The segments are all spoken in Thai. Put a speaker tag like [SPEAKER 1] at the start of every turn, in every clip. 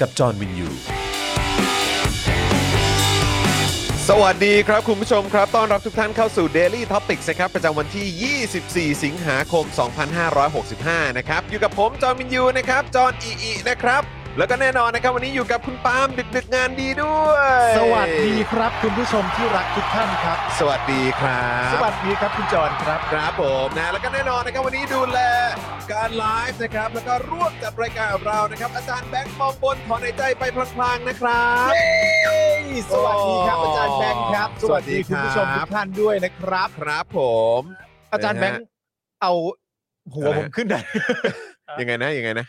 [SPEAKER 1] กับจอห์นวินยู
[SPEAKER 2] สวัสดีครับ คุณผู้ชมครับ ต้อนรับทุกท่านเข้าสู่ Daily Topics นะครับ ประจำวันที่ 24 สิงหาคม 2565 นะครับ อยู่กับผมจอห์นวินยูนะครับ จอห์นอีอีนะครับ แล้วก็แน่นอนนะครับ วันนี้อยู่กับคุณปาล์มดึกดึกๆงานดีด้วย
[SPEAKER 3] สวัสดีครับคุณผู้ชมที่รักทุกท่านครับ
[SPEAKER 2] สวัสดีครับ
[SPEAKER 3] สวัสดีครับคุณจรครับ
[SPEAKER 2] ครับผมนะแล้วก็แน่นอนนะครับวันนี้ดูแลการไลฟ์นะครับ แล้วก็ร่วมจัดรายการกับเรานะครับ อาจารย์แบงค์มองบนถอนหายใจไปพลางๆนะครับ
[SPEAKER 3] สวัสดีครับอาจารย์แบงค์ครับ
[SPEAKER 2] ส
[SPEAKER 3] ส
[SPEAKER 2] วั
[SPEAKER 3] วั
[SPEAKER 2] ส
[SPEAKER 3] ส
[SPEAKER 2] ดี
[SPEAKER 3] ดี
[SPEAKER 2] ค
[SPEAKER 3] คุ
[SPEAKER 2] รั
[SPEAKER 3] ณ
[SPEAKER 2] บ
[SPEAKER 3] ผู้ชมทุกท่านด้วยนะครับ
[SPEAKER 2] ครับผม
[SPEAKER 3] อาจารย์แบงค์เอาหัวผมขึ้นหน่อย
[SPEAKER 2] ยังไงนะยังไงนะ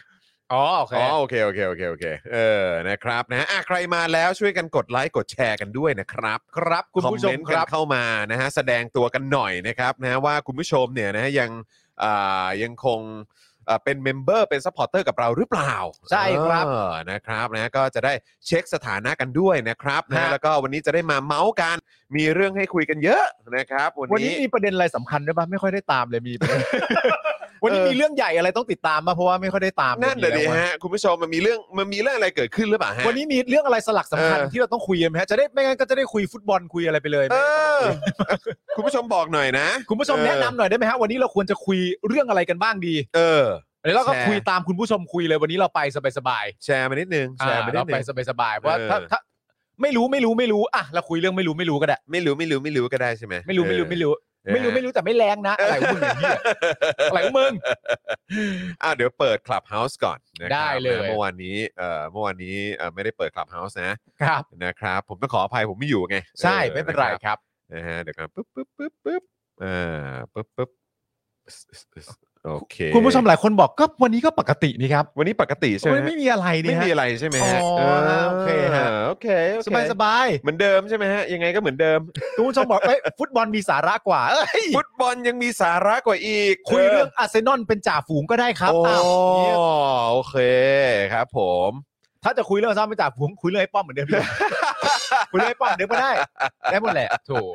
[SPEAKER 3] อ๋อโอเค
[SPEAKER 2] อ๋อโอเคโอเคโอเคโอเคเออนะครับนะอ่ะใครมาแล้วช่วยกันกดไลค์กดแชร์กันด้วยนะครับ
[SPEAKER 3] ครับคุณผู้ชม
[SPEAKER 2] อเนต์
[SPEAKER 3] ค
[SPEAKER 2] กัน
[SPEAKER 3] รับ
[SPEAKER 2] เข้ามานะฮะแสดงตัวกันหน่อยนะครับนะฮะว่าคุณผู้ชมเนี่ยนะฮะยังอ่ายังคงอ่าเป็นเมมเบอร์เป็นซัพพอร์เตอร์กับเราหรือเปล่า
[SPEAKER 3] ใช่ครับ
[SPEAKER 2] เออนะครับนะฮะก็จะได้เช็คสถานะกันด้วยนะครับนะฮะ
[SPEAKER 3] ฮะ
[SPEAKER 2] แล้วก็วันนี้จะได้มาเมาส์กันมีเรื่องให้คุยกันเยอะนะครับ วัน
[SPEAKER 3] วันนี้
[SPEAKER 2] นี้
[SPEAKER 3] มีประเด็นอะไรสำคัญด้วยป่ะไม่ค่อยได้ตามเลยมีประเด็น วันนี้มีเรื่องใหญ่อะไรต้องติดตามป่ะเพราะว่าไม่ค่อยได้ตาม
[SPEAKER 2] นั่น
[SPEAKER 3] เล
[SPEAKER 2] เลย
[SPEAKER 3] ย
[SPEAKER 2] ดีฮะคุณผู้ชมมันมีเรื่องมันมีเรื่องอะไรเกิดขึ้นหรือเปล่าฮะ
[SPEAKER 3] วันนี้มีเรื่องอะไรสลักสำคัญ
[SPEAKER 2] เออ
[SPEAKER 3] ที่เราต้องคุยกันไหมฮะจะได้ไม่งั้นก็จะได้คุยฟุตบอลคุยอะไรไปเลย
[SPEAKER 2] เออ คุณผู้ชมบอกหน่อยนะ
[SPEAKER 3] คุณผู้ชมแนะนำหน่อยได้ไหมฮะวันนี้เราควรจะคุยเรื่องอะไรกันบ้างดี
[SPEAKER 2] เออ
[SPEAKER 3] เดี๋ยวเราก็
[SPEAKER 2] แชร์
[SPEAKER 3] คุยตามคุณผู้ชมคุยเลยวันนี้เราไปสบาย
[SPEAKER 2] แชร์มานิดนึง
[SPEAKER 3] ๆ
[SPEAKER 2] แชร์มา
[SPEAKER 3] อ่า
[SPEAKER 2] นิ
[SPEAKER 3] เรา
[SPEAKER 2] ด
[SPEAKER 3] ไป
[SPEAKER 2] นึง
[SPEAKER 3] สบายๆเพราะว่า
[SPEAKER 2] เออ
[SPEAKER 3] ถ้าถ้าไม่รู้ไม่รู้ไม่รู้อ่ะเราคุยเรื่องไม่รู้ไม่รู้ก็ได้
[SPEAKER 2] ไม่รู้ไม่รู้ไม่รู้ก็ได้ใช่ไหม
[SPEAKER 3] ไม่รู้ไม่รู้ไม่รู้
[SPEAKER 2] เออ
[SPEAKER 3] ไม่รู้ไม่รู้แต่ไม่แรงนะอะไรของมึงอย่างเงี้ย อะไรของมึง
[SPEAKER 2] อ่ะเดี๋ยวเปิด Clubhouse ก่อนนะครับ
[SPEAKER 3] ได้เลย
[SPEAKER 2] นะเมื่อวานนี้เอ่อเมื่อวานนี้เอ่อไม่ได้เปิด Clubhouse นะครับ นะครับ ผมต้องขออภัยผมไม่อยู่ไง
[SPEAKER 3] ใช่
[SPEAKER 2] ออ
[SPEAKER 3] ไม่เป็นไร
[SPEAKER 2] นะครับ นะฮะเดี๋ยวกันปึ๊บปึ๊บปึ๊บปึ๊บเอ่อปึ๊บปึ๊บโอเค
[SPEAKER 3] คุณผู้ชมหลายคนบอกก็วันนี้ก็ปกตินี่ครับ
[SPEAKER 2] วันนี้ปกติใช่ไหม
[SPEAKER 3] วันนี้ไม่มีอะไรนี่
[SPEAKER 2] ไม่
[SPEAKER 3] ฮะ
[SPEAKER 2] มีอะไรใช่ไหมฮะ
[SPEAKER 3] อ๋อโอเคฮะ
[SPEAKER 2] โอเคโอเค
[SPEAKER 3] สบายสบาย
[SPEAKER 2] เหมือนเดิมใช่ไหมฮะยังไงก็เหมือนเดิม
[SPEAKER 3] ๆคุณผู้ชมบอกเอ้ยฟุตบอลมีสาระกว่าเอ้ย
[SPEAKER 2] ฟุตบอลยังมีสาระกว่าอีก
[SPEAKER 3] คุยเรื่องอาร์เซนอลเป็นจ่าฝูงก็ได้ครับ
[SPEAKER 2] โอ้
[SPEAKER 3] อ้าวเนี่ย
[SPEAKER 2] โอเคครับผม
[SPEAKER 3] ถ้าจะคุยเรื่องอาร์เซนอลเป็นจ่าฝูงคุยเรื่องไอ้ป้อมเหมือนเดิมดีกว่า คุยเรื่องไอ้ป้อมเหมือนเดิมก็ได้ได้หมดแหละถูก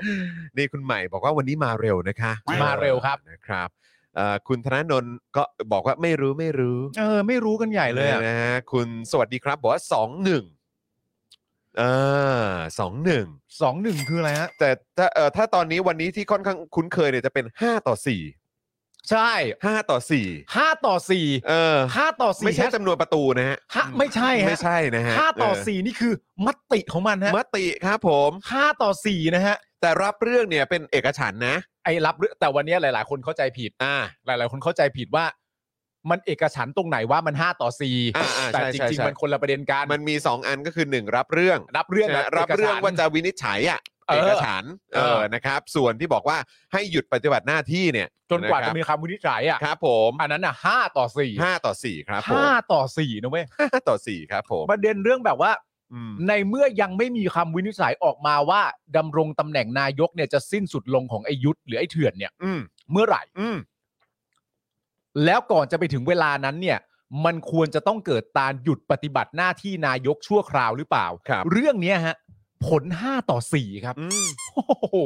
[SPEAKER 2] นี่คุณใหม่บอกว่าวันนี้มาเร็วนะคะ
[SPEAKER 3] มาเร็วครับ
[SPEAKER 2] นะครับเอ่อคุณธนาโนนก็บอกว่าไม่รู้ไม่รู้
[SPEAKER 3] เออไม่รู้กันใหญ่เลยอะ
[SPEAKER 2] นะฮะคุณสวัสดีครับ บอกว่าสองหนึ่งเออสองหนึ่ง
[SPEAKER 3] สองหนึ่งคืออะไรฮะ
[SPEAKER 2] แต่ถ้าเอ่อถ้าตอนนี้วันนี้ที่ค่อนข้างคุ้นเคยเนี่ยจะเป็น 5 ต่อ
[SPEAKER 3] ใช่
[SPEAKER 2] 4 5 ต่อ
[SPEAKER 3] ห้าต่อสี่
[SPEAKER 2] 4 เออ
[SPEAKER 3] ห้าต่อสี่
[SPEAKER 2] ไม่ใช่จำนวนประตูนะฮะ
[SPEAKER 3] ฮะไม่ใช่
[SPEAKER 2] ไม่
[SPEAKER 3] ฮะ
[SPEAKER 2] ใช่นะฮะ
[SPEAKER 3] ห้าต่อ
[SPEAKER 2] เ
[SPEAKER 3] สี่นี่คือมติของมันฮะ
[SPEAKER 2] มติครับผม
[SPEAKER 3] ห้าต่อสี่นะฮะ
[SPEAKER 2] แต่รับเรื่องเนี่ยเป็นเอกฉันท์นะ
[SPEAKER 3] ไอ้รับเรื่องแต่วันนี้หลาย ๆ คนเข้าใจผิด
[SPEAKER 2] อ่า
[SPEAKER 3] หลาย ๆ คนเข้าใจผิดว่า มันเอกฉันท์ตรงไหนว่ามันห้าต่อสี่
[SPEAKER 2] อ่าอ่าใช่
[SPEAKER 3] แต่จ
[SPEAKER 2] ใช่
[SPEAKER 3] ริงๆ
[SPEAKER 2] ใช่
[SPEAKER 3] มันคนละประเด็นกัน
[SPEAKER 2] มันมี 2 อันก็คือ 1 รับเรื่อง
[SPEAKER 3] รับเรื่อง
[SPEAKER 2] นะ
[SPEAKER 3] นะ
[SPEAKER 2] รับเรื่อง
[SPEAKER 3] กฉันท์
[SPEAKER 2] ว่าจะวินิจฉัยอ่ะ
[SPEAKER 3] เออ
[SPEAKER 2] เอกฉันท์เอ
[SPEAKER 3] เอ
[SPEAKER 2] อ
[SPEAKER 3] อ
[SPEAKER 2] นะครับ ส่วนที่บอกว่าให้หยุดปฏิบัติหน้าที่เนี่ย
[SPEAKER 3] จนกว่า
[SPEAKER 2] ค
[SPEAKER 3] จะ
[SPEAKER 2] รับ
[SPEAKER 3] มีคำวินิจฉัยอ่ะ
[SPEAKER 2] ครับผม
[SPEAKER 3] อันนั้นอ่ะห้าต่อสี่
[SPEAKER 2] 5ต่อ 4 ครับผม
[SPEAKER 3] ห้าต่อสี่นะเว้ย
[SPEAKER 2] ห้าต่อ 4 ครับผม
[SPEAKER 3] ประเด็นเรื่องแบบว่า
[SPEAKER 2] อืม
[SPEAKER 3] ในเมื่อยังไม่มีคำวินิจฉัยออกมาว่าดำรงตำแหน่งนายกเนี่ยจะสิ้นสุดลงของไอยุทธหรือไอเถื่อนเนี่ย
[SPEAKER 2] อืม
[SPEAKER 3] เมื่อไหร่
[SPEAKER 2] อืม
[SPEAKER 3] แล้วก่อนจะไปถึงเวลานั้นเนี่ย มันควรจะต้องเกิดการหยุดปฏิบัติหน้าที่นายกชั่วคราวหรือเปล่า
[SPEAKER 2] ครับ
[SPEAKER 3] เรื่องเนี้ยฮะ ผล 5 ต่อ 4 ครับ
[SPEAKER 2] อืม
[SPEAKER 3] โอ้โห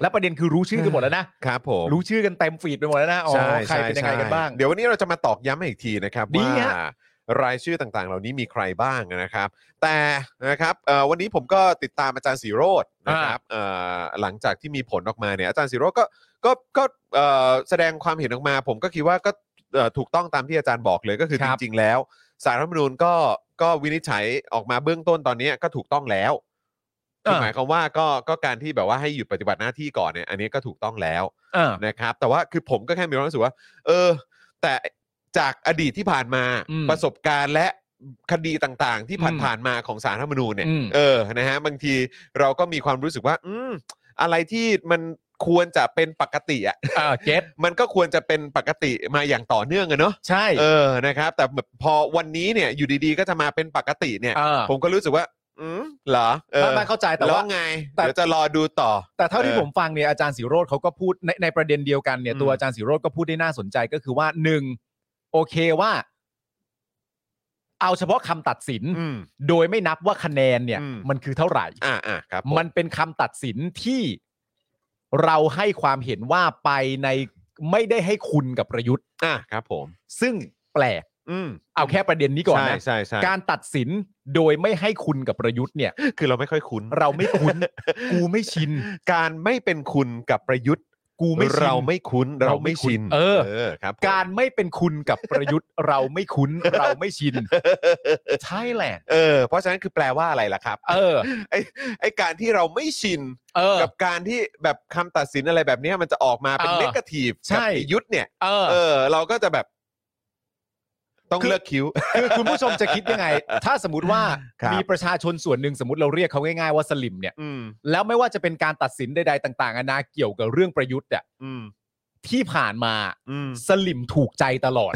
[SPEAKER 3] และประเด็นคือรู้ชื่อกันหมดแล้วนะ
[SPEAKER 2] ครับผม
[SPEAKER 3] รู้ชื่อกันเต็มฟีดไปหมดแล้วนะอ๋อ
[SPEAKER 2] ใช่
[SPEAKER 3] ใครเป็นยังไงกันบ้าง
[SPEAKER 2] ใช่เดี๋ยววันนี้เราจะมาตอกย้ำให้อีกทีนะครับ
[SPEAKER 3] ดี
[SPEAKER 2] ว่า
[SPEAKER 3] ฮะ
[SPEAKER 2] รายชื่อต่างๆ เหล่านี้มีใครบ้างนะครับ แต่นะครับเอ่อวันนี้ผมก็ติดตามอาจารย์สีโรจน์นะครับเอ่อหลังจากที่มีผลออกมาเนี่ยอาจารย์สีโรจน์ก็ ก็ก็เอ่อแสดงความเห็นออกมา ผมก็คิดว่าก็เอ่อถูกต้องตามที่อาจารย์บอกเลยก็คือ
[SPEAKER 3] ค
[SPEAKER 2] จ
[SPEAKER 3] รับ
[SPEAKER 2] ริง ๆ แล้วสารรัฐธรรมนูญก็ ก็วินิจฉัยออกมาเบื้องต้นตอนนี้ก็ถูกต้องแล้วคือ
[SPEAKER 3] เออ
[SPEAKER 2] หมายความว่าก็ก็การที่แบบว่าให้หยุดปฏิบัติหน้าที่ก่อนเนี่ยอันนี้ก็ถูกต้องแล้ว
[SPEAKER 3] เออ
[SPEAKER 2] นะครับแต่ว่าคือผมก็แค่มีความรู้สึกว่า เออ แต่จากอดีตที่ผ่านมา
[SPEAKER 3] อืม
[SPEAKER 2] ประสบการณ์และคดีต่างๆ ที่
[SPEAKER 3] อืม
[SPEAKER 2] ผ่านๆมาของสารรัฐธรรมนูญเนี่ย
[SPEAKER 3] อืม
[SPEAKER 2] เออนะฮะบางทีเราก็มีความรู้สึกว่า อืมอะไรที่มันควรจะเป็นปกติอ่ะ
[SPEAKER 3] เออเจ็ด
[SPEAKER 2] มันก็ควรจะเป็นปกติมาอย่างต่อเนื่องอะเนาะ
[SPEAKER 3] ใช่
[SPEAKER 2] เออนะครับ แต่แบบพอวันนี้เนี่ยอยู่ดีๆ ก็จะมาเป็นปกติเนี่ย
[SPEAKER 3] เออ
[SPEAKER 2] ผมก็รู้สึกว่า อืมเหรอเออ
[SPEAKER 3] ไม่เข้าใจแต่
[SPEAKER 2] แล้ว
[SPEAKER 3] ว่า
[SPEAKER 2] ไง
[SPEAKER 3] แต่
[SPEAKER 2] เดี๋ยวจะรอดูต่อ
[SPEAKER 3] แต่เท่าที่
[SPEAKER 2] เออ
[SPEAKER 3] ผมฟังเนี่ยอาจารย์สิโรธเขาก็พูดในในประเด็นเดียวกันเนี่ย
[SPEAKER 2] อืม
[SPEAKER 3] ตัวอาจารย์สิโรธก็พูดได้น่าสนใจก็คือว่าหนึ่งโอเคว่า เอาเฉพาะคำตัดสิน
[SPEAKER 2] อืม
[SPEAKER 3] โดยไม่นับว่าคะแนนเนี่ย
[SPEAKER 2] อืม
[SPEAKER 3] มันคือเท่าไหร่
[SPEAKER 2] อ่าอ่าครับผ
[SPEAKER 3] มันเป็นคำตัดสินที่เราให้ความเห็นว่าไปในไม่ได้ให้คุณกับประยุทธ์
[SPEAKER 2] อ่ะครับผม
[SPEAKER 3] ซึ่งแปลก
[SPEAKER 2] อืม
[SPEAKER 3] เอาแค่ประเด็นนี้ก่อน
[SPEAKER 2] ใช่
[SPEAKER 3] นะ
[SPEAKER 2] ใช่ใช่
[SPEAKER 3] การตัดสินโดยไม่ให้คุณกับประยุทธ์เนี่ย
[SPEAKER 2] คือเราไม่ค่อยคุ้น
[SPEAKER 3] เราไม่คุ้น กูไม่ชิน
[SPEAKER 2] การไม่เป็นคุณกับประยุทธ์
[SPEAKER 3] กูไม่ชิน
[SPEAKER 2] เราไม่คุ้นเราไม่ชิน
[SPEAKER 3] เออ
[SPEAKER 2] ครับผม
[SPEAKER 3] การไม่เป็นคุณกับประยุทธ์ เราไม่คุ้นเราไม่ ชินใช่แหละ
[SPEAKER 2] เออ เพราะฉะนั้นคือแปลว่าอะไรล่ะครับ
[SPEAKER 3] เออ
[SPEAKER 2] ไอ้ไอ้การที่เราไม่ชิน
[SPEAKER 3] เออ
[SPEAKER 2] กับการที่แบบคำตัดสินอะไรแบบเนี้ยมันจะออกมาเป็น
[SPEAKER 3] เออ
[SPEAKER 2] เลกาทีฟ
[SPEAKER 3] ใช่
[SPEAKER 2] ประยุทธ์เนี่ย
[SPEAKER 3] เออ
[SPEAKER 2] เออ เราก็จะแบบ ต้อง
[SPEAKER 3] คือ
[SPEAKER 2] เลิกคิ้ว
[SPEAKER 3] คือคุณผู้ชมจะคิดยังไง ถ้าสมมติว่า
[SPEAKER 2] ครับ
[SPEAKER 3] มีประชาชนส่วนหนึ่งสมมติเราเรียกเขาง่ายๆว่าสลิมเนี่ย
[SPEAKER 2] อืม
[SPEAKER 3] แล้วไม่ว่าจะเป็นการตัดสินใดๆต่างๆนานาเกี่ยวกับเรื่องประยุทธ์เนี่ย
[SPEAKER 2] อืม
[SPEAKER 3] ที่ผ่านมา
[SPEAKER 2] อืม
[SPEAKER 3] สลิมถูกใจต ลอด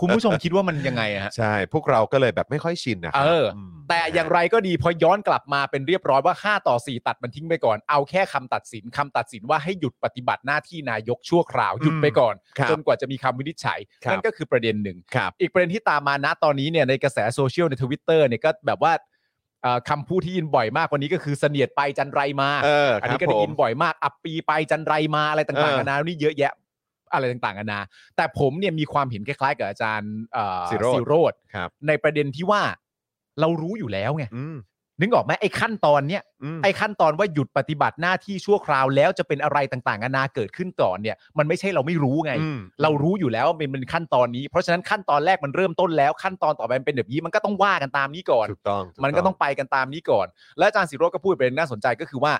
[SPEAKER 3] คุณผู้ชมคิดว่ามันยังไงอะฮะ
[SPEAKER 2] ใช่ พวกเราก็เลยแบบไม่ค่อยชินนะครั
[SPEAKER 3] เออ
[SPEAKER 2] ม
[SPEAKER 3] แต่อย่างไรก็ดีพอย้อนกลับมาเป็นเรียบร้อยว่า 5 ต่อ 4 ตัดมันทิ้งไปก่อน เอาแค่คำตัดสินคำตัดสินว่าให้หยุดปฏิบัติหน้าที่นายกชั่วคราวหยุดไปก่อน
[SPEAKER 2] ครั
[SPEAKER 3] จ
[SPEAKER 2] บ
[SPEAKER 3] นกว่าจะมีคำวินิจฉัย
[SPEAKER 2] ครับ
[SPEAKER 3] นั่นก็คือประเด็นหนึ่ง
[SPEAKER 2] ครับ
[SPEAKER 3] อีกประเด็นที่ตามมาณตอนนี้เนี่ยในกระแสโซเชียลในทวิตเตอร์เนี่ยก็แบบว่าเอ่อคำพูดที่ยินบ่อยมากวันนี้ก็คือเสนียดไปจันไรมา
[SPEAKER 2] เออ
[SPEAKER 3] อัน
[SPEAKER 2] ครั
[SPEAKER 3] นี้
[SPEAKER 2] บ
[SPEAKER 3] ก็
[SPEAKER 2] ผ
[SPEAKER 3] ได้
[SPEAKER 2] ม
[SPEAKER 3] ยินบ่อยมาก อัปปีไปจันไรมาอะไรต่างๆ
[SPEAKER 2] เออ
[SPEAKER 3] นานานี่เยอะแยะอะไรต่างๆนานาแต่ผมเนี่ยมีความเห็นคล้ายๆกับอาจารย์เอ่อ
[SPEAKER 2] ศิโรจน์
[SPEAKER 3] โรด
[SPEAKER 2] ครับ
[SPEAKER 3] ในประเด็นที่ว่าเรารู้อยู่แล้วไง
[SPEAKER 2] อืม
[SPEAKER 3] นึกออกไหมไอ้ขั้นตอนเนี่ย
[SPEAKER 2] อืม
[SPEAKER 3] ไอ้ขั้นตอนว่าหยุดปฏิบัติหน้าที่ชั่วคราวแล้วจะเป็นอะไรต่างๆนานาเกิดขึ้นก่อนเนี่ย มันไม่ใช่เราไม่รู้ไง
[SPEAKER 2] อืม
[SPEAKER 3] เรารู้อยู่แล้วว่ามันเป็นขั้นตอนนี้ เพราะฉะนั้นขั้นตอนแรกมันเริ่มต้นแล้วขั้นตอนต่อไปมันเป็นแบบนี้มันก็ต้องว่ากันตามนี้ก่อน
[SPEAKER 2] ถูกต้อง
[SPEAKER 3] มันก็ต้องไปกันตามนี้ก่อน และอาจารย์สิโรจน์ก็พูดประเด็นน่าสนใจก็คือว่า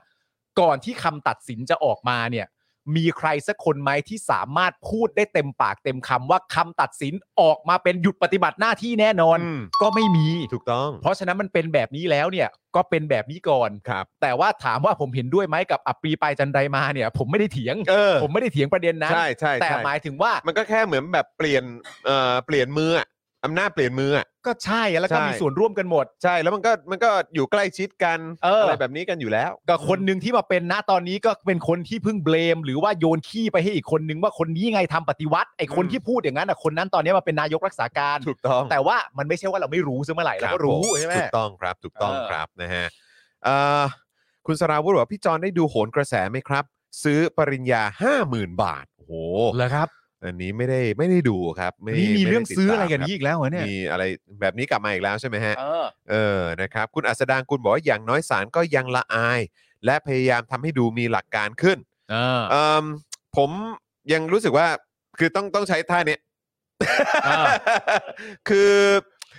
[SPEAKER 3] ก่อนที่คำตัดสินจะออกมาเนี่ย มีใครสักคนไหมที่สามารถพูดได้เต็มปากเต็มคำว่าคำตัดสินออกมาเป็นหยุดปฏิบัติหน้าที่แน่นอน
[SPEAKER 2] อืม
[SPEAKER 3] ก็ไม่มี
[SPEAKER 2] ถูกต้อง
[SPEAKER 3] เพราะฉะนั้นมันเป็นแบบนี้แล้วเนี่ยก็เป็นแบบนี้ก่อน
[SPEAKER 2] ครับ
[SPEAKER 3] แต่ว่าถามว่าผมเห็นด้วยไหมกับอัปปีปายจันไรมาเนี่ย ผมไม่ได้เถียง
[SPEAKER 2] เออ
[SPEAKER 3] ผมไม่ได้เถียงประเด็นนั้น
[SPEAKER 2] ใช่ใช่
[SPEAKER 3] แต่
[SPEAKER 2] ใช่
[SPEAKER 3] หมายถึงว่า
[SPEAKER 2] มันก็แค่เหมือนแบบเปลี่ยนเอ่อเปลี่ยนมืออะอำนาจเปลี่ยนมืออะ
[SPEAKER 3] ก็ใช่แล้วก็
[SPEAKER 2] ใช่
[SPEAKER 3] มีส่วนร่วมกันหมด
[SPEAKER 2] ใช่แล้วมันก็มันก็อยู่ใกล้ชิดกัน
[SPEAKER 3] เอออ
[SPEAKER 2] ไรแบบนี้กันอยู่แล้ว
[SPEAKER 3] กับคนหนึ่งที่มาเป็นนะตอนนี้ก็เป็นคนที่เพิ่งเบลม หรือว่าโยนขี้ไปให้อีกคนนึงว่าคนนี้ไงทำปฏิวัติไอ้คน
[SPEAKER 2] อืม
[SPEAKER 3] ที่พูดอย่างนั้นอ่ะคนนั้นตอนนี้มาเป็นนายกรักษาการ
[SPEAKER 2] ถูกต้อง
[SPEAKER 3] แต่ว่ามันไม่ใช่ว่าเราไม่รู้ซะเมื่อไหร่เรา
[SPEAKER 2] คบ
[SPEAKER 3] ก็รู้
[SPEAKER 2] ผ
[SPEAKER 3] ใช่ไหม
[SPEAKER 2] ถูกต้องครับ ถูกต้อง
[SPEAKER 3] เออ
[SPEAKER 2] ครับนะฮะเอ่อคุณสราวุฒิบอกว่าพี่จอนได้ดูโหนกระแสไหมครับ ซื้อปริญญา 50,000 บาทโอ้โห
[SPEAKER 3] เหรอครับ
[SPEAKER 2] อันนี้ไม่ได้ไม่ได้ดูครับไ
[SPEAKER 3] นี่มี
[SPEAKER 2] ไได้
[SPEAKER 3] เรื่อง
[SPEAKER 2] ติด
[SPEAKER 3] ซื้อ
[SPEAKER 2] ตาม
[SPEAKER 3] อะไรกัน
[SPEAKER 2] คบ
[SPEAKER 3] นี้อีกแล้วเหรอเนี่ย
[SPEAKER 2] มีอะไรแบบนี้กลับมาอีกแล้วใช่ไหมฮะ
[SPEAKER 3] เออ
[SPEAKER 2] เออ นะครับ คุณอัสดางคุณบอกว่าอย่างน้อยสารก็ยังละอาย และพยายามทำให้ดูมีหลักการขึ้น
[SPEAKER 3] เออ
[SPEAKER 2] เอมผมยังรู้สึกว่า คือต้องต้องใช้ท่าเนี้ย
[SPEAKER 3] เออ
[SPEAKER 2] คือ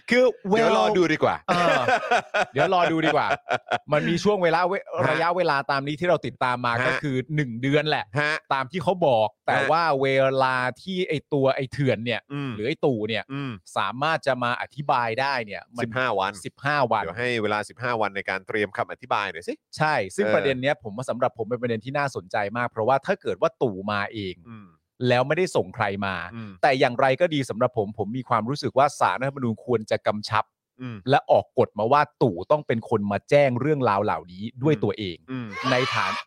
[SPEAKER 3] คือ
[SPEAKER 2] เดี๋ยวรอดูดีกว่า
[SPEAKER 3] เออ เดี๋ยวรอดูดีกว่า มันมีช่วงเวลาเว
[SPEAKER 2] ฮะ
[SPEAKER 3] ระยะเวลาตามนี้ที่เราติดตามมา
[SPEAKER 2] ฮะ
[SPEAKER 3] ก็คือหนึ่งเดือนแหละ
[SPEAKER 2] ฮะ
[SPEAKER 3] ตามที่เขาบอก แต่
[SPEAKER 2] ฮะ
[SPEAKER 3] ว่าเวลาที่ไอตัวไอเถื่อนเนี่ย
[SPEAKER 2] อืม
[SPEAKER 3] หรือไอตู่เนี่ย
[SPEAKER 2] อืม
[SPEAKER 3] สามารถจะมาอธิบายได้เนี่ยมั
[SPEAKER 2] สิบห้าวัน
[SPEAKER 3] 15 วัน
[SPEAKER 2] เดี๋ยวให้เวลา 15 วันในการเตรียมคำอธิบายหน่อยสิ
[SPEAKER 3] ใช่ ซึ่ง
[SPEAKER 2] เออ
[SPEAKER 3] ประเด็นเนี้ยผมว่าสำหรับผมเป็นประเด็นที่น่าสนใจมาก เพราะว่าถ้าเกิดว่าตู่มาเอง
[SPEAKER 2] อืม
[SPEAKER 3] แล้วไม่ได้ส่งใครมา
[SPEAKER 2] อืม
[SPEAKER 3] แต่อย่างไรก็ดีสำหรับผมผมมีความรู้สึกว่าสารรัฐธรรมนูญควรจะกำชับ
[SPEAKER 2] อืม
[SPEAKER 3] และออกกฎมาว่าตู่ต้องเป็นคนมาแจ้งเรื่องราวเหล่านี้ด้วยตัวเอง
[SPEAKER 2] อืม
[SPEAKER 3] ในฐาน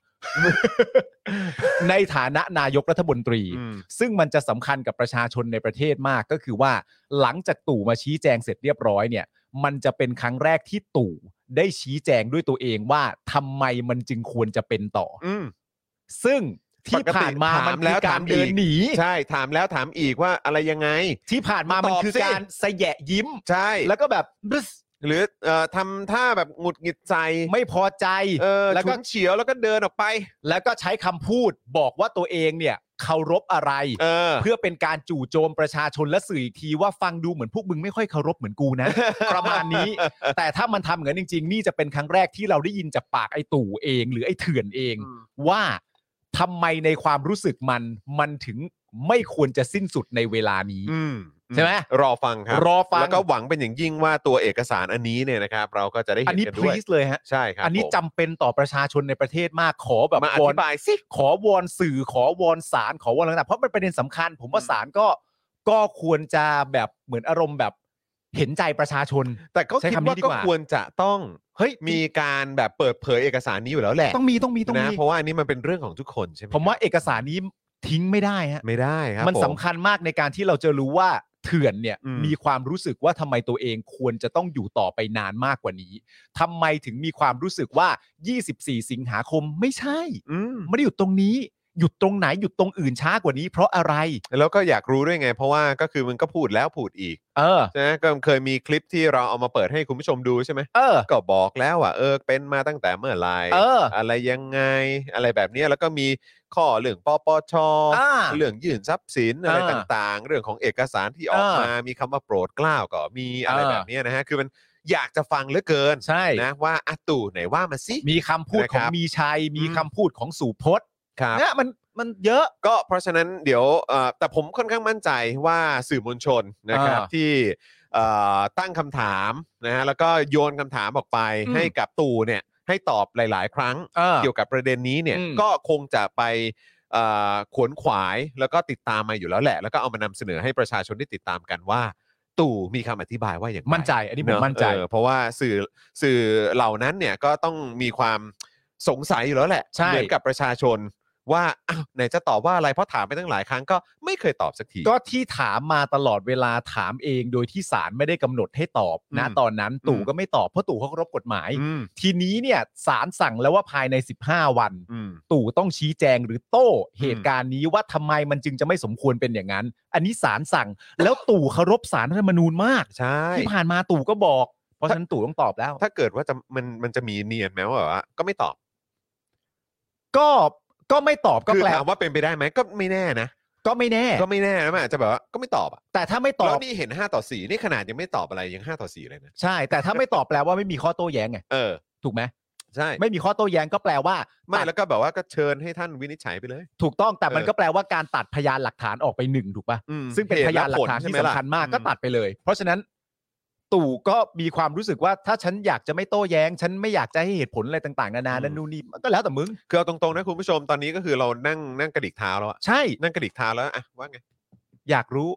[SPEAKER 3] ในฐานะนายกรัฐมนตรี
[SPEAKER 2] อืม
[SPEAKER 3] ซึ่งมันจะสำคัญกับประชาชนในประเทศมากก็คือว่า หลังจากตู่มาชี้แจงเสร็จเรียบร้อยเนี่ย มันจะเป็นครั้งแรกที่ตู่ได้ชี้แจงด้วยตัวเองว่าทำไมมันจึงควรจะเป็นต่ออ
[SPEAKER 2] อืม
[SPEAKER 3] ซึ่งที่
[SPEAKER 2] ปกติ
[SPEAKER 3] ผ่านมา
[SPEAKER 2] ถาม
[SPEAKER 3] มัน
[SPEAKER 2] แล้
[SPEAKER 3] คือ
[SPEAKER 2] ว
[SPEAKER 3] กา
[SPEAKER 2] ถาร ม
[SPEAKER 3] เดิน
[SPEAKER 2] อีก
[SPEAKER 3] หนี
[SPEAKER 2] ใช่ ถามแล้วถามอีกว่าอะไรยังไง
[SPEAKER 3] ที่ผ่านมามัน
[SPEAKER 2] ตอบ
[SPEAKER 3] คือ
[SPEAKER 2] สิ
[SPEAKER 3] การแสยะยิ้ม
[SPEAKER 2] ใช่
[SPEAKER 3] แล้วก็แบบบรึส
[SPEAKER 2] หรือเอ่อทำท่าแบบหงุดหงิดใจ
[SPEAKER 3] ไม่พอใจ
[SPEAKER 2] เออ
[SPEAKER 3] แล้วก็
[SPEAKER 2] ฉุนเฉียวแล้วก็เดินออกไป
[SPEAKER 3] แล้วก็ใช้คำพูดบอกว่าตัวเองเนี่ยเคารพอะไร
[SPEAKER 2] เออ
[SPEAKER 3] เพื่อเป็นการจู่โจมประชาชนและสื่ออีกทีว่าฟังดูเหมือนพวกมึงไม่ค่อยเคารพเหมือนกู นะ ประมาณนี้ แต่ถ้ามันทำอย่างนั้นจริง ๆ นี่จะเป็นครั้งแรกที่เราได้ยินจากปากไอ้ตู่เอง หรือไอ้เถื่อนเอง
[SPEAKER 2] อืม
[SPEAKER 3] ว่าทำไมในความรู้สึกมันมันถึงไม่ควรจะสิ้นสุดในเวลานี้
[SPEAKER 2] อืม
[SPEAKER 3] ใช่ไหม
[SPEAKER 2] รอฟังครับ
[SPEAKER 3] รอฟัง
[SPEAKER 2] แล้วก็หวังเป็นอย่างยิ่งว่าตัวเอกสารอันนี้เนี่ยนะครับ เราก็จะได้
[SPEAKER 3] อั
[SPEAKER 2] เห็
[SPEAKER 3] น
[SPEAKER 2] น
[SPEAKER 3] นี้
[SPEAKER 2] กัน
[SPEAKER 3] พ
[SPEAKER 2] ด้
[SPEAKER 3] ลี
[SPEAKER 2] วย
[SPEAKER 3] สเลยฮะ
[SPEAKER 2] ใช่ครับ
[SPEAKER 3] อันนี้
[SPEAKER 2] ผม
[SPEAKER 3] จำเป็นต่อประชาชนในประเทศมากขอแบบ
[SPEAKER 2] มาอ
[SPEAKER 3] วอน
[SPEAKER 2] ธิบายสิ
[SPEAKER 3] ขอวอนสื่อขอวอนศาลขอวอนอะไรต่างๆเพราะมันเป็นประเด็นสำคัญ ผมว่า
[SPEAKER 2] อืม
[SPEAKER 3] ศาลก็ก็ควรจะแบบเหมือนอารมณ์แบบเห็นใจประชาชน
[SPEAKER 2] แต่ก็
[SPEAKER 3] ใช้
[SPEAKER 2] คิด
[SPEAKER 3] คำนี้
[SPEAKER 2] ว่า
[SPEAKER 3] ดี
[SPEAKER 2] ก็
[SPEAKER 3] กว่า
[SPEAKER 2] ควรจะต้อง
[SPEAKER 3] เฮ้ย
[SPEAKER 2] มีการแบบเปิดเผยเอกสารนี้อยู่แล้วแหละ
[SPEAKER 3] ต้องมีต้องมีต้อง
[SPEAKER 2] นะ
[SPEAKER 3] มี
[SPEAKER 2] เพราะว่าอันนี้มันเป็นเรื่องของทุกคนใช่ไหม
[SPEAKER 3] ผมว่าเอกสารนี้ทิ้งไม่ได้ฮะ
[SPEAKER 2] ไม่ได้ครับ
[SPEAKER 3] มัน
[SPEAKER 2] ผ
[SPEAKER 3] สำคัญมากในการที่เราจะรู้ว่าเถื่อนเนี่ย
[SPEAKER 2] อืม
[SPEAKER 3] มีความรู้สึกว่าทำไมตัวเองควรจะต้องอยู่ต่อไปนานมากกว่านี้ทำไมถึงมีความรู้สึกว่า 24 สิงหาคมไม่ใช่
[SPEAKER 2] อืม
[SPEAKER 3] ไม่ได้หยุดตรงนี้ หยุดตรงไหนหยุดตรงอื่นช้ากว่านี้ เพราะอะไร
[SPEAKER 2] แล้วก็อยากรู้ด้วยไง เพราะว่าก็คือมันก็พูดแล้วพูดอีก
[SPEAKER 3] เออ
[SPEAKER 2] ใช่ไหมก็เคยมีคลิปที่เราเอามาเปิดให้คุณผู้ชมดูใช่ไหม
[SPEAKER 3] เออ
[SPEAKER 2] ก็บอกแล้วว่าเออเป็นมาตั้งแต่เมื่อไหร่
[SPEAKER 3] เออ
[SPEAKER 2] อะไรยังไงอะไรแบบเนี้ยแล้วก็มีข้อเรื่องปปช
[SPEAKER 3] อ่า
[SPEAKER 2] เรื่องยื่นทรัพย์สินอะไร
[SPEAKER 3] อ่า
[SPEAKER 2] ต่างๆ เรื่องของเอกสารที่ออกมามีคำว่าโปรดเกล้าก็มีอะไร
[SPEAKER 3] อ่า
[SPEAKER 2] แบบเนี้ยนะฮะคือมันอยากจะฟังเหลือเกิน
[SPEAKER 3] ใช่
[SPEAKER 2] นะว่าอะตู่ไหนว่ามาสิ
[SPEAKER 3] มีคำพูด
[SPEAKER 2] นะค
[SPEAKER 3] ข
[SPEAKER 2] รั
[SPEAKER 3] อบ งมีชัย มี
[SPEAKER 2] อืม
[SPEAKER 3] คำพูดของสุพจน์
[SPEAKER 2] ครับ
[SPEAKER 3] เนี่ยมันมันเยอะ
[SPEAKER 2] ก็เพราะฉะนั้นเดี๋ยวเอ่อแต่ผมค่อนข้างมั่นใจว่าสื่อมวลชนนะครับ
[SPEAKER 3] อ่า
[SPEAKER 2] ที่เอ่อตั้งคำถามนะฮะแล้วก็โยนคำถามออกไป
[SPEAKER 3] อืม
[SPEAKER 2] ให้กับตู่เนี่ยให้ตอบหลาย ๆ ครั้ง
[SPEAKER 3] เออ
[SPEAKER 2] เกี่ยวกับประเด็นนี้เนี่ย
[SPEAKER 3] อืม
[SPEAKER 2] ก็คงจะไปเอ่อขวนขวายแล้วก็ติดตามมาอยู่แล้วแหละ แล้วก็เอามานำเสนอให้ประชาชนได้ติดตามกันว่า ตู่มีคำอธิบายว่าอย่างไร
[SPEAKER 3] มั่นใจ อันนี้ผม
[SPEAKER 2] เอะ
[SPEAKER 3] มั่นใจ
[SPEAKER 2] เออเพราะว่าสื่อสื่อเหล่านั้นเนี่ยก็ต้องมีความสงสัยอยู่แล้วแหละ
[SPEAKER 3] ใช่
[SPEAKER 2] เหมือนกับประชาชนว่าอ้าวไหนจะตอบว่าอะไรเพราะถามไปตั้งหลายครั้งก็ไม่เคยตอบสักที
[SPEAKER 3] ก็ที่ถามมาตลอดเวลาถามเองโดยที่ศาลไม่ได้กำหนดให้ตอบนะ
[SPEAKER 2] อืม
[SPEAKER 3] ตอนนั้นตู่
[SPEAKER 2] อืม
[SPEAKER 3] ก็ไม่ตอบเพราะตู่เขาเคารพกฎหมาย
[SPEAKER 2] อืม
[SPEAKER 3] ทีนี้เนี่ยศาลสั่งแล้วว่าภายใน 15 วัน
[SPEAKER 2] อืม
[SPEAKER 3] ตู่ต้องชี้แจงหรือโต้เหตุการณ์นี้ว่าทำไมมันจึงจะไม่สมควรเป็นอย่างนั้น อันนี้ศาลสั่ง แล้วตู่เคารพศาลรัฐธรรมนูญมาก
[SPEAKER 2] ใช่
[SPEAKER 3] ที่ผ่านมาตู่ก็บอก เพราะฉะนั้นตู่ต้องตอบแล้ว
[SPEAKER 2] ถ้าเกิดว่าจะมันมันจะมีเนียนไหมว่าแบบว่าก็ไม่ตอบ
[SPEAKER 3] ก็ก็ไม่ตอบก็
[SPEAKER 2] คือ
[SPEAKER 3] แปล
[SPEAKER 2] ถามว่าเป็นไปได้ไหมก็ไม่แน่นะ
[SPEAKER 3] ก็ไม่แน่
[SPEAKER 2] ก็ไม่แน่นะมันอาจจะแบบว่าก็ไม่ตอบอ่ะ
[SPEAKER 3] แต่ถ้าไม่ตอ
[SPEAKER 2] แล้ว
[SPEAKER 3] บ
[SPEAKER 2] นี่เห็น 5 ต่อ 4 นี่ขนาดยังไม่ตอบอะไรยัง 5 ต่อ4เลยนะ
[SPEAKER 3] ใช่ แต่ถ้าไม่ตอบแปลว่าไม่มีข้อโต้แย้งไง
[SPEAKER 2] เออ
[SPEAKER 3] ถูกไหม
[SPEAKER 2] ใช่
[SPEAKER 3] ไม่มีข้อโต้แย้งก็แปลว่า
[SPEAKER 2] ไม่
[SPEAKER 3] ตัด
[SPEAKER 2] แล้วก็แบบว่าก็เชิญให้ท่านวินิจฉัยไปเลย
[SPEAKER 3] ถูกต้องแต่มัน
[SPEAKER 2] เออ
[SPEAKER 3] ก็แปลว่าการตัดพยานหลักฐานออกไปหนึ่งถูกป่ะ
[SPEAKER 2] อืม
[SPEAKER 3] ซึ่งเป็นพ
[SPEAKER 2] ตุและ
[SPEAKER 3] ยานหลั
[SPEAKER 2] ผ
[SPEAKER 3] กฐาน
[SPEAKER 2] ใช่
[SPEAKER 3] ที่
[SPEAKER 2] ไห
[SPEAKER 3] สำ
[SPEAKER 2] ล่ะ
[SPEAKER 3] คัญมาก
[SPEAKER 2] อื
[SPEAKER 3] ก็ตัดไปเลย เพราะฉะนั้น ตู่ก็มีความรู้สึกว่าถ้าฉันอยากจะไม่โต้แย้ง ฉันไม่อยากจะให้เหตุผลอะไรต่างๆนานา
[SPEAKER 2] อืม
[SPEAKER 3] นั่นนู่นนี่ก็แล้วแต่มึง
[SPEAKER 2] คือเอาตรงๆนะคุณผู้ชมตอนนี้ก็คือเรานั่งนั่งกระดิกเท้าแล้วอะ
[SPEAKER 3] ใช่
[SPEAKER 2] นั่งกระดิกเท้าแล้วอะว่าไง
[SPEAKER 3] อยากรู้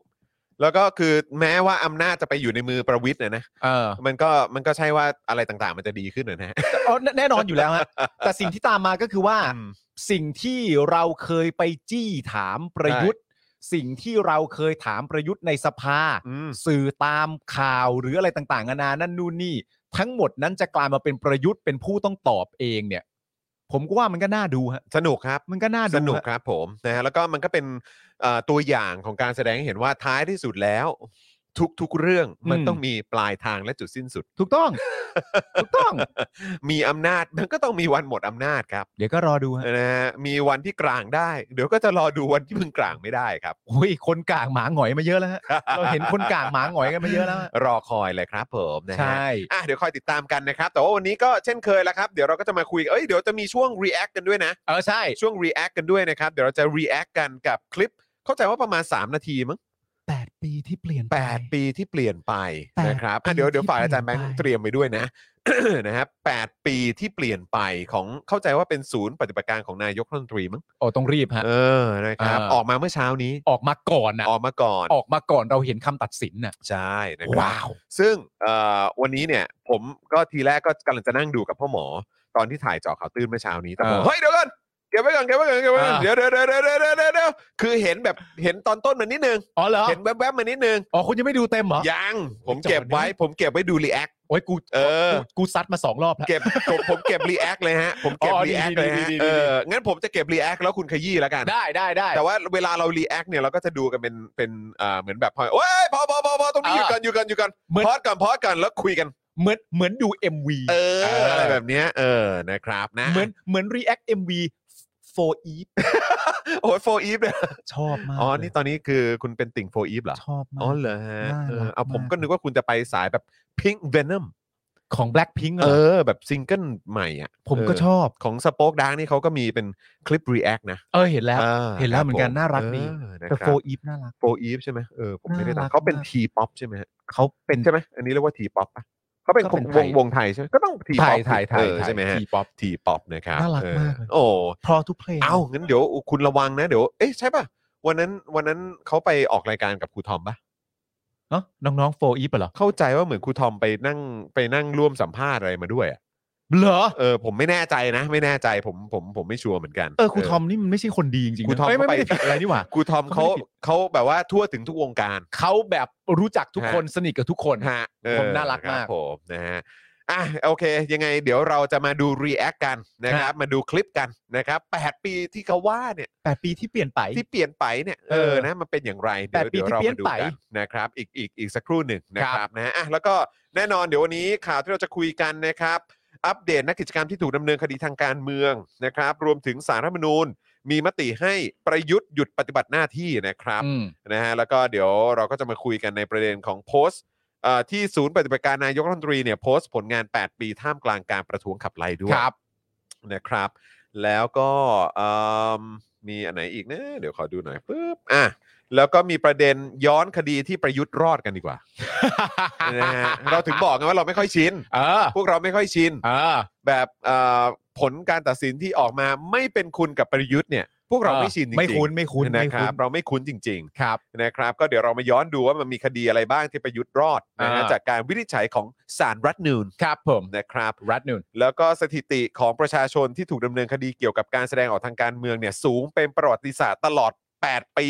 [SPEAKER 2] แล้วก็คือแม้ว่าอำนาจจะไปอยู่ในมือประวิทย์นะนะ
[SPEAKER 3] เอ อ
[SPEAKER 2] มันก็มันก็ใช่ว่าอะไรต่างๆ มันจะดีขึ้นนะนะฮะ
[SPEAKER 3] อ๋อแน่แน่นอนอยู่แล้วฮะแต่สิ่งที่ตามมาก็คือว่า
[SPEAKER 2] อืม
[SPEAKER 3] สิ่งที่เราเคยไปจี้ถามประยุทธ์ สิ่งที่เราเคยถามประยุทธ์ในสภา
[SPEAKER 2] อืม
[SPEAKER 3] สื่อตามข่าวหรืออะไรต่างๆนานานั่นนู่นนี่ ทั้งหมดนั้นจะกลายมาเป็นประยุทธ์เป็นผู้ต้องตอบเองเนี่ย ผมก็ว่ามันก็น่าดูฮะ
[SPEAKER 2] สนุกครับ
[SPEAKER 3] มันก็น่าดู
[SPEAKER 2] สนุก
[SPEAKER 3] ฮะ
[SPEAKER 2] ครับผมนะฮะแล้วก็มันก็เป็นเอ่อตัวอย่างของการแสดงให้เห็นว่าท้ายที่สุดแล้ว ทุกๆเรื่องมันต้องมีปลายทางและจุดสิ้นสุด
[SPEAKER 3] ถูก ต้อง ถูกต้อง
[SPEAKER 2] มีอำนาจ มันก็ต้องมีวันหมดอำนาจครับ
[SPEAKER 3] เดี๋ยวก็รอดูฮะ
[SPEAKER 2] นะฮะมีวันที่กลางได้ เดี๋ยวก็จะรอดูวันที่มึงกลางไม่ได้ครับ
[SPEAKER 3] โอ้ยคนกลางหมาหงอยมาเยอะแล้วฮะเราเห็นคนกลางหมาหงอยกันมาเยอะแล้วฮะ
[SPEAKER 2] รอคอยเลยครับผมนะฮะ
[SPEAKER 3] ใช่
[SPEAKER 2] อ่ะเดี๋ยวคอยติดตามกันนะครับ แต่ว่าวันนี้ก็เช่นเคยแล้วครับ เดี๋ยวเราก็จะมาคุยเอ้ยเดี๋ยวจะมีช่วง react กันด้วยนะ
[SPEAKER 3] เออใช่
[SPEAKER 2] ช่วง react กันด้วยนะครับ เดี๋ยวเราจะ react กันกับคลิป เข้าใจว่าประมาณ 3 นาทีมั้ง
[SPEAKER 3] 8 ปีที่เปลี่ยนไป
[SPEAKER 2] 8 ปีที่เปลี่ยนไป
[SPEAKER 3] แปด
[SPEAKER 2] นะครับอ่ะ
[SPEAKER 3] ปี
[SPEAKER 2] เดี๋ยวเดี๋ยว
[SPEAKER 3] ที่
[SPEAKER 2] ฝ่ายอาจารย์แบ
[SPEAKER 3] เปลี่
[SPEAKER 2] ง
[SPEAKER 3] ยนไป
[SPEAKER 2] ค์เตรียมไปด้วยนะ นะครับแปดปีที่เปลี่ยนไปของเข้าใจว่าเป็นศูนย์ปฏิบัติการของนายกรัฐมนตรีมั้ง
[SPEAKER 3] โอ้ต้องรีบฮะ
[SPEAKER 2] เออนะครับ
[SPEAKER 3] อ่า
[SPEAKER 2] ออกมาเมื่อเช้านี้
[SPEAKER 3] ออกมาก่อนนะ
[SPEAKER 2] ออกมาก่อน
[SPEAKER 3] ออกมาก่อนเราเห็นคำตัดสินน่ะ
[SPEAKER 2] ใช่นะครับ
[SPEAKER 3] ว้าว
[SPEAKER 2] ซึ่งเอ่อวันนี้เนี่ยผมก็ทีแรกก็กำลังจะนั่งดูกับพ่อหมอ ตอนที่ถ่ายเจอข่าวตื่นเมื่อเช้านี้แต่ผม
[SPEAKER 3] เออ
[SPEAKER 2] เฮ้ยเดี๋ยวก่อนเก็บไว้ก่อนเก็บไว้ก่อนเก็บไว้ก่อน
[SPEAKER 3] อ่า
[SPEAKER 2] เดี๋ยวเดี๋ยวเดี๋ยวเดี๋ยวเดี๋ยวเดี๋ยวเดี๋ยวคือเห็นแบบเห็นตอนต้นมันนิดนึง
[SPEAKER 3] อ๋อเหรอ
[SPEAKER 2] เห็นแวบๆมานิดนึง
[SPEAKER 3] อ๋อคุณยังไม่ดูเต็มเหรอ
[SPEAKER 2] ยัง
[SPEAKER 3] โอ้ย
[SPEAKER 2] ผมเก็บไว้
[SPEAKER 3] จอดนะ
[SPEAKER 2] ผมเก็บไว้ดูรีแอค
[SPEAKER 3] โอ้ยกู
[SPEAKER 2] เออ
[SPEAKER 3] กูกูซัดมาสองรอบแล้ว
[SPEAKER 2] เก็บ ผมผมเก็บรีแอคเลยฮะผมเก็บ
[SPEAKER 3] อ๋อดี
[SPEAKER 2] รีแอค
[SPEAKER 3] ดี
[SPEAKER 2] เลยฮะ
[SPEAKER 3] ดีดีดี
[SPEAKER 2] เอองั้นผมจะเก็บรีแอคแล้วคุณขยี้แล้วกัน
[SPEAKER 3] ได้ได้ได้
[SPEAKER 2] แต่ว่าเวลาเรารีแอคเนี่ยเราก็จะดูกันเป็นเป็นอ่าเหมือนแบบพอยโอ้ยพอพอพอพอตรงนี้หยุดก่อนหยุดก่อนหยุดก่อน
[SPEAKER 3] เหมือน
[SPEAKER 2] พอดก่อนพอดก่อนแล้วคุยกัน
[SPEAKER 3] เหมือนเหมือนดู MV
[SPEAKER 2] เอออะไรแบบเนี้ยเออนะครับนะ
[SPEAKER 3] เหมือนเหมือน React MV for Eve
[SPEAKER 2] โอ้ยโฟอีฟเลย
[SPEAKER 3] ชอบมาก
[SPEAKER 2] อ๋อ
[SPEAKER 3] เลย
[SPEAKER 2] นี่ตอนนี้คือคุณเป็นติ่งโฟอีฟเหรอ
[SPEAKER 3] ชอบมา
[SPEAKER 2] อ๋อก เหรอฮะ
[SPEAKER 3] น่า
[SPEAKER 2] เอ
[SPEAKER 3] รั
[SPEAKER 2] อก เอาผม
[SPEAKER 3] มาก
[SPEAKER 2] ก็นึกว่าคุณจะไปสายแบบ Pink Venom
[SPEAKER 3] ของ Blackpink เหร
[SPEAKER 2] เอ
[SPEAKER 3] อ
[SPEAKER 2] อ แบบซิงเกิลใหม่อ่ะ
[SPEAKER 3] ผมก็
[SPEAKER 2] เ
[SPEAKER 3] ชอบ
[SPEAKER 2] ของสป็อคดังนี่เขาก็มีเป็นคลิป React นะ
[SPEAKER 3] เออเห็นแล้ว
[SPEAKER 2] อ่า
[SPEAKER 3] เห็นแล้ว
[SPEAKER 2] คบ
[SPEAKER 3] เหมือนกัน
[SPEAKER 2] ผ
[SPEAKER 3] น่ารักดี
[SPEAKER 2] นะ
[SPEAKER 3] แต่
[SPEAKER 2] ครับ
[SPEAKER 3] for Eve น่ารัก
[SPEAKER 2] โฟอีฟใช่ไหมเออผมไม่ได้ตา
[SPEAKER 3] น่ารั
[SPEAKER 2] ม
[SPEAKER 3] ก
[SPEAKER 2] เขาเป็น
[SPEAKER 3] มาก
[SPEAKER 2] ทีป๊อปใช่ไหมฮะ
[SPEAKER 3] เขาเป็น
[SPEAKER 2] ใช่ไหมอันนี้เรียกว่าทีป๊อปปะเขาเป็น
[SPEAKER 3] ก็
[SPEAKER 2] ว
[SPEAKER 3] เป็น
[SPEAKER 2] ง
[SPEAKER 3] ไทย
[SPEAKER 2] วงไทยใช่ไหมก็ต้องที
[SPEAKER 3] ถ่า
[SPEAKER 2] ป๊อย ป
[SPEAKER 3] ถ่ายถ่าย
[SPEAKER 2] ใช่ไหมฮะ
[SPEAKER 3] ทีป๊อป
[SPEAKER 2] ทีป๊อปนะครับ
[SPEAKER 3] น่ารัก
[SPEAKER 2] เออ
[SPEAKER 3] มากเลย
[SPEAKER 2] โอ้
[SPEAKER 3] พอทุกเพลง
[SPEAKER 2] เอ้างั้นเดี๋ยวคุณระวังนะเดี๋ยวเอ๊ะใช่ป่ะ วันนั้นวันนั้นเขาไปออกรายการกับครูทอมป่ะ
[SPEAKER 3] เนาะน้องๆ for Eve เหรอ
[SPEAKER 2] เข้าใจว่าเหมือนครูทอมไปนั่งไปนั่งร่วมสัมภาษณ์อะไรมาด้วยอะ
[SPEAKER 3] เหรอ
[SPEAKER 2] เออผมไม่แน่ใจนะ ไม่แน่ใจผมผมผมไม่ชัวร์เหมือนกัน
[SPEAKER 3] เออครูทอมนี่มันไม่ใช่คนดีจริงๆ
[SPEAKER 2] ครูทอม
[SPEAKER 3] ไม่
[SPEAKER 2] เขา
[SPEAKER 3] ไม่
[SPEAKER 2] ไป
[SPEAKER 3] ไม่ได้ผิดอะไรนี่หว่า
[SPEAKER 2] ครูทอมเขา
[SPEAKER 3] เขาไม่ได้ผิด
[SPEAKER 2] เขาแบบว่าทั่วถึงทุกวงการ
[SPEAKER 3] เขาแบบรู้จักทุกคนสนิทกับทุกคน
[SPEAKER 2] ฮะเออ
[SPEAKER 3] ผมน่ารัก
[SPEAKER 2] คบ
[SPEAKER 3] มาก
[SPEAKER 2] ผมนะฮะอ่ะโอเค ยังไงเดี๋ยวเราจะมาดู React กันนะครับ มาดูคลิปกันนะครับ8ปีที่เขาว่าเนี่ย
[SPEAKER 3] แปดปีที่เปลี่ยนไป
[SPEAKER 2] ที่เปลี่ยนไปเนี่ยเออ
[SPEAKER 3] เออ
[SPEAKER 2] นะมันเป็นอย่างไร
[SPEAKER 3] แป
[SPEAKER 2] เดี๋ย
[SPEAKER 3] ดปี
[SPEAKER 2] วเดี๋
[SPEAKER 3] ที่
[SPEAKER 2] ยวเรา
[SPEAKER 3] เปลี่ย
[SPEAKER 2] มานดู
[SPEAKER 3] ไป
[SPEAKER 2] กันนะครับอีกอีกอีกสักครู่หนึ่งนะค
[SPEAKER 3] ครั
[SPEAKER 2] รับบ นะอ่ะแล้วก็แน่นอนเดี๋ยววันนี้ข่าวที่เราจะคุยกันนะครับ อัปเดตนักกิจกรรมที่ถูกดำเนินคดีทางการเมืองนะครับ รวมถึงสารรัฐธรรมนูญ มีมติให้ประยุทธ์หยุดปฏิบัติหน้าที่นะครับ
[SPEAKER 3] อืม
[SPEAKER 2] นะฮะแล้วก็เดี๋ยวเราก็จะมาคุยกันในประเด็นของโพสต์เอ่อที่ศูนย์ปฏิบัติการนายกรัฐมนตรีเนี่ยโพสต์ผลงาน 8 ปีท่ามกลางการประท้วงขับไล่ด้วย
[SPEAKER 3] ครับ
[SPEAKER 2] นะครับ แล้วก็เอิ่มมีอันไหนอีกนะ เดี๋ยวขอดูหน่อยปุ๊บอ่ะแล้วก็มีประเด็นย้อนคดีที่ประยุทธ์รอดกันดีกว่า นะฮะเราถึงบอกไงว่าเราไม่ค่อยชิน
[SPEAKER 3] เออ
[SPEAKER 2] พวกเราไม่ค่อยชิน
[SPEAKER 3] เออ
[SPEAKER 2] แบบเอ่อผลการตัดสินที่ออกมาไม่เป็นคุณกับประยุทธ์เนี่ย พวกเราไม่ชินจริงๆ
[SPEAKER 3] ไม่คุ้นไม่คุ้น
[SPEAKER 2] นะ
[SPEAKER 3] ไม่
[SPEAKER 2] ค
[SPEAKER 3] คุ้
[SPEAKER 2] รับ
[SPEAKER 3] น
[SPEAKER 2] เราไม่คุ้นจริง ๆ
[SPEAKER 3] ครับ
[SPEAKER 2] นะครับก็เดี๋ยวเรามาย้อนดูว่ามันมีคดีอะไรบ้างที่ประยุทธ์รอดนะฮะ
[SPEAKER 3] อ่า
[SPEAKER 2] จากการวินิจฉัยของศาลรัฐธรรมนูน
[SPEAKER 3] ครับผม
[SPEAKER 2] นะครับ
[SPEAKER 3] รัฐนูน
[SPEAKER 2] แล้วก็สถิติของประชาชนที่ถูกดำเนินคดีเกี่ยวกับการแสดงออกทางการเมืองเนี่ยสูงเป็นประวัติศาสตร์ตลอด 8 ปี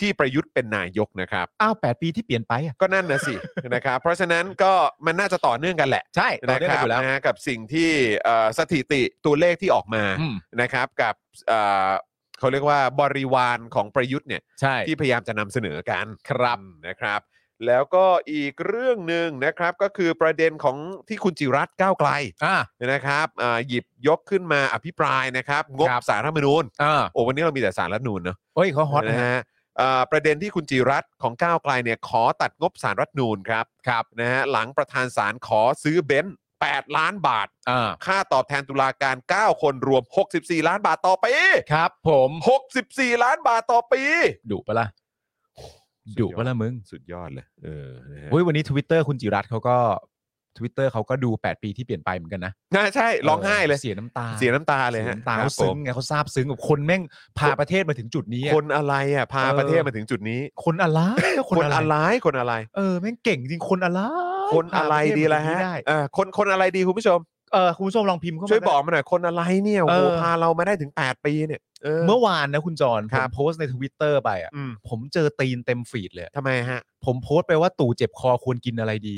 [SPEAKER 2] ที่ประยุทธ์เป็นนายกนะครับ
[SPEAKER 3] อ้าวแปดปีที่เปลี่ยนไปอ่ะ
[SPEAKER 2] ก็นั่นนะสิ นะครับเพราะฉะนั้นก็มันน่าจะต่อเนื่องกันแหละ
[SPEAKER 3] ใช่ต่อ
[SPEAKER 2] นะ
[SPEAKER 3] เนื่อง
[SPEAKER 2] ค
[SPEAKER 3] กัน
[SPEAKER 2] รับ
[SPEAKER 3] อยู่แล้ว
[SPEAKER 2] นะฮะกับสิ่งที่เอ่อสถิติตัวเลขที่ออกมา
[SPEAKER 3] อืม
[SPEAKER 2] นะครับกับเอ่อเขาเรียกว่าบริวารของประยุทธ์เนี่ย
[SPEAKER 3] ใช่
[SPEAKER 2] ที่พยายามจะนำเสนอกัน
[SPEAKER 3] ครับ
[SPEAKER 2] อืมนะครับ แล้วก็อีกเรื่องหนึ่งนะครับก็คือประเด็นของที่คุณจิรัตน์ก้าวไกล
[SPEAKER 3] อ่า
[SPEAKER 2] นะครับอ่าหยิบยกขึ้นมาอภิปรายนะครับ งบ
[SPEAKER 3] ครับ
[SPEAKER 2] สารรัฐธรรมนูญ
[SPEAKER 3] อ่า
[SPEAKER 2] โอ้วันนี้เรามีแต่สารรัฐธรรมนูญเนอะ
[SPEAKER 3] เฮ้ยเขาฮอตนะ
[SPEAKER 2] นะ
[SPEAKER 3] ฮะ
[SPEAKER 2] ฮะอ่าประเด็นที่คุณจิรัตน์ของก้าวไกลเนี่ยขอตัดงบสารรัฐธรรมนูญครับ
[SPEAKER 3] ครับ
[SPEAKER 2] นะฮะหลังประธานสารขอซื้อเบนซ์8ล้านบาท
[SPEAKER 3] อ่า
[SPEAKER 2] ค่าตอบแทนตุลาการ 9 คนรวม 64 ล้านบาทต่อปี
[SPEAKER 3] ครับผม
[SPEAKER 2] 64 ล้านบาทต่อปี
[SPEAKER 3] ดุปะล่ะดุปะล่ะมึง
[SPEAKER 2] สุดยอดเลยเออนะฮะ
[SPEAKER 3] เฮ้ยวันนี้ทวิตเตอร์คุณจิรัตน์เขาก็ทวิตเตอร์เขาก็ดูแปดปีที่เปลี่ยนไปเหมือนกันนะ
[SPEAKER 2] น่าใช่ร้องไห้เลย
[SPEAKER 3] เสียน้ำตา
[SPEAKER 2] เสียน้ำตาเลย
[SPEAKER 3] สี
[SPEAKER 2] ฮะ
[SPEAKER 3] น้ำตา
[SPEAKER 2] ครั
[SPEAKER 3] เขา
[SPEAKER 2] บผ
[SPEAKER 3] ซึ้ง
[SPEAKER 2] ม
[SPEAKER 3] ไงเขาซาบซึ้งกับคนแม่งพาประเทศมาถึงจุดนี้อะ
[SPEAKER 2] คนอะไรอ่ะพา
[SPEAKER 3] เออ
[SPEAKER 2] ประเทศมาถึงจุดนี้
[SPEAKER 3] คนอะไรก็
[SPEAKER 2] คนอะไรคนอะไร
[SPEAKER 3] เออแม่งเก่งจริงคนอะไร
[SPEAKER 2] คนอะไร
[SPEAKER 3] พาปเทศ
[SPEAKER 2] ดีละ
[SPEAKER 3] มาถึง
[SPEAKER 2] ฮะ
[SPEAKER 3] นี่ได้
[SPEAKER 2] เออคนคนอะไรดีคุณผู้ชม
[SPEAKER 3] เออคุณผู้ชมลองพิมพ์เข้ามา
[SPEAKER 2] ช่วย
[SPEAKER 3] ได้
[SPEAKER 2] บอกมาหน่อย คนอะไรเนี่ยโอ้โห
[SPEAKER 3] เออ
[SPEAKER 2] พาเรามาได้ถึง 8 ปีเนี่ยเออ
[SPEAKER 3] เมื่อวานนะคุณจรผ
[SPEAKER 2] ครั
[SPEAKER 3] ม
[SPEAKER 2] บ
[SPEAKER 3] โพสต์ในทวิตเตอร์ไปอ่ะ
[SPEAKER 2] อืม
[SPEAKER 3] ผมเจอตีนเต็มฟีดเลยอะ
[SPEAKER 2] ทำไมฮะ
[SPEAKER 3] ผมโพสต์ไปว่าตู่เจ็บคอควรกินอะไรดี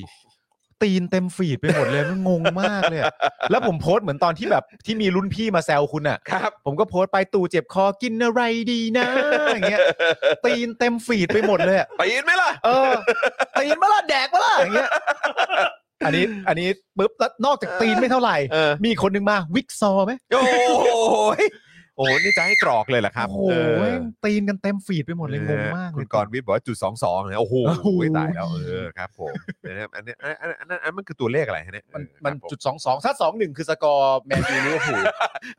[SPEAKER 3] ตีนเต็มฟีดไปหมดเลยมันงงมากเลย อะแล้วผมโพสต์เหมือนตอนที่แบบที่มีรุ่นพี่มาแซวคุณอ่ะ
[SPEAKER 2] ครับ
[SPEAKER 3] ผมก็โพสต์ไปตู่เจ็บคอกินอะไรดีนะอย่าง เงี้ยตีนเต็มฟีดไปหมดเลยอะ
[SPEAKER 2] ปีนไหมล่ะ
[SPEAKER 3] เออ ตีนมาละแดกมาละอย่างเงี้ยอันนี้อันนี้ปุ๊บแล้วนอกจากตีนไม่เท่าไหร่
[SPEAKER 2] เออ
[SPEAKER 3] มีอีกคนนึงมาวิกซอไหม
[SPEAKER 2] โอ้ยโอ้โหนี่จะให้กรอกเลยเหรอครับ
[SPEAKER 3] โอ้โห
[SPEAKER 2] เ
[SPEAKER 3] แม่งตีนกันเต็มฟีดไปหมดเลยงงมาก
[SPEAKER 2] นะ
[SPEAKER 3] เลย
[SPEAKER 2] ฮะคุณกรณ์วิทย์บอกว่าจุดสองสองนะโอ้โห
[SPEAKER 3] โอ้โห
[SPEAKER 2] ตายแล้วเออครับผม นะครับอันนี้อันอันอันอันอันมันคือตัวเลขอะไรฮะเนี่ย
[SPEAKER 3] มัน
[SPEAKER 2] เออ
[SPEAKER 3] มัน
[SPEAKER 2] ครับผ
[SPEAKER 3] จุดสองสองถ้าสองหนึ่งคือสกอร์แมนยูลิเวอร์ พูล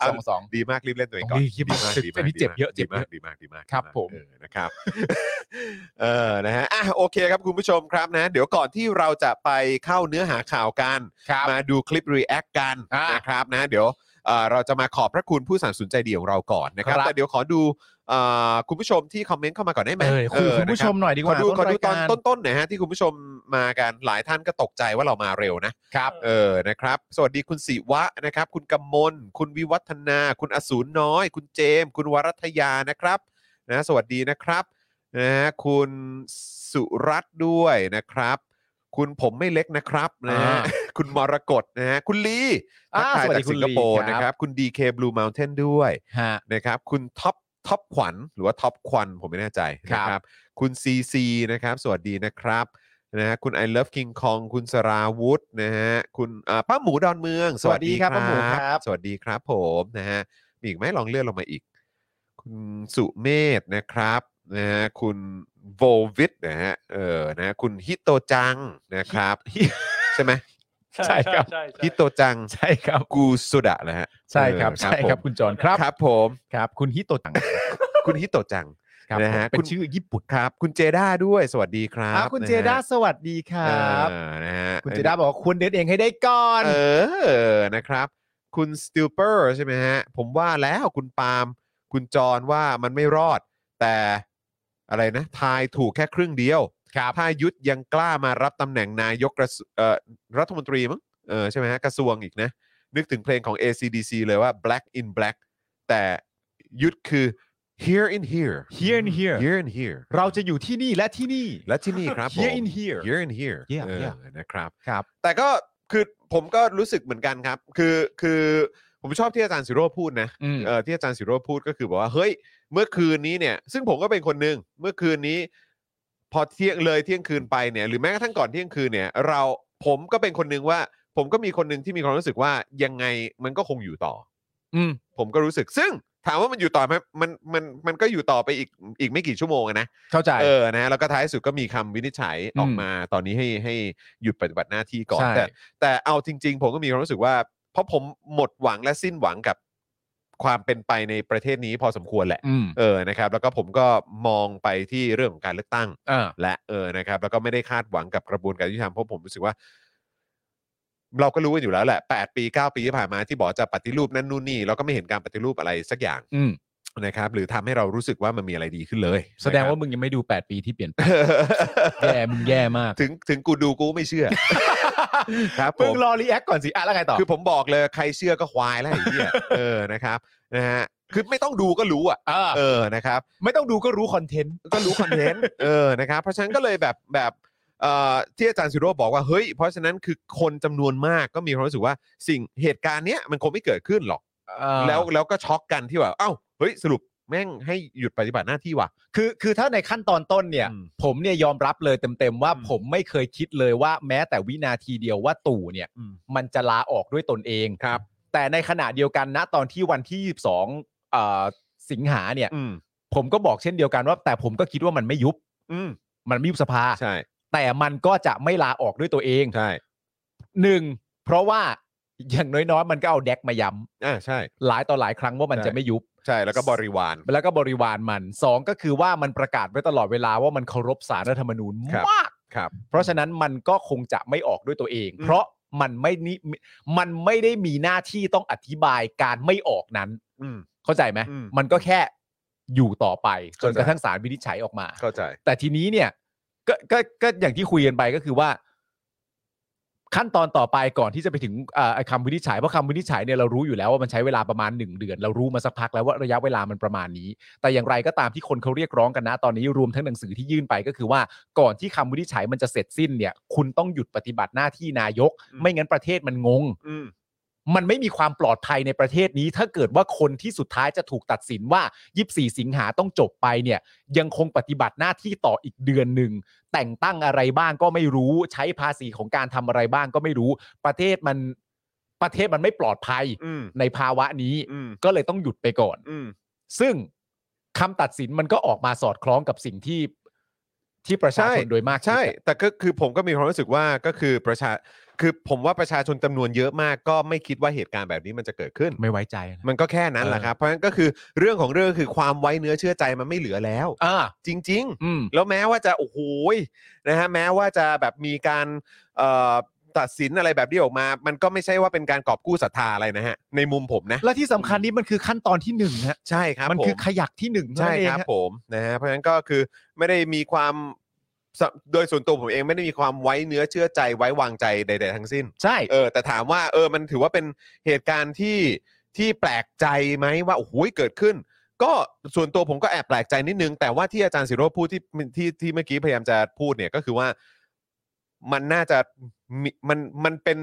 [SPEAKER 3] สองสอง
[SPEAKER 2] ดีมากรีบเล่นตัวเองก่อน
[SPEAKER 3] โอ้ยเยี่ยม
[SPEAKER 2] ดีมากดีมาก
[SPEAKER 3] อันนี้เจ็บเยอะเจ็บเยอะ
[SPEAKER 2] ดีมากดีมากดีมาก
[SPEAKER 3] ครับผม
[SPEAKER 2] เออนะครับ เออนะฮะอ่ะโอเคครับคุณผู้ชมครับนะ เดี๋ยวก่อนที่เราจะไปเข้าเนื้อหาข่าวกัน
[SPEAKER 3] ครับ
[SPEAKER 2] มาดูคลิป React กัน
[SPEAKER 3] อ่าน
[SPEAKER 2] นะครับนะเดี๋ยวเอ่อเราจะมาขอบพระคุณผู้สนับสนุนใจดีของเราก่อนนะครับ
[SPEAKER 3] ครับ
[SPEAKER 2] แต่เดี๋ยวขอดูเอ่อคุณผู้ชมที่คอมเมนต์เข้ามาก่อนได้ไหม
[SPEAKER 3] เออคุยกับคุณผู้
[SPEAKER 2] นะรั
[SPEAKER 3] ช
[SPEAKER 2] บ
[SPEAKER 3] มหน่อยดีก
[SPEAKER 2] ขอ
[SPEAKER 3] ว่า
[SPEAKER 2] ดูขอดูต
[SPEAKER 3] ต้นรายกา
[SPEAKER 2] อน
[SPEAKER 3] ร
[SPEAKER 2] ต้นๆหน่อยฮะที่คุณผู้ชมมากันหลายท่านก็ตกใจว่าเรามาเร็วนะครับ เออนะครับ สวัสดีคุณศิวะนะครับ คุณกำมล คุณวิวัฒนา คุณอสูรน้อย คุณเจมส์คุณวรัตยานะครับนะสวัสดีนะครับนะฮะคุณสุรัตน์ด้วยนะครับ คุณผมไม่เล็กนะครับนะฮะ
[SPEAKER 3] อ่า
[SPEAKER 2] คุณมรกตนะฮะคุณลี
[SPEAKER 3] อ่า
[SPEAKER 2] ทักทาย
[SPEAKER 3] สวัส
[SPEAKER 2] จา
[SPEAKER 3] ดี
[SPEAKER 2] ก
[SPEAKER 3] คุณ
[SPEAKER 2] สิงคโปร์
[SPEAKER 3] ลีครับ
[SPEAKER 2] นะครับ คุณ DK Blue Mountain ด้วย
[SPEAKER 3] ฮะ
[SPEAKER 2] นะครับ คุณท็อปท็อปขวัญหรือว่าท็อปควันผมไม่แน่ใจ
[SPEAKER 3] ครั
[SPEAKER 2] นะ
[SPEAKER 3] บ
[SPEAKER 2] ครับ คุณ CC นะครับ สวัสดีนะครับ นะฮะคุณ I Love King Kong คุณสราวุธนะฮะคุณอ่าป้าหมูดอนเมือง สวัสดีครับ
[SPEAKER 3] สวัสดีครับป้าหมูครับ
[SPEAKER 2] สวัสดีครับผมนะฮะมีอีกไหมลองเลื่อนลงมาอีก คุณสุเมธนะครับนะฮะคุณโววิทนะฮะเออนะฮะคุณฮิโตจังนะครับ ใช่ไหม
[SPEAKER 3] ใช่ครับ
[SPEAKER 4] ใช่ใช่
[SPEAKER 2] ฮิโตจัง
[SPEAKER 3] ใช่ครับ
[SPEAKER 2] กูสุดะนะฮะ
[SPEAKER 3] ใช่ครับ
[SPEAKER 2] เออ
[SPEAKER 3] ใช่ครับ
[SPEAKER 2] ผม
[SPEAKER 3] คุณจอนครับ
[SPEAKER 2] ครับผม
[SPEAKER 3] ครับ คุณฮิโตะจัง
[SPEAKER 2] คุณฮิโตจัง
[SPEAKER 3] ครับ
[SPEAKER 2] นะฮะ
[SPEAKER 3] ผมเป็
[SPEAKER 2] คุ
[SPEAKER 3] น
[SPEAKER 2] ณ
[SPEAKER 3] ชื่อญี่ปุ่น
[SPEAKER 2] ครับ คุณเจด้าด้วยสวัสดีครับ
[SPEAKER 3] อ่ะคุณเจด้าสวัสดีค
[SPEAKER 2] นะ
[SPEAKER 3] รั
[SPEAKER 2] ฮะ
[SPEAKER 3] บ
[SPEAKER 2] เออนะฮะ
[SPEAKER 3] คุณเจด้าบอกว่าควรเดินเองให้ได้ก่อน
[SPEAKER 2] เออนะครับ คุณสติลเปอร์ใช่ไหมฮะ ผมว่าแล้วคุณปาล์มคุณจรว่ามันไม่รอด แต่อะไรนะ ทายถูกแค่ครึ่งเดียว
[SPEAKER 3] ครับ
[SPEAKER 2] ถ้ายุทธยังกล้ามารับตำแหน่งนายกกระทรวงเอ่อรัฐมนตรีมั้งเออใช่ไหมฮะกระทรวงอีกนะ นึกถึงเพลงของ ACDC เลยว่า Black in Black แต่ยุทธคือ here in here
[SPEAKER 3] here and here
[SPEAKER 2] here in here
[SPEAKER 3] เราจะอยู่ที่นี่และที่นี่
[SPEAKER 2] และที่นี่ครับผ ม
[SPEAKER 3] here in here
[SPEAKER 2] here in here
[SPEAKER 3] Yeah,
[SPEAKER 2] เออ
[SPEAKER 3] yeah
[SPEAKER 2] นะครับ
[SPEAKER 3] ครับ
[SPEAKER 2] แต่ก็คือผมก็รู้สึกเหมือนกันครับ คือคือผมชอบที่อาจารย์สิโรจน์พูดนะ
[SPEAKER 3] อืม
[SPEAKER 2] เอ่อที่อาจารย์สิโรจน์พูดก็คือบอกว่าเฮ้ยเมื่อคืนนี้เนี่ย ซึ่งผมก็เป็นคนหนึ่งเมื่อคืนนี้ พอเที่ยงเลยเที่ยงคืนไปเนี่ยหรือแม้กระทั่งก่อนเที่ยงคืนเนี่ย เราผมก็เป็นคนหนึ่งว่า ผมก็มีคนหนึ่งที่มีความรู้สึกว่ายังไงมันก็คงอยู่ต่อ
[SPEAKER 3] อืม
[SPEAKER 2] ผมก็รู้สึก ซึ่งถามว่ามันอยู่ต่อไหมมันมันมันก็อยู่ต่อไปอีกอีกไม่กี่ชั่วโมงอะนะ
[SPEAKER 3] เข้าใจ
[SPEAKER 2] เออ นะ แล้วก็ท้ายสุดก็มีคำวินิจฉัยออกมา ตอนนี้ให้ให้หยุดปฏิบัติหน้าที่ก่อน
[SPEAKER 3] ใช่
[SPEAKER 2] แต่แต่เอาจริง ๆ ผมก็มีความรู้สึกว่า เพราะผมหมดหวังและสิ้นหวังกับความเป็นไปในประเทศนี้พอสมควรแหละ
[SPEAKER 3] อืม
[SPEAKER 2] เออ นะครับ แล้วก็ผมก็มองไปที่เรื่องของการเลือกตั้ง
[SPEAKER 3] อ่า
[SPEAKER 2] และ เออ นะครับ แล้วก็ไม่ได้คาดหวังกับกระบวนการยุติธรรม เพราะผมรู้สึกว่า เราก็รู้กันอยู่แล้วแหละ 8 ปี 9 ปีที่ผ่านมาที่บอกจะปฏิรูปนั่นนู่นนี่ เราก็ไม่เห็นการปฏิรูปอะไรสักอย่าง
[SPEAKER 3] อืม
[SPEAKER 2] นะครับ หรือทำให้เรารู้สึกว่ามันมีอะไรดีขึ้นเลย
[SPEAKER 3] แสดงว่า
[SPEAKER 2] นะครั
[SPEAKER 3] มึงยังไม่ดู 8 ปีที่เปลี่ย นไป
[SPEAKER 2] บ
[SPEAKER 3] แย่มึงแย่มาก
[SPEAKER 2] ถึงถึงกูดูกูไม่เชื่อ ครับผ
[SPEAKER 3] มึง
[SPEAKER 2] ม
[SPEAKER 3] รอรีแอคก่อนสิ อ่ะแล้วไงต่อ
[SPEAKER 2] คือผมบอกเลยใครเชื่อก็ควายแล้วไอ้เหี้ย เออนะครับนะฮะคือไม่ต้องดูก็รู้ อ่ะ
[SPEAKER 3] อ่า
[SPEAKER 2] เออนะครับ
[SPEAKER 3] ไม่ต้องดูก็รู้คอนเทนต์
[SPEAKER 2] ก็รู้คอนเทนต์ เออนะครับเพราะฉะนั้นก็เลยแบบแบบเอ่อที่อาจารย์สิโรจน์บอกว่าเฮ้ยเพราะฉะนั้นคือคนจำนวนมากก็มีความรู้สึกว่าสิ่งเหตุการณ์เนี้ยมันคงไม่เกิดขึ้นหรอก แล้วแล้วก็ช็อกกันที่ว่าเอ้าเฮ้ยสรุปแม่งให้หยุดปฏิบัติหน้าที่ว่ะ
[SPEAKER 3] คือคือถ้าในขั้นตอนต้นเนี่ย
[SPEAKER 2] อืม
[SPEAKER 3] ผมเนี่ยยอมรับเลยเต็มๆว่า
[SPEAKER 2] อืม
[SPEAKER 3] ผมไม่เคยคิดเลยว่าแม้แต่วินาทีเดียวว่าตู่เนี่ย
[SPEAKER 2] อืม
[SPEAKER 3] มันจะลาออกด้วยตนเอง
[SPEAKER 2] ครับ
[SPEAKER 3] แต่ในขณะเดียวกันนะตอนที่วันที่ 22เอ่อสิงหาเนี่ย
[SPEAKER 2] อืม
[SPEAKER 3] ผมก็บอกเช่นเดียวกันว่า แต่ผมก็คิดว่ามันไม่ยุบ
[SPEAKER 2] อืม
[SPEAKER 3] มันไม่ยุบสภา
[SPEAKER 2] ใช่
[SPEAKER 3] แต่มันก็จะไม่ลาออกด้วยตัวเอง
[SPEAKER 2] ใช่
[SPEAKER 3] หนึ่งเพราะว่าอย่างน้อยๆ มันก็เอาแดกมาย้
[SPEAKER 2] อ่าใช่
[SPEAKER 3] ำหลายต่อหลายครั้งว่ามัน
[SPEAKER 2] ใช่
[SPEAKER 3] จะไม่ยุบ
[SPEAKER 2] ใช่แล้วก็บริวาร
[SPEAKER 3] แล้วก็บริวารมันสองก็คือว่ามันประกาศไว้ตลอดเวลาว่ามันเคารพสารรัฐธรรมนูญ
[SPEAKER 2] ครับ
[SPEAKER 3] มาก
[SPEAKER 2] ครับ
[SPEAKER 3] เพราะฉะนั้นมันก็คงจะไม่ออกด้วยตัวเอง
[SPEAKER 2] อืม
[SPEAKER 3] เพราะมันไม่นิมันไม่ได้มีหน้าที่ต้องอธิบายการไม่ออกนั้น
[SPEAKER 2] อืม
[SPEAKER 3] เข้าใจไหม
[SPEAKER 2] อืม
[SPEAKER 3] มันก็แค่อยู่ต่อไปจ
[SPEAKER 2] เข้าน ใจ
[SPEAKER 3] กระทั่งสารวินิจฉัยออกมา
[SPEAKER 2] เข้าใจ
[SPEAKER 3] แต่ทีนี้เนี่ยก็ก็ก็อย่างที่คุยกันไปก็คือว่า ขั้นตอนต่อไปก่อนที่จะไปถึงเอ่อไอ้คำวินิจฉัยเพราะคำวินิจฉัยเนี่ยเรารู้อยู่แล้วว่ามันใช้เวลาประมาณหนึ่งเดือน เรารู้มาสักพักแล้วว่าระยะเวลามันประมาณนี้ แต่อย่างไรก็ตามที่คนเขาเรียกร้องกันนะตอนนี้รวมทั้งหนังสือที่ยื่นไปก็คือว่าก่อนที่คำวินิจฉัยมันจะเสร็จสิ้นเนี่ย คุณต้องหยุดปฏิบัติหน้าที่นายก
[SPEAKER 2] อืม
[SPEAKER 3] ไม่งั้นประเทศมันงง
[SPEAKER 2] อืม
[SPEAKER 3] มันไม่มีความปลอดภัยในประเทศนี้ ถ้าเกิดว่าคนที่สุดท้ายจะถูกตัดสินว่า 24 สิงหาต้องจบไปเนี่ย ยังคงปฏิบัติหน้าที่ต่ออีกเดือนหนึ่ง แต่งตั้งอะไรบ้างก็ไม่รู้ ใช้ภาษีของการทำอะไรบ้างก็ไม่รู้ ประเทศมันประเทศมันไม่ปลอดภัย
[SPEAKER 2] อืม
[SPEAKER 3] ในภาวะนี้
[SPEAKER 2] อืม
[SPEAKER 3] ก็เลยต้องหยุดไปก่อน
[SPEAKER 2] อืม
[SPEAKER 3] ซึ่งคำตัดสินมันก็ออกมาสอดคล้องกับสิ่งที่ที่ประชาชน
[SPEAKER 2] ใช่
[SPEAKER 3] โดยมากคิด
[SPEAKER 2] ใช่
[SPEAKER 3] อะ
[SPEAKER 2] แต่ก็คือผมก็มีความรู้สึกว่าก็คือประชา คือผมว่าประชาชนจำนวนเยอะมาก ก็ไม่คิดว่าเหตุการณ์แบบนี้มันจะเกิดขึ้น
[SPEAKER 3] ไม่ไว้ใจนะ
[SPEAKER 2] มันก็แค่นั้นแหละครับ เพราะฉะนั้นก็คือเรื่องของเรื่องคือความไว้เนื้อเชื่อใจมันไม่เหลือแล้ว
[SPEAKER 3] อ่า
[SPEAKER 2] จริง
[SPEAKER 3] อืม
[SPEAKER 2] ๆ แล้วแม้ว่าจะ โอ้โหยนะฮะ แม้ว่าจะแบบมีการเอ่อตัดสินอะไรแบบนี้ออกมา มันก็ไม่ใช่ว่าเป็นการกอบกู้ศรัทธาอะไรนะฮะ ในมุมผมนะ
[SPEAKER 3] และที่สำคัญนี้มันคือขั้นตอนที่หนึ่งฮะ
[SPEAKER 2] ใช่ครับ
[SPEAKER 3] มัน
[SPEAKER 2] ผ
[SPEAKER 3] คือขยักที่หนึ่งเท่า
[SPEAKER 2] ใช่
[SPEAKER 3] นั้นเอง
[SPEAKER 2] ครับ
[SPEAKER 3] ฮะ
[SPEAKER 2] ผมนะฮะเพราะฉะนั้นก็คือไม่ได้มีความสโดยส่วนตัวผมเองไม่ได้มีความไว้เนื้อเชื่อใจไว้วางใจใด ๆ ทั้งสิ้น
[SPEAKER 3] ใช่
[SPEAKER 2] เออ แต่ถามว่าเออมันถือว่าเป็นเหตุการณ์ที่ที่แปลกใจไหมว่าโอ้โหเกิดขึ้น ก็ส่วนตัวผมก็แอบแปลกใจนิดนึง แต่ว่าที่อาจารย์สิโรจน์พูดที่ที่ที่เมื่อกี้พยายามจะพูดเนี่ยก็คือว่ามันน่าจะมีมันมันเป็น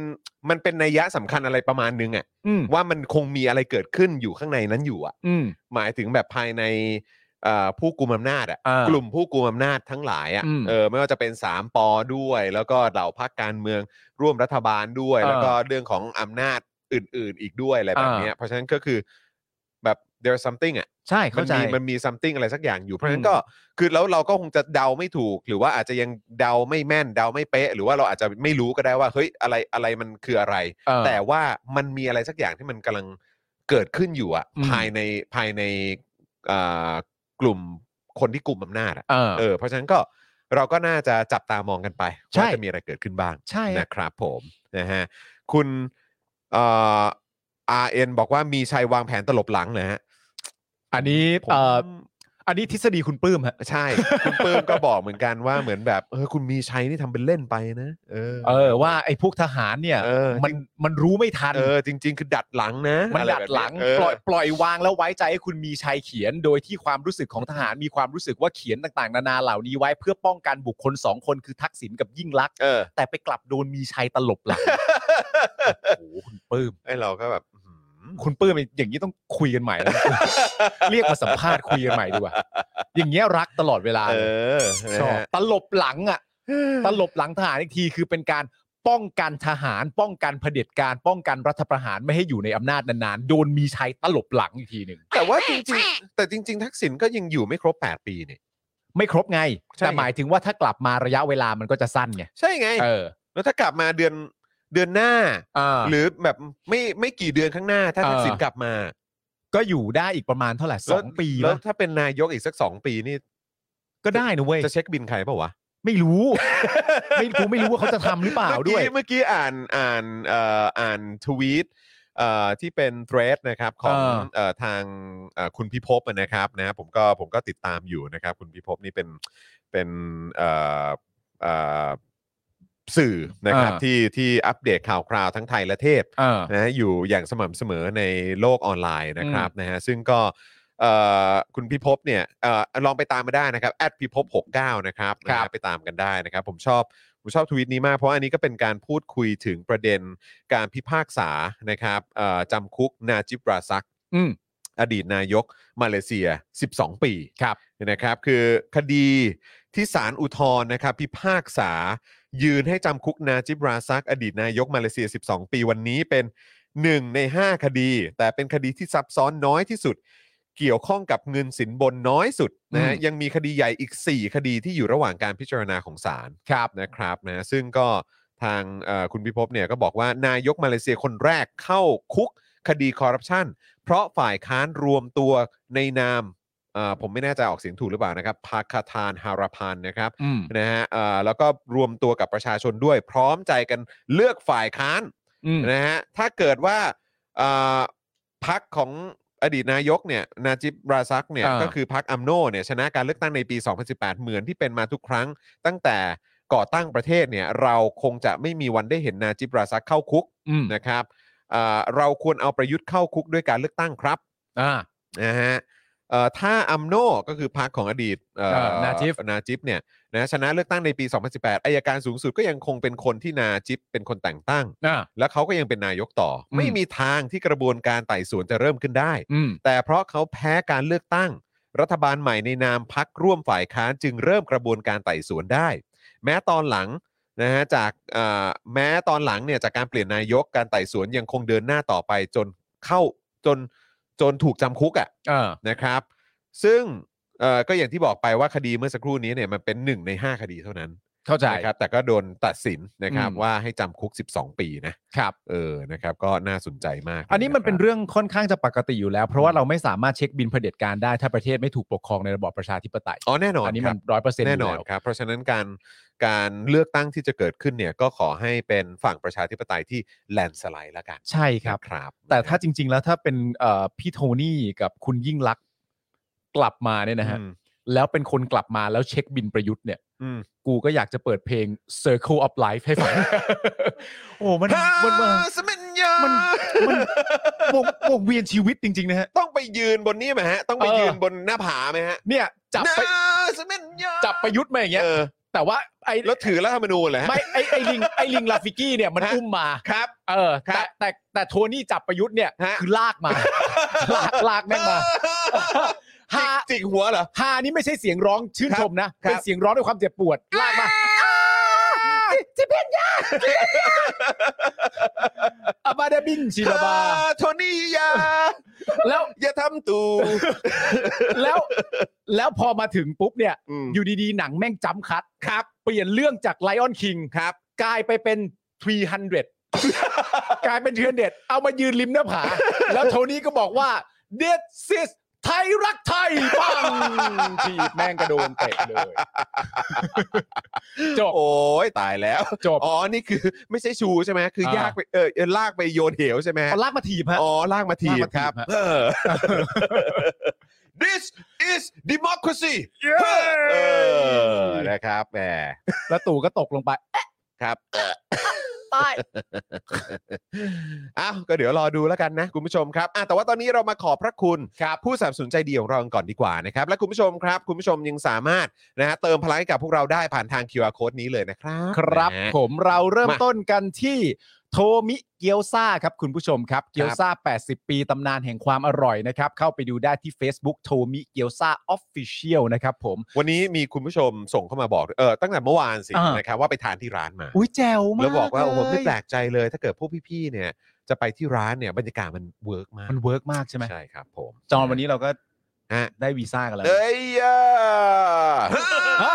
[SPEAKER 2] มันเป็นนัยยะสำคัญอะไรประมาณนึงอะ
[SPEAKER 3] อืม
[SPEAKER 2] ว่ามันคงมีอะไรเกิดขึ้นอยู่ข้างในนั้นอยู่อะ
[SPEAKER 3] อืม
[SPEAKER 2] หมายถึงแบบภายใน เอ่อผู้กุมอำนาจอะ
[SPEAKER 3] อ่าก ก
[SPEAKER 2] ลุ่มผู้กุมอำนาจทั้งหลายอะ
[SPEAKER 3] อืม
[SPEAKER 2] เออไม่ว่าจะเป็นสามปอด้วย แล้วก็เหล่าพรรคการเมืองร่วมรัฐบาลด้วย
[SPEAKER 3] เออ
[SPEAKER 2] แล้วก็เรื่องของอำนาจอื่น ๆ อีกด้วยอะไรแบบ
[SPEAKER 3] อ่า
[SPEAKER 2] เนี้ยเพราะฉะนั้นก็คือแบบ there's something อะ
[SPEAKER 3] ใช่
[SPEAKER 2] มั
[SPEAKER 3] เข้าน ใจ
[SPEAKER 2] มีมันมี something อะไรสักอย่างอยู่เพราะฉะนั้
[SPEAKER 3] อื
[SPEAKER 2] น
[SPEAKER 3] ม
[SPEAKER 2] ก็คือแล้วเราก็คงจะเดาไม่ถูก หรือว่าอาจจะยังเดาไม่แม่นเดาไม่เป๊ะ หรือว่าเราอาจจะไม่รู้ก็ได้ว่าเฮ้ยอะไรอะไรมันคืออะไร
[SPEAKER 3] เออ
[SPEAKER 2] แต่ว่ามันมีอะไรสักอย่างที่มันกำลังเกิดขึ้นอยู่อะ
[SPEAKER 3] อืม
[SPEAKER 2] ภายในภายในอ่ากลุ่มคนที่กลุ่มอำนาจอะ
[SPEAKER 3] เออ
[SPEAKER 2] เออเพราะฉะนั้นก็เราก็น่าจะจับตามองกันไป
[SPEAKER 3] ใช่
[SPEAKER 2] ว่าจะมีอะไรเกิดขึ้นบ้าง
[SPEAKER 3] ใช่อะ
[SPEAKER 2] นะครับผมนะฮะคุณเอ่อ RN บอกว่ามีชัยวางแผนตลบหลังนะฮะ
[SPEAKER 3] อันนี้
[SPEAKER 2] ผม
[SPEAKER 3] เอ่ออันนี้ทฤษฎีคุณปลื้มฮะ
[SPEAKER 2] ใช่ คุณปื้มก็บอกเหมือนกันว่าเหมือนแบบเออคุณมีชัยนี่ทำเป็นเล่นไปนะเออ
[SPEAKER 3] เออว่าไอ้พวกทหารเนี่ย
[SPEAKER 2] เออ
[SPEAKER 3] มันมันรู้ไม่ทัน
[SPEAKER 2] เออจริง ๆ คือดัดหลังนะ
[SPEAKER 3] มัน
[SPEAKER 2] อะไร
[SPEAKER 3] ดัด
[SPEAKER 2] แบบ
[SPEAKER 3] หลังป
[SPEAKER 2] เ
[SPEAKER 3] ล่อยปล่อยวางแล้วไว้ใจให้คุณมีชัยเขียน โดยที่ความรู้สึกของทหารมีความรู้สึกว่าเขียนต่างๆ นานาเหล่านี้ไว้เพื่อป้องกันบุคคลสองคนคือทักษิณกับยิ่งลักษณ์
[SPEAKER 2] เออ
[SPEAKER 3] แต่ไปกลับโดนมีชัยตลบ หลัง โอ้โหคุณปลื้ม
[SPEAKER 2] ไอเราก็แบบอื้อหือ
[SPEAKER 3] คุณปลื้มอย่างนี้ต้องคุยกันใหม่แล้ว เรียกมาสัมภาษณ์คุยกันใหม่ดีกว่า อย่างเงี้ยรักตลอดเวลา
[SPEAKER 2] เอ
[SPEAKER 3] เลย
[SPEAKER 2] อนะ
[SPEAKER 3] ชอบ
[SPEAKER 2] ฮะ
[SPEAKER 3] ตลบหลังอ่ะ ตลบหลังทหารอีกทีคือเป็นการป้องกันทหาร ป้องกันเผด็จการป้องกันรัฐประหารไม่ให้อยู่ในอำนาจนานๆโดนมีชัยตลบหลังอีกทีหนึ่ง
[SPEAKER 2] แต่ว่าจริงๆ แต่จริง ๆ ทักษิณก็ยังอยู่ไม่ครบ 8 ปีนี่
[SPEAKER 3] ไม่ครบไง
[SPEAKER 2] ใช่
[SPEAKER 3] แต่หมายถึงว่าถ้ากลับมาระยะเวลามันก็จะสั้นไง
[SPEAKER 2] ใช่ไง
[SPEAKER 3] เออ
[SPEAKER 2] แล้วถ้ากลับมาเดือนเดือนหน้า
[SPEAKER 3] อ่า
[SPEAKER 2] หรือแบบไม่ไม่กี่เดือนข้างหน้า ถ้า
[SPEAKER 3] เออ
[SPEAKER 2] ทักษิณกลับมา
[SPEAKER 3] ก็อยู่ได้อีกประมาณเท่าไหร่ส
[SPEAKER 2] แล้ว
[SPEAKER 3] องปี
[SPEAKER 2] แล้ว
[SPEAKER 3] ปะ
[SPEAKER 2] ถ้าเป็นนายกอีกสักสองปีนี่
[SPEAKER 3] ก็ได้นะเว้ย
[SPEAKER 2] จะเช็คบินใครเปล่าวะ
[SPEAKER 3] ไม่รู้ ไม่กูไม่รู้ว่าเขาจะทำหรือเปล่า
[SPEAKER 2] เมื่อ
[SPEAKER 3] ด้
[SPEAKER 2] กี้
[SPEAKER 3] วย
[SPEAKER 2] เมื่อกี้อ่านอ่านเอ่ออ่านทวีตเอ่อที่เป็นเทรดนะครับของ
[SPEAKER 3] เออ
[SPEAKER 2] เอ่อทางเอ่อคุณพิภพอะนะครับนะผมก็ผมก็ติดตามอยู่นะครับ คุณพิภพนี่เป็นเป็นเอ่อเอ่อสื่อนะครับที่ที่อัปเดตข่าวคราวทั้งไทยและเทศ
[SPEAKER 3] เออ
[SPEAKER 2] นะอยู่อย่างสม่ำเสมอในโลกออนไลน์นะครับนะฮะซึ่งก็เอ่อคุณพิภพเนี่ยเอ่อลองไปตามมาได้นะครับแอดพิภพ69 นะครับ
[SPEAKER 3] ครั
[SPEAKER 2] นะ
[SPEAKER 3] บ
[SPEAKER 2] ฮะไปตามกันได้นะครับ ผมชอบผมชอบทวีตนี้มาก เพราะอันนี้ก็เป็นการพูดคุยถึงประเด็นการพิพากษานะครับเอ่อจำคุกนาจิบราซัก
[SPEAKER 3] อืม
[SPEAKER 2] อดีตนายกมาเลเซีย 12 ปี
[SPEAKER 3] ครับ
[SPEAKER 2] นะครับ คือคดีที่ศาลอุทธรณ์นะครับ พิพากษา ยืนให้จำคุกนาจิบราซัก อดีตนายกมาเลเซีย 12 ปีวันนี้เป็น 1 ใน 5 คดี แต่เป็นคดีที่ซับซ้อนน้อยที่สุด เกี่ยวข้องกับเงินสินบนน้อยสุดนะฮะ
[SPEAKER 3] อืม
[SPEAKER 2] ยังมีคดีใหญ่อีก 4 คดีที่อยู่ระหว่างการพิจารณาของศาล
[SPEAKER 3] ครับ
[SPEAKER 2] นะครับนะซึ่งก็ทางเอ่อคุณพิภพเนี่ยก็บอกว่านายกมาเลเซียคนแรกเข้าคุกคดีคอร์รัปชันเพราะฝ่ายค้านรวมตัวในนามเอ่อผมไม่แน่ใจออกเสียงถูกหรือเปล่านะครับพาคาทานฮาราพันนะครับ
[SPEAKER 3] อืม
[SPEAKER 2] นะฮะเอ่อแล้วก็รวมตัวกับประชาชนด้วย พร้อมใจกันเลือกฝ่ายค้าน
[SPEAKER 3] อืม
[SPEAKER 2] นะฮะถ้าเกิดว่าเอ่อพักของอดีตนายกเนี่ยนาจิบราซักเนี่ย
[SPEAKER 3] อ่า
[SPEAKER 2] ก็คือพักอัมโนเนี่ยชนะการเลือกตั้งในปี 2018 เหมือนที่เป็นมาทุกครั้ง ตั้งแต่ก่อตั้งประเทศเนี่ยเราคงจะไม่มีวันได้เห็นนาจิบราซักเข้าคุก
[SPEAKER 3] อืม
[SPEAKER 2] นะครับอ่าเราควรเอาประยุทธ์เข้าคุกด้วยการเลือกตั้งครับ
[SPEAKER 3] อ่า
[SPEAKER 2] นะฮะเอ่อถ้าอัมโนก็คือพรรคของอดีตเอ่อ
[SPEAKER 3] เออนาจิป
[SPEAKER 2] นาจิปเนี่ยนะชนะเลือกตั้งในปี 2018อายการสูงสุดก็ยังคงเป็นคนที่นาจิปเป็นคนแต่งตั้ง
[SPEAKER 3] อ่า
[SPEAKER 2] และเขาก็ยังเป็นนายกต่ออ
[SPEAKER 3] ม
[SPEAKER 2] ไม่มีทางที่กระบวนการไต่สวนจะเริ่มขึ้นได้
[SPEAKER 3] อืม
[SPEAKER 2] แต่เพราะเขาแพ้การเลือกตั้ง รัฐบาลใหม่ในนามพักร่วมฝ่ายค้านจึงเริ่มกระบวนการไต่สวนได้ แม้ตอนหลังนะฮะจากเอ่อแม้ตอนหลังเนี่ยจากการเปลี่ยนนายกการไต่สวนยังคงเดินหน้าต่อไปจนเข้าจนจนถูกจำคุกอะ่ะ
[SPEAKER 3] เออ
[SPEAKER 2] นะครับ ซึ่งเอ่อก็อย่างที่บอกไปว่าคดีเมื่อสักครู่นี้เนี่ยมันเป็น 1 ใน 5 คดีเท่านั้น
[SPEAKER 3] เข้าใจ
[SPEAKER 2] นะครับแต่ก็โดนตัดสินนะครับ
[SPEAKER 3] อืม
[SPEAKER 2] ว่าให้จำคุก 12 ปีนะครับ เออนะครับก็น่าสนใจมาก
[SPEAKER 3] อันนี้มันเป็น
[SPEAKER 2] เรื่อง
[SPEAKER 3] เรื่องค่อนข้างจะปกติอยู่แล้ว เพราะว่าเราไม่สามารถเช็คบินเผด็จการได้ถ้าประเทศไม่ถูกปกครองในระบอบประชาธิปไตย
[SPEAKER 2] อ๋อแน่นอน
[SPEAKER 3] อันนี้
[SPEAKER 2] ค
[SPEAKER 3] มั
[SPEAKER 2] รั
[SPEAKER 3] น
[SPEAKER 2] บ
[SPEAKER 3] ร้อยเปอร์เซ็นต์
[SPEAKER 2] แน่นอนครับ เพราะฉะนั้นการการเลือกตั้งที่จะเกิดขึ้นเนี่ยก็ขอให้เป็นฝั่งประชาธิปไตยที่แลนสไลด์ละกัน
[SPEAKER 3] ใช่ครับ
[SPEAKER 2] นะครับ
[SPEAKER 3] แต่ถ้าจริง ๆ แล้วถ้าเป็นเอ่อพี่โทนี่กับคุณยิ่งลักษณ์กลับมาเนี่ยนะฮะ
[SPEAKER 2] อืม
[SPEAKER 3] แล้วเป็นคนกลับมาแล้วเช็คบินประยุทธ์เนี่ย
[SPEAKER 2] อืม
[SPEAKER 3] กูก็อยากจะเปิดเพลง Circle of Life ให้ฟัง โอ้ มันมันมัน
[SPEAKER 2] ฮาสเมนยา
[SPEAKER 3] มันมันวงวงเวียนชีวิตจริง ๆ นะฮะ
[SPEAKER 2] ต้องไปยืนบนนี้ไหมฮะ ต้องไป
[SPEAKER 3] เออ
[SPEAKER 2] ยืนบนหน้าผาไหมฮะ
[SPEAKER 3] เนี่ย จับไป
[SPEAKER 2] ฮาสเมนยา
[SPEAKER 3] จับประยุทธ์มาอย่างเงี้ย
[SPEAKER 2] เออ
[SPEAKER 3] แต่ว่าไอ้
[SPEAKER 2] แล้วถือรัฐธรรมนูญเลยฮะ
[SPEAKER 3] ไม่ไอ้ไอ้ลิงไอ้ลิงลาฟิกี้เนี่ยมัน
[SPEAKER 2] ฮะ
[SPEAKER 3] อุ้มมา
[SPEAKER 2] ครับ
[SPEAKER 3] เออ
[SPEAKER 2] ครั
[SPEAKER 3] แต่
[SPEAKER 2] บ
[SPEAKER 3] แต่ แต่โทนี่จับประยุทธ์เนี่ย
[SPEAKER 2] ฮะ
[SPEAKER 3] คือลากมา ลากลากแม่งมา ฮา
[SPEAKER 2] จิกหัวเหรอ
[SPEAKER 3] ฮานี่ไม่ใช่เสียงร้องชื่นชมนะ
[SPEAKER 2] ครับ
[SPEAKER 3] เป็นเสียงร้องด้วยความเจ็บปวดลากมาจิเพนยา อาบาดาบินชิลาบา
[SPEAKER 2] อ่โทนี่อ ยา
[SPEAKER 3] แล้ว
[SPEAKER 2] อย่าทำตู
[SPEAKER 3] แล้วแล้วพอมาถึงปุ๊บเนี่ย
[SPEAKER 2] อืม
[SPEAKER 3] อยู่ดีๆ หนังแม่งจำคัดครับ เปลี่ยนเรื่องจากไลออนคิงครับ กลายไปเป็น 300 กลายเป็นเทือนเด็ด เอามายืนริมหน้าผา แล้วโทนี่ก็บอกว่า this is ไทยรักไทย ปังทีบแม่งกระโดนเตะเลย จบ
[SPEAKER 2] โอ้ยตายแล้ว
[SPEAKER 3] จบ
[SPEAKER 2] อ๋อ นี่คือไม่ใช่ชูใช่ไหม คือ
[SPEAKER 3] อ่าย
[SPEAKER 2] ยากไปเออเออลากไปโยนเหวใช่ไหม
[SPEAKER 3] เอาลากมาถีบฮะ
[SPEAKER 2] อ๋อ ลากมาทีบ
[SPEAKER 3] ลากมาถีบ
[SPEAKER 2] ครับ
[SPEAKER 3] ฮะ
[SPEAKER 2] เออ This is democracy เออ นะครับ แหม
[SPEAKER 3] แล้วตู่ก็ตกลง ไป
[SPEAKER 2] ครับอ้าว ก็เดี๋ยวรอดูแล้วกันนะ คุณผู้ชมครับอ่ะแต่ว่าตอนนี้เรามาขอบพระคุณครับผู้สนับสนุนใจดีของเรากันก่อนดีกว่านะครับ และคุณผู้ชมครับ คุณผู้ชมยังสามารถนะฮะเติมพลังให้กับพวกเราได้ผ่านทาง QR code นี้เลยนะครับ
[SPEAKER 3] ครับ
[SPEAKER 2] นะฮะ
[SPEAKER 3] ผมเราเริ่ม
[SPEAKER 2] มา
[SPEAKER 3] ต้นกันที่โทมิเกียวซาครับคุณผู้ชมครับ เกียวซา80 ปีตำนานแห่งความอร่อยนะครับ เข้าไปดูได้ที่ Facebook โทมิเกียวซาออฟฟิเชียลนะครับผม
[SPEAKER 2] วันนี้มีคุณผู้ชมส่งเข้ามาบอกเออตั้งแต่เมื่อวานสิ
[SPEAKER 3] อ่าน
[SPEAKER 2] นะครับว่าไปทานที่ร้านมา
[SPEAKER 3] อุ้ยแจ๋วมาก
[SPEAKER 2] แล้วบอกว่าโอ้โห
[SPEAKER 3] เย
[SPEAKER 2] ไม่แปลกใจเลย ถ้าเกิดพวกพี่ๆเนี่ยจะไปที่ร้านเนี่ยบรรยากาศมันเวิร์กมาก
[SPEAKER 3] มันเวิร์กมากใช่ไหม
[SPEAKER 2] ใช่ครับผม
[SPEAKER 3] จอนวันนี้เราก็
[SPEAKER 2] ฮะ
[SPEAKER 3] ได้วีซ่ากันแล้ว
[SPEAKER 2] เอ้ ยอ่ะ
[SPEAKER 3] อ่า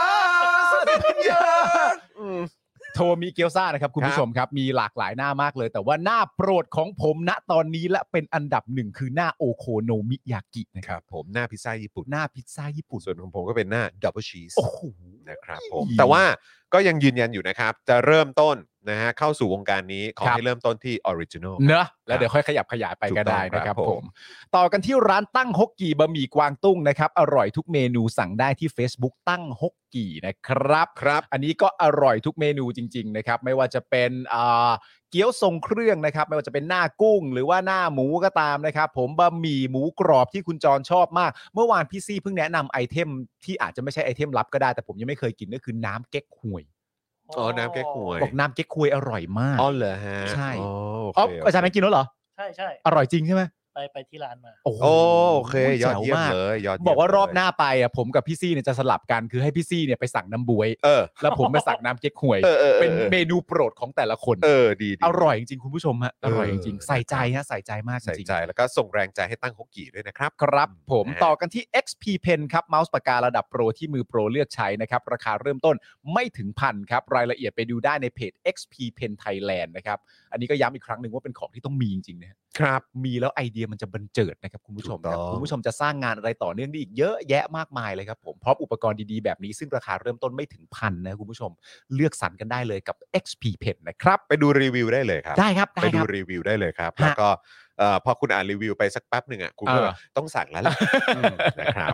[SPEAKER 2] อ่ะอืม
[SPEAKER 3] โทมิเกียวซานะครับคุณ
[SPEAKER 2] ครั
[SPEAKER 3] ผู้
[SPEAKER 2] บ
[SPEAKER 3] ชมครับ มีหลากหลายหน้ามากเลย แต่ว่าหน้าโปรดของผมณตอนนี้และเป็นอันดับหนึ่งคือหน้าโอโคโนมิยากินะ
[SPEAKER 2] ค
[SPEAKER 3] ครั
[SPEAKER 2] รั
[SPEAKER 3] บบ
[SPEAKER 2] ผมหน้าพิซซ่าญี่ปุ่น
[SPEAKER 3] หน้าพิซซ่าญี่ปุ่น
[SPEAKER 2] ส่วนของผมก็เป็นหน้าดับเบิลชีส
[SPEAKER 3] โอ้โห
[SPEAKER 2] นะครับผมแต่ว่าก็ยังยืนยันอยู่นะครับ จะเริ่มต้นนะฮะเข้าสู่วงการนี้ขอ
[SPEAKER 3] ครับ
[SPEAKER 2] ให้เริ่มต้นที่ออริจินอล
[SPEAKER 3] เนอะแล้วเดี๋ยวค่อยขยับขยายไป
[SPEAKER 2] ถูก
[SPEAKER 3] ก็
[SPEAKER 2] ต้อง
[SPEAKER 3] ได้นะครับ
[SPEAKER 2] ครั
[SPEAKER 3] ผ
[SPEAKER 2] บผม ม
[SPEAKER 3] ต่อกันที่ร้านตั้งฮกกีบะหมี่กวางตุ้งนะครับ อร่อยทุกเมนูสั่งได้ที่ Facebook ตั้งฮกกีนะครับ
[SPEAKER 2] ครับ
[SPEAKER 3] อันนี้ก็อร่อยทุกเมนูจริง ๆ นะครับ ไม่ว่าจะเป็นอ่าเกี๊ยวทรงเครื่องนะครับ ไม่ว่าจะเป็นหน้ากุ้ง หรือว่าหน้าหมูก็ตามนะครับ ผมบะหมี่หมูกรอบที่คุณจรชอบมาก เมื่อวานพี่ซี่เพิ่งแนะนำไอเทมที่อาจจะไม่ใช่ไอเทมลับก็ได้แต่ผมยังไม่เคยกินก็คือน้ำเก๊กฮวย
[SPEAKER 2] อ๋อน้ำแก้ขวย
[SPEAKER 3] บอกน้ำเก๊กฮวยอร่อยมาก
[SPEAKER 2] อ๋อเหรอฮะ
[SPEAKER 3] ใช่
[SPEAKER 2] อ๋อโอเค
[SPEAKER 3] อ๋อ
[SPEAKER 2] โเค
[SPEAKER 3] อาจารย์แม่กินแล้วเหรอ
[SPEAKER 4] ใช่ใช่
[SPEAKER 3] อร่อยจริงใช่ไหม
[SPEAKER 4] ไปไปที่ร้านมา
[SPEAKER 3] โอ้โห
[SPEAKER 2] โอ้โอเค ยอด
[SPEAKER 3] แจ๋ว
[SPEAKER 2] เยี่ยม
[SPEAKER 3] มาก
[SPEAKER 2] เลยยอดเยี่ยม
[SPEAKER 3] บอกว่ารอบ
[SPEAKER 2] เลย
[SPEAKER 3] หน้าไปอ่ะผมกับพี่ซี่เนี่ยจะสลับกันคือให้พี่ซี่เนี่ยไปสั่งน้ำบวย
[SPEAKER 2] เออ
[SPEAKER 3] แล้วผมไปสั่งน้ำเก๊กหวย
[SPEAKER 2] เออเออ
[SPEAKER 3] เป็น
[SPEAKER 2] ออ
[SPEAKER 3] เมนูโปรดของแต่ละคน
[SPEAKER 2] เออดีดี
[SPEAKER 3] อร่อยจริงๆ คุณผู้ชมฮะ
[SPEAKER 2] เอ
[SPEAKER 3] อ
[SPEAKER 2] อ
[SPEAKER 3] ร่อยจริงๆ ใส่ใจฮะใส่ใจมากจ
[SPEAKER 2] ใส่
[SPEAKER 3] ริง
[SPEAKER 2] ใจแล้วก็ส่งแรงใจให้ตั้งฮกกี้ด้วยนะครับ
[SPEAKER 3] ๆครับผม
[SPEAKER 2] นะฮะ
[SPEAKER 3] ต่อกันที่ XP Pen ครับเมาส์ปากการะดับโปรที่มือโปรเลือกใช้นะครับ ราคาเริ่มต้นไม่ถึงพันครับ รายละเอียดไปดูได้ในเพจ XP Pen Thailand นะครับอันนี้ก็ย้ำอีกครั้งหนึ่งว่าเป็นของที่ต้องมีจริงๆนะฮะ
[SPEAKER 2] ครับ
[SPEAKER 3] มีแล้วไอเดียมันจะบันเจิดนะครับคุณผู้ชมครับ
[SPEAKER 2] ถูกต้อง
[SPEAKER 3] คุณผู้ชมจะสร้างงานอะไรต่อเนื่องได้อีกเยอะแยะมากมายเลยครับผมพร้อมอุปกรณ์ดีๆ แบบนี้ซึ่งราคาเริ่มต้นไม่ถึงพันนะคุณผู้ชมเลือกสรรกันได้เลยกับ XP Pen นะครับ
[SPEAKER 2] ไปดูรีวิวได้เลยครับ
[SPEAKER 3] ได้ครับ ได้
[SPEAKER 2] ไป
[SPEAKER 3] ค
[SPEAKER 2] ดู
[SPEAKER 3] รับ
[SPEAKER 2] รีวิวได้เลยครับ
[SPEAKER 3] ฮะ
[SPEAKER 2] แล้วก็เอ่อพอคุณอ่านรีวิวไปสักแป๊บหนึ่งอ่ะคุณก็
[SPEAKER 3] เออ
[SPEAKER 2] ต้องสั่งแล้วแหละอืมนะครับ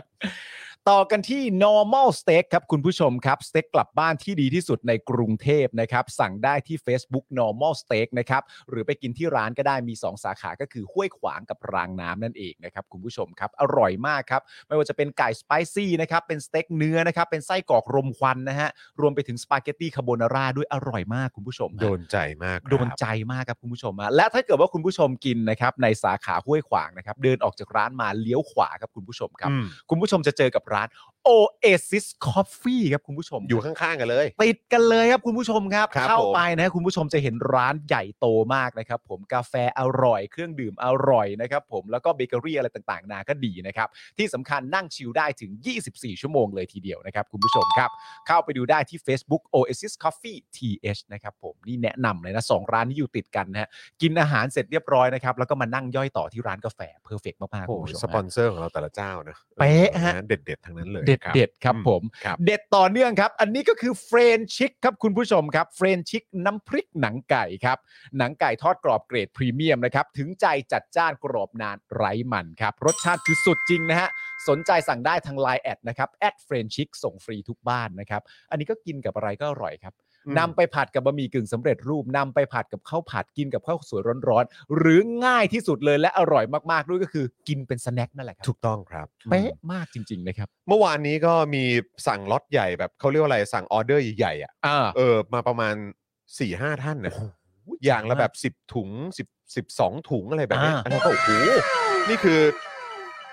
[SPEAKER 3] ต่อกันที่ normal steak ครับคุณผู้ชมครับ สเต็กกลับบ้านที่ดีที่สุดในกรุงเทพนะครับ สั่งได้ที่ Facebook normal steak นะครับ หรือไปกินที่ร้านก็ได้มี 2 สาขาก็คือห้วยขวางกับรางน้ำนั่นเองนะครับ คุณผู้ชมครับ อร่อยมากครับ ไม่ว่าจะเป็นไก่สไปซี่นะครับ เป็นสเต็กเนื้อนะครับ เป็นไส้กรอกรมควันนะฮะ รวมไปถึงสปาเกตตี้คาโบนาร่าด้วยอร่อยมากคุณผู้ชมฮะ
[SPEAKER 2] โดนใจมากครับ
[SPEAKER 3] โดนใจมากครับคุณผู้ชมฮะและถ้าเกิดว่าคุณผู้ชมกินนะครับในสาขาห้วยขวางนะครับเดินออกจากร้านมาเลี้ยวขวาครับคุณผู้ชมครับ
[SPEAKER 2] อืม
[SPEAKER 3] คุณผู้ชมจะเจอกับร้าน Oasis Coffee ครับคุณผู้ชม
[SPEAKER 2] อยู่ข้างๆกันเลย
[SPEAKER 3] ติดกันเลยครับคุณผู้ชมครับ
[SPEAKER 2] ครับ
[SPEAKER 3] เข้า
[SPEAKER 2] ผม
[SPEAKER 3] ไปนะคุณผู้ชมจะเห็นร้านใหญ่โตมากนะครับ ผมกาแฟอร่อยเครื่องดื่มอร่อยนะครับผมแล้วก็เบเกอรี่อะไรต่างๆ นาก็ดีนะครับ ที่สำคัญนั่งชิลได้ถึง 24 ชั่วโมงเลยทีเดียวนะครับ คุณผู้ชมครับ เข้าไปดูได้ที่ Facebook Oasis Coffee TH นะครับผมนี่แนะนำเลยนะสองร้านนี้อยู่ติดกันนะฮะกินอาหารเสร็จเรียบร้อยนะครับแล้วก็มานั่งย่อยต่อที่ร้านกาแฟเพอร์เฟกมากๆ
[SPEAKER 2] โอ้
[SPEAKER 3] คุณผู้ชม
[SPEAKER 2] ส
[SPEAKER 3] ฮะ
[SPEAKER 2] ปอนเซอร์ของเราแต่ละเจ้านะ
[SPEAKER 3] เป๊ะฮะ
[SPEAKER 2] เด็ดๆทั้งนั้นเลย
[SPEAKER 3] เด็ด
[SPEAKER 2] ครับ
[SPEAKER 3] เด็ดๆครับ
[SPEAKER 2] อืม
[SPEAKER 3] ผม
[SPEAKER 2] ครับ
[SPEAKER 3] เด็ดต่อเนื่องครับ อันนี้ก็คือเฟรนชิกครับคุณผู้ชมครับเฟรนชิกน้ำพริกหนังไก่ครับ หนังไก่ทอดกรอบเกรดพรีเมียมนะครับ ถึงใจจัดจ้านกรอบนานไร้มันครับ รสชาติคือสุดจริงนะฮะ สนใจสั่งได้ทาง Line แอดนะครับแอดเฟรนชิกส่งฟรีทุกบ้านนะครับ อันนี้ก็กินกับอะไรก็อร่อยครับ
[SPEAKER 2] อืม
[SPEAKER 3] นำไปผัดกับบะหมี่กึ่งสำเร็จรูปนำไปผัดกับข้าวผัดกินกับข้าวสวยร้อนๆหรือง่ายที่สุดเลยและอร่อยมากๆด้วยก็คือกินเป็นสแน็คนั่นแหละครับ
[SPEAKER 2] ถูกต้องครับ
[SPEAKER 3] เป๊ะมากจริง ๆนะครับ
[SPEAKER 2] เมื่อวานนี้ก็มีสั่งล็อตใหญ่แบบเขาเรียกว่าอะไรสั่งออเดอร์ใหญ่ๆอ่ะ
[SPEAKER 3] อ่า
[SPEAKER 2] เออมาประมาณ4ี่ห้าท่านนะอย่างละแบบ 10 ถุง 10 12 ถุงอะไรแบบเนี้ย
[SPEAKER 3] อ่า
[SPEAKER 2] อันนั้นก็โอ้โหนี่คือ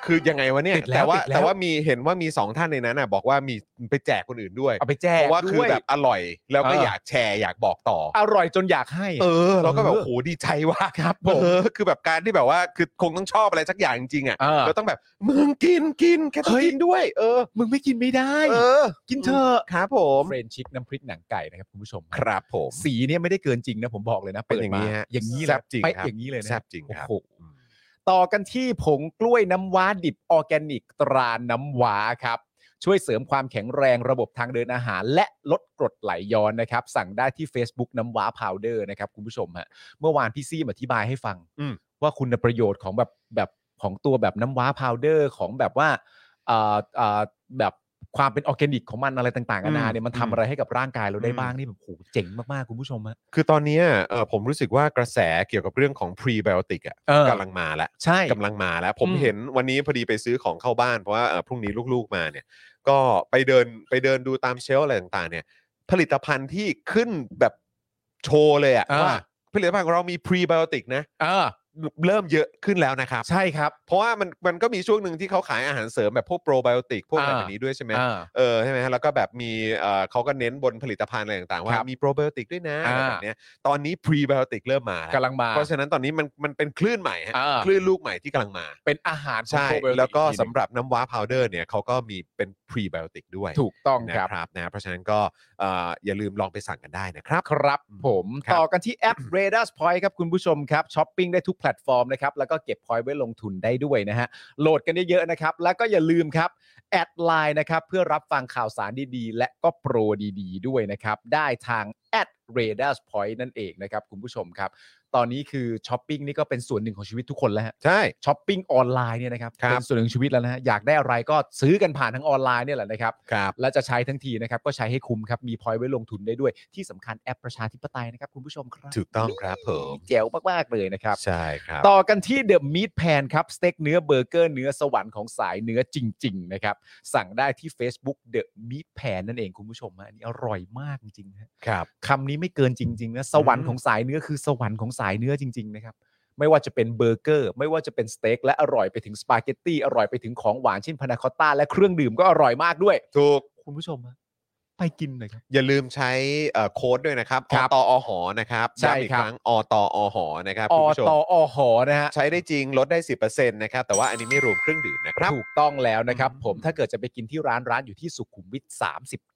[SPEAKER 2] คือยังไงวะเนี่ย
[SPEAKER 3] ติดแล้ว
[SPEAKER 2] แต่ว่า
[SPEAKER 3] ติดแล้ว
[SPEAKER 2] แต่ว่ามีเห็นว่ามีสองท่านในนั้นน่ะบอกว่ามีไปแจกคนอื่นด้วย
[SPEAKER 3] เอาไปแจก
[SPEAKER 2] เพราะว่าคือ
[SPEAKER 3] ด้วย
[SPEAKER 2] แบบอร่อยแล้ว
[SPEAKER 3] เอ
[SPEAKER 2] ก็
[SPEAKER 3] อ
[SPEAKER 2] อ
[SPEAKER 3] อ
[SPEAKER 2] ยากแชร์อยากบอกต่อ
[SPEAKER 3] อร่อยจนอยากให้
[SPEAKER 2] เออ เราก็แบบ
[SPEAKER 3] เออ
[SPEAKER 2] โอ้โหดีใจว่า
[SPEAKER 3] ครับผ
[SPEAKER 2] เอ
[SPEAKER 3] ม
[SPEAKER 2] อคือแบบการที่แบบว่าคือคงต้องชอบอะไรสักอย่างจริงๆอ่ะ
[SPEAKER 3] เออ
[SPEAKER 2] เราต้องแบบมึงกินกินแค่ต้อ
[SPEAKER 3] เฮ้
[SPEAKER 2] ง
[SPEAKER 3] ย
[SPEAKER 2] กินด้วย เออ
[SPEAKER 3] มึงไม่กินไม่ได้
[SPEAKER 2] เออ
[SPEAKER 3] กินเถอะ
[SPEAKER 2] ครับผม
[SPEAKER 3] เฟรนชิกน้ำพริกหนังไก่นะครับคุณผู้ชม
[SPEAKER 2] ครับผม
[SPEAKER 3] สีเนี่ยไม่ได้เกินจริงนะผมบอกเลยนะ
[SPEAKER 2] เป็นอย่างนี้ฮะ
[SPEAKER 3] เปิดมาอย่างนี้
[SPEAKER 2] แซ่
[SPEAKER 3] เลย
[SPEAKER 2] บจริง
[SPEAKER 3] ไป
[SPEAKER 2] ครับ
[SPEAKER 3] อย่างนี้เลยนะ
[SPEAKER 2] แซ่บจริงครับ
[SPEAKER 3] โอ้โหต่อกันที่ผงกล้วยน้ำว้าดิบออร์แกนิกตราน้ำว้าครับ ช่วยเสริมความแข็งแรงระบบทางเดินอาหาร และลดกรดไหลย้อนนะครับ สั่งได้ที่ Facebook น้ำว้าพาวเดอร์นะครับคุณผู้ชมฮะเมื่อวานพี่ซีมอธิบายให้ฟัง
[SPEAKER 2] อืม
[SPEAKER 3] ว่าคุณประโยชน์ของแบบแบบของตัวแบบน้ำว้าพาวเดอร์ของแบบว่าเอ่อเอ่อแบบความเป็นออร์แกนิกของมันอะไรต่างๆนานาเนี่ยมันทำอะไรให้กับร่างกายเราได้บ้างนี่แบบโหเจ๋งมากๆคุณผู้ชมฮะ
[SPEAKER 2] คือตอนเนี้ยเออผมรู้สึกว่ากระแสเกี่ยวกับเรื่องของพรีไบโอติกอ่ะ
[SPEAKER 3] เออ
[SPEAKER 2] กำลังมาแล้ว
[SPEAKER 3] ใช่
[SPEAKER 2] กำลังมาแล้ว ผม
[SPEAKER 3] อืม
[SPEAKER 2] เห็นวันนี้พอดีไปซื้อของเข้าบ้าน เพราะว่าเอ่อพรุ่งนี้ลูกๆมาเนี่ย ก็ไปเดินไปเดินดูตามเชลฟ์อะไรต่างๆ เนี่ย ผลิตภัณฑ์ที่ขึ้นแบบโชว์เลยอะ
[SPEAKER 3] อ่า
[SPEAKER 2] ว่าผลิตภัณฑ์ของเรามีพรีไบโอติกนะ
[SPEAKER 3] เออ
[SPEAKER 2] เริ่มเยอะขึ้นแล้วนะครับ
[SPEAKER 3] ใช่ครับ
[SPEAKER 2] เพราะว่ามันมันก็มีช่วงหนึ่งที่เขาขายอาหารเสริมแบบพวกโปรไบโอติกพวกอะไร
[SPEAKER 3] อ่า
[SPEAKER 2] แบบนี้ด้วยใช่ไหม
[SPEAKER 3] อ่า
[SPEAKER 2] เออใช่ไหมฮะแล้วก็แบบมีเอ่อเขาก็เน้นบนผลิตภัณฑ์อะไรต่างๆ ว่า
[SPEAKER 3] ครับ
[SPEAKER 2] มีโปรไบโอติกด้วยนะอะไร
[SPEAKER 3] อ่า
[SPEAKER 2] แบบเนี้ยตอนนี้พรีไบโอติกเริ่มมาแล้ว
[SPEAKER 3] กำลังมา
[SPEAKER 2] เพราะฉะนั้นตอนนี้มันมันเป็นคลื่นใหม่ฮะ
[SPEAKER 3] อ่า
[SPEAKER 2] คลื่นลูกใหม่ที่กำลังมา
[SPEAKER 3] เป็นอาหารของ
[SPEAKER 2] ใช่
[SPEAKER 3] โปรไบโอติ
[SPEAKER 2] แล้วก็
[SPEAKER 3] อีที
[SPEAKER 2] สำหรับน้ำว้าพาวเดอร์เนี่ยเขาก็มีเป็นพรีไบโอติกด้วย
[SPEAKER 3] ถูกต้อง
[SPEAKER 2] นะครับ ครับนะเพราะฉะนั้นก็เอ่ออย่าลืมลองไปสั่งกันได้นะครับ
[SPEAKER 3] ครับผม
[SPEAKER 2] ครับ
[SPEAKER 3] ต่อกันที่แอป r a d a r Point ครับคุณผู้ชมครับช้อปปิ้งได้ทุกแพลตฟอร์มนะครับ แล้วก็เก็บ point ไว้ลงทุนได้ด้วยนะฮะ โหลดกันเยอะๆนะครับ แล้วก็อย่าลืมครับ แอดไลน์นะครับ เพื่อรับฟังข่าวสารดีๆ และก็โปรดีๆ ด้วยนะครับ ได้ทางแอด r a d a r Point นั่นเองนะครับ คุณผู้ชมครับ ตอนนี้คือช้อปปิ้งนี่ก็เป็นส่วนหนึ่งของชีวิตทุกคนแล้วฮะ
[SPEAKER 2] ใช่
[SPEAKER 3] ช้อปปิ้งออนไลน์เนี่ยนะครับ
[SPEAKER 2] ครับ
[SPEAKER 3] เป็นส่วนหนึ่งของชีวิตแล้วนะฮะอยากได้อะไรก็ซื้อกันผ่านทางออนไลน์เนี่ยแหละนะครับ
[SPEAKER 2] ครับ
[SPEAKER 3] และจะใช้ทั้งทีนะครับ ก็ใช้ให้คุ้มครับ มีพอยต์ไว้ลงทุนได้ด้วย ที่สำคัญแอปประชาธิปไตยนะครับ คุณผู้ชมครับ
[SPEAKER 2] ถูกต้องครับผม
[SPEAKER 3] แจ๋วมาก ๆ เลยนะครับ
[SPEAKER 2] ใช่ครับ
[SPEAKER 3] ต่อกันที่เดอะม a ทแพนครับ สเต็กเนื้อเบอร์เกอร์เนื้อสวรรค์ของสายเนื้อจริง ๆ นะครับ สั่งได้ที่ Facebook The Meat Pan นั่นเองคุณผู้ชมฮะอันนี้อร่อยมากจริงๆฮะ
[SPEAKER 2] ครับ
[SPEAKER 3] คำนี้ไม่เกินจริง ๆ นะ สวรรค์ของสายเนื้อคือสวรรค์ของสายเนื้อจริง ๆ นะครับ ไม่ว่าจะเป็นเบอร์เกอร์ ไม่ว่าจะเป็นสเต็กและอร่อยไปถึงสปาเกตตี้อร่อยไปถึงของหวานเช่นพานาคอตต้าและเครื่องดื่มก็อร่อยมากด้วย
[SPEAKER 2] ถูก
[SPEAKER 3] คุณผู้ชมฮะไปกินหน่อยครับ
[SPEAKER 2] อย่าลืมใช้เอ่อโค้ดด้วยนะครับ
[SPEAKER 3] ค
[SPEAKER 2] อ
[SPEAKER 3] รับ
[SPEAKER 2] ตอหอนะครับ
[SPEAKER 3] ใช่
[SPEAKER 2] ย้ำอีก
[SPEAKER 3] ครับ
[SPEAKER 2] ครั้งอตอหอนะครับ
[SPEAKER 3] อ
[SPEAKER 2] คุณผู้ชม
[SPEAKER 3] ตออหอนะฮะ
[SPEAKER 2] ใช้ได้จริงลดได้ 10%นะครับ แต่ว่าอันนี้ไม่รวมเครื่องดื่มนะครับ
[SPEAKER 3] ถูกต้องแล้วนะครับ ผมถ้าเกิดจะไปกินที่ร้านร้านอยู่ที่สุขุมวิท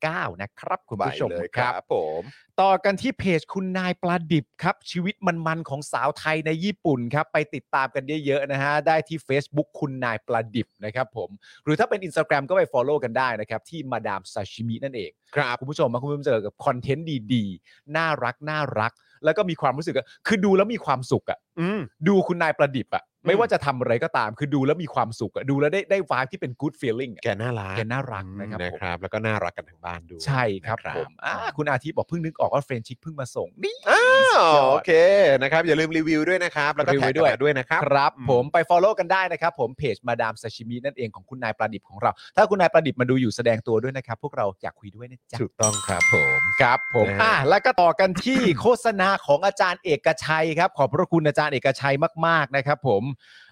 [SPEAKER 3] 39 นะครับ คุณ
[SPEAKER 2] ไป
[SPEAKER 3] ผู้ชม
[SPEAKER 2] เลย
[SPEAKER 3] ค
[SPEAKER 2] ค
[SPEAKER 3] รั
[SPEAKER 2] รับ บผม
[SPEAKER 3] ต่อกันที่เพจคุณนายปลาดิบครับ ชีวิตมันๆของสาวไทยในญี่ปุ่นครับ ไปติดตามกันเยอะๆนะฮะ ได้ที่ Facebook คุณนายปลาดิบนะครับผม หรือถ้าเป็น Instagram ก็ไป Follow กันได้นะครับ ที่มาดามซาชิมินั่นเอง
[SPEAKER 2] ครับ
[SPEAKER 3] คุณผู้ชมมาคุณผู้ชมเจอกับคอนเทนต์ดีๆ น่ารักน่ารัก แล้วก็มีความรู้สึกอะคือดูแล้วมีความสุขอะ
[SPEAKER 2] อืม
[SPEAKER 3] ดูคุณนายประดิษฐ์อะ
[SPEAKER 2] อืม
[SPEAKER 3] ไม่ว่าจะทำอะไรก็ตาม คือดูแล้วมีความสุขอะดูแล้วได้ได้วายที่เป็น good feeling อะ
[SPEAKER 2] แกน่ารัก
[SPEAKER 3] แกน่ารักนะครับ
[SPEAKER 2] นะ
[SPEAKER 3] ผม
[SPEAKER 2] ครับ แล้วก็น่ารักกันทั้งบ้านด้วย
[SPEAKER 3] ใช่ครับ
[SPEAKER 2] นะ
[SPEAKER 3] ผมอ่าคุณอาทิตย์บอกเพิ่งนึกออกว่าเฟรนชิกเพิ่งมาส่งนี่
[SPEAKER 2] อ้าว
[SPEAKER 3] สุดยอด
[SPEAKER 2] โอเคนะครับอย่าลืมรีวิวด้วยนะครับ แล้วก็
[SPEAKER 3] รี
[SPEAKER 2] แท็
[SPEAKER 3] วิว
[SPEAKER 2] ก
[SPEAKER 3] ด้วย
[SPEAKER 2] กันมาด้วยนะครับ
[SPEAKER 3] ครับ
[SPEAKER 2] อืม
[SPEAKER 3] ผมไป follow กันได้นะครับ ผมเพจมาดามซาชิมินั่นเองของคุณนายประดิษฐ์ของเรา ถ้าคุณนายประดิษฐ์มาดูอยู่แสดงตัวด้วยนะครับ พวกเราอยากคุยด้วยนะจ๊ะ
[SPEAKER 2] ถูกต้องครับผม
[SPEAKER 3] ครับผม
[SPEAKER 2] นะฮะ
[SPEAKER 3] อ่ะแล้วก็ต่อกันที่ โฆษณาของอาจารย์เอกชัยครับ ขอบพระคุณอาจารย์เอกชัยมาก ๆ นะครับผม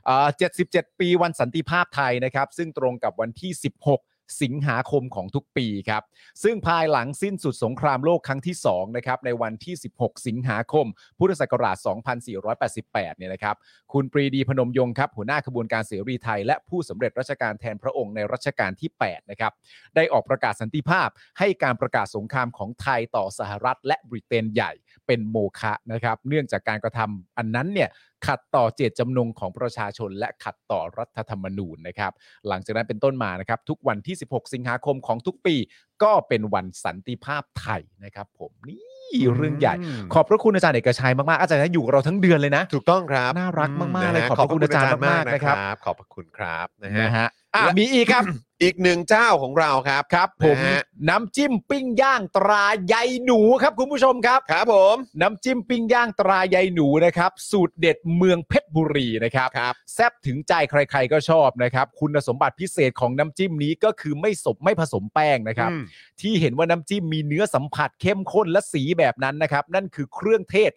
[SPEAKER 3] เอ่อ77 ปีวันสันติภาพไทยนะครับ ซึ่งตรงกับวันที่ 16 สิงหาคมของทุกปีครับ ซึ่งภายหลังสิ้นสุดสงครามโลกครั้งที่ 2 นะครับ ในวันที่ 16 สิงหาคม พุทธศักราช 2488 เนี่ยนะครับ คุณปรีดีพนมยงค์ครับ หัวหน้าขบวนการเสรีไทย และผู้สำเร็จราชการแทนพระองค์ในรัชกาลที่ 8 นะครับ ได้ออกประกาศสันติภาพ ให้การประกาศสงครามของไทยต่อสหรัฐ และบริเตนใหญ่เป็นโมฆะนะครับ เนื่องจากการกระทำอันนั้นเนี่ยขัดต่อเจตจำนงของประชาชน และขัดต่อรัฐธรรมนูญนะครับ หลังจากนั้นเป็นต้นมานะครับ ทุกวันที่ 16 สิงหาคมของทุกปี ก็เป็นวันสันติภาพไทยนะครับ ผมนี่เรื่องใหญ่
[SPEAKER 2] ม
[SPEAKER 3] ขอบพระคุณอาจารย์เอกชัยมากๆอาจารย์นะอยู่กับเราทั้งเดือนเลยนะ
[SPEAKER 2] ถูกต้องครับ
[SPEAKER 3] น่ารักมากๆ
[SPEAKER 2] นะฮะ
[SPEAKER 3] เลยขอบพระคุณอาจารย์มากๆนะครับ
[SPEAKER 2] ขอบพระคุณครับนะ
[SPEAKER 3] นะ
[SPEAKER 2] ฮะ
[SPEAKER 3] ฮะอ่ะ
[SPEAKER 2] และ
[SPEAKER 3] มีอีก ครับ
[SPEAKER 2] อีกหนึ่งเจ้าของเราครับ
[SPEAKER 3] ครับผม
[SPEAKER 2] นะฮะ
[SPEAKER 3] น้ำจิ้มปิ้งย่างตราใยหนูครับคุณผู้ชมครับ
[SPEAKER 2] ครับผม
[SPEAKER 3] น้ำจิ้มปิ้งย่างตราใยหนูนะครับ สูตรเด็ดเมืองเพชรบุรีนะครับ
[SPEAKER 2] ครับ
[SPEAKER 3] แซบถึงใจใครๆก็ชอบนะครับ คุณสมบัติพิเศษของน้ำจิ้มนี้ก็คือไม่สมไม่ผสมแป้งนะครับ
[SPEAKER 2] อืม
[SPEAKER 3] ที่เห็นว่าน้ำจิ้มมีเนื้อสัมผัสเข้มข้นและสีแบบนั้นนะครับ นั่นคือเครื่องเทศ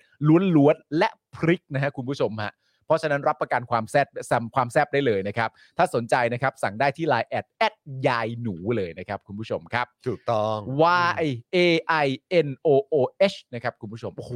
[SPEAKER 3] ล้วนๆและพริกนะฮะคุณผู้ชมฮะ เพราะฉะนั้นรับประกันความแซบซ้ำความแซบได้เลยนะครับ ถ้าสนใจนะครับสั่งได้ที่ Line แอดแอดยายหนูเลยนะครับคุณผู้ชมครับ
[SPEAKER 2] ถูกต้อง
[SPEAKER 3] Y A I N O O H นะครับคุณผู้ชมโอ้โห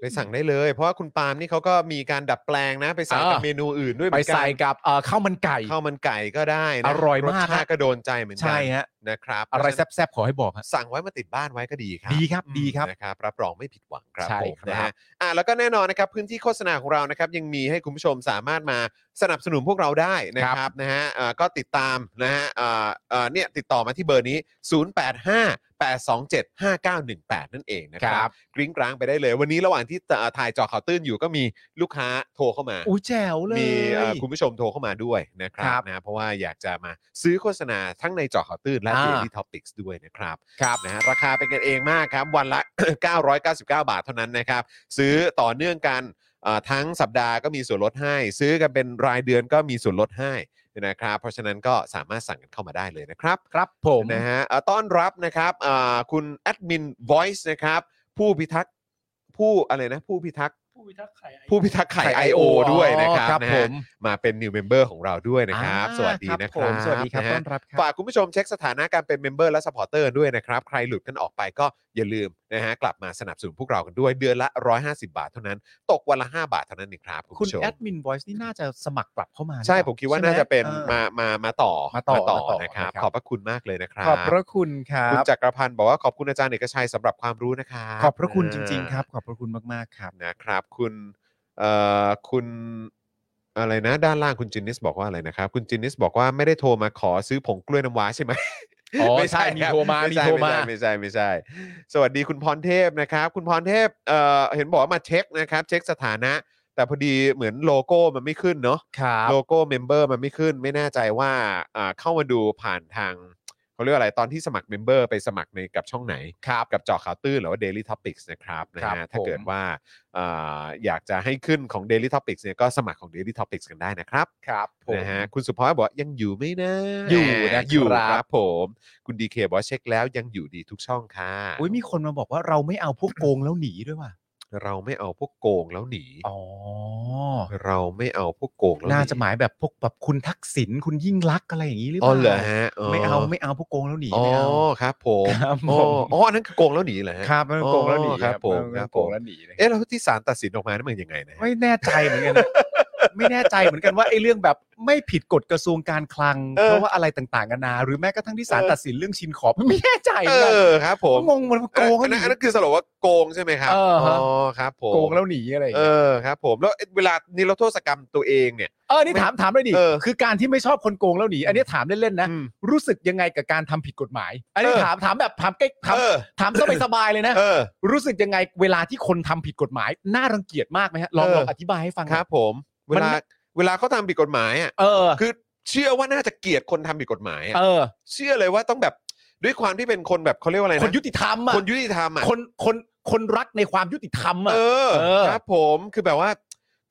[SPEAKER 2] ไปสั่งได้เลย เพราะว่าคุณปาล์มนี่เขาก็มีการดัดแปลงนะ ไปใส่กับ
[SPEAKER 3] อ่า
[SPEAKER 2] เมนูอื่นด้วยเห
[SPEAKER 3] ไป
[SPEAKER 2] มือนกัน
[SPEAKER 3] ใส่กับเอ่อข้าวมันไก่
[SPEAKER 2] ข้าวมันไก่ก็ได้นะ
[SPEAKER 3] อร่อยมาก
[SPEAKER 2] รสชาติ
[SPEAKER 3] ฮะ
[SPEAKER 2] ก็โดนใจเหมือนกั
[SPEAKER 3] ใช่ฮะ
[SPEAKER 2] นะครับ
[SPEAKER 3] อะไร
[SPEAKER 2] เพาฉนั้น
[SPEAKER 3] แซบๆขอให้บอกฮะ
[SPEAKER 2] สั่งไว้มาติดบ้านไว้ก็ดีครับ
[SPEAKER 3] ดีครับ
[SPEAKER 2] อืม
[SPEAKER 3] ดีครับ
[SPEAKER 2] นะครับรับรองไม่ผิดหวังครับ
[SPEAKER 3] ใช่
[SPEAKER 2] ผม
[SPEAKER 3] ครับ
[SPEAKER 2] นะฮะอ่ะแล้วก็แน่นอนนะครับพื้นที่โฆษณาของเรานะครับยังมีให้คุณผู้ชมสามารถมาสนับสนุนพวกเราได้นะครับนะฮะเอ่อก็ติดตามนะฮะเอ่อเอ่อเนี่ยติดต่อมาที่เบอร์นี้ 0858275918 นั่นเองนะค
[SPEAKER 3] ค
[SPEAKER 2] รั
[SPEAKER 3] รับ บ
[SPEAKER 2] กริ้งกร้างไปได้เลย วันนี้ระหว่างที่เอ่อถ่ายเจอข่าวตื้นอยู่ก็มีลูกค้าโทรเข้ามา
[SPEAKER 3] อุ้ยแจ๋วเลย
[SPEAKER 2] มีเอ่อคุณผู้ชมโทรเข้ามาด้วยนะครั
[SPEAKER 3] ครับ บ
[SPEAKER 2] นะเพราะว่าอยากจะมาซื้อโฆษณาทั้งในเจอข่าวตื้นและ
[SPEAKER 3] อ่า
[SPEAKER 2] Daily Topics ด้วยนะครับ
[SPEAKER 3] ครับ
[SPEAKER 2] นะฮะราคาเป็นกันเองมากครับ วันละ 999 บาทเท่านั้นนะครับ ซื้อต่อเนื่องกันเอ่อทั้งสัปดาห์ก็มีส่วนลดให้ ซื้อกันเป็นรายเดือนก็มีส่วนลดให้นะครับเพราะฉะนั้นก็สามารถสั่งกันเข้ามาได้เลยนะครับ
[SPEAKER 3] ครับผม
[SPEAKER 2] นะฮะเอ่อต้อนรับนะครับอ่าคุณแอดมิน Voice นะครับ ผู้พิทักษ์ผู้อะไรนะ ผู้พิทักษ์ผู้พิทักษ์ไข่ IO ด้วยนะครับ
[SPEAKER 3] ครับ
[SPEAKER 2] นะ
[SPEAKER 3] ผ
[SPEAKER 2] ฮะ
[SPEAKER 3] ม
[SPEAKER 2] มาเป็น new member ของเราด้วยนะครับ
[SPEAKER 3] อ่า
[SPEAKER 2] สวัสดีนะค
[SPEAKER 3] ผ
[SPEAKER 2] รั
[SPEAKER 3] ม
[SPEAKER 2] บ
[SPEAKER 3] สวัสดีครับ
[SPEAKER 2] นะฮะ
[SPEAKER 3] ต้อนรับค
[SPEAKER 2] ฝา
[SPEAKER 3] รับ
[SPEAKER 2] กคุณผู้ชมเช็คสถานะการเป็น member และ supporter ด้วยนะครับ ใครหลุดกันออกไปก็อย่าลืมนะฮะกลับมาสนับสนุนพวกเรากันด้วยเดือนละ 150 บาทเท่านั้น ตกวันละ 5 บาทเท่านั้นเองครับคุณ
[SPEAKER 3] คุณ
[SPEAKER 2] ผู้ชม
[SPEAKER 3] แอดมิน Voice นี่น่าจะสมัครกลับเข้ามา
[SPEAKER 2] ใช่ผมคิดว่า
[SPEAKER 3] ใช่ไห
[SPEAKER 2] น่าจะเป็น
[SPEAKER 3] ออ
[SPEAKER 2] มามามาต่อ
[SPEAKER 3] มาต่อ
[SPEAKER 2] ต่อ
[SPEAKER 3] มาต่อ
[SPEAKER 2] นะครับ
[SPEAKER 3] นะครับ
[SPEAKER 2] ขอบพระคุณมากเลยนะครับ
[SPEAKER 3] ขอบพระคุณครั
[SPEAKER 2] คุณ
[SPEAKER 3] บ
[SPEAKER 2] จักรพันธ์บอกว่าขอบคุณอาจารย์เอกชัยสำหรับความรู้นะคะ
[SPEAKER 3] ขอบพระคุณจริง ๆ ครับ ขอบพระคุณมากๆครับ
[SPEAKER 2] นะครับ คุณเอ่อคุณอะไรนะ ด้านล่างคุณจินนิสบอกว่าอะไรนะครับ คุณจินนิสบอกว่าไม่ได้โทรมาขอซื้อผงกล้วยน้ำว้าใช่ไหม
[SPEAKER 3] อ๋อ
[SPEAKER 2] ไม่
[SPEAKER 3] ใช่มีโทรมามี
[SPEAKER 2] ไใช่
[SPEAKER 3] โทรมา
[SPEAKER 2] ไม่ใช่ไม่ใช่ไม่ใช่ สวัสดีคุณพรเทพนะครับ คุณพรเทพเอ่อเห็นบอกว่ามาเช็คนะครับ เช็คสถานะ แต่พอดีเหมือนโลโก้มันไม่ขึ้นเนาะ
[SPEAKER 3] ครับ
[SPEAKER 2] โลโก้เมมเบอร์มันไม่ขึ้นไม่แน่ใจว่าอ่าเข้ามาดูผ่านทางเขาเรียกว่าอะไรตอนที่สมัครเมมเบอร์ไปสมัครในกับช่องไหน
[SPEAKER 3] ครับ
[SPEAKER 2] กับเจอข่าวตื้นหรือว่า Daily Topics นะครับนะ
[SPEAKER 3] ครั
[SPEAKER 2] ฮะ
[SPEAKER 3] บ
[SPEAKER 2] ถ้าเกิด
[SPEAKER 3] ผม
[SPEAKER 2] ว่าอ่าอยากจะให้ขึ้นของ Daily Topics เนี่ยก็สมัครของ Daily Topics กันได้นะครับ
[SPEAKER 3] ครับผม
[SPEAKER 2] นะฮะคุณสุภาพบอกว่ายังอยู่ไหมนะ
[SPEAKER 3] อยู่นะครับ
[SPEAKER 2] อยู่ครับผมคุณดีเคบอกว่าเช็คแล้วยังอยู่ดีทุกช่องค่ะ
[SPEAKER 3] อุ้ยมีคนมาบอกว่าเราไม่เอาพวกโกงแล้วหนีด้วยว่ะ
[SPEAKER 2] เราไม่เอาพวกโกงแล้วหนี
[SPEAKER 3] อ๋อ
[SPEAKER 2] เราไม่เอาพวกโกงแล้วหนี
[SPEAKER 3] น่าจะหมายแบบพวกแบบคุณทักษิณคุณยิ่งรักษณ์อะไรอย่างนี้หรือเป
[SPEAKER 2] อ๋อ
[SPEAKER 3] ล่า
[SPEAKER 2] เหรอฮะ
[SPEAKER 3] ไม่เอาไม่เอาพวกโกงแล้วหนี
[SPEAKER 2] อ๋อ
[SPEAKER 3] ไม่เอา
[SPEAKER 2] ครับผม
[SPEAKER 3] ครับผม
[SPEAKER 2] อ๋ออ๋ออันนั้นคือโกงแล้วหนีเหรอฮะ
[SPEAKER 3] ครับไม่ต้องโกงแล้วหนี
[SPEAKER 2] อ๋อครับผม
[SPEAKER 3] ไต้อง
[SPEAKER 2] ครับผม
[SPEAKER 3] โกงแล้วหนีนะครับ
[SPEAKER 2] เอ๊ะแล้วที่ศาลตัดสินออกมานี่มันยังไงนะฮะ
[SPEAKER 3] ไม่แน่ใจเหมือนกันนะ ไม่แน่ใจเหมือนกันว่าไอ้เรื่องแบบไม่ผิดกฎกระทรวงการคลัง เพราะว่าอะไรต่างๆกันานาหรือแม้กระทั่งที่ศาลตัดสินเรื่องชินขอบไม่แน่ใจ
[SPEAKER 2] เอ
[SPEAKER 3] เหมือน
[SPEAKER 2] อครับผ
[SPEAKER 3] กั
[SPEAKER 2] ม
[SPEAKER 3] นงงมันโกง
[SPEAKER 2] อั
[SPEAKER 3] แล้ว
[SPEAKER 2] นนั้น
[SPEAKER 3] ห
[SPEAKER 2] อัน
[SPEAKER 3] นี
[SPEAKER 2] นั้นคือสรุปว่าโกงใช่ไหมครับ
[SPEAKER 3] เออฮะ
[SPEAKER 2] ครับผม
[SPEAKER 3] โกงแล้วหนีอะไรอย่าง
[SPEAKER 2] เอ
[SPEAKER 3] เงี้ย
[SPEAKER 2] อครับผมแล้วเวลานิรโทษกรรมตัวเองเนี่ย
[SPEAKER 3] เออนี่ถามถามเลยดิ
[SPEAKER 2] เออ
[SPEAKER 3] คือการที่ไม่ชอบคนโกงแล้วหนีอันนี้ถามเล่นๆนะ
[SPEAKER 2] อืม
[SPEAKER 3] รู้สึกยังไงกับการทำผิดกฎหมาย อันนี้
[SPEAKER 2] เออ
[SPEAKER 3] ถามถามแบบถามใกล้ถาม
[SPEAKER 2] เออ
[SPEAKER 3] ถามสบายๆเลยนะ
[SPEAKER 2] เออ
[SPEAKER 3] รู้สึกยังไงเวลาที่คนทำผิดกฎหมายน่ารังเกียจมากไหมฮะลอง
[SPEAKER 2] เออ
[SPEAKER 3] ลองอธิบายให้ฟังหน่อ
[SPEAKER 2] ค
[SPEAKER 3] ย
[SPEAKER 2] รับผมเว
[SPEAKER 3] มัน
[SPEAKER 2] ลาเวลาเขาทำผิดกฎหมายอ่ะ
[SPEAKER 3] เออ
[SPEAKER 2] คือเชื่อว่าน่าจะเกลียดคนทำผิดกฎหมายอะ
[SPEAKER 3] เออ
[SPEAKER 2] เชื่อเลยว่าต้องแบบด้วยความที่เป็นคนแบบเขาเรียกว่าอะไรนะ
[SPEAKER 3] คนยุติธรรมอ่ะ
[SPEAKER 2] คนยุติธรรมอ่ะ
[SPEAKER 3] คนคนคนรักในความยุติธรรมอ่ะ
[SPEAKER 2] เออ
[SPEAKER 3] เออ
[SPEAKER 2] ครับผมคือแบบว่า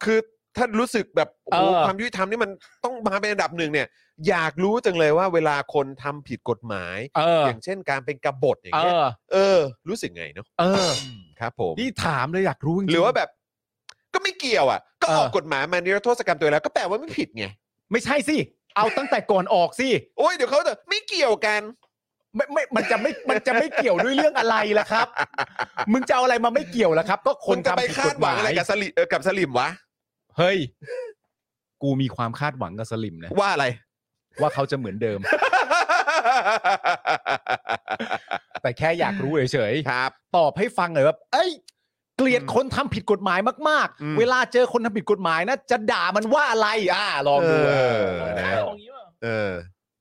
[SPEAKER 2] คือถ้ารู้สึกแบบโอ้โห
[SPEAKER 3] เออ
[SPEAKER 2] ความยุติธรรมนี่มันต้องมาเป็นอันดับหนึ่งเนี่ย อยากรู้จังเลยว่าเวลาคนทำผิดกฎหมาย
[SPEAKER 3] เออ
[SPEAKER 2] อย่างเช่นการเป็นกบฏอย่าง
[SPEAKER 3] เอ
[SPEAKER 2] เงี้ย
[SPEAKER 3] อ
[SPEAKER 2] เออ รู้สึกไงเนาะ
[SPEAKER 3] เออ
[SPEAKER 2] ครับผม
[SPEAKER 3] นี่ถามเลยอยากรู้จริงๆ
[SPEAKER 2] หรือว่าแบบ ก็ไม่เกี่ยวอ่ะ ก็ออก
[SPEAKER 3] เออ
[SPEAKER 2] กฎหมายมานิรโทษกรรมตัวเองแล้วก็แปลว่าไม่ผิดไง
[SPEAKER 3] ไม่ใช่สิ เอาตั้งแต่ก่อนออกสิ
[SPEAKER 2] โอ้ยเดี๋ยวเขาจะไม่เกี่ยวกัน
[SPEAKER 3] ไม่ไม่มันจะไม่มันจะไม่เกี่ยวด้วยเรื่องอะไรล่ะครับ มึงจะเอาอะไรมาไม่เกี่ยวล่ะครับ ก็ค
[SPEAKER 2] คน
[SPEAKER 3] น
[SPEAKER 2] จะไป
[SPEAKER 3] ทำผิด
[SPEAKER 2] คาก ด
[SPEAKER 3] ฎ
[SPEAKER 2] ห
[SPEAKER 3] ห
[SPEAKER 2] วั
[SPEAKER 3] มาง
[SPEAKER 2] อะไร
[SPEAKER 3] ย
[SPEAKER 2] กับสลิเอ่อกับสลิมวะ
[SPEAKER 3] เฮ้ย กูมีความคาดหวังกับสลิมนะ
[SPEAKER 2] ว่าอะไร
[SPEAKER 3] ว่าเขาจะเหมือนเดิม แต่แค่อยากรู้เฉยๆ
[SPEAKER 2] ครับ
[SPEAKER 3] ตอบให้ฟังหน่อยว่าเอ้ย เกลียด
[SPEAKER 2] อืม
[SPEAKER 3] คนทำผิดกฎหมายมาก
[SPEAKER 2] อืม
[SPEAKER 3] ๆ เวลาเจอคนทำผิดกฎหมายนะ จะด่ามันว่าอะไร อ่า ลองดู
[SPEAKER 2] เออ
[SPEAKER 3] เออ
[SPEAKER 2] นะ เออ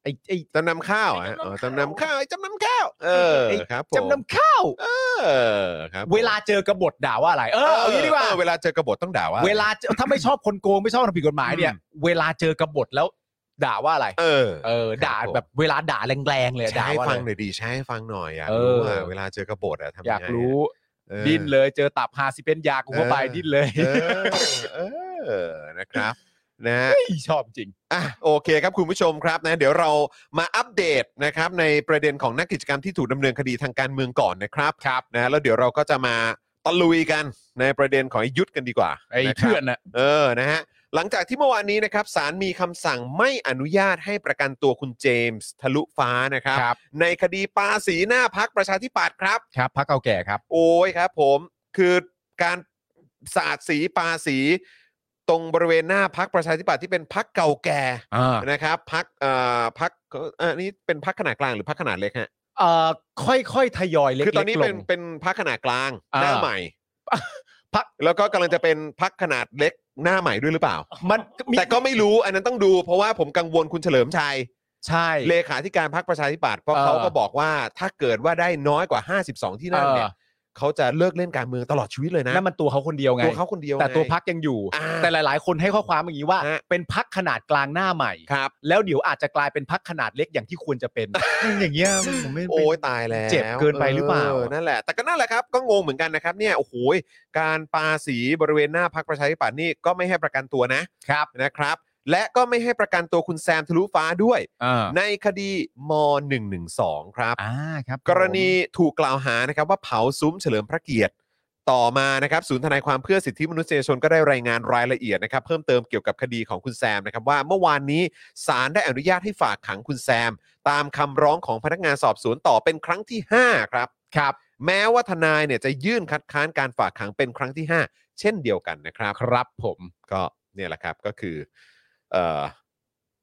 [SPEAKER 3] ไอ้ไอ้
[SPEAKER 2] จำนำข้าวอ่ะอ๋อจำนำข้าวไอ้จำนำข้าว เออ
[SPEAKER 3] ไอ้
[SPEAKER 2] ครับผม
[SPEAKER 3] จำนำข้าว
[SPEAKER 2] เออครับผม
[SPEAKER 3] เวลาเจอกบฏด่าว่าอะไร เออเอาอย่างนี้ดีกว่า
[SPEAKER 2] เออเวลาเจอกบฏต้องด่าว่า
[SPEAKER 3] เวลาเจอถ้าไม่ชอบคนโกงไม่ชอบทำผิดกฎหมายเนี่ย
[SPEAKER 2] อืม
[SPEAKER 3] เวลาเจอกบฏแล้ว ด่าว่าอะไร
[SPEAKER 2] เออ
[SPEAKER 3] เออ ด่าแบบเวลาด่าแรงๆเลย
[SPEAKER 2] ใช้
[SPEAKER 3] ด่า
[SPEAKER 2] ให้
[SPEAKER 3] ว่า
[SPEAKER 2] ฟัง
[SPEAKER 3] อะ
[SPEAKER 2] ห
[SPEAKER 3] ไร
[SPEAKER 2] น่อยดีใช้ให้ฟังหน่อยอยาก
[SPEAKER 3] เอ
[SPEAKER 2] รู้
[SPEAKER 3] อ
[SPEAKER 2] อ่ะเวลาเจอกบฏอ่ะทำงไง
[SPEAKER 3] อยากรู้
[SPEAKER 2] เออ
[SPEAKER 3] ดิ้นเลยเจอตับฮาซิเป็นยากูเข้าไป
[SPEAKER 2] เออ
[SPEAKER 3] ดิ้นเลย
[SPEAKER 2] เออเออนะครับนะฮะ
[SPEAKER 3] เฮ้ยชอบจริง
[SPEAKER 2] อ่ะโอเคครับคุณผู้ชมครับนะเดี๋ยวเรามาอัปเดตนะครับในประเด็นของนักกิจกรรมที่ถูกดำเนินคดีทางการเมืองก่อนนะครับ
[SPEAKER 3] ครับ
[SPEAKER 2] นะแล้วเดี๋ยวเราก็จะมา ตะลุยกันในประเด็นของไอ้ยุทธกันดีกว่า
[SPEAKER 3] ไอ้
[SPEAKER 2] นะครับ
[SPEAKER 3] เพื่อนน่ะ
[SPEAKER 2] เออ นะฮะ หลังจากที่เมื่อวานนี้นะครับศาลมีคำสั่งไม่อนุญาตให้ประกันตัวคุณเจมส์ทะลุฟ้านะครับ
[SPEAKER 3] ครับ
[SPEAKER 2] ในคดีปาสีหน้าพักประชาธิปัตย์ครับ
[SPEAKER 3] ครับพักเก่าแก่ครับ
[SPEAKER 2] โอ้ยครับผมคือการสาดสีปาสี ตรงบริเวณหน้าพักประชาธิปัตย์ที่เป็นพักเก่าแก่
[SPEAKER 3] อ่า
[SPEAKER 2] นะครับพักเอ่อพักอันนี้เป็นพักขนาดกลางหรือพักขนาดเล็กฮะ
[SPEAKER 3] เอ่อค่อยๆทยอยเล็กๆ
[SPEAKER 2] คือตอนนี้เป็น
[SPEAKER 3] ลง
[SPEAKER 2] เป็นพักขนาดกลาง
[SPEAKER 3] อ่า
[SPEAKER 2] หน้าใหม่
[SPEAKER 3] พรรค
[SPEAKER 2] แล้วก็กำลังจะเป็นพักขนาดเล็กหน้าใหม่ด้วยหรือเปล่า
[SPEAKER 3] มันมี
[SPEAKER 2] แต่ก็ไม่รู้อันนั้นต้องดู เพราะว่าผมกังวลคุณเฉลิมชัย
[SPEAKER 3] ใช่
[SPEAKER 2] เลขาธิการพรรคประชาธิปัตย์เพราะ
[SPEAKER 3] เออ
[SPEAKER 2] เขาก็บอกว่าถ้าเกิดว่าได้น้อยกว่า 52 ที่นั่งเนี่ย
[SPEAKER 3] เอ
[SPEAKER 2] เขาจะเลิกเล่นการเมืองตลอดชีวิตเลย
[SPEAKER 3] อ
[SPEAKER 2] นะ
[SPEAKER 3] นั่นมันตัวเขาคนเดียวไง
[SPEAKER 2] ตัวเขาคนเดียว
[SPEAKER 3] แต่ตัว
[SPEAKER 2] ไง
[SPEAKER 3] พักยังอยู่
[SPEAKER 2] อ่า
[SPEAKER 3] แต่หลาย ๆ คนให้ข้อความอย่างนี้ว่า
[SPEAKER 2] ฮะ
[SPEAKER 3] เป็นพักขนาดกลางหน้าใหม่
[SPEAKER 2] ครับ
[SPEAKER 3] แล้วเดี๋ยวอาจจะกลายเป็นพักขนาดเล็กอย่างที่ควรจะเป็น อย่างเงี้ยผมไม่
[SPEAKER 2] โอ้ยตายแล้ว
[SPEAKER 3] เจ็บเกินไปหรือเปล่า
[SPEAKER 2] นั่นแหละ แต่ก็นั่นแหละครับก็งงเหมือนกันนะครับเนี่ยโอ้โหยการปาสีบริเวณหน้าพักประชาธิปัตย์นี่ก็ไม่ให้ประกันตัวนะครับ นะครับ และก็ไม่ให้ประกันตัวคุณแซมทะลุฟ้าด้วย
[SPEAKER 3] อ่า
[SPEAKER 2] ในคดีม .112 ครับ
[SPEAKER 3] อ่าครับ
[SPEAKER 2] กรณีถูกกล่าวหานะครับว่าเผาซุ้มเฉลิมพระเกียรติ ต่อมานะครับศูนย์ทนายความเพื่อสิทธิมนุษยชนก็ได้รายงานรายละเอียดนะครับเพิ่มเติมเกี่ยวกับคดีของคุณแซมนะครับว่าเมื่อวานนี้ศาลได้อนุญาตให้ฝากขังคุณแซม ตามคำร้องของพนักงานสอบสวนต่อเป็นครั้งที่ 5 ครับ
[SPEAKER 3] ครับ
[SPEAKER 2] แม้ว่าทนายเนี่ยจะยื่นคัดค้านการฝากขังเป็นครั้งที่ 5 เช่นเดียวกันนะครับ
[SPEAKER 3] ครับผม
[SPEAKER 2] ก็เนี่ยแหละครับก็คือเออ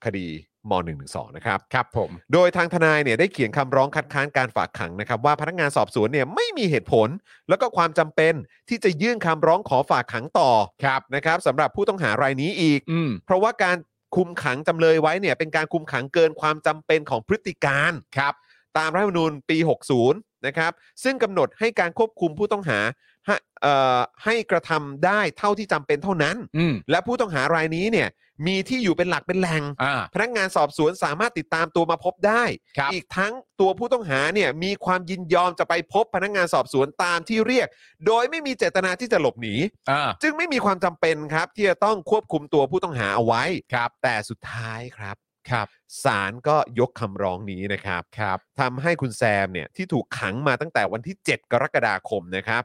[SPEAKER 2] คดีม .112 นะครับ
[SPEAKER 3] ครับผม
[SPEAKER 2] โดยทางทนายเนี่ยได้เขียนคำร้องคัดค้านการฝากขังนะครับว่าพนักงานสอบสวนเนี่ยไม่มีเหตุผล แล้วก็ความจำเป็นที่จะยื่นคำร้องขอฝากขังต่อ
[SPEAKER 3] ครับ
[SPEAKER 2] นะครับสำหรับผู้ต้องหารายนี้อีก
[SPEAKER 3] อืม
[SPEAKER 2] เพราะว่าการคุมขังจำเลยไว้เนี่ยเป็นการคุมขังเกินความจำเป็นของพฤติการ
[SPEAKER 3] ครับ
[SPEAKER 2] ตามรัฐธรรมนูญปี 60 นะครับซึ่งกำหนดให้การควบคุมผู้ต้องหาให้เอ่อให้กระทำได้เท่าที่จำเป็นเท่านั้น
[SPEAKER 3] อืม
[SPEAKER 2] และผู้ต้องหารายนี้เนี่ยมีที่อยู่เป็นหลักเป็นแหล่ง
[SPEAKER 3] อ่า
[SPEAKER 2] พนักงานสอบสวนสามารถติดตามตัวมาพบได้
[SPEAKER 3] ครับ
[SPEAKER 2] อีกทั้งตัวผู้ต้องหาเนี่ยมีความยินยอมจะไปพบพนักงานสอบสวนตามที่เรียก โดยไม่มีเจตนาที่จะหลบหนี
[SPEAKER 3] อ่า
[SPEAKER 2] จึงไม่มีความจำเป็นครับ ที่จะต้องควบคุมตัวผู้ต้องหาเอาไว้
[SPEAKER 3] ครับ
[SPEAKER 2] แต่สุดท้ายครับ
[SPEAKER 3] ครับ
[SPEAKER 2] ศาลก็ยกคำร้องนี้นะครับ
[SPEAKER 3] ครับ
[SPEAKER 2] ทำให้คุณแซมเนี่ยที่ถูกขังมาตั้งแต่วันที่ 7 กรกฎาคมนะครับ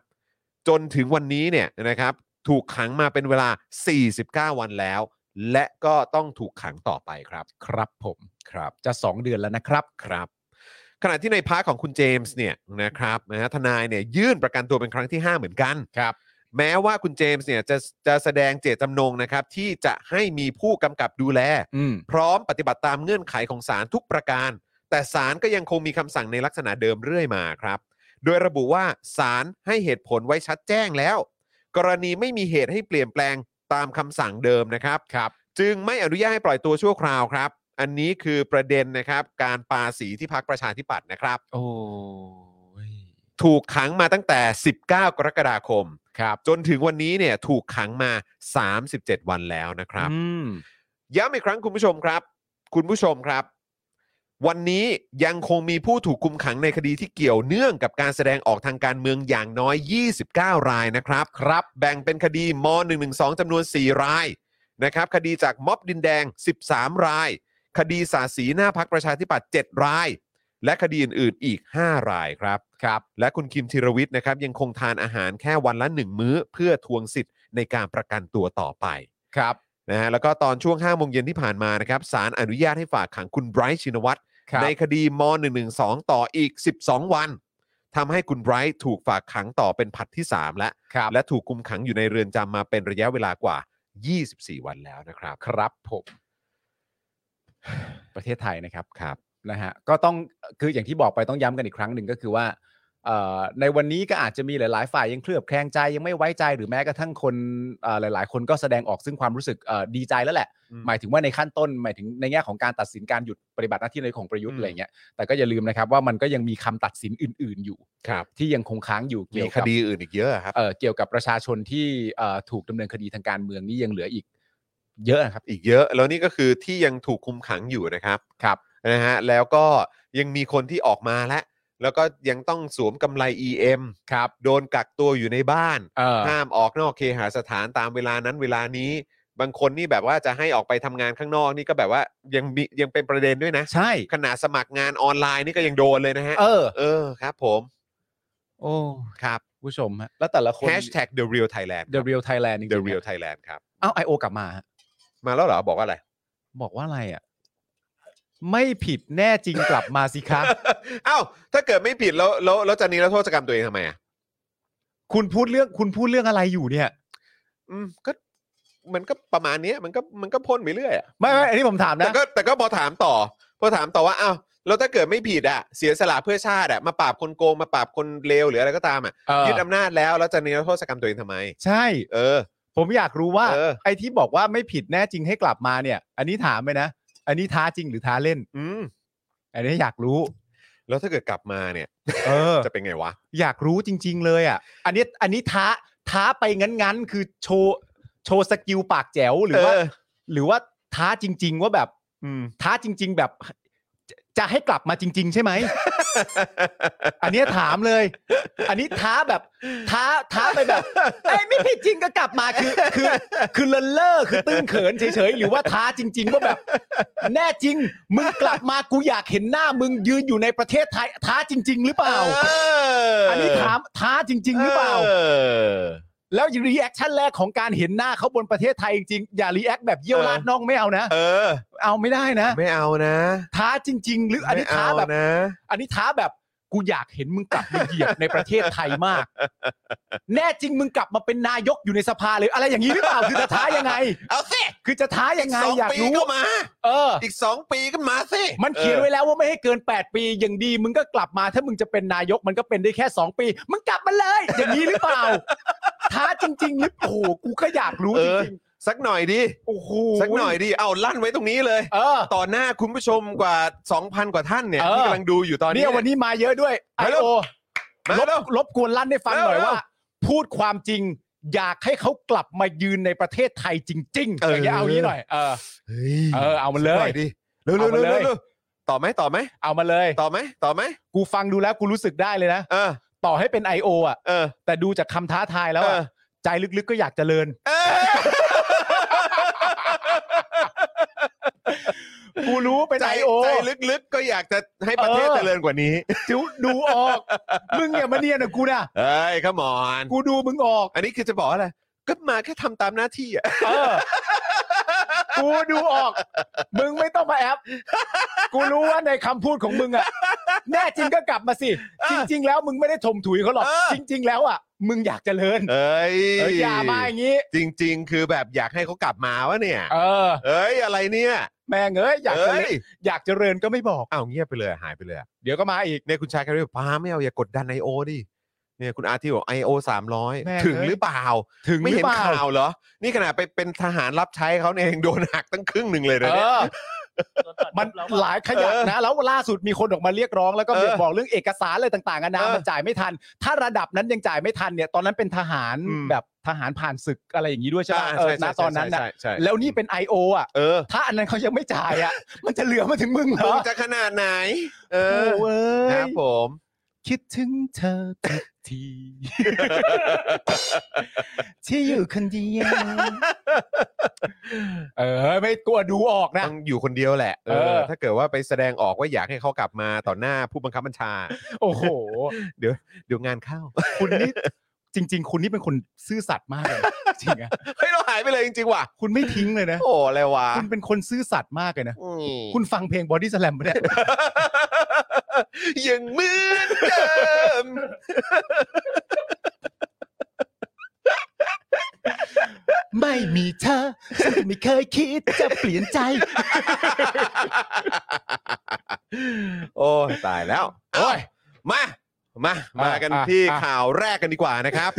[SPEAKER 2] จนถึงวันนี้เนี่ยนะครับถูกขังมาเป็นเวลา 49 วันแล้ว และก็ต้องถูกขังต่อไปครับ
[SPEAKER 3] ครับผม
[SPEAKER 2] ครับ
[SPEAKER 3] จะสองเดือนแล้วนะครับ
[SPEAKER 2] ครับขณะที่ในพาร์ทของคุณเจมส์เนี่ยนะครับนะฮะทนายเนี่ยยื่นประกันตัวเป็นครั้งที่ 5 เหมือนกัน
[SPEAKER 3] ครับ
[SPEAKER 2] แม้ว่าคุณเจมส์เนี่ยจะจะแสดงเจตจำนงนะครับ ที่จะให้มีผู้กำกับดูแล
[SPEAKER 3] อืม
[SPEAKER 2] พร้อมปฏิบัติตามเงื่อนไขของศาลทุกประการ แต่ศาลก็ยังคงมีคำสั่งในลักษณะเดิมเรื่อยมาครับ โดยระบุว่าศาลให้เหตุผลไว้ชัดแจ้งแล้ว กรณีไม่มีเหตุให้เปลี่ยนแปลงตามคำสั่งเดิมนะครับ
[SPEAKER 3] ครับ
[SPEAKER 2] จึงไม่อนุญาตให้ปล่อยตัวชั่วคราวครับ อันนี้คือประเด็นนะครับ การปาสีที่พักประชาธิปัตย์นะครับ
[SPEAKER 3] โอ้ย
[SPEAKER 2] ถูกขังมาตั้งแต่ 19 กรกฎาคม
[SPEAKER 3] ครับ
[SPEAKER 2] จนถึงวันนี้เนี่ยถูกขังมา 37 วันแล้วนะครับ
[SPEAKER 3] อืม
[SPEAKER 2] ย้ำอีกครั้งคุณผู้ชมครับ คุณผู้ชมครับ วันนี้ยังคงมีผู้ถูกคุมขังในคดีที่เกี่ยวเนื่องกับการแสดงออกทางการเมืองอย่างน้อย 29 รายนะครับ ครับ แบ่งเป็นคดีม .112 จำนวน 4 รายนะครับคดีจากม็อบดินแดง 13 ราย คดีสาสีหน้าพักประชาธิปัตย์7ราย และคดีอื่น ๆ อีก 5 รายครับ
[SPEAKER 3] ครับ
[SPEAKER 2] และคุณคิมธีรวิทย์นะครับยังคงทานอาหารแค่วันละ 1 มื้อ เพื่อทวงสิทธิ์ในการประกันตัวต่อไป
[SPEAKER 3] ครับ
[SPEAKER 2] นะฮะแล้วก็ตอนช่วง5โมงเย็นที่ผ่านมานะครับสารอนุญาตให้ฝากขังคุณไบรท์ชินวัตร
[SPEAKER 3] ครับ
[SPEAKER 2] ในคดีม .112 ต่ออีก 12 วันทำให้คุณไบรท์ถูกฝากขังต่อเป็นผลัดที่ 3 และ
[SPEAKER 3] ครับ
[SPEAKER 2] และถูกคุมขังอยู่ในเรือนจำมาเป็นระยะเวลากว่า 24 วันแล้วนะครับ
[SPEAKER 3] ครับผม ประเทศไทยนะครับ
[SPEAKER 2] ครับ
[SPEAKER 3] นะฮะก็ต้องคืออย่างที่บอกไปต้องย้ำกันอีกครั้งหนึ่งก็คือว่าเอ่อในวันนี้ก็อาจจะมีหลาย ๆ ฝ่ายยังเคลือบแคลงใจยังไม่ไว้ใจหรือแม้กระทั่งคนเอ่อหลาย ๆ คนก็แสดงออกซึ่งความรู้สึกเอ่อดีใจแล้วแหละ
[SPEAKER 2] อืม
[SPEAKER 3] หมายถึงว่าในขั้นต้นหมายถึงในแง่ของการตัดสินการหยุดปฏิบัติหน้าที่ในของประยุท
[SPEAKER 2] อื
[SPEAKER 3] ธ์
[SPEAKER 2] ม
[SPEAKER 3] อะไรเงี้ยแต่ก็อย่าลืมนะครับว่ามันก็ยังมีคำตัดสินอื่น ๆ อยู่
[SPEAKER 2] ครับ
[SPEAKER 3] ที่ยังคงค้างอยู่
[SPEAKER 2] มี
[SPEAKER 3] เกี่ยว
[SPEAKER 2] ค
[SPEAKER 3] กับ
[SPEAKER 2] ดีอื่นอีกเยอะครับ
[SPEAKER 3] เอ่อเกี่ยวกับประชาชนที่เอ่อถูกดำเนินคดีทางการเมืองนี่ยังเหลืออีก เยอะนะครับ
[SPEAKER 2] อีกเยอะแล้วนี่ก็คือที่ยังถูกคุมขังอยู่นะครับ
[SPEAKER 3] ครับ
[SPEAKER 2] นะฮะแล้วก็ยังมีคนที่ออกมาและแล้วก็ยังต้องสวมกำไร EM
[SPEAKER 3] ครับ
[SPEAKER 2] โดนกักตัวอยู่ในบ้าน
[SPEAKER 3] เออ
[SPEAKER 2] ห้ามออกนอกเคหสถานตามเวลานั้นเวลานี้ บางคนนี่แบบว่าจะให้ออกไปทำงานข้างนอกนี่ก็แบบว่ายังมียังเป็นประเด็นด้วยนะ
[SPEAKER 3] ใช่
[SPEAKER 2] ขนาดสมัครงานออนไลน์นี่ก็ยังโดนเลยนะฮะ
[SPEAKER 3] เออ
[SPEAKER 2] เออครับ ผม
[SPEAKER 3] โอ้
[SPEAKER 2] ครับ
[SPEAKER 3] ผู้ชมฮะแล้วแต่ละคน
[SPEAKER 2] แฮชแท็ก The Real Thailand
[SPEAKER 3] The Real Thailand จริง
[SPEAKER 2] The
[SPEAKER 3] ๆ
[SPEAKER 2] Real Thailand ครับ
[SPEAKER 3] เอ้าไอโอกลับมาฮะ
[SPEAKER 2] มาแล้วเหรอ บอกว่าอะไร
[SPEAKER 3] บอกว่าอะไรอ่ะ ไม่ผิดแน่จริงกลับมาสิ คะ
[SPEAKER 2] เอ้า ถ้าเกิดไม่ผิดแล้วแล้วแล้วจะนี้แล้วโทษกรรมตัวเองทำไมอ่ะ
[SPEAKER 3] คุณพูดเรื่องคุณพูดเรื่องอะไรอยู่เนี่ย
[SPEAKER 2] อืมก็มันก็ประมาณเนี้ยมันก็มันก็พ่นไปเรื่อยอะ
[SPEAKER 3] ไม่ไม่อันนี้ผมถาม
[SPEAKER 2] แต่
[SPEAKER 3] นะ
[SPEAKER 2] ก็แต่ก็พอถามต่อ พอถามต่อว่าเอ้าแล้วถ้าเกิดไม่ผิดอ่ะ เสียสละเพื่อชาติอ่ะมาปราบคนโกงมาปราบคนเลวหรืออะไรก็ตามอ่ะ
[SPEAKER 3] เออ
[SPEAKER 2] ยึดอำนาจแล้วแล้วจะนี้แล้วโทษกรรมตัวเองทำไม
[SPEAKER 3] ใช่
[SPEAKER 2] เออ
[SPEAKER 3] ผมอยากรู้ว่า
[SPEAKER 2] เออ
[SPEAKER 3] ไอ้ที่บอกว่าไม่ผิดแน่จริงให้กลับมาเนี่ย อันนี้ถามไปนะ อันนี้ท้าจริงหรือท้าเล่น
[SPEAKER 2] อืม
[SPEAKER 3] อันนี้อยากรู้
[SPEAKER 2] แล้วถ้าเกิดกลับมาเนี่ย
[SPEAKER 3] เออ
[SPEAKER 2] จะเป็นไงวะ
[SPEAKER 3] อยากรู้จริง ๆ เลยอ่ะ อันนี้อันนี้ท้าท้าไปงั้นๆ คือโชว์โชว์สกิลปากแจ๋วหรือว่า
[SPEAKER 2] เออ
[SPEAKER 3] หรือว่าท้าจริง ๆ ว่าแบบ
[SPEAKER 2] อืม
[SPEAKER 3] ท้าจริง ๆ แบบจะจะให้กลับมาจริง ๆ ใช่ไหม อันเนี้ยถามเลย อันนี้ท้าแบบท้าท้าไปแบบไอ้ยไม่ผิดจริงก็กลับมาคือคือคือเลนเล่อคือตื้นเขินเฉยๆหรือว่าท้าจริง ๆ ว่าแบบ แน่จริง มึงกลับมากูอยากเห็นหน้ามึงยืนอยู่ในประเทศไทยท้าจริง ๆ หรือเปล่า อันนี้ถามท้าจริง ๆ หรือเปล่า แล้วรีแอคชั่นแรกของการเห็นหน้าเขาบนประเทศไทยจริงๆอย่ารีแอคแบบเยี่ยวลาดน่องไม่เอานะ
[SPEAKER 2] เออ
[SPEAKER 3] เอาไม่ได้นะ
[SPEAKER 2] ไม่เอานะ
[SPEAKER 3] ท้าจริง ๆ หรืออันนี้ท้าแบบ
[SPEAKER 2] ไม่เนะ
[SPEAKER 3] อันนี้ท้าแบบกูอยากเห็นมึงกลับมาเหยียบ ในประเทศไทยมาก แน่จริงมึงกลับมาเป็นนายกอยู่ในสภาเลยอะไรอย่างนี้หรือเปล่าคือจะท้ายังไง
[SPEAKER 2] เอาสิ
[SPEAKER 3] คือจะท้ายังไงอยาก
[SPEAKER 2] ปี
[SPEAKER 3] รู้
[SPEAKER 2] ก็มา
[SPEAKER 3] เออ
[SPEAKER 2] อีกสองปีก็มาสิ
[SPEAKER 3] มันเขียนไว้แล้วว่าไม่ให้เกิน 8 ปีอย่างดี มึงก็กลับมาถ้ามึงจะเป็นนายกมันก็เป็นได้แค่ 2 ปี มึงกลับมาเลย อย่างนี้หรือเปล่า ท้าจริงๆหรือโอ้โหกูก็อยากรู้
[SPEAKER 2] เอ
[SPEAKER 3] จ
[SPEAKER 2] อ
[SPEAKER 3] ริง
[SPEAKER 2] สักหน่อยดิ
[SPEAKER 3] ๆโอ้โห
[SPEAKER 2] สักหน่อยดิเอาลั่นไว้ตรงนี้เลย
[SPEAKER 3] เออ
[SPEAKER 2] ต่อหน้าคุณผู้ชมกว่า 2,000 กว่าท่านเนี่ย
[SPEAKER 3] เออ
[SPEAKER 2] ที่กำลังดูอยู่ตอนนี้
[SPEAKER 3] เนี่ยวันนี้มาเยอะด้วยไอ
[SPEAKER 2] มาแล้ว
[SPEAKER 3] โอ
[SPEAKER 2] มา
[SPEAKER 3] ลบ
[SPEAKER 2] แล้ว
[SPEAKER 3] ลบกวนลั่นได้ฟังหน่อย
[SPEAKER 2] เร็ว
[SPEAKER 3] ว่า พูดความจริง อยากให้เขากลับมายืนในประเทศไทยจริงๆ
[SPEAKER 2] เอ
[SPEAKER 3] อ
[SPEAKER 2] อ
[SPEAKER 3] ย่างเงี้ยเอางี้หน่อยเออ
[SPEAKER 2] เฮ้ย
[SPEAKER 3] เออเอามันเล
[SPEAKER 2] สักหน่
[SPEAKER 3] ย
[SPEAKER 2] อยดิเร็วๆ
[SPEAKER 3] เอามาเลย
[SPEAKER 2] เร็วๆต่อไหมต่อไหม
[SPEAKER 3] เอามาเลย
[SPEAKER 2] ต่อไหมต่อไหม
[SPEAKER 3] กูฟังดูแล้วกูรู้สึกได้เลยนะ
[SPEAKER 2] เออ
[SPEAKER 3] ต่อให้เป็น I.O. อ่ะ
[SPEAKER 2] เออ
[SPEAKER 3] แต่ดูจากคำท้าทายแล้วอะ
[SPEAKER 2] เออ
[SPEAKER 3] ใจลึกๆก็อยากเจริญ
[SPEAKER 2] เออ
[SPEAKER 3] กูรู้เป็น
[SPEAKER 2] ใจ
[SPEAKER 3] I.O.
[SPEAKER 2] ใจลึกๆ ก็อยากจะให้ประเทศ
[SPEAKER 3] เออ
[SPEAKER 2] เจริญกว่านี้
[SPEAKER 3] จิ๋วดูออก มึงอย่ามาเนียนนะกูนะ
[SPEAKER 2] เอ้ยขมอน
[SPEAKER 3] กูดูมึงออก
[SPEAKER 2] อันนี้คือจะบอกว่าอะไร ก็มาแค่ทำตามหน้าที่อ่ะ
[SPEAKER 3] เออ กูดูออก มึงไม่ต้องมาแอป กูรู้ว่าในคำพูดของมึงอะแน่จริงก็กลับมาสิ จริง ๆ แล้วมึงไม่ได้ถมถุยเขาหรอก
[SPEAKER 2] เออ
[SPEAKER 3] จริง ๆ แล้วอะมึงอยากเจริญ
[SPEAKER 2] เอ้ย
[SPEAKER 3] เอออย่ามาอย่างนี้
[SPEAKER 2] จริง ๆ คือแบบอยากให้เขากลับมาวะเนี่ย
[SPEAKER 3] เออ
[SPEAKER 2] เอ้ยอะไรเนี่ย
[SPEAKER 3] แม่งเอ้ยอยากเจ
[SPEAKER 2] เอ้
[SPEAKER 3] ริ
[SPEAKER 2] ย
[SPEAKER 3] ญอยากเจริญก็ไม่บอก
[SPEAKER 2] อ้าวเงียบไปเลยอะหายไปเลยอะ
[SPEAKER 3] เดี๋ยวก็มาอีก
[SPEAKER 2] เนี่ยคุณชายแครีบอกป้าไม่เอาอย่ากดดันไอโอดิเนี่ยคุณอาร์ที่บอกไอโอสามร้อย
[SPEAKER 3] แม่ง
[SPEAKER 2] ถึง
[SPEAKER 3] เอ้ย
[SPEAKER 2] หรือเปล่า
[SPEAKER 3] ถึงห
[SPEAKER 2] ไม่
[SPEAKER 3] รื
[SPEAKER 2] เห็น
[SPEAKER 3] อเปล่า
[SPEAKER 2] ข่าวเหรอ นี่ขนาดไปเป็นทหารรับใช้เขาเนี่ยยังโดนหักตั้งครึ่งหนึ่งเลยนะ
[SPEAKER 3] เอ
[SPEAKER 2] เนี่ย
[SPEAKER 3] อ มันหลายขยักนะ แล้วล่าสุดมีคนออกมาเรียกร้องแล้วก็
[SPEAKER 2] เออ
[SPEAKER 3] บอกเรื่องเอกสารอะไรต่างๆนานา
[SPEAKER 2] เออ
[SPEAKER 3] มันจ่ายไม่ทัน ถ้าระดับนั้นยังจ่ายไม่ทันเนี่ย ตอนนั้นเป็นทหาร
[SPEAKER 2] อืม
[SPEAKER 3] แบบทหารผ่านศึกอะไรอย่างนี้ด้วยใช่ไหม
[SPEAKER 2] อ่า
[SPEAKER 3] เออณ
[SPEAKER 2] ใช่ใช่
[SPEAKER 3] ตอนนั้นน่ะ
[SPEAKER 2] ใช่ใช่ใช่
[SPEAKER 3] แล้วนี่เป็น I.O. อ่ะ
[SPEAKER 2] เออ
[SPEAKER 3] ถ้าอันนั้นเขายังไม่จ่ายอ่ะ มันจะเหลือมาถึงมึงเหร
[SPEAKER 2] มึ
[SPEAKER 3] อง
[SPEAKER 2] จะขนาดไหน เอ
[SPEAKER 3] โอ้
[SPEAKER 2] อ
[SPEAKER 3] เว้
[SPEAKER 2] ค
[SPEAKER 3] ย
[SPEAKER 2] รับผม
[SPEAKER 3] คิดถึงเธอทุกที ที่อยู่คนเดียว เออ ไม่กลัวดูออกนะ
[SPEAKER 2] ต้องอยู่คนเดียวแหละเอ
[SPEAKER 3] เอ
[SPEAKER 2] อ
[SPEAKER 3] อ
[SPEAKER 2] ถ้าเกิดว่าไปแสดงออกว่าอยากให้เขากลับมาต่อหน้าผู้บังคับบัญชา
[SPEAKER 3] โอ้โห
[SPEAKER 2] เดี๋ยวงานเข้า
[SPEAKER 3] คุณนี่ จริง ๆ คุณนี่เป็นคนซื่อสัตย์มากเลยนะจริงอะ
[SPEAKER 2] เฮ้ย เราหายไปเลยจริง ๆ ว่ะ
[SPEAKER 3] คุณไม่ทิ้งเลย นะ
[SPEAKER 2] โอ้อะไรวะ
[SPEAKER 3] คุณเป็นคนซื่อสัตย์มากเลยนะ
[SPEAKER 2] อืม
[SPEAKER 3] คุณฟังเพลง Body Slam ปะเนี่ย
[SPEAKER 2] ยังเหมือนเดิ ม
[SPEAKER 3] ไม่มีเธอฉันไม่เคยคิดจะเปลี่ยนใจ
[SPEAKER 2] โอ้ยตายแล้ว
[SPEAKER 3] โอ้ย
[SPEAKER 2] เอ้ามามา มากัน
[SPEAKER 3] อ่ะ
[SPEAKER 2] ที่
[SPEAKER 3] อ่ะ
[SPEAKER 2] ข่าวแรกกันดีกว่า นะครับ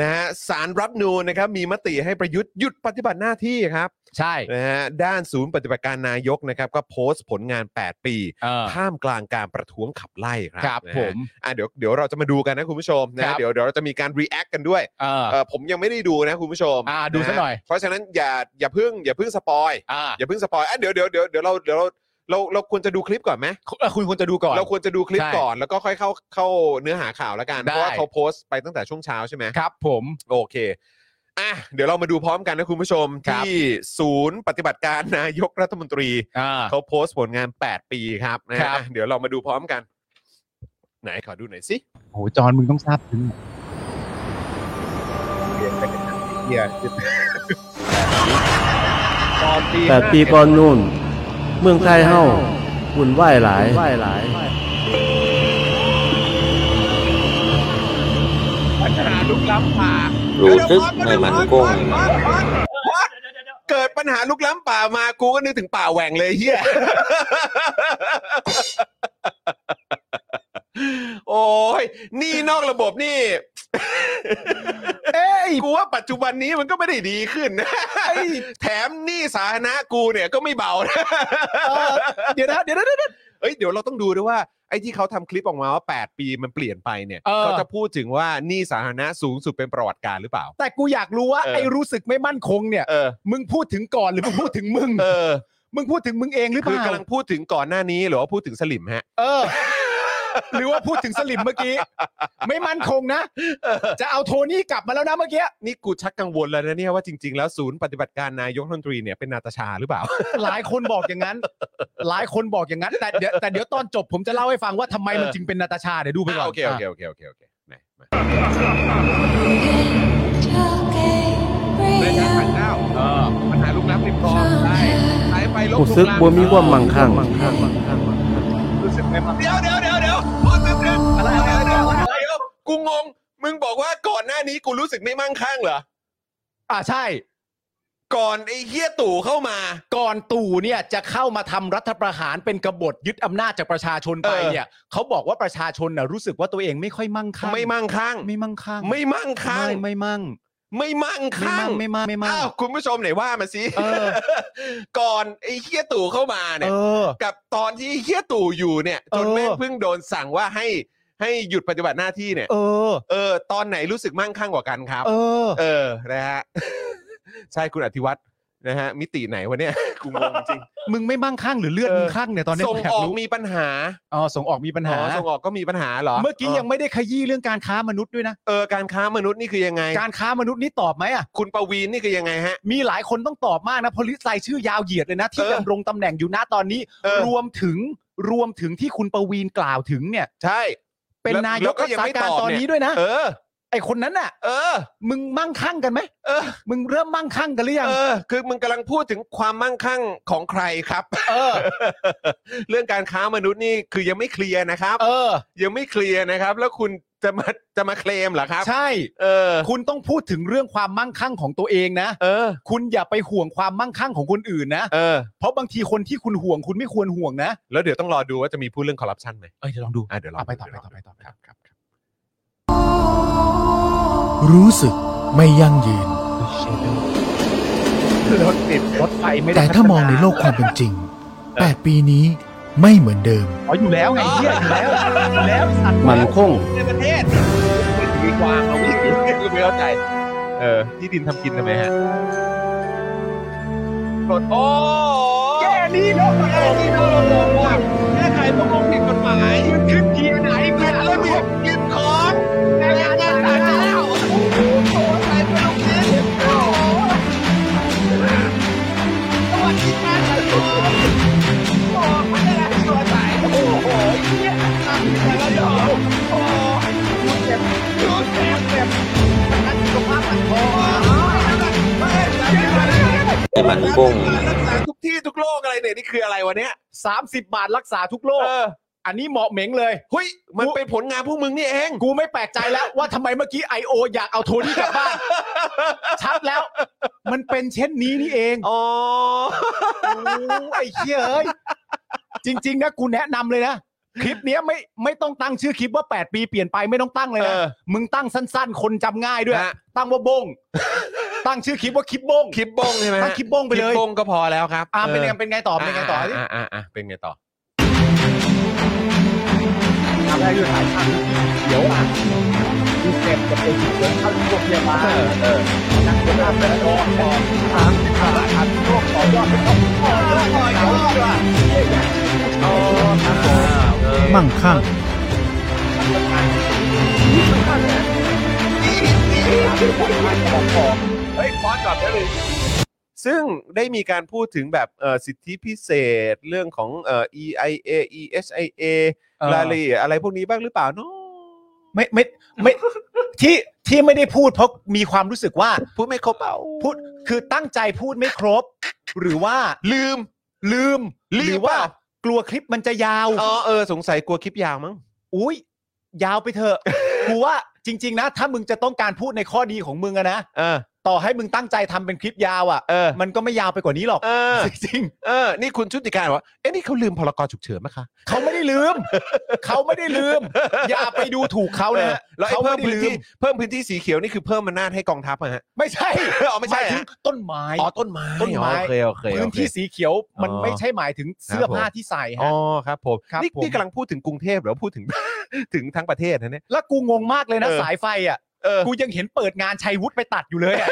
[SPEAKER 2] นะฮะสารรับนูนนะครับ มีมติให้ประยุทธ์หยุดปฏิบัติหน้าที่ครับ
[SPEAKER 3] ใช่
[SPEAKER 2] นะฮะด้านศูนย์ปฏิบัติการนายกนะครับ ก็โพสต์ผลงาน 8 ปี
[SPEAKER 3] เออ
[SPEAKER 2] ท่ามกลางการประท้วงขับไล่ครับ
[SPEAKER 3] ครับ
[SPEAKER 2] นะฮะ
[SPEAKER 3] ผม
[SPEAKER 2] อ่ะเดี๋ยวเดี๋ยวเราจะมาดูกันนะคุณผู้ชม
[SPEAKER 3] ครั
[SPEAKER 2] นะ
[SPEAKER 3] บ
[SPEAKER 2] เดี๋ยวเดี๋ยวเราจะมีการ react กันด้วย
[SPEAKER 3] เออ
[SPEAKER 2] เอ่อผมยังไม่ได้ดูนะคุณผู้ชม
[SPEAKER 3] อ่ะดูซะหน่อย
[SPEAKER 2] ะเพราะฉะนั้นอย่าอย่าเพิ่งอย่าเพิ่งสปอย
[SPEAKER 3] อ่า
[SPEAKER 2] อย่าเพิ่งสปอยอ่ะเดี๋ยวเดี๋ยวเดี๋ยวเดี๋ยวเราเดี๋ยวเราเราเราควรจะดูคลิปก่อนไหม
[SPEAKER 3] คุณควรจะดูก่อน
[SPEAKER 2] เราควรจะดูคลิป
[SPEAKER 3] ใช่
[SPEAKER 2] ก่อนแล้วก็ค่อยเข้าเข้าเนื้อหาข่าวแล้วกัน
[SPEAKER 3] ได้
[SPEAKER 2] เพราะว่าเขาโพสต์ไปตั้งแต่ช่วงเช้าใช่ไหม
[SPEAKER 3] ครับผม
[SPEAKER 2] โอเคอ่ะเดี๋ยวเรามาดูพร้อมกันนะคุณผู้ชม
[SPEAKER 3] ครับ
[SPEAKER 2] ที่ศูนย์ปฏิบัติการนายกรัฐมนตรี
[SPEAKER 3] อ่า
[SPEAKER 2] เขาโพสต์ผลงาน 8 ปีครับนะฮะ
[SPEAKER 3] ครับ
[SPEAKER 2] อ่ะเดี๋ยวเรามาดูพร้อมกัน ไหนขอดูหน่อยสิ
[SPEAKER 3] โอ้โหจอนมึงต้องทราบซึ้ง
[SPEAKER 2] ตอนปี
[SPEAKER 4] แปดปีก่อนนู่น เมืองไทยเฮ้าหุ่นไหวหลาย
[SPEAKER 2] ปัญหาลุกล้ำป่า
[SPEAKER 5] รูทึกในมันกุ้ง
[SPEAKER 2] เกิดปัญหาลุกล้ำป่ามากูก็นึกถึงป่าแหว่งเลยเฮียโอ้ยนี่นอกระบบนี่
[SPEAKER 3] เอ้ย
[SPEAKER 2] กูว่าปัจจุบันนี้มันก็ไม่ได้ดีขึ้นนะแถมหนี้สาธารณะกูเนี่ยก็ไม่เบานะ
[SPEAKER 3] เดี๋ยวนะเดี๋ยวนะ
[SPEAKER 2] เอ้ยเดี๋ยวเราต้องดูด้วยว่าไอ้ที่เขาทำคลิปออกมาว่า 8 ปีมันเปลี่ยนไปเนี่ย
[SPEAKER 3] เออ
[SPEAKER 2] เขาจะพูดถึงว่าหนี้สาธารณะสูงสุดเป็นประวัติการหรือเปล่า
[SPEAKER 3] แต่กูอยากรู้ว่า
[SPEAKER 2] เออ
[SPEAKER 3] ไอ้รู้สึกไม่มั่นคงเนี่ย
[SPEAKER 2] เออ
[SPEAKER 3] มึงพูดถึงก่อนหรือมึงพูดถึงมึง
[SPEAKER 2] เออ
[SPEAKER 3] มึงพูดถึงมึงเองหรือเป
[SPEAKER 2] คื
[SPEAKER 3] ล่าก
[SPEAKER 2] อำลังพูดถึงก่อนหน้านี้หรือว่าพูดถึงสลิมฮะ
[SPEAKER 3] เออ หรือว่าพูดถึงสลิมเมื่อกี้ ไม่มั่นคงนะ จะเอาโทนี่กลับมาแล้วนะเมื่อกี้
[SPEAKER 2] นี่กูชักกังวลแล้วนะเนี่ยว่าจริงๆแล้วศูนย์ปฏิบัติการนายกรัฐมนตรีเนี่ยเป็นนาตาชาหรือเปล่า
[SPEAKER 3] หลายคนบอกอย่างนั้น หลายคนบอกอย่างนั้น แต่เดี๋ยวแต่เดี๋ยวตอนจบผมจะเล่าให้ฟังว่าทำไมมันจึงเป็นนาตาชาเดี๋ยวดูไปก่อน
[SPEAKER 2] โอเคโอเคโอเคโอเคโอเคไหนมาเออปัญหาลุกล้ำริมคลองได้ใช้ไปลบ
[SPEAKER 4] ผู้ซึกบัวมีความมั่งคั่ง
[SPEAKER 2] เดี๋ยวเดี๋ยวเดี๋ยวเดี๋ยวพูดถึงอะไรอะไรอะไรอะไรเดี๋ยวกูงงมึงบอกว่าก่อนหน้านี้กูรู้สึกไม่มั่งคั่งเหรอ
[SPEAKER 3] อ่าใช่
[SPEAKER 2] ก่อนไอ้เฮี้ยตู่เข้ามา
[SPEAKER 3] ก่อนตู่เนี่ยจะเข้ามาทำรัฐประหารเป็นกบฏยึดอำนาจจากประชาชนไป
[SPEAKER 2] เออ
[SPEAKER 3] เนี่ยเขาบอกว่าประชาชนน่ะรู้สึกว่าตัวเองไม่ค่อยมั่งคั่ง
[SPEAKER 2] ไม่มั่งคั่ง
[SPEAKER 3] ไม่มั่งคั่ง
[SPEAKER 2] ไม่มั่งคั่ง
[SPEAKER 3] ไม่ไม่มั่ง
[SPEAKER 2] ไม่มั่ง
[SPEAKER 3] ไม่
[SPEAKER 2] คั่
[SPEAKER 3] มั่
[SPEAKER 2] ง
[SPEAKER 3] งไม่มั่งไม่มั่ง
[SPEAKER 2] อ้าวคุณผู้ชมไหนว่ามาสิ
[SPEAKER 3] เออ
[SPEAKER 2] ก่อนไอ้เฮียตู่เข้ามา
[SPEAKER 3] เอ
[SPEAKER 2] เนี่ย
[SPEAKER 3] อ
[SPEAKER 2] กับตอนที่เฮียตู่อยู่เนี่ย จน
[SPEAKER 3] เออ
[SPEAKER 2] แม่งเพิ่งโดนสั่งว่าให้ให้หยุดปฏิบัติหน้าที่เนี่ย
[SPEAKER 3] เออ
[SPEAKER 2] เออตอนไหนรู้สึกมั่งคั่งกว่ากันครับ
[SPEAKER 3] เออ
[SPEAKER 2] เออนะฮ ะ ใช่คุณอธิวัฒน์นะฮะมิติไหนวะเนี่ยกูงงจริง
[SPEAKER 3] มึงไม่มั่งคั่งหรือเลือด
[SPEAKER 2] เออ
[SPEAKER 3] มึงคั่งเนี่ยตอนเนี้ย
[SPEAKER 2] ส่ง
[SPEAKER 3] ผมยา
[SPEAKER 2] ออก
[SPEAKER 3] รู้
[SPEAKER 2] มีปัญหา
[SPEAKER 3] อ๋อส่งออกมีปัญหา
[SPEAKER 2] อ๋อส่งออกก็มีปัญหาเหรอ
[SPEAKER 3] เมื่อกี้ยังไม่ได้ขยี้เรื่องการค้ามนุษย์ด้วยนะ
[SPEAKER 2] เออการค้ามนุษย์นี่คือยังไง
[SPEAKER 3] การค้ามนุษย์นี่ตอบไหมอ่ะ
[SPEAKER 2] คุณประวีนนี่คือยังไงฮะ
[SPEAKER 3] มีหลายคนต้องตอบมากนะเพราะลิสต์รายชื่อยาวเหยียดเลยนะ ที่
[SPEAKER 2] เออ
[SPEAKER 3] ดำรงตำแหน่งอยู่ณตอนนี้
[SPEAKER 2] เออ
[SPEAKER 3] รวมถึงรวมถึงที่คุณประวีนกล่าวถึงเนี่ย
[SPEAKER 2] ใช่
[SPEAKER 3] เป็น
[SPEAKER 2] แล้ว
[SPEAKER 3] นาย
[SPEAKER 2] แล้
[SPEAKER 3] ก
[SPEAKER 2] วก็
[SPEAKER 3] รัก
[SPEAKER 2] ยัง
[SPEAKER 3] ษา
[SPEAKER 2] ไม่
[SPEAKER 3] การ
[SPEAKER 2] ตอบ
[SPEAKER 3] ตอน
[SPEAKER 2] เนี่ย
[SPEAKER 3] นี้ด้วยนะ
[SPEAKER 2] เออ
[SPEAKER 3] ไอคนนั้นน่ะ
[SPEAKER 2] เออ
[SPEAKER 3] มึงมั่งคั่งกันไหม
[SPEAKER 2] เออ
[SPEAKER 3] มึงเริ่มมั่งคั่งกันหรือยัง
[SPEAKER 2] เออ คือมึงกำลังพูดถึงความมั่งคั่งของใครครับ
[SPEAKER 3] เออ
[SPEAKER 2] เรื่องการค้ามนุษย์นี่คือยังไม่เคลียร์นะครับ
[SPEAKER 3] เออ
[SPEAKER 2] ยังไม่เคลียร์นะครับ แล้วคุณจะมาจะมาเคลมเหรอครับ
[SPEAKER 3] ใช่
[SPEAKER 2] เออ
[SPEAKER 3] คุณต้องพูดถึงเรื่องความมั่งคั่งของตัวเองนะ
[SPEAKER 2] เออ
[SPEAKER 3] คุณอย่าไปห่วงความมั่งคั่งของคนอื่นนะ
[SPEAKER 2] เออ
[SPEAKER 3] เพราะบางทีคนที่คุณห่วงคุณไม่ควรห่วงนะ
[SPEAKER 2] แล้วเดี๋ยวต้องรอดูว่าจะมีพูดเรื่องคอร์รัปชันไหม
[SPEAKER 3] เอ้ยเดี๋ยวลองดู
[SPEAKER 2] อ่ะเดี๋ยวรอ
[SPEAKER 3] เอาไปต่อ
[SPEAKER 2] เดี๋ยวร
[SPEAKER 3] ไปต่อไปต่อ
[SPEAKER 2] ครับครับครับ
[SPEAKER 6] รู้สึกไม่ยั่งยืน
[SPEAKER 3] รถติดรถไฟไม่ได้
[SPEAKER 6] แต่ถ้ามองในโลกความเป็นจริง 8 ปีนี้ไม่เหมือนเดิม
[SPEAKER 3] อ๋ออยู่แล้วไงเหี้ยอยู่แล้วอยู่แล้วสัตว์
[SPEAKER 4] มันคง
[SPEAKER 2] ในประเทศมีกวางเอาวิ่งกูไม่เข้าใจ เออ ที่ดินทำกินทำไมฮะกดโอ้
[SPEAKER 3] แค่นี้เนาะ
[SPEAKER 2] แก้ที่เราลงว่าแก้ไขประมงผิดกฎหมายมันขึ้นทีไหนเป็นระเบียบกินของแต่งานต่างๆแล้ว
[SPEAKER 5] ในมันกุ้ง
[SPEAKER 2] รักษาทุกที่ทุกโลกอะไรเนี่ยนี่คืออะไรวะเนี่ย
[SPEAKER 3] สามสิบบาทรักษาทุกโรค
[SPEAKER 2] เออ
[SPEAKER 3] อันนี้เหมาะเหม็งเลย
[SPEAKER 2] เฮ้ยมันเป็นผลงานพวกมึงนี่เอง
[SPEAKER 3] กูไม่แปลกใจแล้วว่าทำไมเมื่อกี้ I.O. อยากเอาโทนี่กลับบ้าน ชัดแล้ว มันเป็นเช่นนี้นี่เอง
[SPEAKER 2] อ๋อ
[SPEAKER 3] ไอ้เหี้ยเอ้ยจริง ๆ นะกูแนะนำเลยนะ คลิปเนี้ยไม่ไม่ต้องตั้งชื่อคลิปว่า 8 ปีเปลี่ยนไปไม่ต้องตั้งเลยนะ
[SPEAKER 2] เออ
[SPEAKER 3] มึงตั้งสั้นๆ คนจำง่ายด้วย
[SPEAKER 2] ฮะ
[SPEAKER 3] ตั้งว่าบง ตั้งชื่อคลิปว่าคลิปบง
[SPEAKER 2] คลิปบงใช่ไหม
[SPEAKER 3] ตั้งคลิปบงไปเลย
[SPEAKER 2] คลิปบงก็พอแล้วครับ
[SPEAKER 3] อ่าเป็นไง
[SPEAKER 2] ออ
[SPEAKER 3] เป็นไงต่อเป็นไงต่อที่
[SPEAKER 2] อ่าอ่าอ่าเป็นไงต่อ
[SPEAKER 3] ทำได้ด้วยสายพันธุ์เดี๋ยวอ่ะดูเต็มจะเป็นเข้าโรงพยาบาลเออนักโทษเป็นโดนต่อถามถามอัดโรคต่อยอดเป็นต้องต่อยอดต่อยอดอ่ะ
[SPEAKER 6] มั่งคั่ง
[SPEAKER 3] ส
[SPEAKER 2] ซึ่งได้มีการพูดถึงแบบเอ่อสิทธิพิเศษเรื่องของเอ่อ EIA EHIA
[SPEAKER 3] เออ
[SPEAKER 2] รายละเอียดอะไรพวกนี้บ้างหรือเปล่าเนาะ
[SPEAKER 3] ไม่ไม่ไม่ ที่ที่ไม่ได้พูดเพราะมีความรู้สึกว่า
[SPEAKER 2] พูดไม่ครบเปล่า
[SPEAKER 3] พูดคือตั้งใจพูดไม่ครบ หรือว่า
[SPEAKER 2] ลืม
[SPEAKER 3] ลืม
[SPEAKER 2] ลืม
[SPEAKER 3] หรือว่า
[SPEAKER 2] เปล่า
[SPEAKER 3] กลัวคลิปมันจะยาว
[SPEAKER 2] อ๋อเออสงสัยกลัวคลิปยาวมั้ง
[SPEAKER 3] อุ้ยยาวไปเถอะ กูว่าจริง ๆ นะ ถ้ามึงจะต้องการพูดในข้อดีของมึงอะนะ
[SPEAKER 2] เออ
[SPEAKER 3] ต่อให้มึงตั้งใจทำเป็นคลิปยาวอะ
[SPEAKER 2] เออ
[SPEAKER 3] มันก็ไม่ยาวไปกว่านี้หรอก
[SPEAKER 2] เออ
[SPEAKER 3] จริง
[SPEAKER 2] เออ นี่คุณชุติการบอกว่า เอ๊ะนี่เขาลืมพรกฉุกเฉินไหมคะ
[SPEAKER 3] ๆเขาไม่ได้ลืม เขาไม่ได้ลืม อย่าไปดูถูกเขานะฮะ
[SPEAKER 2] แล้วไอ้
[SPEAKER 3] เขา
[SPEAKER 2] เพิ่
[SPEAKER 3] ไม่ได้
[SPEAKER 2] มพื้
[SPEAKER 3] ลื
[SPEAKER 2] นที่
[SPEAKER 3] ม
[SPEAKER 2] เพิ่มพื้นที่สีเขียวนี่คือเพิ่มอำนาจให้กองทัพอะฮะ
[SPEAKER 3] ไม่ใช่
[SPEAKER 2] อ๋อไม่
[SPEAKER 3] หา
[SPEAKER 2] ใช่
[SPEAKER 3] ยถึง
[SPEAKER 2] ฮะ
[SPEAKER 3] ต้นไม้
[SPEAKER 2] อ๋อต้นไม้
[SPEAKER 3] ต้นไม้
[SPEAKER 2] อ๋อโอเคโอเค
[SPEAKER 3] พื้
[SPEAKER 2] โอน เค
[SPEAKER 3] ที่สีเขียวมัน
[SPEAKER 2] อ๋อ
[SPEAKER 3] ไม่ใช่หมายถึงเสื้อ
[SPEAKER 2] ครับผม
[SPEAKER 3] ผ้าที่ใส่
[SPEAKER 2] อ๋อ
[SPEAKER 3] ฮะ
[SPEAKER 2] ครับผม
[SPEAKER 3] ครับ
[SPEAKER 2] นี่
[SPEAKER 3] ผม
[SPEAKER 2] นี่กำลังพูดถึงกรุงเทพเหรือพูดถึง ถึงทั้งประเทศนะเนี่ย
[SPEAKER 3] แล้วกูงงมากเลยนะ
[SPEAKER 2] เออ
[SPEAKER 3] สายไฟอ่ะ
[SPEAKER 2] เออ
[SPEAKER 3] กูยังเห็นเปิดงานชัยวุฒิไปตัดอยู่เลยอะ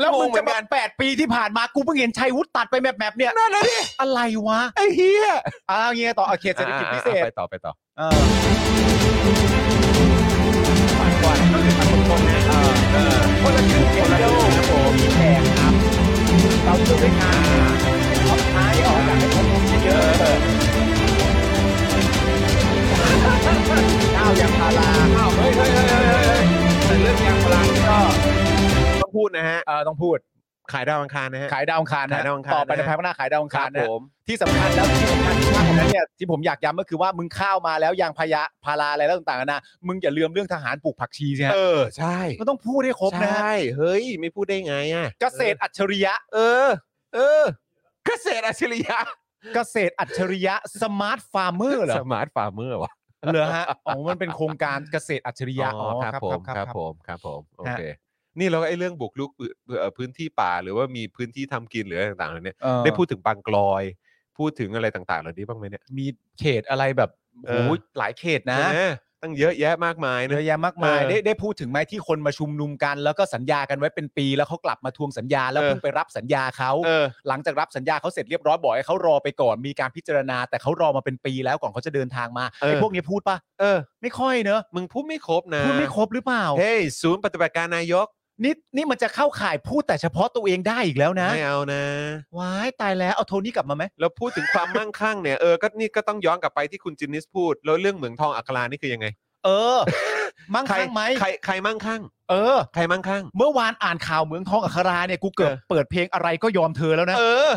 [SPEAKER 3] แล้วมึง
[SPEAKER 2] งงเหมื
[SPEAKER 3] จะ
[SPEAKER 2] อนกั
[SPEAKER 3] มา
[SPEAKER 2] นา
[SPEAKER 3] แปดปีที่ผ่านมากูเพิ่งเห็นชัยวุฒิตัดไปแมปแมปเนี่ยนั่นนะดิอะไรวะ
[SPEAKER 2] ไอ้เฮีย
[SPEAKER 3] อ้าวเงี้ยต่อโอเคเศรษฐกิจพิเศษ
[SPEAKER 2] ไปต่อไปต่อ
[SPEAKER 3] เออก่อนก็คือทำคนคนนะเออคนละครึ่งเดียวนะผมมีแขกครับเราดูด้วยกันท็อปท้ายออกอยากให้คนลงเยอะข้าวยางพาราข้าวเฮ้ยเฮ้ยเฮ้ยเฮ้ยแต่เรื่องยางพารานี่ก็
[SPEAKER 2] ต้องพูดนะฮะ
[SPEAKER 3] เออต้องพูด
[SPEAKER 2] ขายดาวอังคารนะฮะ
[SPEAKER 3] ขายดาวอังคารนะ
[SPEAKER 2] ขายดาวอังคาร
[SPEAKER 3] ต่อไปใน
[SPEAKER 2] นะ
[SPEAKER 3] ภายภาคหน้าขายดาวอัง
[SPEAKER 2] ค
[SPEAKER 3] คาร
[SPEAKER 2] รับ
[SPEAKER 3] นะ
[SPEAKER 2] ผม
[SPEAKER 3] ที่สำคัญแล้วที่สำคัญที่มากกว่านั้นเนี่ยที่ผมอยากย้ำก็คือว่ามึงข้าวมาแล้วยางพายะพาราอะไรแล้วต่างๆนานะมึงอย่าลืมเรื่องทหารปลูกผักชีใช่ไหม
[SPEAKER 2] เออ ใช่
[SPEAKER 3] มันต้องพูดให้ครบนะ
[SPEAKER 2] ใช่ เฮ้ย ไม่พูดได้ไงอ่ะ
[SPEAKER 3] เกษตรอัจฉริยะ
[SPEAKER 2] เออ เออ เกษตรอัจฉริยะ
[SPEAKER 3] เกษตรอัจฉริยะสมาร์ทฟาร์มเมอร์เหรอ
[SPEAKER 2] สมาร์ทฟาร์มเมอร์วะ
[SPEAKER 3] เหรอฮะอ๋อมันเป็นโครงการเกษตรอัจฉริยะ
[SPEAKER 2] อ๋อครับผมครับผมครับผม โอเค นี่เราก็ไอ้เรื่องบุกลุกพื้นเอ่อพื้นที่ป่า หรือว่ามีพื้นที่ทำกินหรืออะไรต่างๆเหล่านี้
[SPEAKER 3] เออ
[SPEAKER 2] ได้พูดถึงบางกลอย พูดถึงอะไรต่างๆเหล่านี้บ้างไหมเนี่ย
[SPEAKER 3] มีเขตอะไรแบบ
[SPEAKER 2] เอ
[SPEAKER 3] โอ้
[SPEAKER 2] อ
[SPEAKER 3] โหหลายเขตนะ
[SPEAKER 2] ใช่ไหมตั้งเยอะแยะมากมาย
[SPEAKER 3] เย
[SPEAKER 2] นะ
[SPEAKER 3] อะแยะมากมาย
[SPEAKER 2] เออ
[SPEAKER 3] ได้ได้พูดถึงไหมที่คนมาชุมนุมกัน แล้วก็สัญญากันไว้เป็นปี แล้วเขากลับมาทวงสัญญาแล้ว
[SPEAKER 2] เออ
[SPEAKER 3] เพิ่งไปรับสัญญาเขา
[SPEAKER 2] เออ
[SPEAKER 3] หลังจากรับสัญญาเขาเสร็จเรียบร้อยบอกให้เขารอไปก่อนมีการพิจารณา แต่เขารอมาเป็นปีแล้วก่อนเขาจะเดินทางมา
[SPEAKER 2] เออ
[SPEAKER 3] ไอ้พวกนี้พูดปะ
[SPEAKER 2] เออ
[SPEAKER 3] ไม่ค่อยเนอะ
[SPEAKER 2] มึงพูดไม่ครบนะ
[SPEAKER 3] พูดไม่ครบหรือเปล่า
[SPEAKER 2] เฮ้ยศูนย์ปฏิบัติการนายก
[SPEAKER 3] นี่นี่มันจะเข้าข่ายพูดแต่เฉพาะตัวเองได้อีกแล้วนะ
[SPEAKER 2] ไม่เอานะ
[SPEAKER 3] ว้ายตายแล้วเอาโทนี่กลับมาไหม
[SPEAKER 2] แล้วพูดถึงความมั่งคั่งเนี่ยเออก็นี่ก็ต้องย้อนกลับไปที่คุณจินนิสพูด แล้วเรื่องเหมืองทองอัครานี่คือยังไง
[SPEAKER 3] เออ มั่ง
[SPEAKER 2] ใคร
[SPEAKER 3] คั่งไหม
[SPEAKER 2] ใครใครมั่งคั่ง
[SPEAKER 3] เออ
[SPEAKER 2] ใครมั่งคั่ง
[SPEAKER 3] เมื่อวานอ่านข่าวเหมืองทองอัคราเนี่ยกูเกือบ
[SPEAKER 2] เออ
[SPEAKER 3] เปิดเพลงอะไรก็ยอมเธอแล้วนะ
[SPEAKER 2] เออ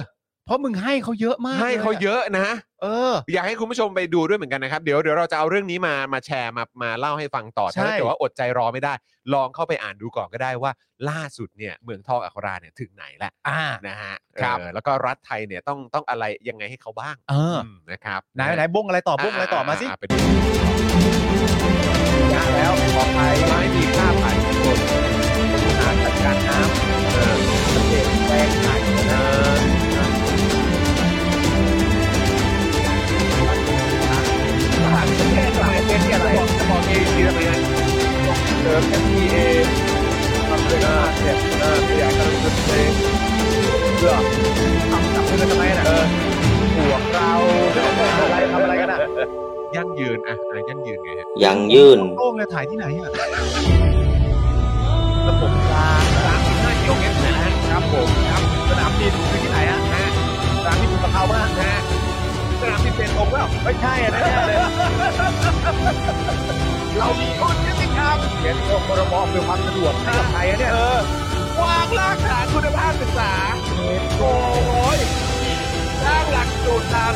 [SPEAKER 3] เพราะมึงให้เขาเยอะมาก
[SPEAKER 2] ให้เขาเยอะนะ
[SPEAKER 3] เออ
[SPEAKER 2] อยากให้คุณผู้ชมไปดูด้วยเหมือนกันนะครับ เดี๋ยวเดี๋ยวเราจะเอาเรื่องนี้มามาแชร์มามาเล่าให้ฟังต่อ
[SPEAKER 3] ใช่
[SPEAKER 2] ถ้าเกิดว่าอดใจรอไม่ได้ ลองเข้าไปอ่านดูก่อนก็ได้ว่า ล่าสุดเนี่ยเหมืองทองอัคราเนี่ยถึงไหนแล้ว
[SPEAKER 3] อ่า
[SPEAKER 2] นะฮะ
[SPEAKER 3] ครับ
[SPEAKER 2] เออแล้วก็รัฐไทยเนี่ยต้องต้องอะไรยังไงให้เขาบ้าง
[SPEAKER 3] เออ
[SPEAKER 2] มนะครับ
[SPEAKER 3] ไหนไหนบ้งอะไรต่อบ้งอะไรต่อมาสิ
[SPEAKER 2] ไปดูยากแล้วปลอดภัยไม่มีค่าผ่านคนหาจัดการน้ำเออเปลี่ยนแปลงไทยเออ
[SPEAKER 3] แค่ไหนเป็นอะไรบอกเองทีละเป็นเดิม FTA ทำเลยก็เนี่ยเออขยายการลงทุนเองเพื่อทำจับเพื่อนทำไมน่ะเออหัวเราอะไรทำอะไรกันอ่ะ
[SPEAKER 2] ยั่งยืนอ่ะอะไรยั่งยืนไงฮะ
[SPEAKER 4] ยังยื่น
[SPEAKER 3] โล่งเลยถ่ายที่ไหนอ่ะระบบรางสามสิบห้ากิโลเมตรนะครับผมครับสนามบินคือที่ไหนอ่ะฮะสนามบินสุพรรณบุรีฮะสนามบินเป็นตรงเปล่าไม่ใช่อ่ะนะเลย เรามีทุนยุติธรรมเขียนกฎพรบเพื่อความสะดวกให้กับไทยอะเนี่ยเออวางรากฐานคุณภาพศึกษาโอ้ยสร้างหลักสูตรตาม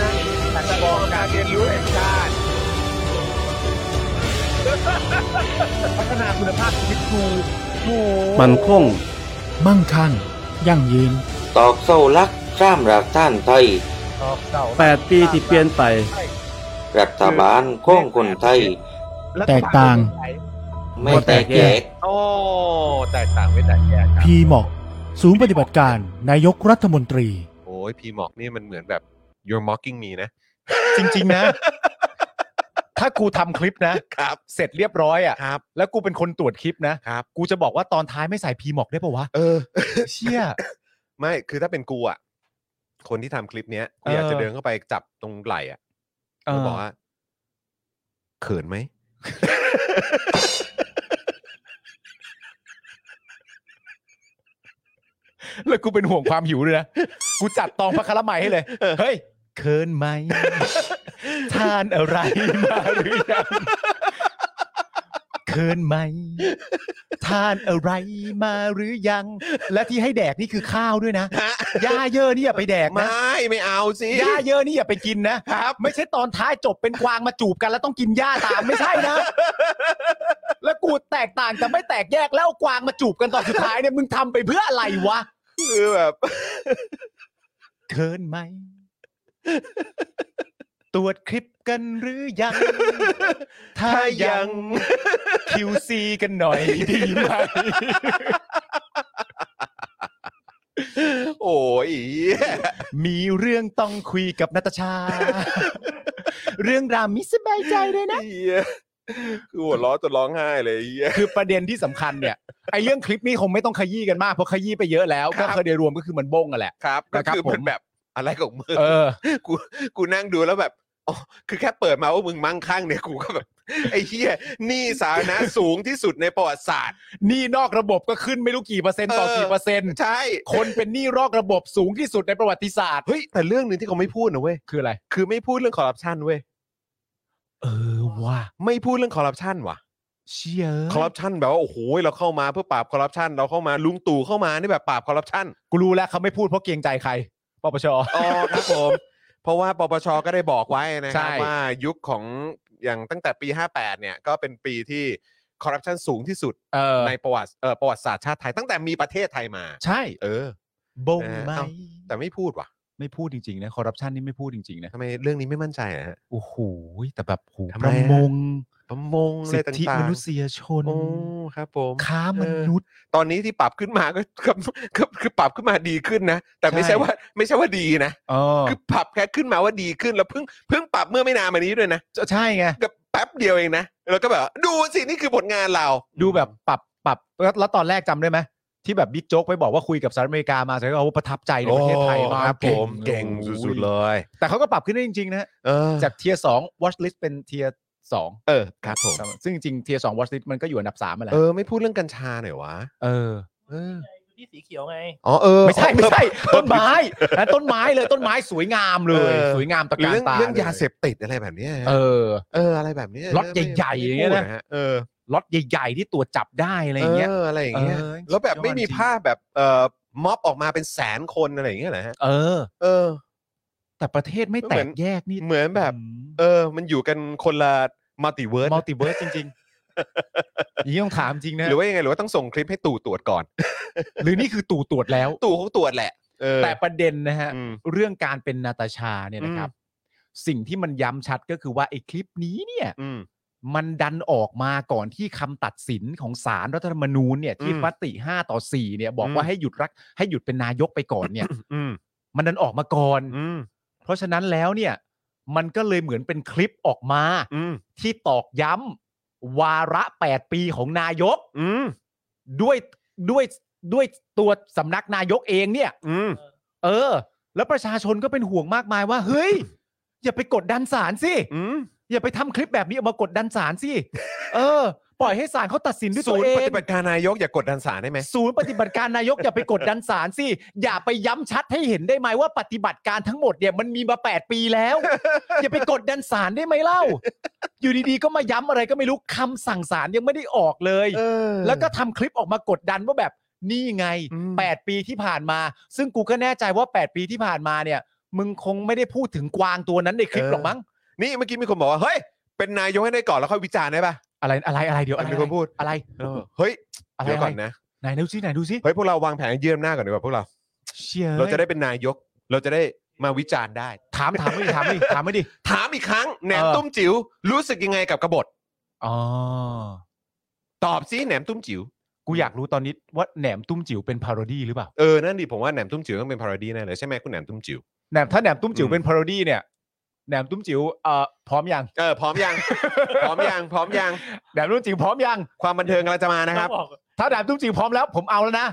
[SPEAKER 3] นะแต่จะบอกการเรียนรู้แห่งชาติพัฒนาคุณภาพชีวิตครูโอ้
[SPEAKER 4] มันคง
[SPEAKER 6] มั่งคั่ง ยั่งยืน
[SPEAKER 4] ตอกเสาหลักสร้างรากฐานไทย
[SPEAKER 3] ตอบเสา
[SPEAKER 4] 8 ปีที่เปลี่ยนไป รัฐบาลของคนไทย
[SPEAKER 6] แตกต่าง
[SPEAKER 4] ไม่แตกแยก
[SPEAKER 2] โอ้แตกต่างไม่แตกแยกครับ
[SPEAKER 6] พีหมอกศูนย์ปฏิบัติการนายกรัฐมนตรี
[SPEAKER 2] โอ้ยพีหมอกนี่มันเหมือนแบบ you're mocking me นะ
[SPEAKER 3] จริง ๆ นะ ถ้ากูทำคลิปนะ
[SPEAKER 2] ครับ
[SPEAKER 3] เสร็จเรียบร้อยอ่ะ
[SPEAKER 2] ครับ
[SPEAKER 3] แล้วกูเป็นคนตรวจคลิปนะ
[SPEAKER 2] ครับ
[SPEAKER 3] กูจะบอกว่าตอนท้ายไม่ใส่พีหมอกได้ปะวะ
[SPEAKER 2] เออ
[SPEAKER 3] เชี่ย
[SPEAKER 2] ไม่คือถ้าเป็นกูอ่ะ คนที่ทำคลิปเนี้ยกูอยากจะ
[SPEAKER 3] เออ
[SPEAKER 2] เดินเข้าไปจับตรงไหล่อ่ะ
[SPEAKER 3] เอ
[SPEAKER 2] กู
[SPEAKER 3] อ
[SPEAKER 2] บอกว่าเขินไหม
[SPEAKER 3] เ แล้วกูเป็นห่วงความหิวเลยนะกูจัดตองพระคารมัยให้เลยเฮ้ยเคิน ไหมทานอะไรมาหรือยังเคินไหมทานอะไรมาหรือยัง และที่ให้แดกนี่คือข้าวด้วยนะยาเยอะนี่อย่าไปแดก
[SPEAKER 2] ไม
[SPEAKER 3] นะ
[SPEAKER 2] ่ไม่เอาสิ
[SPEAKER 3] หญ้าเยอะนี่อย่าไปกินนะ ไม่ใช่ตอนท้ายจบเป็นกวางมาจูบกันแล้วต้องกินหญ้าตามไม่ใช่นะ แล้วกูแตกต่างแต่ไม่แตกแยกแล้วเอากวางมาจูบกันตอนสุดท้ายเนี่ยมึงทำไปเพื่ออะไรวะ
[SPEAKER 2] คือแบบ
[SPEAKER 3] เคินไหม ตรวจคลิปกันหรือยัง ถ้ายัง QC กันหน่อยดี ไหม
[SPEAKER 2] โอ้ยเหี้ย
[SPEAKER 3] มีเรื่องต้องคุยกับนาตาช า เรื่องราวมิสบายใจเลยนะ
[SPEAKER 2] เหี้ยคือหัวเร้อจนร้องไห้เลยเหี้ย
[SPEAKER 3] คือประเด็นที่สำคัญเนี่ยไอ้เรื่องคลิปนี้คงไม่ต้องขยี้กันมากเพราะขยี้ไปเยอะแล้ว
[SPEAKER 2] ค
[SPEAKER 3] ก็
[SPEAKER 2] รับ
[SPEAKER 3] เคยได้รวมก็คือมันบงกันแหละ
[SPEAKER 2] ครับ ก็
[SPEAKER 3] นะครับ
[SPEAKER 2] คือ
[SPEAKER 3] ผ
[SPEAKER 2] มัน
[SPEAKER 3] ม
[SPEAKER 2] แบบอะไรของมึง
[SPEAKER 3] เออ
[SPEAKER 2] กูกูนั่งดูแล้วแบบอ๋อคือแค่เปิดมาว่ามึงมั่งคั่งเนี่ยกูก็แบบไอ้เหี้ยหนี่สาธารณะ สูงที่สุดในประวัติศาสตร์
[SPEAKER 3] หนี่นอกระบบก็ขึ้นไม่รู้กี่เปอร์เซ็นต์ต่อ
[SPEAKER 2] เออ
[SPEAKER 3] กี่เปอร์เซ็นต์
[SPEAKER 2] ใช่
[SPEAKER 3] คนเป็นหนี้นอกระบบสูงที่สุดในประวัติศาสตร์
[SPEAKER 2] เฮ้ยแต่เรื่องหนึ่งที่เขาไม่พูดนะเว้ย
[SPEAKER 3] คืออะไร
[SPEAKER 2] คือไม่พูดเรื่องคอร์รัปชันเว้ย
[SPEAKER 3] เออว่า
[SPEAKER 2] ไม่พูดเรื่องคอร์รัปชันว่ะ
[SPEAKER 3] เชี่ย
[SPEAKER 2] คอร์รัปชันแบบว่าโอ้โหเราเข้ามาเพื่อปราบคอร์รัปชันเราเข้ามาลุงตู่เข้ามานี่แบบปราบคอร์รัปชัน
[SPEAKER 3] กูรู้แล้วเขาไม่พูดเพราะเกรงใจใครปปช
[SPEAKER 2] อ๋อครับผม เพราะว่าปปชก็ได้บอกไว้นะค
[SPEAKER 3] ใช่
[SPEAKER 2] รับว่ายุคของอย่างตั้งแต่ปี 58 เนี่ยก็เป็นปีที่คอร์รัปชันสูงที่สุด
[SPEAKER 3] เออ
[SPEAKER 2] ในประวัติเอ่อประวัติศาสตร์ชาติไทยตั้งแต่มีประเทศไทยมา
[SPEAKER 3] ใช่
[SPEAKER 2] เออ
[SPEAKER 3] บง
[SPEAKER 2] เออ
[SPEAKER 3] ไหม
[SPEAKER 2] เอ้า แต่ไม่พูดว่ะ
[SPEAKER 3] ไม่พูดจริงๆนะคอร์รัปชันนี่ไม่พูดจริงๆนะ
[SPEAKER 2] ทำไมเรื่องนี้ไม่มั่นใจอะฮะ
[SPEAKER 3] โอ้โหแต่แบบโห
[SPEAKER 2] ทำ
[SPEAKER 3] ป
[SPEAKER 2] ไม
[SPEAKER 3] ระ
[SPEAKER 2] อะ
[SPEAKER 3] มง
[SPEAKER 2] ประมงอะไร
[SPEAKER 3] สิท
[SPEAKER 2] ต่างๆ
[SPEAKER 3] ธิมนุษยชน
[SPEAKER 2] โอ้ครับผม
[SPEAKER 3] ค้ามนุษย์
[SPEAKER 2] ตอนนี้ที่ปรับขึ้นมาก็ ก็ก็คือปรับขึ้นมาดีขึ้นนะ แต่ไม่
[SPEAKER 3] ใช่
[SPEAKER 2] ใช่ว่าไม่ใช่ว่าดีนะ
[SPEAKER 3] เออ
[SPEAKER 2] คือปรับแค่ขึ้นมาว่าดีขึ้นแล้วเพิ่งเพิ่งปรับเมื่อไม่นานมานี้ด้วยนะ
[SPEAKER 3] ใช่ไง
[SPEAKER 2] แบบแป๊บเดียวเองนะ แล้วก็แบบ ดูสิ นี่คือผลงานเรา
[SPEAKER 3] ดูแบบปรับปรับแล้วแล้วตอนแรกจำได้ไหมที่แบบบิ๊กโจ๊กไปบอกว่าคุยกับสหรัฐอเมริกามาแต่ก็เขาประทับใจในประเทศไทยมาก
[SPEAKER 2] ครับผมเก่งสุดๆเลย
[SPEAKER 3] แต่เขาก็ปรับขึ้นได้จริงๆนะ
[SPEAKER 2] เออ
[SPEAKER 3] จากเทียสองวอชลิสเป็นเทียสอง
[SPEAKER 2] เออครับผม
[SPEAKER 3] ซึ่งจริงเทียสองวอชลิสมันก็อยู่อันดับสามมาแหละ
[SPEAKER 2] เออ ไม่พูดเรื่องกัญชาหน่อยวะ
[SPEAKER 3] เออ
[SPEAKER 2] เออ
[SPEAKER 7] ที่สีเขียวไง
[SPEAKER 2] อ๋อเออ
[SPEAKER 3] ไม่ใช่ไม่ใช่ ต้นไม้อันต้นไม้เลยต้นไม้สวยงามเลย
[SPEAKER 2] เออ
[SPEAKER 3] สวยงาม
[SPEAKER 2] ห
[SPEAKER 3] ตะา
[SPEAKER 2] รือกเรื่
[SPEAKER 3] ร
[SPEAKER 2] อง
[SPEAKER 3] ตา
[SPEAKER 2] เรื่อง
[SPEAKER 3] ล
[SPEAKER 2] ยาเสพติดอะไรแบบเนี้ย
[SPEAKER 3] เออ
[SPEAKER 2] เอออะไรแบบเนี้ย
[SPEAKER 3] ล็อตใหญ่ๆอย่างเงี้ยนะ
[SPEAKER 2] ไม่พูดฮเออ
[SPEAKER 3] ล็อตใหญ่ๆที่ตรวจจับได้อะไรอย่างเงี้ย
[SPEAKER 2] เอออะไรอย่างเงี้ย
[SPEAKER 3] เออ
[SPEAKER 2] แล้วแบบไม่มีภาพแบบเอ่อม็อบออกมาเป็นแสนคนอะไรอย่างเงี้ยเหรอฮะ
[SPEAKER 3] เออ
[SPEAKER 2] เออ
[SPEAKER 3] แต่ประเทศไม่แตกแยกนี่
[SPEAKER 2] เหมือนแบบ เออ มันอยู่กันคนละมัลติเวิร์ส
[SPEAKER 3] มัลติเวิร์สจริงๆ อย่างนี่ต้องถามจริงนะ
[SPEAKER 2] หรือว่ายังไงหรือว่าต้องส่งคลิปให้ตู่ตรวจก่อน
[SPEAKER 3] หรือนี่คือตู่ตรวจแล้ว
[SPEAKER 2] ตู่เขาตรวจแหละเออ
[SPEAKER 3] แต่ประเด็นนะฮะ
[SPEAKER 2] อืม
[SPEAKER 3] เรื่องการเป็นนาตาชาเนี่ยนะครับ สิ่งที่มันย้ำชัดก็คือว่าไอ้คลิปนี้เนี่ย
[SPEAKER 2] อืม
[SPEAKER 3] มันดันออกมาก่อนที่คำตัดสินของศาลรัฐธรรมนูญเนี่ยที่
[SPEAKER 2] อืม
[SPEAKER 3] มติ 5 ต่อ 4 เนี่ย บอก
[SPEAKER 2] อืม
[SPEAKER 3] ว่าให้หยุดรักให้หยุดเป็นนายกไปก่อนเนี่ย
[SPEAKER 2] อืม
[SPEAKER 3] มันดันออกมาก่อน
[SPEAKER 2] อืม
[SPEAKER 3] เพราะฉะนั้นแล้วเนี่ย มันก็เลยเหมือนเป็นคลิปออกมา
[SPEAKER 2] อืม
[SPEAKER 3] ที่ตอกย้ำวาระ 8 ปีของนายก
[SPEAKER 2] อืม
[SPEAKER 3] ด้วยด้วยด้วยตัวสำนักนายกเองเนี่ย
[SPEAKER 2] อืม
[SPEAKER 3] เออ แล้วประชาชนก็เป็นห่วงมากมายว่า เฮ้ย อย่าไปกดดันศาลสิ
[SPEAKER 2] อืม
[SPEAKER 3] อย่าไปทำคลิปแบบนี้ออกมากดดันศาลสิเออ ปล่อยให้ศาลเขาตัดสินด้วย
[SPEAKER 2] ศู
[SPEAKER 3] ตัวน
[SPEAKER 2] ย์
[SPEAKER 3] เอ
[SPEAKER 2] ป
[SPEAKER 3] ง
[SPEAKER 2] ฏิบัติการนายกอย่ากดดันศาลได้ไหม
[SPEAKER 3] ศูนย์ปฏิบัติการนายกอย่าไปกดดันศาลสิอย่าไปย้ำชัดให้เห็นได้ไหมว่าปฏิบัติการทั้งหมดเนี่ยมันมีมา 8 ปีแล้ว อย่าไปกดดันศาลได้ไหมเล่า อยู่ดีๆก็มาย้ำอะไรก็ไม่รู้คำสั่งศาลยังไม่ได้ออกเลย
[SPEAKER 2] เออ
[SPEAKER 3] แล้วก็ทำคลิปออกมากดดันว่าแบบนี่ไง
[SPEAKER 2] อืม
[SPEAKER 3] 8 ปีที่ผ่านมา ซึ่งกูก็แน่ใจว่า 8 ปีที่ผ่านมาเนี่ย มึงคงไม่ได้พูดถึงกวางตัวนั้นในคลิปหรอกมั้ง
[SPEAKER 2] นี่เมื่อกี้มีคนบอกว่า เฮ้ย เป็นนายกให้ได้ก่อนแล้วค่อยวิจารณ์ได้ป่ะ
[SPEAKER 3] อะไรอะไรอะไรเดี๋ยวอะไร
[SPEAKER 2] มีคนพูด
[SPEAKER 3] อะไร
[SPEAKER 2] เออเฮ้ย
[SPEAKER 3] อะไร
[SPEAKER 2] เดี๋ยว
[SPEAKER 3] อะไร
[SPEAKER 2] ก่อนนะ
[SPEAKER 3] ไหนดูซิไหนดูซิ
[SPEAKER 2] เฮ้ย พวกเราวางแผนเยืมหน้าจก่อนดีกว่าพวกเรา
[SPEAKER 3] เชีย
[SPEAKER 2] เราจะได้เป็นนายก เราจะได้มาวิจารณ์ได้
[SPEAKER 3] ถามถามไม่ดิถ ามไม่ดิถามไม่ดิ
[SPEAKER 2] ถามอีกครั้งแหนม
[SPEAKER 3] เออ
[SPEAKER 2] ตุ้มจิ๋วรู้สึกยังไงกับกบฏ
[SPEAKER 3] อ๋อ
[SPEAKER 2] ตอบสิแหนมตุ้มจิ๋ว
[SPEAKER 3] กูอยากรู้ตอนนี้ว่าแหนมตุ้มจิ๋วเป็นพาร o ดีหรือเปล่า
[SPEAKER 2] เออนั่นดิผมว่าแหนมตุ้มจิ๋วต้องเป็นพาราดีแน่เลยใช่ไหมคุณแหนมตุ้มจิ๋ว
[SPEAKER 3] แหนมถ้าแหนมตุ้มจิ๋ว
[SPEAKER 2] อืม
[SPEAKER 3] เป็นพาร o ดีเนี่ยแหนมตุ้มจิ๋วเอ่อพร้อมยัง
[SPEAKER 2] เออพร้อมยัง พร้อมยังพร้อมยัง
[SPEAKER 3] แหนมตุ้มจิ๋วพร้อมยัง
[SPEAKER 2] ความบันเทิงกำลังจะมานะครับ
[SPEAKER 3] ถ้าแหนมตุ้มจิ๋วพร้อมแล้วผมเอาแล้วนะ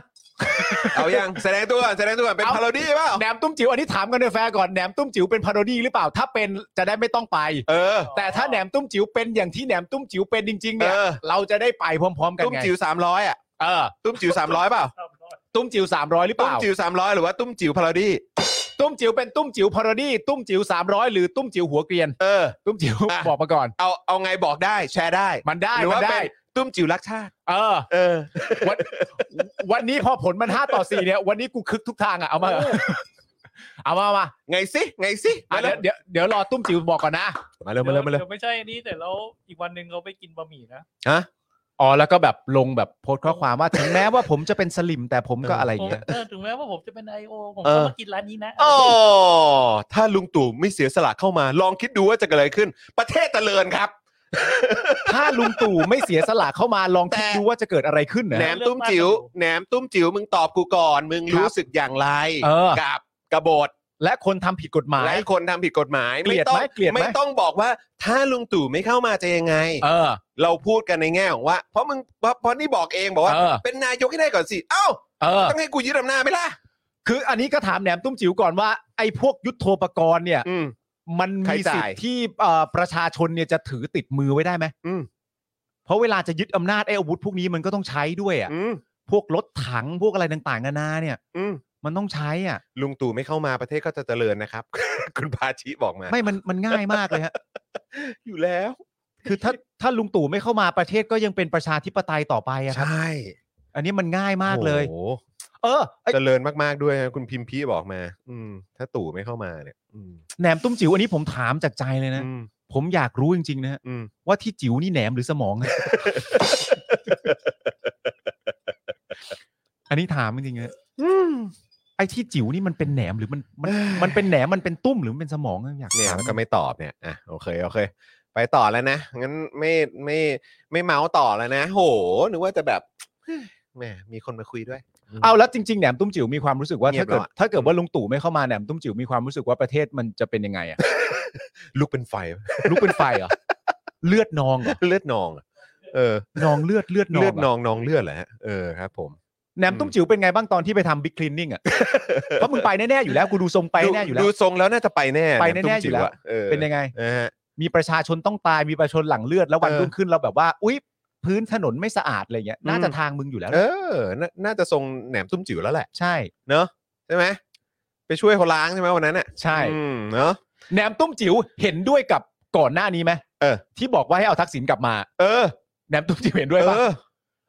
[SPEAKER 2] เอายังแสดงตัวก่อนแสดงตัวก่อนเป็น
[SPEAKER 3] เอา
[SPEAKER 2] พาโรดี้เปล่า
[SPEAKER 3] แหนมตุ้มจิ๋วอันนี้ถามกันในแฟร์ก่อนแหนมตุ้มจิ๋วเป็นพาโรดี้หรือเปล่า ถ้าเป็นจะได้ไม่ต้องไป
[SPEAKER 2] เออ
[SPEAKER 3] แต่ถ้าแหนมตุ้มจิ๋วเป็นอย่างที่แหนมตุ้มจิ๋วเป็นจริง ๆ เนี่ย
[SPEAKER 2] เออ
[SPEAKER 3] เราจะได้ไปพร้อม ๆ กัน
[SPEAKER 2] ตุ้ม
[SPEAKER 3] ไง
[SPEAKER 2] จิ๋วสามร้อยอ่ะ
[SPEAKER 3] เออ
[SPEAKER 2] ตุ้มจิ๋วสามร้อยเปล่า
[SPEAKER 3] ตุ้มจิ๋ว300 หรือเป
[SPEAKER 2] ตุ้ม
[SPEAKER 3] ล่า
[SPEAKER 2] จิ๋ว300 หรือว่าตุ้มจิ๋วพาราดี
[SPEAKER 3] ตุ้มจิ๋วเป็นตุ้มจิ๋วพารดี ตุ้มจิ๋ว300 หรือตุ้มจิ๋วหัวเกรียน
[SPEAKER 2] เออ
[SPEAKER 3] ตุ้มจิ๋ว
[SPEAKER 2] อ่ะ
[SPEAKER 3] บอกมาก่อน
[SPEAKER 2] เอาเอาไงบอกได้แชร์ได้
[SPEAKER 3] มันได้
[SPEAKER 2] หรือ
[SPEAKER 3] มั
[SPEAKER 2] ว่าน เป็
[SPEAKER 3] ได้
[SPEAKER 2] นตุ้มจิ๋วรักชาติ
[SPEAKER 3] เออ
[SPEAKER 2] เออ
[SPEAKER 3] วัน วันนี้พอผลมัน 5 ต่อ 4 เนี่ย วันนี้กูคึกทุกทางอ่ะ เอา มาเหอะเอามาเอามา
[SPEAKER 2] ไงสิไงสิ
[SPEAKER 3] อ่ะเดี๋ยวเดี๋ยวเดี๋ยวรอตุ้มจิ๋วบอกก่อนนะ
[SPEAKER 2] มาเร็วมาเร็วมาเร็ว
[SPEAKER 8] ดี๋ยไม่ใช่อันนี้แต่แล้วอีกวันหนึ่งเขาไปกินบะหมี่นะ
[SPEAKER 3] อ๋อ แล้วก็แบบลงแบบโพสต์ข้อความว่า ถึงแม้ว่าผมจะเป็นสลิมแต่ผมก็อะไรอย่างเงี้ย
[SPEAKER 8] เออถึงแม้ว่าผมจะเป็นไอโอผม
[SPEAKER 2] เอ
[SPEAKER 8] ก็
[SPEAKER 2] อ
[SPEAKER 8] มากินร้านนี้นะ
[SPEAKER 2] อ๋อถ้าลุงตู่ไม่เสียสละเข้ามา ลองคิดดูว่าจะเกิดอะไรขึ้น ประเทศเจริญครับ
[SPEAKER 3] ถ้าลุงตู่ไม่เสียสละเข้ามาลองคิดดูว่าจะเกิดอะไรขึ้นนะ
[SPEAKER 2] แหนมตุ้มจิ๋วแหนมตุ้มจิ๋วมึงตอบกูก่อน มึง
[SPEAKER 3] ครับ
[SPEAKER 2] รู้สึกอย่างไร
[SPEAKER 3] เออ
[SPEAKER 2] กับกบฏ
[SPEAKER 3] และคนทำผิดกฎหมาย
[SPEAKER 2] และคนทำผิดกฎหมาย
[SPEAKER 3] เกลียด
[SPEAKER 2] ต้อง
[SPEAKER 3] ไหมเกลียดไหม
[SPEAKER 2] ไม่ต้องบอกว่าถ้าลุงตู่ไม่เข้ามาจะยังไง
[SPEAKER 3] เออ
[SPEAKER 2] เราพูดกันในแง่ของว่า เพราะมึงเพราะเพราะนี่บอกเองบอกว่า
[SPEAKER 3] เออ
[SPEAKER 2] เป็นนายกให้ได้ก่อนสิ เอ้า
[SPEAKER 3] เออ
[SPEAKER 2] ต้องให้กูยึดอำนาจไหมล่ะ
[SPEAKER 3] คืออันนี้ก็ถามแหนมตุ้มจิ๋วก่อนว่าไอ้พวกยุทโธปกรณ์เนี่ย
[SPEAKER 2] อืม
[SPEAKER 3] มัน
[SPEAKER 2] ใคร
[SPEAKER 3] มี
[SPEAKER 2] จ่าย
[SPEAKER 3] สิทธิ์ที่เอ่อประชาชนเนี่ยจะถือติดมือไว้ได้ไหม
[SPEAKER 2] อืม
[SPEAKER 3] เพราะเวลาจะยึดอำนาจไอ้อาวุธพวกนี้มันก็ต้องใช้ด้วยอ่ะ
[SPEAKER 2] อืม
[SPEAKER 3] พวกรถถังพวกอะไรต่างๆนานาเนี่ย
[SPEAKER 2] อืม
[SPEAKER 3] มันต้องใช้อ่ะ
[SPEAKER 2] ลุงตู่ไม่เข้ามาประเทศก็จะเจริญนะครับ คุณพาชิบอกมา
[SPEAKER 3] ไม่มันมันง่ายมากเลยฮะ
[SPEAKER 2] อยู่แล้ว
[SPEAKER 3] คือถ้าถ้าลุงตู่ไม่เข้ามาประเทศก็ยังเป็นประชาธิปไตยต่อไปอะครับ
[SPEAKER 2] ใช่
[SPEAKER 3] อันนี้มันง่ายมากเลย
[SPEAKER 2] โอ้โห
[SPEAKER 3] เออไอ้
[SPEAKER 2] เจริญมากๆด้วยนะคุณพิมพีบอกมา อืม ถ้าตู่ไม่เข้ามาเนี่ย อืม
[SPEAKER 3] แหนมตุ้มจิ๋วอันนี้ผมถามจากใจเลยนะ
[SPEAKER 2] อืม
[SPEAKER 3] ผมอยากรู้จริงๆนะฮะ
[SPEAKER 2] อืม
[SPEAKER 3] ว่าที่จิ๋วนี่แหนมหรือส มองฮะ อันนี้ถามจริงๆนะไอ้ที่จิ๋วนี่มันเป็นแหนมหรือมันมัน
[SPEAKER 2] เอ้ย
[SPEAKER 3] มันเป็นแหนมมันเป็นตุ้มหรือมันเป็นสมองอะอยาก
[SPEAKER 2] เนี่ย
[SPEAKER 3] ถาม
[SPEAKER 2] แล้วก็ไม่ตอบเนี่ยอ่ะโอเคโอเค ไปต่อแล้วนะ งั้นไม่ไม่ไม่เมาส์ต่อแล้วนะ โหนึกว่าจะแบบแหมมีคนมาคุยด้วย
[SPEAKER 3] เอาแล้วจริงๆแหนมตุ้มจิ๋วมีความรู้สึกว่า
[SPEAKER 2] เงีย
[SPEAKER 3] ถ้า
[SPEAKER 2] บ
[SPEAKER 3] เกิ
[SPEAKER 2] แล้ว
[SPEAKER 3] ด
[SPEAKER 2] อะ
[SPEAKER 3] ถ้าเกิดว่าลุงตู่ไม่เข้ามาแหนมตุ้มจิ๋วมีความรู้สึกว่าประเทศมันจะเป็นยังไงอะ
[SPEAKER 2] ลุกเป็นไฟ
[SPEAKER 3] ลุกเป็นไฟเหรอ เลือดนองเหรอ
[SPEAKER 2] เลือดนองอะเออ
[SPEAKER 3] นองเลือดเลือดนอง
[SPEAKER 2] เลือด
[SPEAKER 3] หร
[SPEAKER 2] นองนองเลือดเหรอฮะเออครับผม
[SPEAKER 3] แหนมตุ้มจิ๋วเป็นไงบ้างตอนที่ไปทำบิ๊กคลีนนิ่งอ่ะ เพราะมึงไปแน่ๆอยู่แล้วกูดูทรงไปแน่อยู่แล้ว
[SPEAKER 2] ดูทรงแล้วน่าจะไปแน่
[SPEAKER 3] ไปแน่ๆ
[SPEAKER 2] ตุ้ม
[SPEAKER 3] อ
[SPEAKER 2] จิ๋
[SPEAKER 3] ยู่แล้ว
[SPEAKER 2] ะออ
[SPEAKER 3] เป็นยังไง
[SPEAKER 2] นะฮะ
[SPEAKER 3] มีประชาชนต้องตายมีประชาชนหลังเลือดแล้ววัน
[SPEAKER 2] เออ
[SPEAKER 3] รุ่งขึ้นเราแบบว่า อุ๊ย พื้นถนนไม่สะอาดอะไรเงี้ย
[SPEAKER 2] อืม
[SPEAKER 3] น่าจะทางมึงอยู่แล้ว
[SPEAKER 2] เออน่าน่าจะทรงแหนมตุ้มจิ๋วแล้วแหละ
[SPEAKER 3] ใช่
[SPEAKER 2] เนอะใช่ไหมไปช่วยเขาล้างใช่ไหมวันนั้นอ่ะ
[SPEAKER 3] ใช่
[SPEAKER 2] อืมเนอะ
[SPEAKER 3] แหนมตุ้มจิ๋วเห็นด้วยกับก่อนหน้านี้ไหม
[SPEAKER 2] เออ
[SPEAKER 3] ที่บอกว่าให้เอาทักษิณกลับมา
[SPEAKER 2] เออ
[SPEAKER 3] แหนมตุ้มจิ๋วเห็นด้วย
[SPEAKER 2] เอ
[SPEAKER 3] ป่ะ
[SPEAKER 2] อ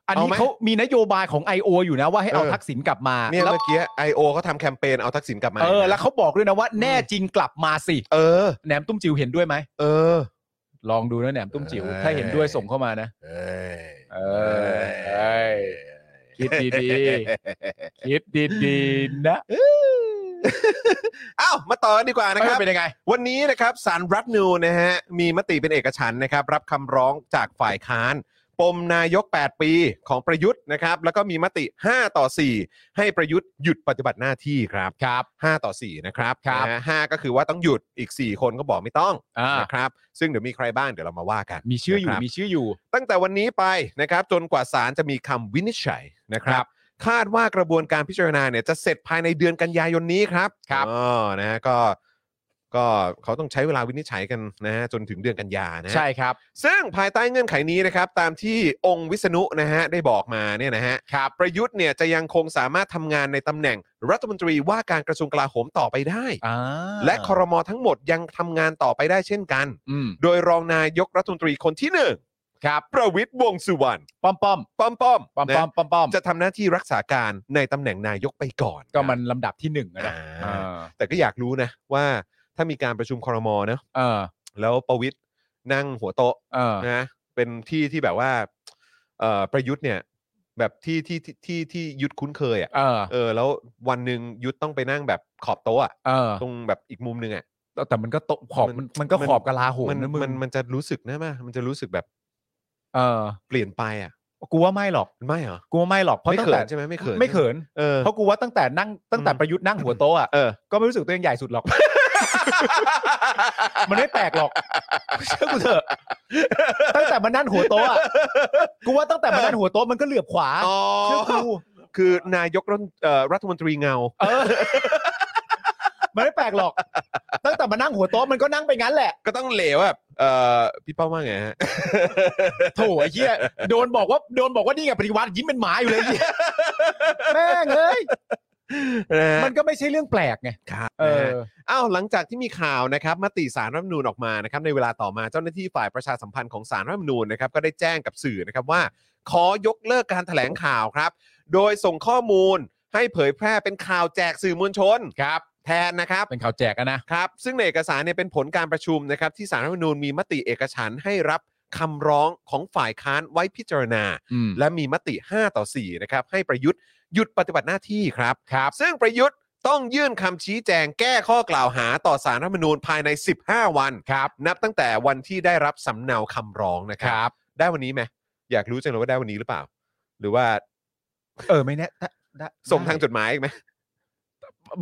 [SPEAKER 3] อัน
[SPEAKER 2] เอา
[SPEAKER 3] นี้
[SPEAKER 2] ไหม
[SPEAKER 3] เขามีนโยบายของ I.O. อยู่นะว่าให้เอา
[SPEAKER 2] เออ
[SPEAKER 3] ทักษิณกลับมา
[SPEAKER 2] เนี่ย
[SPEAKER 3] แล้ว
[SPEAKER 2] เมื่อกี้ไอโอเขาทำแคมเปญเอาทักษิณกลับมา
[SPEAKER 3] เออแล้วเขาบอกด้วยนะว่าแน่จริงกลับมาสิ
[SPEAKER 2] เออ
[SPEAKER 3] แหนมตุ้มจิ๋วเห็นด้วยไหม
[SPEAKER 2] เออ
[SPEAKER 3] ลองดูนะแหนมตุ้มจิ๋ว
[SPEAKER 2] เอ้ย
[SPEAKER 3] ถ้าเห็นด้วยส่งเข้ามานะ
[SPEAKER 2] เอ้ย
[SPEAKER 3] เออเอ้ย คิดดีๆ คิดดีๆนะ
[SPEAKER 2] เอ้ามาต่อกันดีกว่า
[SPEAKER 3] นะ
[SPEAKER 2] นะค
[SPEAKER 3] ครับ
[SPEAKER 2] รั
[SPEAKER 3] บ เป็นยังไง
[SPEAKER 2] วันนี้นะครับสารรัฐธรรมนูญนะฮะมีมติเป็นเอกฉันท์นะครับ รับคำร้องจากฝ่ายค้าน ปมนายก 8 ปีของประยุทธ์นะครับ แล้วก็มีมติ 5 ต่อ 4 ให้ประยุทธ์หยุดปฏิบัติหน้าที่ครับ
[SPEAKER 3] ครับ
[SPEAKER 2] 5 ต่อ 4 นะครับ
[SPEAKER 3] ครับ
[SPEAKER 2] นะฮะห้าก็คือว่าต้องหยุดอีก 4 คนก็บอกไม่ต้อง
[SPEAKER 3] อ่า
[SPEAKER 2] นะครับ ซึ่งเดี๋ยวมีใครบ้างเดี๋ยวเรามาว่ากัน
[SPEAKER 3] มีชื่ออยู่
[SPEAKER 2] นะครับ
[SPEAKER 3] มีชื่ออยู่
[SPEAKER 2] ตั้งแต่วันนี้ไปนะครับจนกว่าศาลจะมีคำวินิจฉัยนะครับ คาดว่ากระบวนการพิจารณาเนี่ยจะเสร็จภายในเดือนกันยายนนี้ครับ
[SPEAKER 3] ครับ
[SPEAKER 2] อ๋อนะฮะก็ก็เขาต้องใช้เวลาวินิจฉัยกันนะฮะจนถึงเดือนกันยานะฮะ
[SPEAKER 3] ใช่ครับ
[SPEAKER 2] ซึ่งภายใต้เงื่อนไขนี้นะครับ ตามที่องค์วิษณุนะฮะได้บอกมาเนี่ยนะฮะ
[SPEAKER 3] ครับ
[SPEAKER 2] ประยุทธ์เนี่ยจะยังคงสามารถทำงานในตำแหน่งรัฐมนตรีว่าการกระทรวงกลาโหมต่อไปได้
[SPEAKER 3] อ่า
[SPEAKER 2] และคอรมอทั้งหมดยังทำงานต่อไปได้เช่นกัน
[SPEAKER 3] อืม
[SPEAKER 2] โดยรองนายกรัฐมนตรีคนที่หนึ่ง
[SPEAKER 3] ครับ
[SPEAKER 2] ประวิตยวงษ์สุวรรณ
[SPEAKER 3] ป้อมป้อม
[SPEAKER 2] ป้อมป้อม
[SPEAKER 3] ป้อมป้อมป้อมป้อม
[SPEAKER 2] จะทำหน้าที่รักษาการในตำแหน่งนายกไปก่อน
[SPEAKER 3] ก็มันลำดับที่หนึ่งอะ
[SPEAKER 2] อ่า
[SPEAKER 3] นะเออ
[SPEAKER 2] แต่ก็อยากรู้นะว่าถ้ามีการประชุมคอรมอนะ
[SPEAKER 3] เออ
[SPEAKER 2] แล้วประวิทย์นั่งหัวโต๊ะ
[SPEAKER 3] เออ
[SPEAKER 2] นะเป็นที่ที่แบบว่าเอ่อประยุทธ์เนี่ย แบบที่ที่ที่ที่ที่ยุทธคุ้นเคยอ่ะ
[SPEAKER 3] เออ
[SPEAKER 2] เออ แล้ววันหนึ่งยุทธต้องไปนั่งแบบขอบโต๊ะอะ
[SPEAKER 3] เออ
[SPEAKER 2] ตรงแบบอีกมุมหนึ่งอ่ะ
[SPEAKER 3] แต่มันก็ตกขอบ
[SPEAKER 2] มั
[SPEAKER 3] มัน นมันก็
[SPEAKER 2] มัน
[SPEAKER 3] ขอบกะลาโหม
[SPEAKER 2] มัน
[SPEAKER 3] นะมึง
[SPEAKER 2] มันมันจะรู้สึกนะมั้ยมันจะรู้สึกแบบ
[SPEAKER 3] เออ
[SPEAKER 2] เปลี่ยนไปอ่ะ
[SPEAKER 3] กูว่าไม่หรอก
[SPEAKER 2] ไม่เหรอ
[SPEAKER 3] กูว่าไม่หรอกเพราะ
[SPEAKER 2] ไม่
[SPEAKER 3] ตั้ง
[SPEAKER 2] เขิ
[SPEAKER 3] แต่
[SPEAKER 2] นใช่ไหมไม่เขิน
[SPEAKER 3] ไม่เขิน
[SPEAKER 2] เออ
[SPEAKER 3] เพราะกูว่าตั้งแต่นั่งตั้งแต่
[SPEAKER 2] อืม
[SPEAKER 3] ประยุทธ์นั่งหัวโต๊ะอะ
[SPEAKER 2] เออ
[SPEAKER 3] ก็ไม่รู้สึกตัวเองใหญ่สุดหร อก มันไม่แปลกหรอก เชื่อกูเถอะตั้งแต่มันนั่นหัวโต๊ะอะกูว่าตั้งแต่มันนั่นหัวโต๊ะมันก็เหลือบขวา
[SPEAKER 2] อ๋อ
[SPEAKER 3] เชื่อกู
[SPEAKER 2] คือนายกรัฐเอ่อรัฐมนตรีเงา
[SPEAKER 3] เออ มันไม่แปลกหรอก ตั้งแต่ มานั่งหัวโต๊ะมันก็นั่งไปงั้นแหละ
[SPEAKER 2] ก็ต้องเหลวแบบเอ่อพี่ป้อมว่าไงฮะ
[SPEAKER 3] โถ่ไอ้เหี้ยโดนบอกว่าโดนบอกว่านี่ไงปฏิวัติยิ้มเป็นหมาอยู่เลยไอ้เหี้ยแม่งเอ้ย
[SPEAKER 2] นะฮะ
[SPEAKER 3] มันก็ไม่ใช่เรื่องแปลกไง
[SPEAKER 2] ครับ
[SPEAKER 3] เออ
[SPEAKER 2] นะฮะ อ้าวหลังจากที่มีข่าวนะครับมติสารรัฐธรรมนูญออกมานะครับในเวลาต่อมาเจ้าหน้าที่ฝ่ายประชาสัมพันธ์ของสารรัฐธรรมนูญนะครับก็ได้แจ้งกับสื่อนะครับว่า ขอยกเลิกการแถลงข่าวครับ โดยส่งข้อมูลให้เผยแพร่เป็นข่าวแจกสื่อมวลชนครับแทนนะครับ
[SPEAKER 3] เป็นข่าวแจกอะนะ
[SPEAKER 2] ครับซึ่งในเอกสารเนี่ยเป็นผลการประชุมนะครับที่สารรัฐธรรมนูญมีมติเอกฉันท์ให้รับคำร้องของฝ่ายค้านไว้พิจารณา
[SPEAKER 3] อืม
[SPEAKER 2] และมีมติ 5 ต่อ 4 นะครับ ให้ประยุทธ์หยุดปฏิบัติหน้าที่ครับ ซึ่งประยุทธ์ต้องยื่นคำชี้แจงแก้ข้อกล่าวหาต่อสารรัฐธรรมนูญภายใน 15 วัน
[SPEAKER 3] ครับ
[SPEAKER 2] นับตั้งแต่วันที่ได้รับสำเนาคำร้องนะค
[SPEAKER 3] ครับ รับ
[SPEAKER 2] ได้วันนี้ไหมอยากรู้จังเลยว่าได้วันนี้หรือเปล่า หรือว่า
[SPEAKER 3] เออไม่แน่ถ้าถ้
[SPEAKER 2] ส่งทางจดหมายอี กไหม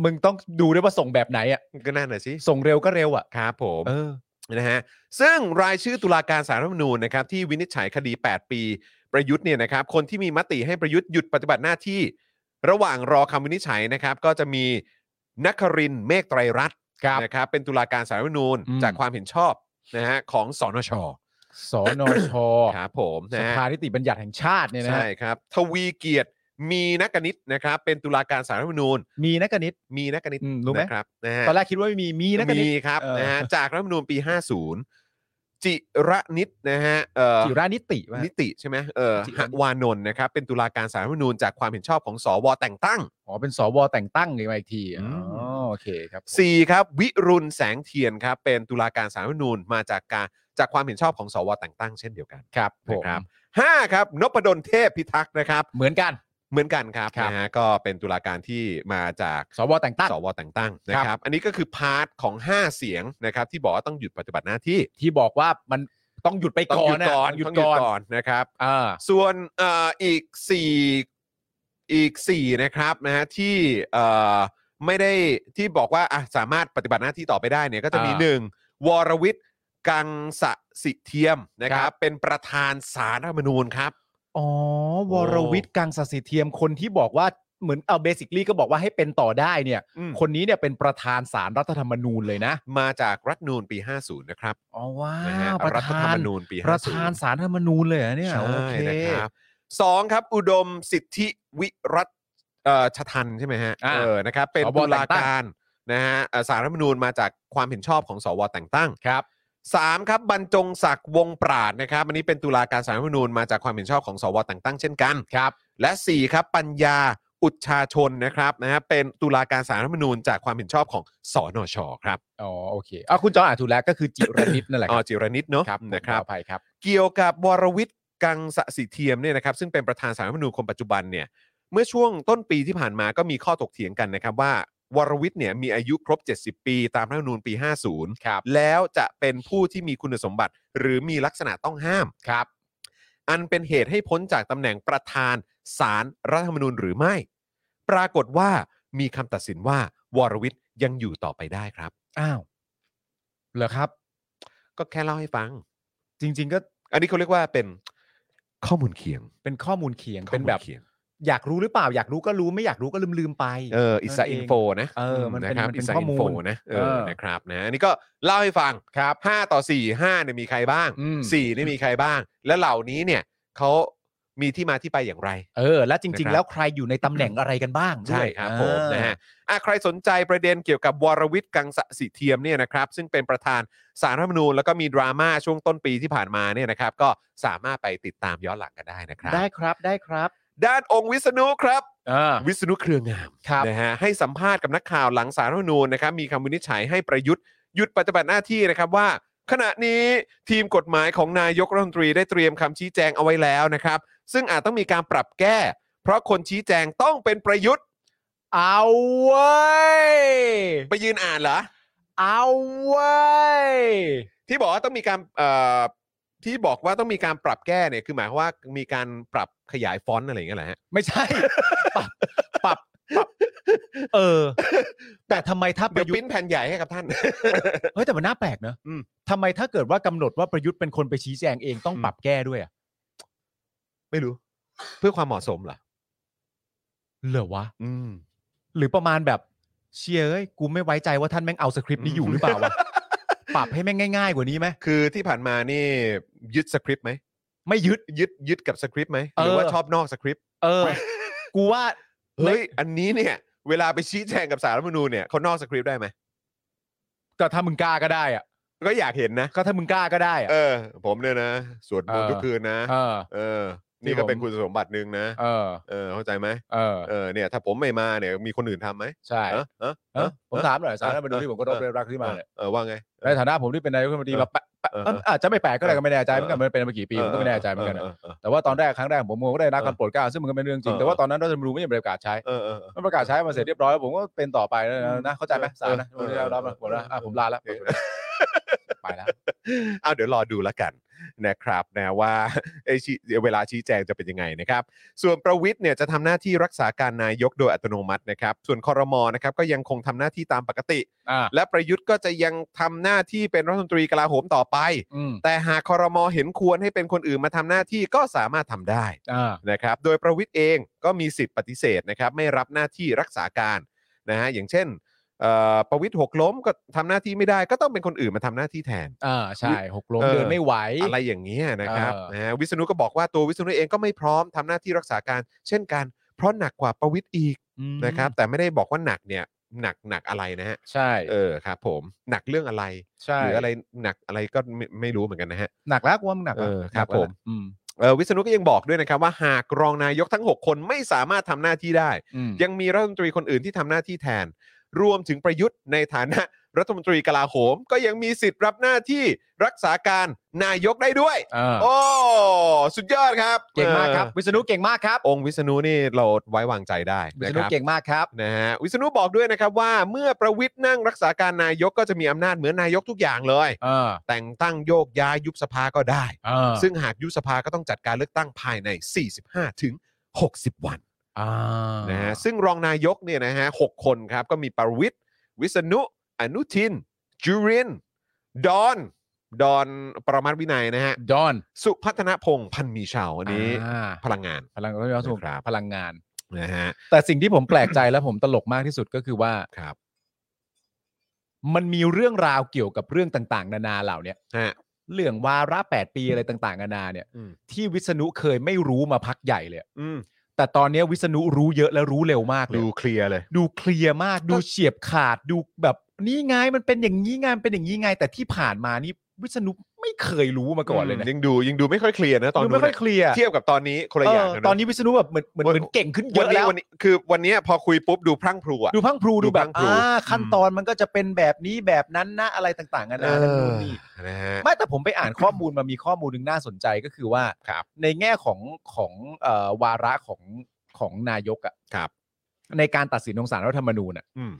[SPEAKER 3] มึงต้องดูด้วยว่าส่งแบบไหนอ่ะ
[SPEAKER 2] ก็นั่นน่ะสิ
[SPEAKER 3] ส่งเร็วก็เร็วอ่ะ
[SPEAKER 2] ครับผม
[SPEAKER 3] เออ
[SPEAKER 2] นะฮะซึ่งรายชื่อตุลาการสารรัฐธรรมนูญนะครับที่วินิจฉัยคดี 8 ปี ประยุทธ์เนี่ยนะครับคนที่มีมติให้ประยุทธ์หยุดปฏิบัติหน้าที่ ระหว่างรอคำวินิจฉัยนะครับก็จะมีนักครินทร์เมฆไตรรัตน์
[SPEAKER 3] ครับ
[SPEAKER 2] นะครับเป็นตุลาการสารรัฐธรรมนูญ
[SPEAKER 3] อืม
[SPEAKER 2] จากความเห็นชอบนะฮะของสนช
[SPEAKER 3] สนช
[SPEAKER 2] ครับผม
[SPEAKER 3] ส
[SPEAKER 2] นะฮะ
[SPEAKER 3] ภานิติบัญญัติแห่งชาติเนี่ยนะฮะ
[SPEAKER 2] ใช่ครับทวีเกียรติมีนักกณิตนะครับเป็นตุลาการสารรัฐธรรมนูญ
[SPEAKER 3] มีนะกนิด
[SPEAKER 2] มีนักกณิต
[SPEAKER 3] อืมรู้ไหม
[SPEAKER 2] นะครับนะฮะ
[SPEAKER 3] ตอนแรกคิดว่าไม่มี มีนะกนิ
[SPEAKER 2] มี
[SPEAKER 3] ด
[SPEAKER 2] ครับ
[SPEAKER 3] เออ
[SPEAKER 2] นะฮะจากรัฐธรรมนูญปี 50 จิระนิตนะฮะเอ่อ
[SPEAKER 3] จิรานิติวะ
[SPEAKER 2] นิติใช่ไหมเออ
[SPEAKER 3] จิ
[SPEAKER 2] ห
[SPEAKER 3] ระนิติ
[SPEAKER 2] วานนท์นะครับเป็นตุลาการสารรัฐธรรมนูญจากความเห็นชอบของสวแต่งตั้ง
[SPEAKER 3] อ๋อ เป็นสวแต่งตั้งเลยมาอีกที
[SPEAKER 2] อื
[SPEAKER 3] อ๋
[SPEAKER 2] ม
[SPEAKER 3] อโอเคครับผม
[SPEAKER 2] 4ครับวิรุณแสงเทียนครับเป็นตุลาการสารรัฐธรรมนูญมาจากการจากความเห็นชอบของสวแต่งตั้งเช่นเดียวกัน
[SPEAKER 3] ครับผ
[SPEAKER 2] นะ
[SPEAKER 3] ม
[SPEAKER 2] ครับห้าครับนพดลเทพพิทักษ์นะครับ
[SPEAKER 3] เหมือนกัน
[SPEAKER 2] เหมือนกันครับ
[SPEAKER 3] ครับ
[SPEAKER 2] นะฮะก็เป็นตุลาการที่มาจาก
[SPEAKER 3] สวแต่งตั้ง
[SPEAKER 2] สวแต่งตั้งนะ
[SPEAKER 3] ครับ
[SPEAKER 2] ครับ อันนี้ก็คือพาร์ทของ 5 เสียงนะครับที่บอกว่าต้องหยุดปฏิบัติหน้าที่
[SPEAKER 3] ที่บอกว่ามันต้องหยุดไป
[SPEAKER 2] ต้อง
[SPEAKER 3] ก่อ
[SPEAKER 2] หยุ
[SPEAKER 3] น
[SPEAKER 2] ด
[SPEAKER 3] นะ
[SPEAKER 2] ก่อน
[SPEAKER 3] หยุด
[SPEAKER 2] ต้อง
[SPEAKER 3] ก่อน
[SPEAKER 2] นะครับ
[SPEAKER 3] อ่า
[SPEAKER 2] ส่วนเอ่ออีก4อีก4นะครับนะฮะที่เอ่อไม่ได้ที่บอกว่าอ่ะสามารถปฏิบัติหน้าที่ต่อไปได้เนี่ยก็จะมี
[SPEAKER 3] อ่า
[SPEAKER 2] หนึ่งวรวิทย์กังสสิเทียมนะค
[SPEAKER 3] ค
[SPEAKER 2] รั
[SPEAKER 3] รับ บ
[SPEAKER 2] เป็นประธานสารรัฐธรรมนูญครับ
[SPEAKER 3] อ๋อ วรวิทย์กังสสิเทียมคนที่บอกว่าเหมือนเอาเบสิคลี่ก็บอกว่าให้เป็นต่อได้เนี่ย
[SPEAKER 2] อืม
[SPEAKER 3] คนนี้เนี่ยเป็นประธานสารรัฐธรรมนูญเลยนะ
[SPEAKER 2] มาจากรัฐธรรมนูญปี 50 นะครับ
[SPEAKER 3] อ๋อว้า
[SPEAKER 2] นะฮะ
[SPEAKER 3] วประ
[SPEAKER 2] รัฐธร
[SPEAKER 3] ธาร น
[SPEAKER 2] มนูญปี50
[SPEAKER 3] ประธานสารรัฐธรรมนูญเลยเหรอเนี่ย
[SPEAKER 2] ใช่
[SPEAKER 3] โอเค
[SPEAKER 2] นะครับสองครับอุดมสิทธิวิรัตเอ่อชทันใช่ไหมฮะ
[SPEAKER 3] า
[SPEAKER 2] เออนะครับเป็น
[SPEAKER 3] สว
[SPEAKER 2] ตุลา
[SPEAKER 3] แต่งตั้ง
[SPEAKER 2] การนะฮะเอ่อสารรัฐธรรมนูญมาจากความเห็นชอบของสวแต่งตั้ง
[SPEAKER 3] ครับ
[SPEAKER 2] สามครับบรรจงศักดิ์วงปราดนะครับอันนี้เป็นตุลาการสารรัฐธรรมนูญมาจากความเห็นชอบของสวแต่งตั้งเช่นกันครับและสี่ครับปัญญาอุชชาชนนะครับนะฮะเป็นตุลาการสารรัฐธรรมนูญจากความเห็นชอบของสนชครับ
[SPEAKER 3] อ๋อโอเคอ่ะคุณจออ่านถูกแล้วก็คือจิรนิตนั่นแหละค
[SPEAKER 2] อ๋อ
[SPEAKER 3] รับ
[SPEAKER 2] จิรนิตเนาะ
[SPEAKER 3] ครับผม
[SPEAKER 2] นะครับ
[SPEAKER 3] ขออภัยครับ
[SPEAKER 2] เกี่ยวกับวรวิทย์กังสสิเทียมเนี่ยนะครับซึ่งเป็นประธานสารรัฐธรรมนูญคนปัจจุบันเนี่ยเมื่อช่วงต้นปีที่ผ่านมาก็มีข้อถกเถียงกันนะครับว่าวรวิทย์เนี่ยมีอายุครบ 70 ปี ตามรัฐธรรมนูญปี 50
[SPEAKER 3] ครับ
[SPEAKER 2] แล้วจะเป็นผู้ที่มีคุณสมบัติ หรือมีลักษณะต้องห้ามครับ อันเป็นเหตุให้พ้นจากตำแหน่งประธานสารรัฐธรรมนูญหรือไม่ ปรากฏว่ามีคำตัดสินว่าวรวิทย์ยังอยู่ต่อไปได้ครับ
[SPEAKER 3] อ้าวเหรอครับ
[SPEAKER 2] ก็แค่เล่าให้ฟัง
[SPEAKER 3] จริง ๆ ก็
[SPEAKER 2] อันนี้เขาเรียกว่าเป็นข้อมูลเคียง
[SPEAKER 3] เป็นข้อมูลเคียง
[SPEAKER 2] ข้อ
[SPEAKER 3] เป็น
[SPEAKER 2] มูล
[SPEAKER 3] แบบ
[SPEAKER 2] คียง
[SPEAKER 3] อยากรู้หรือเปล่าอยากรู้ก็รู้ไม่อยากรู้ก็ลืมลืมๆไป
[SPEAKER 2] เอออิสรา
[SPEAKER 3] นั่นเอง
[SPEAKER 2] อินโฟนะ
[SPEAKER 3] เออมันเป็นะ
[SPEAKER 2] ครั
[SPEAKER 3] มันเป็น
[SPEAKER 2] อิสรา
[SPEAKER 3] ข้อมูล
[SPEAKER 2] นโฟนะเออ
[SPEAKER 3] เออ
[SPEAKER 2] นะครับนะอันนี้ก็เล่าให้ฟังครับ5ต่อ 4 5เนี่ยมีใครบ้าง
[SPEAKER 3] อืม
[SPEAKER 2] 4 นี่มีใครบ้าง และเหล่านี้เนี่ยเขามีที่มาที่ไปอย่างไร
[SPEAKER 3] เออ แล้วจริง
[SPEAKER 2] นะครับ
[SPEAKER 3] ๆ แล้วใครอยู่ในตำแหน่งอะไรกันบ้างด้วย
[SPEAKER 2] ใช่ครับผม
[SPEAKER 3] อ่า
[SPEAKER 2] นะฮะอ่ะใครสนใจประเด็นเกี่ยวกับวรวิทย์กังสสิเทียมเนี่ยนะครับซึ่งเป็นประธานสารรัฐธรรมนูญแล้วก็มีดราม่าช่วงต้นปีที่ผ่านมาเนี่ยนะครับก็สามารถไปติดตามย้อนหลังกันได้นะครับ
[SPEAKER 3] ได้ครับได้ครับ
[SPEAKER 2] ด้านองค์วิษณุครับ
[SPEAKER 3] อ่า
[SPEAKER 2] วิษณุเครืองาม
[SPEAKER 3] ครับ
[SPEAKER 2] นะฮะให้สัมภาษณ์กับนักข่าวหลังสารรัฐธรรมนูญนะครับมีคำวินิจฉัยให้ประยุทธ์หยุดปฏิบัติหน้าที่นะครับว่า ขณะนี้ทีมกฎหมายของนายกรัฐมนตรีได้เตรียมคำชี้แจงเอาไว้แล้วนะครับ ซึ่งอาจต้องมีการปรับแก้ เพราะคนชี้แจงต้องเป็นประยุทธ์
[SPEAKER 3] เอาเว้ย
[SPEAKER 2] ไปยืนอ่านเหรอ
[SPEAKER 3] เอาเว้ย
[SPEAKER 2] ที่บอกว่าต้องมีการเอ่อที่บอกว่าต้องมีการปรับแก้เนี่ยคือหมายความว่ามีการปรับขยายฟอนต์อะไรอย่างเงี้ยแหละฮะ
[SPEAKER 3] ไม่ใช่ ปรับปรับปรับเออ แต่ทำไมถ้าป
[SPEAKER 2] เดี๋ย
[SPEAKER 3] ระ
[SPEAKER 2] ว
[SPEAKER 3] ยุท
[SPEAKER 2] ปิ้
[SPEAKER 3] ธ์
[SPEAKER 2] นแผ่นใหญ่ให้กับท่าน
[SPEAKER 3] เฮ้ยแต่มันน่าแปลกเนอะ
[SPEAKER 2] อืม
[SPEAKER 3] ทำไมถ้าเกิดว่ากำหนดว่าประยุทธ์เป็นคนไปชี้แจงเองต้องปรับแก้ด้วยอะ
[SPEAKER 2] ไม่รู้ เพื่อความเหมาะสมเหรอ
[SPEAKER 3] เหรอวะ
[SPEAKER 2] อืม
[SPEAKER 3] หรือประมาณแบบ เชียเอ้ยกูไม่ไว้ใจว่าท่านแม่งเอาสคริปต์นี้อยู่หรือเปล่าวะปรับให้แม่งง่าย ๆ กว่านี้ไหม
[SPEAKER 2] คือที่ผ่านมานี่ยึดสคริปต์ไหม
[SPEAKER 3] ไม่ยึด
[SPEAKER 2] ยึดยึดกับสคริปต์ไหมหรือ
[SPEAKER 3] เออ
[SPEAKER 2] ว่าชอบนอกสคริปต์
[SPEAKER 3] เออ กูว่า
[SPEAKER 2] เฮ้ยอันนี้เนี่ย เวลาไปชี้แจงกับสารรัฐธรรมนูญเนี่ยเขานอกสคริปต์ได้ไหม
[SPEAKER 3] ก็ถ้ามึงกล้าก็ได้อะ
[SPEAKER 2] ก็อยากเห็นนะ
[SPEAKER 3] ก็ถ้ามึงกล้าก็ได้อะ
[SPEAKER 2] เออ ผมเนี่ยนะ สวดมนต์
[SPEAKER 3] เออ
[SPEAKER 2] ทุกคืนนะ
[SPEAKER 3] เออ
[SPEAKER 2] เออ นี่ก็เป็น
[SPEAKER 3] ที่ผม
[SPEAKER 2] คุณสมบัติหนึ่งนะ
[SPEAKER 3] เออ
[SPEAKER 2] เออ เข้าใจไหม
[SPEAKER 3] เออ
[SPEAKER 2] เออเนี่ย ถ้าผมไม่มาเนี่ยมีคนอื่นทำไหม
[SPEAKER 3] ใช่
[SPEAKER 2] เออเออ
[SPEAKER 3] เออผมถามหน่อยสารรัฐธรรมนูญที่ผมก็รบเรียนรักที่มาเนี่ย
[SPEAKER 2] เออว่าไง
[SPEAKER 3] ในฐานะผมที่เป็นนายกรัฐมนตรีมาแปะแปะ
[SPEAKER 2] เออ
[SPEAKER 3] เอิ่มอาจจะไม่แปลกก็ได้ก็ไม่แน่ใจเหมือนกัน
[SPEAKER 2] เออ
[SPEAKER 3] มันเป็นมากี่ปีผมก็ไม่แน่ใจเหมือนกันอะ
[SPEAKER 2] เออเออ
[SPEAKER 3] แต่ว่าตอนแรกครั้งแรกผมก็ได้รับการโปรดเกล้าซึ่งมันก็เป็นเรื่องจริง
[SPEAKER 2] เออ
[SPEAKER 3] แต่ว่าตอนนั้นรัฐธรรมนูญไม่ได้ประกาศใช้
[SPEAKER 2] เออเออเออ
[SPEAKER 3] มันประกาศใช้มาเสร็จเรียบร้อยผมก็เป็นต่อไปนะนะเข้าใจไหมสารนะ
[SPEAKER 2] เอ
[SPEAKER 3] ผ
[SPEAKER 2] อ
[SPEAKER 3] มได้รับนะผมนะอ่ะผมลาแล้ว
[SPEAKER 2] เออ
[SPEAKER 3] ไปแล้ว
[SPEAKER 2] เอาเดี๋ยวรอดูแล้วกันนะครับนะว่า ไอ้ชี้เวลาชี้แจงจะเป็นยังไงนะครับ ส่วนประวิทย์เนี่ยจะทำหน้าที่รักษาการนายกโดยอัตโนมัตินะครับ ส่วนคอรมอนะครับก็ยังคงทำหน้าที่ตามปกติ
[SPEAKER 3] อ่า
[SPEAKER 2] และประยุทธ์ก็จะยังทำหน้าที่เป็นรัฐมนตรีกลาโหมต่อไป
[SPEAKER 3] อืม
[SPEAKER 2] แต่หากคอรมอเห็นควรให้เป็นคนอื่นมาทำหน้าที่ก็สามารถทำได้
[SPEAKER 3] อ่า
[SPEAKER 2] นะครับ โดยประวิทย์เองก็มีสิทธิ์ปฏิเสธนะครับ ไม่รับหน้าที่รักษาการนะฮะอย่างเช่นเอ่อประวิทย์หกล้มก็ทำหน้าที่ไม่ได้ ก็ต้องเป็นคนอื่นมาทำหน้าที่แทน
[SPEAKER 3] อ่าใช่หกล้ม
[SPEAKER 2] เออ
[SPEAKER 3] เดินไม่ไหว
[SPEAKER 2] อะไรอย่างนี้ยนะครับ
[SPEAKER 3] เออ
[SPEAKER 2] นะฮะวิษณุก็บอกว่าตัววิษณุเองก็ไม่พร้อมทำหน้าที่รักษาการเช่นกัน เพราะหนักกว่าประวิทย์อีก
[SPEAKER 3] อืม
[SPEAKER 2] นะครับ แต่ไม่ได้บอกว่าหนักเนี่ยหนักหนักอะไรนะฮะ
[SPEAKER 3] ใช่
[SPEAKER 2] เออครับผมหนักเรื่องอะไร
[SPEAKER 3] ใช่
[SPEAKER 2] หรืออะไรหนักอะไรก็ไม่ไม่รู้เหมือนกันนะฮะ
[SPEAKER 3] หนักแล้วกูว่ามันหนักแล้ว
[SPEAKER 2] เออครับ
[SPEAKER 3] หนักแล้ว
[SPEAKER 2] ผม
[SPEAKER 3] อืม
[SPEAKER 2] เออวิษณุก็ยังบอกด้วยนะครับว่าหากรองนายกทั้ง 6 คนไม่สามารถทำหน้าที่ได้
[SPEAKER 3] อืม
[SPEAKER 2] ยังมีรัฐมนตรีคนอื่นที่ทำหน้าที่แทน รวมถึงประยุทธ์ในฐานะรัฐมนตรีกลาโหม ก็ยังมีสิทธิ์รับหน้าที่รักษาการนายกได้ด้วย
[SPEAKER 3] เออ
[SPEAKER 2] โอ้สุดยอดครับ
[SPEAKER 3] เก่งมากครับ
[SPEAKER 2] เอ
[SPEAKER 3] วิษณุเก่งมากครับ
[SPEAKER 2] อองค์วิษณุนี่เราไว้วางใจได้
[SPEAKER 3] วิษ
[SPEAKER 2] นะค
[SPEAKER 3] ณุ
[SPEAKER 2] รับ
[SPEAKER 3] เก่งมากครับ
[SPEAKER 2] นะฮะวิษณุบอกด้วยนะครับว่าเมื่อประวิทย์นั่งรักษาการนายกก็จะมีอำนาจเหมือนนายกทุกอย่างเลย
[SPEAKER 3] เออ
[SPEAKER 2] แต่งตั้งโยกย้ายยุบสภาก็ได้
[SPEAKER 3] เออ
[SPEAKER 2] ซึ่งหากยุบสภาก็ต้องจัดการเลือกตั้งภายใน 45 ถึง 60 วัน
[SPEAKER 3] อ่า
[SPEAKER 2] นะฮะซึ่งรองนายกเนี่ยนะฮะหกคนครับ ก็มีประวิทย์วิษณุ อนุทิน จุรินทร์ดอน ดอนประมาตวินัยนะฮะ
[SPEAKER 3] ดอน
[SPEAKER 2] สุพัฒนพงษ์พันธ์มีเชาวอันนี้
[SPEAKER 3] อ่า
[SPEAKER 2] พลังงาน
[SPEAKER 3] พลังไม่ต้องถูก
[SPEAKER 2] ครับ
[SPEAKER 3] พลังงาน
[SPEAKER 2] นะฮะ
[SPEAKER 3] แต่สิ่งที่ผมแปลกใจและผมตลกมากที่สุดก็คือว่า
[SPEAKER 2] ครับ
[SPEAKER 3] มันมีเรื่องราวเกี่ยวกับเรื่องต่าง ๆ นานาเหล่าเนี้ย
[SPEAKER 2] ฮะ
[SPEAKER 3] เรื่องวาระ8ปีอะไรต่างๆนานาเนี่ย
[SPEAKER 2] อืม
[SPEAKER 3] ที่วิษณุเคยไม่รู้มาพักใหญ่เลย
[SPEAKER 2] อืม
[SPEAKER 3] แต่ตอนเนี้ยวิษณุรู้เยอะและรู้เร็วมากเลย
[SPEAKER 2] ดูเคลียร์เลย
[SPEAKER 3] ดูเคลียร์มากดูเฉียบขาดดูแบบนี่ไงมันเป็นอย่างนี้ไงมันเป็นอย่างนี้ไง แต่ที่ผ่านมานี่วิษณุไม่เคยรู้มาก่อนเลยนะ
[SPEAKER 2] ยังดูยังดูไม่ค่อยเคลียร์นะตอน
[SPEAKER 3] ดู
[SPEAKER 2] นู้
[SPEAKER 3] ไม่
[SPEAKER 2] น
[SPEAKER 3] ค่อยเคลียร์
[SPEAKER 2] เทียบกับตอนนี้คนละอย่าง
[SPEAKER 3] เอ
[SPEAKER 2] กั
[SPEAKER 3] อ
[SPEAKER 2] นะ
[SPEAKER 3] ตอนนี้วิษณุแบบเหมือนเหมือน
[SPEAKER 2] วัน
[SPEAKER 3] เหมือนเก่งขึ้นเย
[SPEAKER 2] วัน
[SPEAKER 3] อะ
[SPEAKER 2] นี้
[SPEAKER 3] แล้ว
[SPEAKER 2] วันนี้คือวันนี้พอคุยปุ๊บดูพรั่งพรูอะ
[SPEAKER 3] ดูพรังพรู
[SPEAKER 2] ดู
[SPEAKER 3] ดูแบบ
[SPEAKER 2] พรั่งพรู
[SPEAKER 3] อ่าขั้นตอนมันก็จะเป็นแบบนี้แบบนั้นนะอะไรต่างๆกันา
[SPEAKER 2] เอ
[SPEAKER 3] นานั่นนู่
[SPEAKER 2] อน
[SPEAKER 3] นี่
[SPEAKER 2] นะฮะ
[SPEAKER 3] ไม่แต่ผมไปอ่านข้อมูลมามีข้อมูลหนึ่งน่าสนใจก็คือว่า
[SPEAKER 2] ครับ
[SPEAKER 3] ในแง่ของของเอ่อวาระของของนายกอะ
[SPEAKER 2] ครับ
[SPEAKER 3] ในการตัดสินของสารรัฐธรรมนูญอะ
[SPEAKER 2] อืม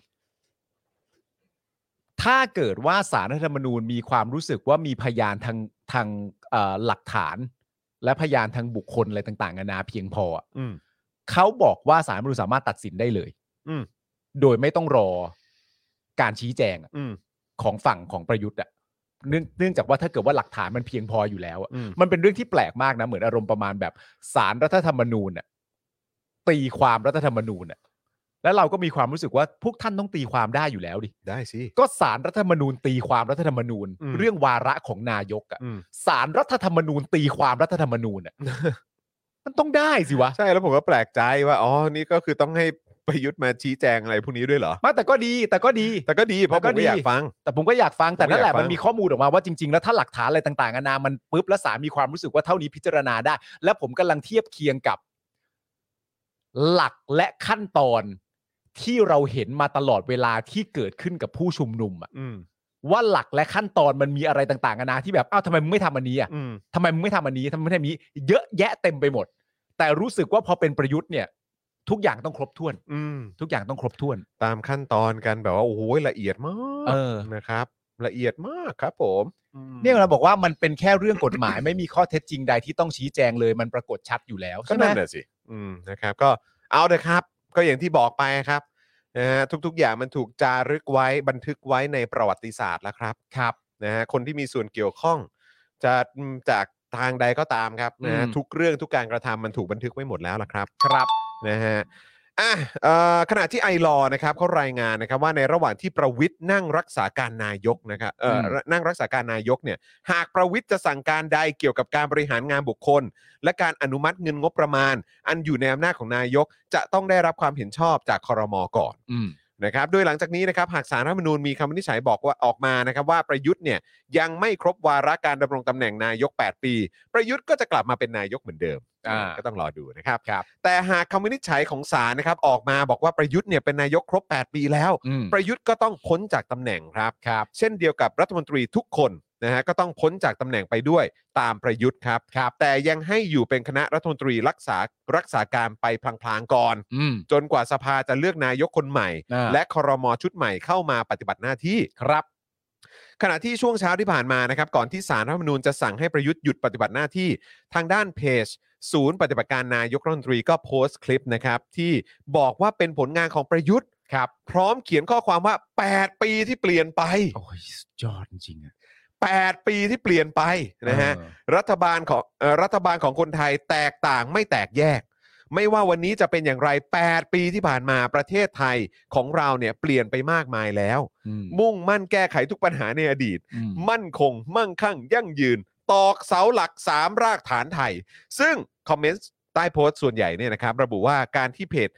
[SPEAKER 3] ถ้าเกิดว่าสารรัฐธรรมนูญมีความรู้สึกว่ามีพยานทางทางเอ่อหลักฐาน และพยานทางบุคคลอะไรต่างๆนานาเพียงพออะ
[SPEAKER 2] อืม
[SPEAKER 3] เขาบอกว่าสารรัฐธรรมนูญสามารถตัดสินได้เลย
[SPEAKER 2] อืม
[SPEAKER 3] โดยไม่ต้องรอการชี้แจงอะ
[SPEAKER 2] อืม
[SPEAKER 3] ของฝั่งของประยุทธ์อะเนื่องเนื่องจากว่าถ้าเกิดว่าหลักฐานมันเพียงพออยู่แล้วอะ
[SPEAKER 2] อืม
[SPEAKER 3] มันเป็นเรื่องที่แปลกมากนะ เหมือนอารมณ์ประมาณแบบสารรัฐธรรมนูญน่ะตีความรัฐธรรมนูญน่ะแล้วเราก็มีความรู้สึกว่าพวกท่านต้องตีความได้อยู่แล้วดิ
[SPEAKER 2] ได้สิ
[SPEAKER 3] ก็สารรัฐธรรมนูญตีความรัฐธรรมนูญ
[SPEAKER 2] อืม
[SPEAKER 3] เรื่องวาระของนายกอะ
[SPEAKER 2] อืม
[SPEAKER 3] สารรัฐธรรมนูญตีความรัฐธรรมนู ญน่ะ มันต้องได้สิวะ
[SPEAKER 2] ใช่แล้วผมก็แปลกใจว่าอ๋อนี่ก็คือต้องให้ประยุทธ์มาชี้แจงอะไรพวกนี้ด้วยเหรอ
[SPEAKER 3] ไมาแต่ก็ดีแต่ก็ดี
[SPEAKER 2] แต่ก็ดีเพราะผ
[SPEAKER 3] แต่ก็
[SPEAKER 2] มก็
[SPEAKER 3] ดี
[SPEAKER 2] อยากฟัง
[SPEAKER 3] แต่ผมก็อยากฟังแต่นั่นแหละ
[SPEAKER 2] ผมก็อยากฟัง
[SPEAKER 3] มันมีข้อมูลออกมาว่าจริงๆ แล้วถ้าหลักฐานอะไรต่างๆนานามันปุ๊บแล้วสารมีความรู้สึกว่าเท่านี้พิจารณาได้ และผมกำลังเทียบเคียงกับ หลักและขั้นตอนที่เราเห็นมาตลอดเวลาที่เกิดขึ้นกับผู้ชุมนุมอะ
[SPEAKER 2] อืม
[SPEAKER 3] ว่าหลักและขั้นตอนมันมีอะไรต่างๆนานาที่แบบอ้าวทำไมมึงไม่ทำอันนี้อ่ะ
[SPEAKER 2] อืม
[SPEAKER 3] ทำไมมึงไม่ทำอันนี้ทำไมไม่ทำอันนี้ เยอะแยะเต็มไปหมด แต่รู้สึกว่าพอเป็นประยุทธ์เนี่ย ทุกอย่างต้องครบถ้วน
[SPEAKER 2] อืม
[SPEAKER 3] ทุกอย่างต้องครบถ้วน
[SPEAKER 2] ตามขั้นตอนกันแบบว่าโอ้โหละเอียดมา
[SPEAKER 3] เอก อ
[SPEAKER 2] นะครับ ละเอียดมากครับ ผม
[SPEAKER 3] เนี่ยเราบอกว่ามันเป็นแค่เรื่องกฎหมาย ไม่มีข้อเท็จจริงใดที่ต้องชี้แจงเลยมันปรากฏชัดอยู่แล้ว
[SPEAKER 2] ก็
[SPEAKER 3] ใช่ไหม
[SPEAKER 2] นั่นแหละสิอืมนะครับ ก็เอาเถอะครับ ก็อย่างที่บอกไปครับนะฮะทุก ๆ อย่างมันถูกจารึกไว้บันทึกไว้ในประวัติศาสตร์แล้วครับ
[SPEAKER 3] ครับ
[SPEAKER 2] นะฮะคนที่มีส่วนเกี่ยวข้องจะจากทางใดก็ตามครับนะฮะ
[SPEAKER 3] อืม
[SPEAKER 2] ทุกเรื่องทุกการกระทำมันถูกบันทึกไว้หมดแล้วล่ะครับ
[SPEAKER 3] ครับ
[SPEAKER 2] นะฮะ อ่ะเอ่อขณะที่ไอรอว์นะครับเขารายงานนะครับว่าในระหว่างที่ประวิทย์นั่งรักษาการนายกนะครับเอ่อ
[SPEAKER 3] อืม
[SPEAKER 2] นั่งรักษาการนายกเนี่ยหากประวิทย์จะสั่งการใดเกี่ยวกับการบริหารงานบุคคล และการอนุมัติเงินงบประมาณ อันอยู่ในอำนาจของนายก จะต้องได้รับความเห็นชอบจากคอรมอก่อน
[SPEAKER 3] อืม
[SPEAKER 2] นะครับโดยหลังจากนี้นะครับหากสารรัฐธรรมนูญมีคำวินิจฉัยบอกว่าออกมานะครับว่าประยุทธ์เนี่ยยังไม่ครบวาระการดำรงตำแหน่งนายก 8 ปี ประยุทธ์ก็จะกลับมาเป็นนายกเหมือนเดิม
[SPEAKER 3] อ่า
[SPEAKER 2] ก็ต้องรอดูนะครับ
[SPEAKER 3] ครับ
[SPEAKER 2] แต่หากคำวินิจฉัยของศาลนะครับออกมาบอกว่าประยุทธ์เนี่ยเป็นนายกครบ 8 ปีแล้ว
[SPEAKER 3] อืม
[SPEAKER 2] ประยุทธ์ก็ต้องพ้นจากตำแหน่งครับ
[SPEAKER 3] ครับ
[SPEAKER 2] เช่นเดียวกับรัฐมนตรีทุกคนนะฮะก็ต้องพ้นจากตำแหน่งไปด้วยตามประยุทธ์ครับ แต่ยังให้อยู่เป็นคณะรัฐมนตรีรักษารักษาการไปพลางๆก่อน
[SPEAKER 3] อืม
[SPEAKER 2] จนกว่าสภาจะเลือกนายกคนใหม่
[SPEAKER 3] อ่า
[SPEAKER 2] และครมชุดใหม่เข้ามาปฏิบัติหน้าที่
[SPEAKER 3] ครับ
[SPEAKER 2] ขณะที่ช่วงเช้าที่ผ่านมานะครับ ก่อนที่สารรัฐธรรมนูญจะสั่งให้ประยุทธ์หยุดปฏิบัติหน้าที่ ทางด้านเพจ ศูนย์ปฏิบัติการนายกรัฐมนตรีก็โพสต์คลิปนะครับ ที่บอกว่าเป็นผลงานของประยุทธ์ครับ พร้อมเขียนข้อความว่า 8 ปีที่เปลี่ยนไป
[SPEAKER 3] โอ้ยสุดยอดจริงๆอะ
[SPEAKER 2] 8 ปีที่เปลี่ยนไปนะฮะ
[SPEAKER 3] เออ
[SPEAKER 2] รัฐบาลของเอ่อรัฐบาลของคนไทยแตกต่างไม่แตกแยก ไม่ว่าวันนี้จะเป็นอย่างไร 8 ปีที่ผ่านมาประเทศไทยของเราเนี่ยเปลี่ยนไปมากมายแล้ว
[SPEAKER 3] อืม
[SPEAKER 2] มุ่งมั่นแก้ไขทุกปัญหาในอดีต
[SPEAKER 3] อืม
[SPEAKER 2] มั่นคง มั่งคั่ง ยั่งยืน ตอกเสาหลัก 3 รากฐานไทย ซึ่งคอมเมนต์ใต้โพสต์ส่วนใหญ่เนี่ยนะครับ ระบุว่าการที่เพจ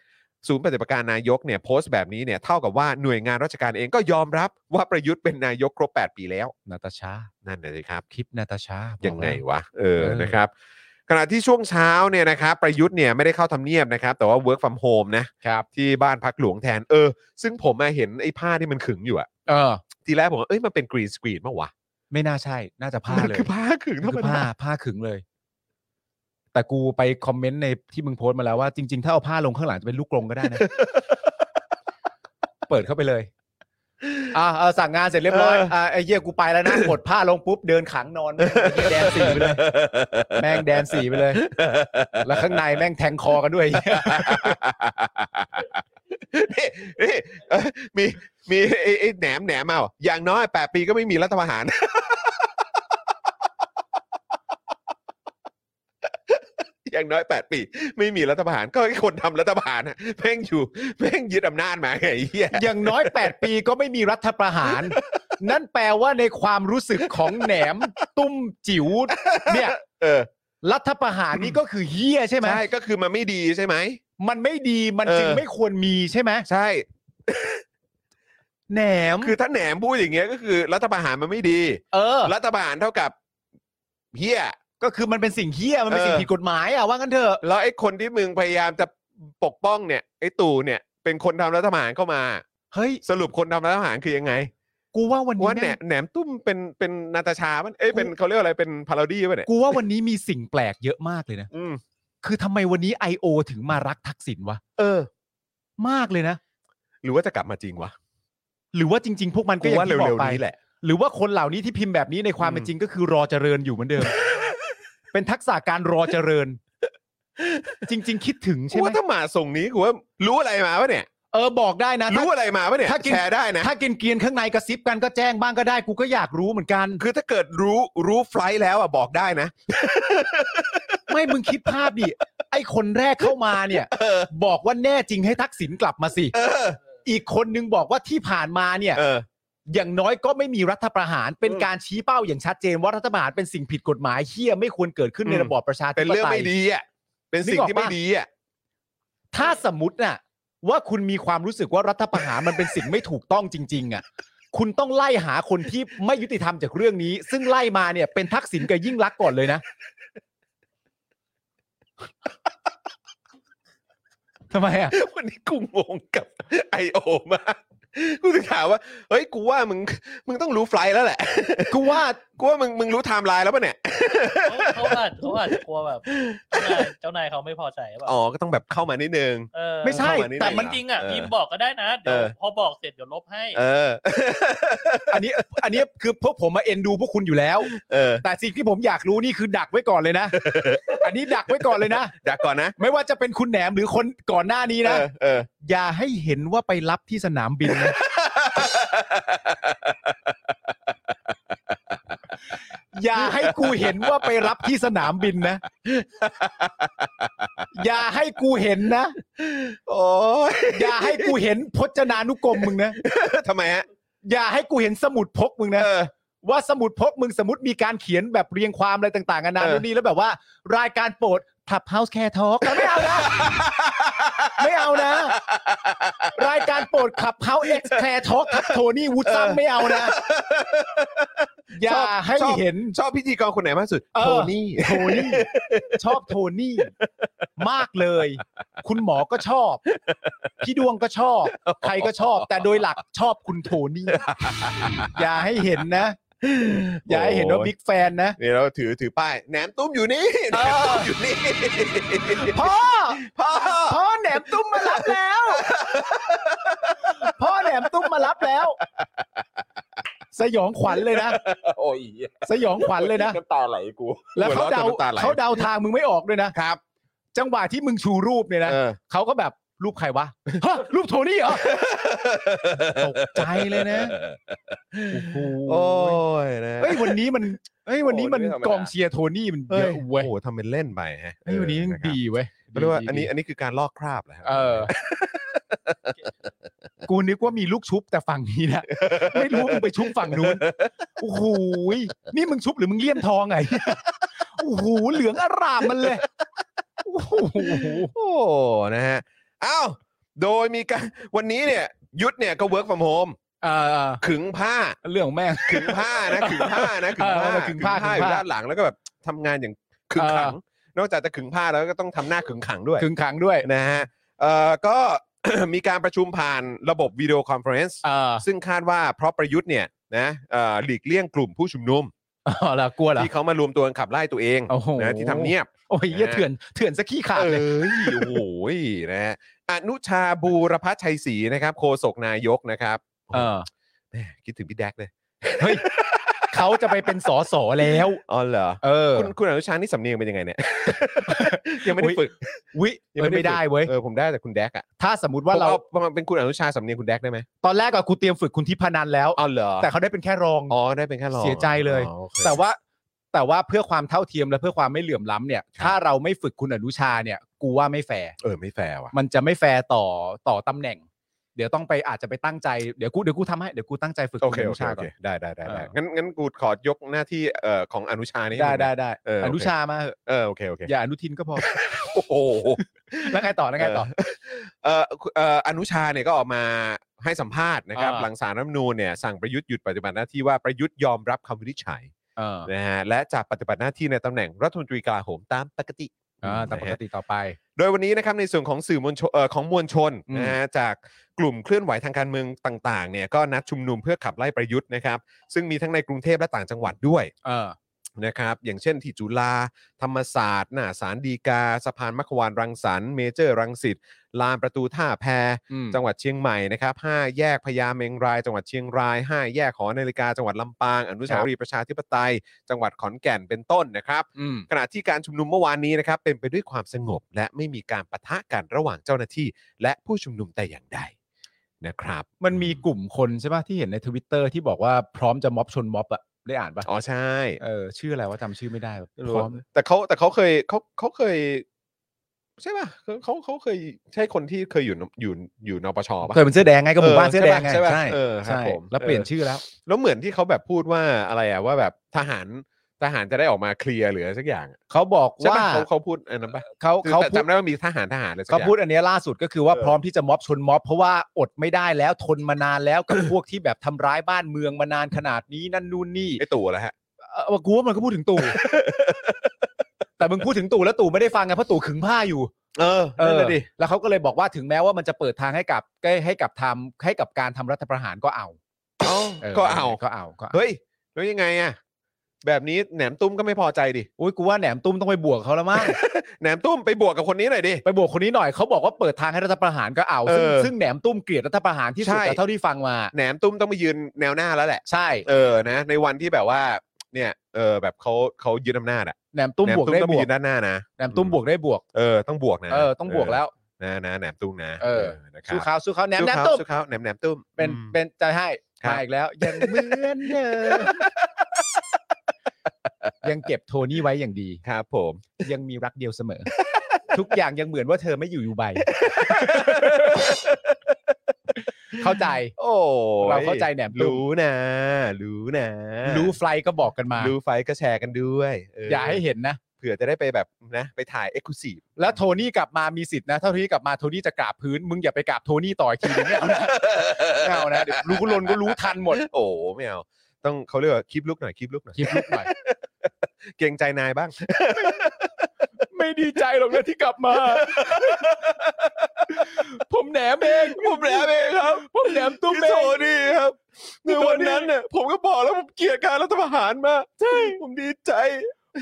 [SPEAKER 2] ศูนย์ปฏิบัติการนายกเนี่ยโพสต์แบบนี้เนี่ยเท่ากับว่าหน่วยงานราชการเองก็ยอมรับว่าประยุทธ์เป็นนายกครบ 8 ปีแล้ว
[SPEAKER 3] นาตาชา
[SPEAKER 2] นั่นนะสิครับ
[SPEAKER 3] คลิปนาตาชาบอก
[SPEAKER 2] ยังไง
[SPEAKER 3] แล้ว
[SPEAKER 2] วะ เออ
[SPEAKER 3] เออ
[SPEAKER 2] นะครับ ขณะที่ช่วงเช้าเนี่ยนะครับ ประยุทธ์เนี่ยไม่ได้เข้าทำเนียบนะครับ แต่ว่า work from home นะ
[SPEAKER 3] ครับ
[SPEAKER 2] ที่บ้านพักหลวงแทน เออ ซึ่งผมมาเห็นไอ้ผ้าที่มันขึงอยู่อะ
[SPEAKER 3] เออ
[SPEAKER 2] ทีแรกผมว่าเอ้ย มันเป็นกรีนสกรีนมั้งวะ
[SPEAKER 3] ไม่น่าใช่น่าจะผ้าเลย
[SPEAKER 2] คือผ้าขึงธร
[SPEAKER 3] มัน
[SPEAKER 2] รม
[SPEAKER 3] คือผ้า
[SPEAKER 2] ดา
[SPEAKER 3] ผ้าขึงเลย แต่กูไปคอมเมนต์ในที่มึงโพสต์มาแล้วว่าจริง ๆ ถ้าเอาผ้าลงข้างหลังจะเป็นลูกกรงก็ได้ นะ เปิดเข้าไปเลย อ่าเออสั่งงานเสร็จเรียบร้อย
[SPEAKER 2] เอออ่
[SPEAKER 3] อ่าไอ้เหี้ยกูไปแล้วนะกดผ้าลงปุ๊บเดินขังนอนแม่งไอ้เหี้ยแดนสีไปเลย แม่งแดนสีไปเลย แล้วข้างในแม่งแทงคอกันด้วย
[SPEAKER 2] นี่นี่เอ้ยมีมีไอ้ไอ้แหนมแหนมเอาอย่างน้อยแปดปีก็ไม่มีรัฐประหาร อย่างน้อยแปดปี ไม่มีรัฐประหารก็ไอ้คนทำรัฐประหารน่ะแม่งอยู่แม่งยึดอำนาจมาไงไอ้เหี้ย
[SPEAKER 3] อย่างน้อย 8 ปีก็ไม่มีรัฐประหาร นั่นแปลว่าในความรู้สึกของแหนมตุ้มจิ๋วเนี่ย
[SPEAKER 2] เออ
[SPEAKER 3] รัฐประหารนี่ก็คือเฮี้ยใช่ไหม
[SPEAKER 2] ใช่ก็คือมันไม่ดีใช่ไหม
[SPEAKER 3] มันไม่ดีมันจึง
[SPEAKER 2] เออ
[SPEAKER 3] ไม่ควรมีใช่ไหม
[SPEAKER 2] ใช่
[SPEAKER 3] แหนม
[SPEAKER 2] คือถ้าแหนมพูดอย่างเงี้ยก็คือ รัฐประหารมันไม่ดี
[SPEAKER 3] เออ
[SPEAKER 2] รัฐประหารเท่ากับเหี้ย
[SPEAKER 3] ก็คือมันเป็นสิ่งเฮี้ยมันเป็น
[SPEAKER 2] เออ
[SPEAKER 3] สิ่งผิดกฎหมายอ่ะว่างั้นเถอะ
[SPEAKER 2] แล้วไอ้คนที่มึงพยายามจะปกป้องเนี่ยไอ้ตู่เนี่ย เป็นคนทำรัฐประหารเข้ามา
[SPEAKER 3] เฮ้ย
[SPEAKER 2] สรุปคนทำรัฐประหารคือยังไง
[SPEAKER 3] กูว่าวันนี้
[SPEAKER 2] ว่าแหน
[SPEAKER 3] แม่ง
[SPEAKER 2] แหนมตุ้มเป็นเป็นนาตาชามันเอ้ยเป็นเขาเรียกอะไรเป็นพาราดี้ป่ะเนี่ย
[SPEAKER 3] กูว่าวันนี้มีสิ่งแปลกเยอะมากเลยนะ
[SPEAKER 2] อืม
[SPEAKER 3] คือทำไมวันนี้ I.O. ถึงมารักทักษิณวะ
[SPEAKER 2] เออ
[SPEAKER 3] มากเลยนะ
[SPEAKER 2] หรือว่าจะกลับมาจริงวะ
[SPEAKER 3] หรือว่าจริง ๆ พวกมันก็
[SPEAKER 2] กู
[SPEAKER 3] อย่าง
[SPEAKER 2] ว่า
[SPEAKER 3] ที่บอ
[SPEAKER 2] เร็
[SPEAKER 3] ก
[SPEAKER 2] ว
[SPEAKER 3] ไป
[SPEAKER 2] ๆนี้แหละ
[SPEAKER 3] หรือว่าคนเหล่านี้ที่พิมพ์แบบนี้ในความ
[SPEAKER 2] อืม
[SPEAKER 3] เป็นจริงก็คือรอเจริญอยู่เหมือนเดิม เป็นทักษะการรอเจริญ จริง ๆ คิดถึง
[SPEAKER 2] กู
[SPEAKER 3] ใช่ไหม
[SPEAKER 2] ว่าถ้ามาส่งนี้กูว่ารู้อะไรมาปะเนี่ย
[SPEAKER 3] เออบอกได้นะถ้า
[SPEAKER 2] รู้อะไรมาปะเนี่ย
[SPEAKER 3] ถ้ากิน
[SPEAKER 2] แชร์ได้นะ
[SPEAKER 3] ถ้ากินเกรียนข้างในกระซิบกันก็แจ้งบ้างก็ได้ กูก็อยากรู้เหมือนกัน
[SPEAKER 2] คือถ้าเกิดรู้รู้ไฟลท์แล้วอ่ะบอกได้นะ
[SPEAKER 3] ไม่มึงคิดภาพดิไอคนแรกเข้ามาเนี่ย บอกว่าแน่จริงให้ทักษิณกลับมาสิ
[SPEAKER 2] เออ
[SPEAKER 3] อีกคนนึงบอกว่าที่ผ่านมาเนี่ย
[SPEAKER 2] เออ
[SPEAKER 3] อย่างน้อยก็ไม่มีรัฐประหารเป็น
[SPEAKER 2] อืม
[SPEAKER 3] การชี้เป้าอย่างชัดเจนว่ารัฐประหารเป็นสิ่งผิดกฎหมายเฮี้ยไม่ควรเกิดขึ้นในระบอบประชาธิปไตย
[SPEAKER 2] เป็นเรื่องไม่ดีอ่ะเป็นสิ่งที่ไม่ดีอ่ะ
[SPEAKER 3] ถ้าสมมติน่ะว่าคุณมีความรู้สึกว่ารัฐประหารมันเป็นสิ่งไม่ถูกต้องจริง ๆ อ่ะ คุณต้องไล่หาคนที่ไม่ยุติธรรมจากเรื่องนี้ ซึ่งไล่มาเนี่ยเป็นทักษิณกับยิ่งรักษณ์ก่อนเลยนะทำไมอ่ะ
[SPEAKER 2] วันนี้กูงงกับ I.O. มาก กูถึงถามว่า เฮ้ย กูว่ามึง มึงต้องรู้ไฟล์แล้วแหละ
[SPEAKER 3] กูว่า
[SPEAKER 2] กูว่ามึง มึงรู้ไทม์ไลน์แล้วป่ะเนี่ย
[SPEAKER 8] เขาเขาอาจเขาอาจจะกลัวแบบเจ้านายเจ้านายเขาไม่พอใจแบบ
[SPEAKER 2] อ๋อ ก็ต้องแบบเข้ามานิดนึง
[SPEAKER 8] เออ
[SPEAKER 3] ไม่ใช่
[SPEAKER 2] เข้ามานี่
[SPEAKER 3] แต่
[SPEAKER 8] แต่
[SPEAKER 3] มั
[SPEAKER 8] มัน น
[SPEAKER 2] ได้
[SPEAKER 8] จริงอ่ะ
[SPEAKER 2] เออ
[SPEAKER 8] พิมพ์บอกก็ได้นะเดี๋ยว
[SPEAKER 2] เออ
[SPEAKER 8] พอบอกเสร็จเดี๋ยวลบให้
[SPEAKER 2] เออ
[SPEAKER 3] อันนี้ อันนี้คือพวกผมมาเอ็นดูพวกคุณอยู่ แล้ว
[SPEAKER 2] เออ
[SPEAKER 3] แต่สิ่งที่ผมอยากรู้นี่คือดักไว้ก่อนเลย นะ อันนี้ดักไว้ก่อนเลยนะ
[SPEAKER 2] ดักก่อนนะ
[SPEAKER 3] ไม่ว่าจะเป็นคุณแหนมหรือคนก่อนหน้านี้
[SPEAKER 2] เอ
[SPEAKER 3] นะ
[SPEAKER 2] อเออ
[SPEAKER 3] อย่าให้เห็นว่าไปรับที่สนามบินนะ อย่าให้กูเห็น ว่าไปรับที่สนามบินนะ อย่าให้กูเห็นนะ
[SPEAKER 2] โอ้ย
[SPEAKER 3] อย่าให้กูเห็นพจนานุกรมมึงนะ
[SPEAKER 2] ทำไมฮะ
[SPEAKER 3] อย่าให้กูเห็นสมุดพกมึงนะ
[SPEAKER 2] เออ
[SPEAKER 3] ว่าสมุดพกมึงสมมติมีการเขียนแบบเรียงความอะไรต่างๆกันานา
[SPEAKER 2] เออ
[SPEAKER 3] นู่นนี่แล้วแบบว่า รายการโปรดขับเฮาส์แคร์ทอล์กไม่เอานะ ไม่เอานะ รายการโปรดขับเฮาส์เอ็กซ์แคร์ทอล์กทับโทนี่วูดซัมไม่เอานะ อย่าให้
[SPEAKER 2] ชอบ
[SPEAKER 3] เห็น
[SPEAKER 2] ชอบพิธีกรคนไหนมากสุด
[SPEAKER 3] เออ
[SPEAKER 2] โทนี่
[SPEAKER 3] โทนี่ชอบโทนี่มากเลย คุณหมอก็ชอบ พี่ดวงก็ชอบ ใครก็ชอบ แต่โดยหลักชอบคุณโทนี่ อย่าให้เห็นนะ อย่าให้เห็นว่าบิ๊กแฟนนะ
[SPEAKER 2] นี่เราถือถือป้ายแหนมตุ้มอยู่นี่แหน
[SPEAKER 3] เออ
[SPEAKER 2] มตุ้มอยู่นี่
[SPEAKER 3] พ่อ
[SPEAKER 2] พ่อ
[SPEAKER 3] พ่อแหนมตุ้มมารับแล้ว พ่อแหนมตุ้มมารับแล้ว สยองขวัญเลยนะ
[SPEAKER 2] โอ้ย
[SPEAKER 3] สยองขวัญเลยนะ
[SPEAKER 2] น้ำตาไหลกู
[SPEAKER 3] แล้ว
[SPEAKER 2] หั
[SPEAKER 3] เขา
[SPEAKER 2] ระ
[SPEAKER 3] เดา
[SPEAKER 2] จนน้ำตาไหล
[SPEAKER 3] เขาเดาทางมึงไม่ออกด้วยนะ ครับ จังหวะที่มึงชูรูปเนี่ยนะ
[SPEAKER 2] เออ
[SPEAKER 3] เขาก็แบบรูปใครวะ ฮะรูปโทนี่เหรอ ตกใจเลยนะ
[SPEAKER 2] โอ้ยนะ
[SPEAKER 3] เฮ้ยวันนี้มันเฮ้ยวันนี้มัน
[SPEAKER 2] โอ้ยไธรรดาก
[SPEAKER 3] องเชียร์โทนี่มันเยอะเว้ย
[SPEAKER 2] โอ้โหทำเป็นเล่นไปฮะ
[SPEAKER 3] เฮ้ยวันนี้มันดีเว้ย
[SPEAKER 2] เขาเรียกว่าอันนี้
[SPEAKER 3] ดี
[SPEAKER 2] อันนี้คือการลอกคราบเหรอครั
[SPEAKER 3] เออ กูนึกว่ามีลูกชุบแต่ฝั่งนี้ นะไม่รู้มึงไปชุบฝั่งนู้นโอ้โหยนี่มึงชุบหรือมึงเลี่ยมทองไงโอ้โหเหลืองอร่ามมันเลยโอ้โห
[SPEAKER 2] โอ้นะฮะอ้าวโดยมีการ วันนี้เนี่ยยุทธเนี่ยก็ work from home
[SPEAKER 3] เออ
[SPEAKER 2] ขึงผ้า
[SPEAKER 3] เรื่องของแม่ง
[SPEAKER 2] ขึงผ้านะ ขึงผ้านะขึงผ้า
[SPEAKER 3] เออขึงผ้าขึงผ้า
[SPEAKER 2] อยู่ด้านหลังแล้วก็แบบทำงานอย่างขึงขัง
[SPEAKER 3] เอ
[SPEAKER 2] นอกจากจะขึงผ้าแล้วก็ต้องทำหน้าขึงขังด้วย
[SPEAKER 3] ถึงขังด้วย
[SPEAKER 2] นะฮะเอ่อก็ มีการประชุมผ่านระบบวิดีโอคอนเฟอเรนซ์
[SPEAKER 3] เออ
[SPEAKER 2] ซึ่งคาดว่าเพราะประยุทธ์เนี่ยนะเอ่อหลีกเลี่ยงกลุ่มผู้ชุมนุม
[SPEAKER 3] เอาล่ะกลัวเหรอ
[SPEAKER 2] ที่เขามารวมตัวกันขับไล่ตัวเอง
[SPEAKER 3] โอ้โห
[SPEAKER 2] นะที่ทำเนียบ
[SPEAKER 3] โอ้ยเหี้ยเถื่อนเถื่อนสักขี้ขาด
[SPEAKER 2] เอ้
[SPEAKER 3] เลย
[SPEAKER 2] ยโอ้โหนะฮะอนุชาบูรพัชชัยศรีนะครับโฆษกนายกนะครับ
[SPEAKER 3] เออ
[SPEAKER 2] แหม่คิดถึงพี่แดกเลย
[SPEAKER 3] เฮ้ยเขาจะไปเป็นสอสอแล้ว
[SPEAKER 2] อ๋อเหรอ
[SPEAKER 3] เออ
[SPEAKER 2] คุณคุณอนุชานี่สำเนียงเป็นยังไงเนี่ย ยังไม่ได้
[SPEAKER 3] อุ๊ย
[SPEAKER 2] ฝึก
[SPEAKER 3] วิ
[SPEAKER 2] ยัง
[SPEAKER 3] ไม่ได้
[SPEAKER 2] ฝึก
[SPEAKER 3] เว้ย
[SPEAKER 2] เออผมได้แต่คุณแดกอ่ะ
[SPEAKER 3] ถ้าสมมติว่าเรา
[SPEAKER 2] ผมอประมาณเป็นคุณอนุชาสำเนียงคุณแดกได้ไหม
[SPEAKER 3] ตอนแรกอะกูเตรียมฝึกคุณทิพนันแล้ว
[SPEAKER 2] อ๋อเหรอ
[SPEAKER 3] แต่เขาได้เป็นแค่รอง
[SPEAKER 2] อ๋อได้เป็นแค่รอง
[SPEAKER 3] เสียใจเลย
[SPEAKER 2] อ๋อโอเค
[SPEAKER 3] แต่ว่าแต่ว่าเพื่อความเท่าเทียมและเพื่อความไม่เหลื่อมล้ำเนี่ย ถ้าเราไม่ฝึกคุณอนุชาเนี่ย กูว่าไม่แฟร์
[SPEAKER 2] เออไม่แฟร์ว่ะ
[SPEAKER 3] มันจะไม่แฟร์ต่อต่อตำแหน่ง เดี๋ยวต้องไปอาจจะไปตั้งใจเดี๋ยวกูเดี๋ยวกูทำให้เดี๋ยวกูตั้งใจฝึก
[SPEAKER 2] โอ
[SPEAKER 3] คุณ
[SPEAKER 2] เค
[SPEAKER 3] อ
[SPEAKER 2] โอ
[SPEAKER 3] นุ
[SPEAKER 2] เค
[SPEAKER 3] ชา
[SPEAKER 2] โอ
[SPEAKER 3] ก่อ
[SPEAKER 2] เคน ได้ได้ได้ได้
[SPEAKER 3] เออ
[SPEAKER 2] งั้นงั้นกูขอยกหน้าที่เอ่อของอนุชานี่ให้
[SPEAKER 3] ได้
[SPEAKER 2] มึง
[SPEAKER 3] ได้ได้
[SPEAKER 2] เออโอเค
[SPEAKER 3] อนุชามาเหอะ
[SPEAKER 2] เออโอเคโอเค
[SPEAKER 3] อย่าอนุทินก็พอ
[SPEAKER 2] โอ้โห
[SPEAKER 3] แล้วไงต่อแล้วไงต่อ
[SPEAKER 2] เออเอ่ออนุชาเนี่ยก็ออกมาให้สัมภาษณ์นะครับ
[SPEAKER 3] อ่า
[SPEAKER 2] หลังสารรัฐธรรมนูญเนี่ยสั่งประยุทธ์หยุดปฏิบัติหน้าที่ว่าประยุทธ์ยอมรับคำวินิจฉัย
[SPEAKER 3] เออ
[SPEAKER 2] นะฮะและจะปฏิบัติหน้าที่ในตำแหน่งรัฐมนตรีกลาโหมตามปกติ
[SPEAKER 3] อ่าแต่ปกติต่อไป
[SPEAKER 2] โดยวันนี้นะครับในส่วนของสื่อมวลชนเอ่อของมวลชน
[SPEAKER 3] อืม
[SPEAKER 2] นะฮะจากกลุ่มเคลื่อนไหวทางการเมืองต่างๆเนี่ยก็นัดชุมนุมเพื่อขับไล่ประยุทธ์นะครับซึ่งมีทั้งในกรุงเทพและต่างจังหวัดด้วย
[SPEAKER 3] เออ
[SPEAKER 2] นะครับอย่างเช่นที่จุฬาธรรมศาสตร์หน้าสารดีกา สะพานมัควานรังสรรค์เมเจอร์รังสิตลานประตูท่าแพ
[SPEAKER 3] อืม
[SPEAKER 2] จังหวัดเชียงใหม่นะครับ5แยกพญาเมงราย จังหวัดเชียงราย 5 แยกหอนาฬิกาจังหวัดลำปาง อนุสาวรีย์ประชาธิปไตย จังหวัดขอนแก่นเป็นต้นนะครับ
[SPEAKER 3] อืม
[SPEAKER 2] ขณะที่การชุมนุมเมื่อวานนี้นะครับเป็นไปด้วยความสงบ และไม่มีการปะทะกันระหว่างเจ้าหน้าที่ และผู้ชุมนุมแต่อย่างใดนะครับ
[SPEAKER 3] มันมีกลุ่มคนใช่ป่ะที่เห็นในทวิตเตอร์ที่บอกว่าพร้อมจะม็อบชนม็อบอะได้อ่านป่ะ
[SPEAKER 2] อ๋อใช่
[SPEAKER 3] เออชื่ออะไรว่าจำชื่อไม่ได้แบบ
[SPEAKER 2] ไม่รู้
[SPEAKER 3] พร้อ
[SPEAKER 2] อะ
[SPEAKER 3] ม
[SPEAKER 2] แต่เขาแต่เขาเคยเขาเขาเคย ใช่ป่ะเขาเขาเขาเคยใช่คนที่เคยอยู่นอยู่อยู่นปชป่ะ
[SPEAKER 3] เคยเป็นเสื้อแดงไงก็หมู่บ้านเสื้อแดงไง
[SPEAKER 2] ใช่ปะ
[SPEAKER 3] ใช่
[SPEAKER 2] เออครับ
[SPEAKER 3] ใช่
[SPEAKER 2] ผม
[SPEAKER 3] แล้วเปลี่ยนชื่อแล้ว
[SPEAKER 2] แล้วเหมือนที่เขาแบบพูดว่าอะไรอ่ะว่าแบบทหารทหารจะได้ออกมาเคลียร์หรืออะไรสักอย่างอะ
[SPEAKER 3] เขาบอก
[SPEAKER 2] ใช่
[SPEAKER 3] ว่า
[SPEAKER 2] ป่ะเขาเขาพูดอันนั้นป่ะ
[SPEAKER 3] เขา
[SPEAKER 2] คือ
[SPEAKER 3] เขา
[SPEAKER 2] แต่
[SPEAKER 3] พูด
[SPEAKER 2] จำได้ว่ามีทหารทหารเลยสักอ
[SPEAKER 3] เขา
[SPEAKER 2] ย่าง
[SPEAKER 3] พูดอันเนี้ยล่าสุดก็คือว่า
[SPEAKER 2] เออ
[SPEAKER 3] พร้อมที่จะม็อบชนม็อบ เพราะว่าอดไม่ได้แล้วทนมานานแล้วกับ พวกที่แบบทำร้ายบ้านเมืองมานานขนาดนี้นั่นนู่นนี่
[SPEAKER 2] ไอ้ตู่แล้วฮะ
[SPEAKER 3] เออกูว่ามันก็พูดถึงตู่ แต่มึงพูดถึงตู่แล้วตู่ไม่ได้ฟังไงเพราะตู่ขึงผ้าอยู่
[SPEAKER 2] เออ
[SPEAKER 3] เอ
[SPEAKER 2] นั่น
[SPEAKER 3] อ
[SPEAKER 2] นะดิ
[SPEAKER 3] แล้วเขาก็เลยบอกว่าถึงแม้ว่ามันจะเปิดทางให้กับให้กับทำให้กับการทำรัฐประหารก็เอา
[SPEAKER 2] เอ้า
[SPEAKER 3] เออ
[SPEAKER 2] ก็เอา
[SPEAKER 3] ก็เอาก็เอา
[SPEAKER 2] เฮ้ยแล้วยังไงอ่ะแบบนี้แหนมตุ้มก็ไม่พอใจดิ
[SPEAKER 3] อุ้ยกูว่าแหนมตุ้มต้องไปบวกเขาแล้ว มั้ง
[SPEAKER 2] แหนมตุ้มไปบวกกับคนนี้หน่อยดิ
[SPEAKER 3] ไปบวกคนนี้หน่อยเขาบอกว่าเปิดทางให้รัฐประหารก็เอาซึ่ง
[SPEAKER 2] เออ
[SPEAKER 3] ซึ่งแหนมตุ้มเกลียดรัฐประหารที่สุด
[SPEAKER 2] ใช่
[SPEAKER 3] แต่เท่าที่ฟังมา
[SPEAKER 2] แหนมตุ้มต้องไปยืนแนวหน้าแล้วแหละ
[SPEAKER 3] ใช่
[SPEAKER 2] เออ นะ ในวันที่แบบว่า เนี่ย เออ แบบเขาเขายึดอำนาจอะ
[SPEAKER 3] แหนมตุ้ม
[SPEAKER 2] แหน
[SPEAKER 3] บวกได้
[SPEAKER 2] ต้อง
[SPEAKER 3] บ
[SPEAKER 2] ไป
[SPEAKER 3] วก
[SPEAKER 2] ยืนด้านหน้านะ
[SPEAKER 3] แหนมตุ้มบวกได้บวก
[SPEAKER 2] เออ ต้องบวกนะ
[SPEAKER 3] เออต้องบวกแล้ว
[SPEAKER 2] นะนะ แหนมตุ้มนะ
[SPEAKER 3] เออ
[SPEAKER 2] นะครั
[SPEAKER 3] สู้
[SPEAKER 2] บ
[SPEAKER 3] เขาสู้เขาแหนมแหนม
[SPEAKER 2] สู้เขา
[SPEAKER 3] ตุ้ม
[SPEAKER 2] สู้เขาแหนมแหนมตุ้ม
[SPEAKER 3] เป็น
[SPEAKER 2] อืม
[SPEAKER 3] เป็นใจให้
[SPEAKER 2] ครับ
[SPEAKER 3] มาอีกแล้วยังเหมือนเดิม ยังเก็บโทนี่ไว้อย่างดี
[SPEAKER 2] ครับผม
[SPEAKER 3] ยังมีรักเดียวเสมอ ทุกอย่างยังเหมือนว่าเธอไม่อยู่อยู่ใบ เข้าใจ
[SPEAKER 2] โอ้ย
[SPEAKER 3] เราเข้าใจแหนมตุ้ม
[SPEAKER 2] รู้นะ รู้นะ
[SPEAKER 3] รู้ไฟล์ก็บอกกันมา
[SPEAKER 2] รู้ไฟล์ก็แชร์กันด้วยเ
[SPEAKER 3] อย่าให้เห็นนะ
[SPEAKER 2] เผื่อจะได้ไปแบบนะไปถ่ายเอ็กซ์คลูซีฟ
[SPEAKER 3] แล้วโทนี่กลับมามีสิทธินะเท่าที่กลับมาโทนี่จะกราบพื้น มึงอย่าไปกราบโทนี่ต่ออีกที นึงไม่เอานะ ไม่เอานะเดี๋ยวรู้ก็ลนก็รู้ทันหมด
[SPEAKER 2] โอ้ไม่เอาต้องเขาเรียกว่าคลิปลุกหน่อยคลิปลุกหน่อย
[SPEAKER 3] คลิปลุกหน่อย
[SPEAKER 2] เกรงใจนายบ้าง
[SPEAKER 3] ไม่ดีใจหรอกนะที่กลับมา ผมแหนมเอง
[SPEAKER 2] ผมแหนมเองครับ
[SPEAKER 3] ผมแหนมตุ้ม
[SPEAKER 2] พี่
[SPEAKER 3] เอ
[SPEAKER 2] โท
[SPEAKER 3] ง
[SPEAKER 2] นี่ครับ
[SPEAKER 3] พี่
[SPEAKER 2] ใน
[SPEAKER 3] โทนี่
[SPEAKER 2] วันนั้นเนี่ยผมก็บอกแล้วผมเกลียดการรัฐประหารมากใช่ผมดีใจ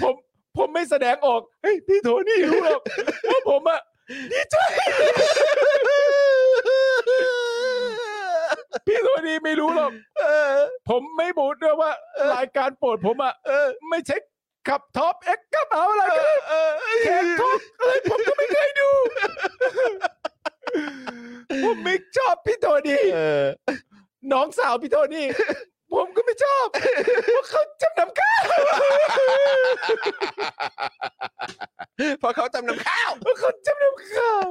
[SPEAKER 3] ผมผมไม่แสดงออกเฮ้ยพี่โทนี่รู้หรอกว่าผมอะดีใจ พี่โทนี่ไม่รู้หรอกผมไม่บูดด้วยว่ารายการโปรดผมอะไม่ใช่ขับท็อปเอ็กกับเอาอะไรกันแขกท็อปอะไรผมก็ไม่เคยดู ผมไม่ชอบพี่โทนี่
[SPEAKER 2] เออ
[SPEAKER 3] น้องสาวพี่โทนี่ผมก็ไม่ชอบเพราะเขาจำนำข้าว
[SPEAKER 2] เพอเขาจำนำข้าว
[SPEAKER 3] เขาจำนำข้าว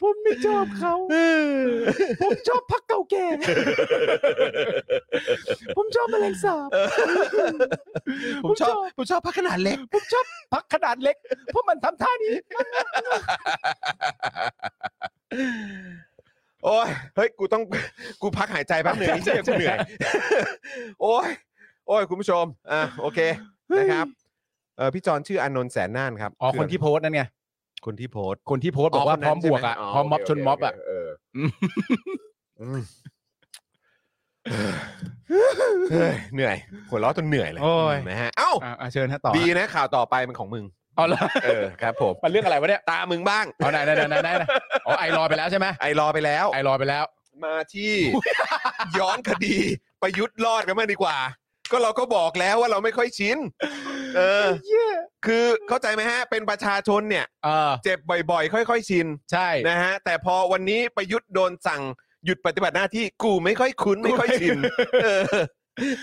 [SPEAKER 3] ผมไม่ชอบเขา ผมชอบพักเก่าแก่ ผมชอบแมลงสาบ
[SPEAKER 2] ผมชอบผมชอบพักขนาดเล็ก
[SPEAKER 3] ผมชอบพักขนาดเล็ก เพราะมันทำท่านี้
[SPEAKER 2] โอ้ยเฮ้ยกูต้องกูพักหายใจแป๊บหนึ งไอ้เหี้ยกูเหนื่อย โอ้ยโอ้ยคุณผู้ชมอ่ะโอเคนะครับเออพี่จอนชื่ออานนท์แสนน่านครับ
[SPEAKER 3] อ๋อ คนที่โพสต์นั่นไง
[SPEAKER 2] คนที่โพสต์
[SPEAKER 3] คนที่โพสต์บอกว่าพร้อมบวกอ่ะ พร้อมม็อบชนม็อบอ่ะ
[SPEAKER 2] เออืม เฮ้ยเหนื่อยหัวเราะจนเหนื่อยเลย
[SPEAKER 3] โอ้ย
[SPEAKER 2] นะฮะเอ้า
[SPEAKER 3] อ่ะเชิญฮะต่อ
[SPEAKER 2] ดีนะข่าวต่อไปเป็นของมึง
[SPEAKER 3] เอาละ
[SPEAKER 2] เออครับผม
[SPEAKER 3] มันเรื่องอะไรวะเนี่ย
[SPEAKER 2] ตามึงบ้าง
[SPEAKER 3] เอาไหนไหนไหนไหนไหนอ๋อไอรอว์ไปแล้วใช่ไหม
[SPEAKER 2] ไอรอว์ไปแล้ว
[SPEAKER 3] ไอรอว์ไปแล้ว
[SPEAKER 2] มาที่ ย้อนคดีประยุทธ์รอดกันมากดีกว่า ก็เราก็บอกแล้วว่าเราไม่ค่อยชินเออคือเข้าใจไหมฮะ เป็นประชาชนเนี่ย
[SPEAKER 3] เออ
[SPEAKER 2] เจ็บบ่อยๆ ค่อย ๆ ชิน
[SPEAKER 3] ใช่
[SPEAKER 2] นะฮะ แต่พอวันนี้ประยุทธ์โดนสั่งหยุดปฏิบัติหน้าที่กูไม่ค่อยคุ้นไม่ค่อยชิน เออ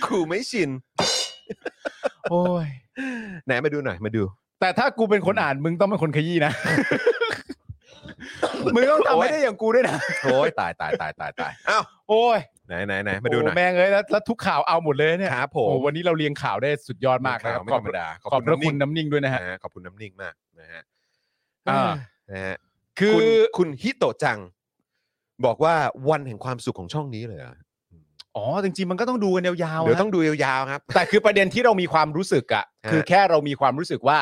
[SPEAKER 2] กูไม่ชิน
[SPEAKER 3] โอ้ย
[SPEAKER 2] ไหนมาดูหน่อยมาดู
[SPEAKER 3] แต่ถ้ากูเป็นคนอ่านมึงต้องเป็นคนขยี้นะ มึงต้องทำให้ได้อย่างกูด้วยนะ
[SPEAKER 2] โอ้ยตายตายตายตายตายอ้าว
[SPEAKER 3] โอ้ ย
[SPEAKER 2] ไหนไหนไหนมาดูหน่อย
[SPEAKER 3] โแม่งเอ้ยแล้วแล้วทุกข่าวเอาหมดเลยเนี่ย
[SPEAKER 2] ครับผ
[SPEAKER 3] โอ้
[SPEAKER 2] ม
[SPEAKER 3] วันนี้เราเรียงข่าวได้สุดยอดมากนะครั
[SPEAKER 2] ข่า
[SPEAKER 3] บ
[SPEAKER 2] วไม่
[SPEAKER 3] ขอ
[SPEAKER 2] ธ
[SPEAKER 3] บ
[SPEAKER 2] รรมดา
[SPEAKER 3] ขอบพระคุณน้ำ
[SPEAKER 2] น้ำนิ่ง
[SPEAKER 3] นิ่งด้วยนะฮะ
[SPEAKER 2] นะฮะขอบคุณน้ำนิ่งมากนะฮะ
[SPEAKER 3] อ่า
[SPEAKER 2] นะฮะ
[SPEAKER 3] คื
[SPEAKER 2] คือ
[SPEAKER 3] อ
[SPEAKER 2] คุณฮิโตะจัง บอกว่าวันแห่งความสุขของช่องนี้เลยเหรอ
[SPEAKER 3] อ๋อจริงๆมันก็ต้องดูกันยาวๆ
[SPEAKER 2] เดี๋ยว
[SPEAKER 3] นะ
[SPEAKER 2] ต้องดูยาวๆครับ
[SPEAKER 3] แต่คือประเด็นที่เรามีความรู้สึกอะ
[SPEAKER 2] ฮะ
[SPEAKER 3] คือแค่เรามีความรู้สึกว่า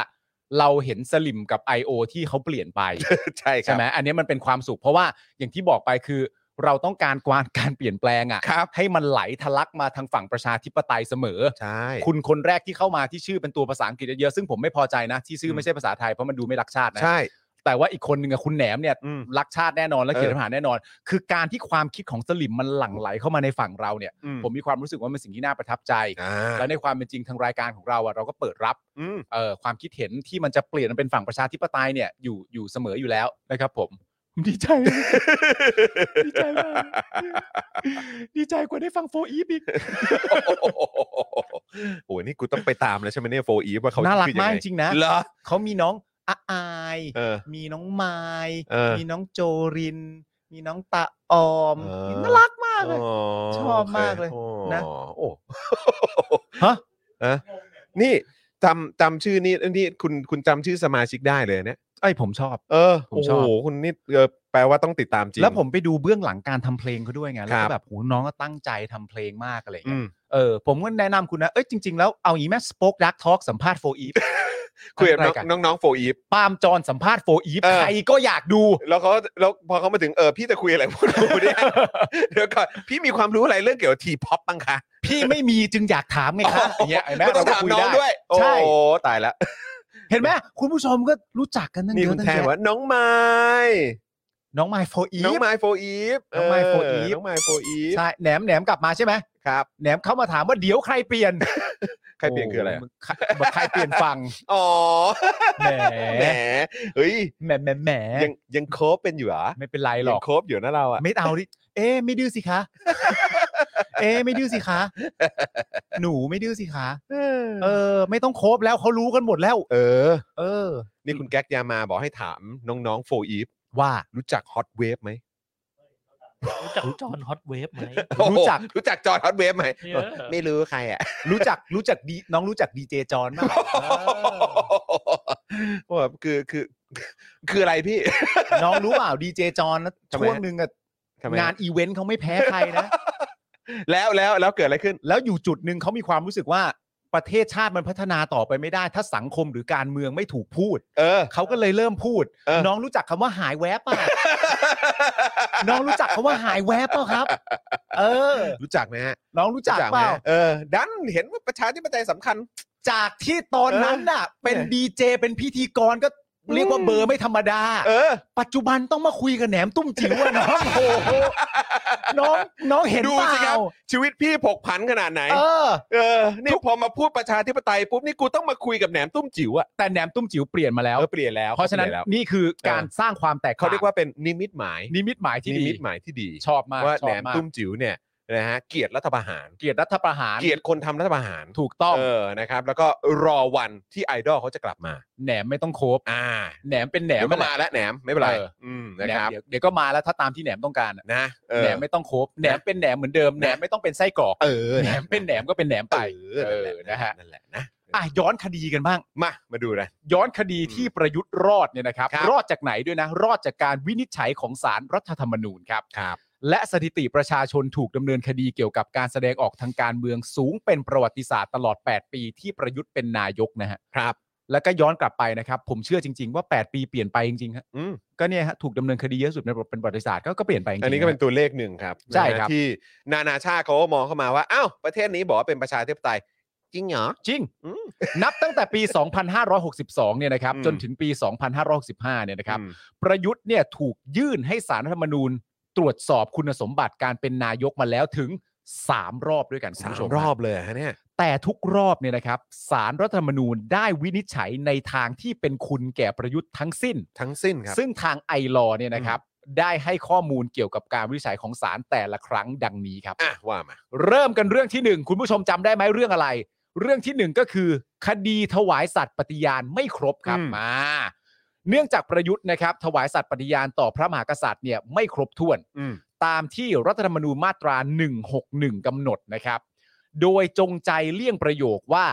[SPEAKER 3] เราเห็นสลิมกับ I.O. ที่เขาเปลี่ยนไป
[SPEAKER 2] ใช่ค
[SPEAKER 3] ใช่
[SPEAKER 2] รับ
[SPEAKER 3] ไหมอันนี้มันเป็นความสุข เพราะว่าอย่างที่บอกไปคือ เราต้องการ ความการเปลี่ยนแปลงอะ
[SPEAKER 2] ครับ
[SPEAKER 3] ให้มันไหลทะลักมาทางฝั่งประชาธิปไตยเสมอ
[SPEAKER 2] ใช่
[SPEAKER 3] คุณคนแรกที่เข้ามาที่ชื่อเป็นตัวภาษาอังกฤษเยอะๆซึ่งผมไม่พอใจนะ ที่ชื่อไม่ใช่ภาษาไทยเพราะมันดูไม่รักชาตินะ
[SPEAKER 2] ใช่
[SPEAKER 3] แต่ว่าอีกคนหนึ่งอะคุณแหนมเนี่ย
[SPEAKER 2] อืม
[SPEAKER 3] รักชาติแน่นอนและ
[SPEAKER 2] เออ
[SPEAKER 3] เขียนทหารแน่นอน คือการที่ความคิดของสลิมมันหลั่งไหลเข้ามาในฝั่งเราเนี่ย
[SPEAKER 2] อื
[SPEAKER 3] ผมมีความรู้สึกว่ามันสิ่งที่น่าประทับใจ
[SPEAKER 2] อ่า
[SPEAKER 3] และในความเป็นจริงทางรายการของเราอะเราก็เปิดรับ
[SPEAKER 2] อืม
[SPEAKER 3] เอ่อความคิดเห็นที่มันจะเปลี่ยนเป็นฝั่งประชาธิปไตยเนี่ยอยู่อยู่เสมออยู่แล้วนะครับ ผม ดีใจ ดีใจ มาก ดีใจกว่าได้ฟังโฟอีบิก
[SPEAKER 2] โอ้โหนี่กูต้องไปตามแล้วใช่ไหมเนี่ยโฟอีฟว่าเขา
[SPEAKER 3] น่ารัก
[SPEAKER 2] คือยัง
[SPEAKER 3] มาก
[SPEAKER 2] ไง
[SPEAKER 3] จริงนะ
[SPEAKER 2] เหรอ
[SPEAKER 3] เขามีน้องอาอาย
[SPEAKER 2] เออ
[SPEAKER 3] มีน้องไมาย
[SPEAKER 2] เออ
[SPEAKER 3] มีน้องโจริน มีน้องตาออม
[SPEAKER 2] เออ
[SPEAKER 3] น่ารักมากเลย
[SPEAKER 2] อ๋
[SPEAKER 3] ชอบมากเลย
[SPEAKER 2] โอค
[SPEAKER 3] นะ
[SPEAKER 2] โอ้โอ้
[SPEAKER 3] ฮะ
[SPEAKER 2] ฮะนี่จำจำชื่อนี่นี่คุณคุณจำชื่อสมาชิกได้เลยเนี่ย
[SPEAKER 3] ไอ้ยผมชอบ
[SPEAKER 2] เออ
[SPEAKER 3] ผมชอบ
[SPEAKER 2] โโหคุณนี่เออแปลว่าต้องติดตามจริง
[SPEAKER 3] แล้วผมไปดูเบื้องหลังการทำเพลงเขาด้วยไง แล้ว
[SPEAKER 2] ครั
[SPEAKER 3] ก็
[SPEAKER 2] บ
[SPEAKER 3] แบบโหน้องก็ตั้งใจทำเพลงมากอะไร
[SPEAKER 2] อื
[SPEAKER 3] เงี้ย
[SPEAKER 2] ม
[SPEAKER 3] เออผมก็แนะนำคุณนะ เอ้ยจริง ๆ แล้วเอาอย่างงี้แม่สป็อกดักทอล์กสัมภาษณ์โฟอีฟ
[SPEAKER 2] คุยกับ
[SPEAKER 3] รายการ
[SPEAKER 2] น้องน้องๆโฟอีฟ
[SPEAKER 3] ปาล์มจอนสัมภาษณ์โฟอีฟ
[SPEAKER 2] เออ
[SPEAKER 3] ใครก็อยากดู
[SPEAKER 2] แล้วเขาแล้วพอเขามาถึงเออพี่จะคุยอะไรพวกหนู เนี่ย เดี๋ยวก่อนพี่มีความรู้อะไรเรื่องเกี่ยวกับทีพ็อปบ้างคะ
[SPEAKER 3] พี่ไม่มีจึงอยากถามไงครับอย่างเงี้ยเห็นไหม
[SPEAKER 2] ไม่ต้อง
[SPEAKER 3] เราก็
[SPEAKER 2] ถาม
[SPEAKER 3] คุย
[SPEAKER 2] น้อง
[SPEAKER 3] ได้
[SPEAKER 2] ด้วย โอ้
[SPEAKER 3] ใช่
[SPEAKER 2] ตายละ
[SPEAKER 3] เห็นไหมคุณผู้ชมก็รู้จักกันนั่น
[SPEAKER 2] นี่
[SPEAKER 3] เย
[SPEAKER 2] คุ
[SPEAKER 3] อะ
[SPEAKER 2] ณ
[SPEAKER 3] นั่น
[SPEAKER 2] แทน
[SPEAKER 3] แยะ
[SPEAKER 2] ว่าน้องไม้
[SPEAKER 3] น้องไมายโฟอีฟ
[SPEAKER 2] น้องไม้โฟอีฟ
[SPEAKER 3] น้องไมค์
[SPEAKER 2] เ
[SPEAKER 3] Four Eve
[SPEAKER 2] น้องไม้โฟอีฟ
[SPEAKER 3] ใช่แหนมแหนมกลับมาใช่ไหม
[SPEAKER 2] ครับ
[SPEAKER 3] แหนมเข้ามาถามว่าเดี๋ยวใครเปลี่ยน
[SPEAKER 2] ใครเปลี่ยนคืออะไรอะ
[SPEAKER 3] โใคบอกใครเปลี่ยนฝั่ง
[SPEAKER 2] อ๋อ
[SPEAKER 3] แหม
[SPEAKER 2] แหมเฮ้ย
[SPEAKER 3] แหมแหมแหม
[SPEAKER 2] ยังยังโคบเป็นอยู่เหรอ
[SPEAKER 3] ไม่เป็นไรหร
[SPEAKER 2] ยั
[SPEAKER 3] อก
[SPEAKER 2] งโคบอยู่นะเราอ่ะ
[SPEAKER 3] ไม่เอาดิเอ๊ะไม่ดื้อสิคะ เอ๊ะไม่ดื้อสิคะ หนูไม่ดื้อสิคะ
[SPEAKER 2] เออ
[SPEAKER 3] เออ ไม่ต้องโคบแล้วเขารู้กันหมดแล้ว
[SPEAKER 2] เออ
[SPEAKER 3] เออ
[SPEAKER 2] นี่คุณแก๊กยามาบอกให้ถามน้องๆโฟอีฟ
[SPEAKER 3] ว่า
[SPEAKER 2] รู้จักฮอตเวฟไหม
[SPEAKER 8] รู้จักจอห์นฮอตเวฟไหม
[SPEAKER 3] รู้จัก
[SPEAKER 2] โอ้โหรู้จักจอร์ดฮอตเวฟไหม
[SPEAKER 8] เยอะ
[SPEAKER 2] ไม่รู้ใครอ่ะ
[SPEAKER 3] รู้จักรู้จักดีน้องรู้จักดีเจจอนมาก
[SPEAKER 2] ว่าคือคือคืออะไรพี่
[SPEAKER 3] น้องรู้เปล่าดีเจจอนนะ
[SPEAKER 2] ทำไม
[SPEAKER 3] ช่วงหนึ่งอะ
[SPEAKER 2] ทำไม
[SPEAKER 3] งานอีเวนต์เขาไม่แพ้ใคร นะ
[SPEAKER 2] แล้วแล้วแล้วเกิดอะไรขึ้น
[SPEAKER 3] แล้วอยู่จุดหนึ่งเขามีความรู้สึกว่าประเทศชาติมันพัฒนาต่อไปไม่ได้ ถ้าสังคมหรือการเมืองไม่ถูกพูด
[SPEAKER 2] เอ อ
[SPEAKER 3] เขาก็เลยเริ่มพูด
[SPEAKER 2] เออ
[SPEAKER 3] น้องรู้จักคำว่าหายแวบป่ะ น้องรู้จักคำว่าหายแวบป่ะ ครับ เออ
[SPEAKER 2] รู้จักไหมฮะ
[SPEAKER 3] น้องรู้จัก
[SPEAKER 2] ไห
[SPEAKER 3] เป
[SPEAKER 2] ม
[SPEAKER 3] ล่า
[SPEAKER 2] ฮะเออ ดันเห็นว่าประชาธิปไตยสำคัญ
[SPEAKER 3] จากที่ตอนนั้นน่ะ เป็นดีเจเป็นพิธีกรก็เรียกว่าเบอร์ไม่ธรรมดา
[SPEAKER 2] เออ
[SPEAKER 3] ปัจจุบันต้องมาคุยกับแหนมตุ้มจิ๋วอะน้องโอ้โหน้ องน้องเห็น
[SPEAKER 2] ดู
[SPEAKER 3] เปล่
[SPEAKER 2] สิครั
[SPEAKER 3] า
[SPEAKER 2] บ ชีวิตพี่ผกผันขนาดไหน
[SPEAKER 3] เออ
[SPEAKER 2] เออ นี่พอมาพูดประชาธิปไตยปุ๊บนี่กูต้องมาคุยกับแหนมตุ้มจิ๋วอะ
[SPEAKER 3] แต่แหนมตุ้มจิ๋วเปลี่ยนมาแล้ว
[SPEAKER 2] เออเปลี่ยนแล้ว
[SPEAKER 3] เพราะฉะนั้น
[SPEAKER 2] ปลี่ยแล้ว
[SPEAKER 3] นี่คือการสร้างความแตก
[SPEAKER 2] เขาเรียกว่าเป็นนิมิตหมาย
[SPEAKER 3] นิมิตหมายที่
[SPEAKER 2] นิ
[SPEAKER 3] ดี
[SPEAKER 2] มิตหมายที่ดี
[SPEAKER 3] ชอบมาก
[SPEAKER 2] ว่า
[SPEAKER 3] ช
[SPEAKER 2] แหน
[SPEAKER 3] อบ
[SPEAKER 2] ม
[SPEAKER 3] มาก
[SPEAKER 2] ตุ้มจิ๋วเนี่ยนะฮะเกลียรติรัฐประหาร
[SPEAKER 3] เกลียรติรัฐประหาร
[SPEAKER 2] เกลียรติคนทำรัฐประหาร
[SPEAKER 3] ถูกต้อง
[SPEAKER 2] เออนะครับ แล้วก็รอวันที่ไอดอลเขาจะกลับมา
[SPEAKER 3] แหนมไม่ต้องโคบ
[SPEAKER 2] อ่า
[SPEAKER 3] แหนมเป็นแหน
[SPEAKER 2] เดี๋ย
[SPEAKER 3] ม
[SPEAKER 2] วก็มาแล้วแหนมไม่เป็นไร
[SPEAKER 3] ออ
[SPEAKER 2] อืม
[SPEAKER 3] แหน
[SPEAKER 2] นะ
[SPEAKER 3] ม
[SPEAKER 2] ครับ
[SPEAKER 3] เดี๋ยวเดี๋ยวก็มาแล้วถ้าตามที่แหนมต้องการอะ
[SPEAKER 2] นะเออ
[SPEAKER 3] แหนมไม่ต้องโคบแหนมเป็นแหนมเหมือนเดิมแหนมไม่ต้องเป็นไส้กรอก
[SPEAKER 2] เออ
[SPEAKER 3] แหนมเป็นแหนมก็เป็นแหนมไป
[SPEAKER 2] เออ
[SPEAKER 3] เออนะฮะ
[SPEAKER 2] นั่นแหละนะ
[SPEAKER 3] อ่ะย้อนคดีกันบ้าง
[SPEAKER 2] มามาดูนะ
[SPEAKER 3] ย้อนคดีที่ประยุทธ์รอดเนี่ยนะครับ
[SPEAKER 2] ครับ
[SPEAKER 3] รอดจากไหนด้วยนะ รอดจากการวินิจฉัยของสารรัฐธรรมนูญครับ
[SPEAKER 2] ครับ
[SPEAKER 3] และสถิติประชาชนถูกดำเนินคดีเกี่ยวกับการแสดงออกทางการเมืองสูงเป็นประวัติศาสตร์ตลอด 8 ปีที่ประยุทธ์เป็นนายกนะฮะ
[SPEAKER 2] ครับ
[SPEAKER 3] แล้วก็ย้อนกลับไปนะครับ ผมเชื่อจริง ๆ ว่า 8 ปีเปลี่ยนไปจริงๆฮะ
[SPEAKER 2] อืม
[SPEAKER 3] ก็เนี่ยฮะถูกดำเนินคดีเยอะสุดในเป็นประวัติศาสตร์ก็ก็เปลี่ยนไปจริงๆ
[SPEAKER 2] อันนี้ก็เป็น
[SPEAKER 3] ฮะ
[SPEAKER 2] ตัวเลขหนึ่งครับ
[SPEAKER 3] ใช่ครับ
[SPEAKER 2] นะฮะที่นานาชาติเขาก็มองเข้ามาว่าอ้าวประเทศนี้บอกว่าเป็นประชาธิปไตยจริงเหรอ
[SPEAKER 3] จริง
[SPEAKER 2] อืม
[SPEAKER 3] นับตั้งแต่ปี 2562 เนี่ยนะครับ
[SPEAKER 2] อืม
[SPEAKER 3] จนถึงปี 2565 เนี่ยนะครับ
[SPEAKER 2] อืม
[SPEAKER 3] ประยุทธ์เนี่ยถูกยื่นให้สารรัฐธรรมนูญ ตรวจสอบคุณสมบัติการเป็นนายกมาแล้วถึง 3 รอบด้วยกันคุณ
[SPEAKER 2] สาม
[SPEAKER 3] ผู้ชม
[SPEAKER 2] ร
[SPEAKER 3] ฮะ
[SPEAKER 2] อบเลยฮะเนี่ย
[SPEAKER 3] แต่ทุกรอบเนี่ยนะครับสารรัฐธรรมนูญได้วินิจฉัยในทางที่เป็นคุณแก่ประยุทธ์ทั้งสิ้น
[SPEAKER 2] ทั้งสิ้นครับ
[SPEAKER 3] ซึ่งทางไอรอว์เนี่ยนะครับ ได้ให้ข้อมูลเกี่ยวกับการวินิจฉัยของสารแต่ละครั้งดังนี้ครับ
[SPEAKER 2] อ่ะว่ามา
[SPEAKER 3] เริ่มกันเรื่องที่หนึ่งคุณผู้ชมจำได้ไหมเรื่องอะไร เรื่องที่หนึ่งก็คือ คดีถวายสัตย์ปฏิญาณไม่ครบครับ
[SPEAKER 2] อืม
[SPEAKER 3] มาเนื่องจากประยุทธ์นะครับ ถวายสัตย์ปฏิญาณต่อพระมหากษัตริย์เนี่ยไม่ครบถ้วน
[SPEAKER 2] อืม
[SPEAKER 3] ตามที่รัฐธรรมนูญมาตรา 161 กำหนดนะครับ โดยจงใจเลี่ยงประโยคว่า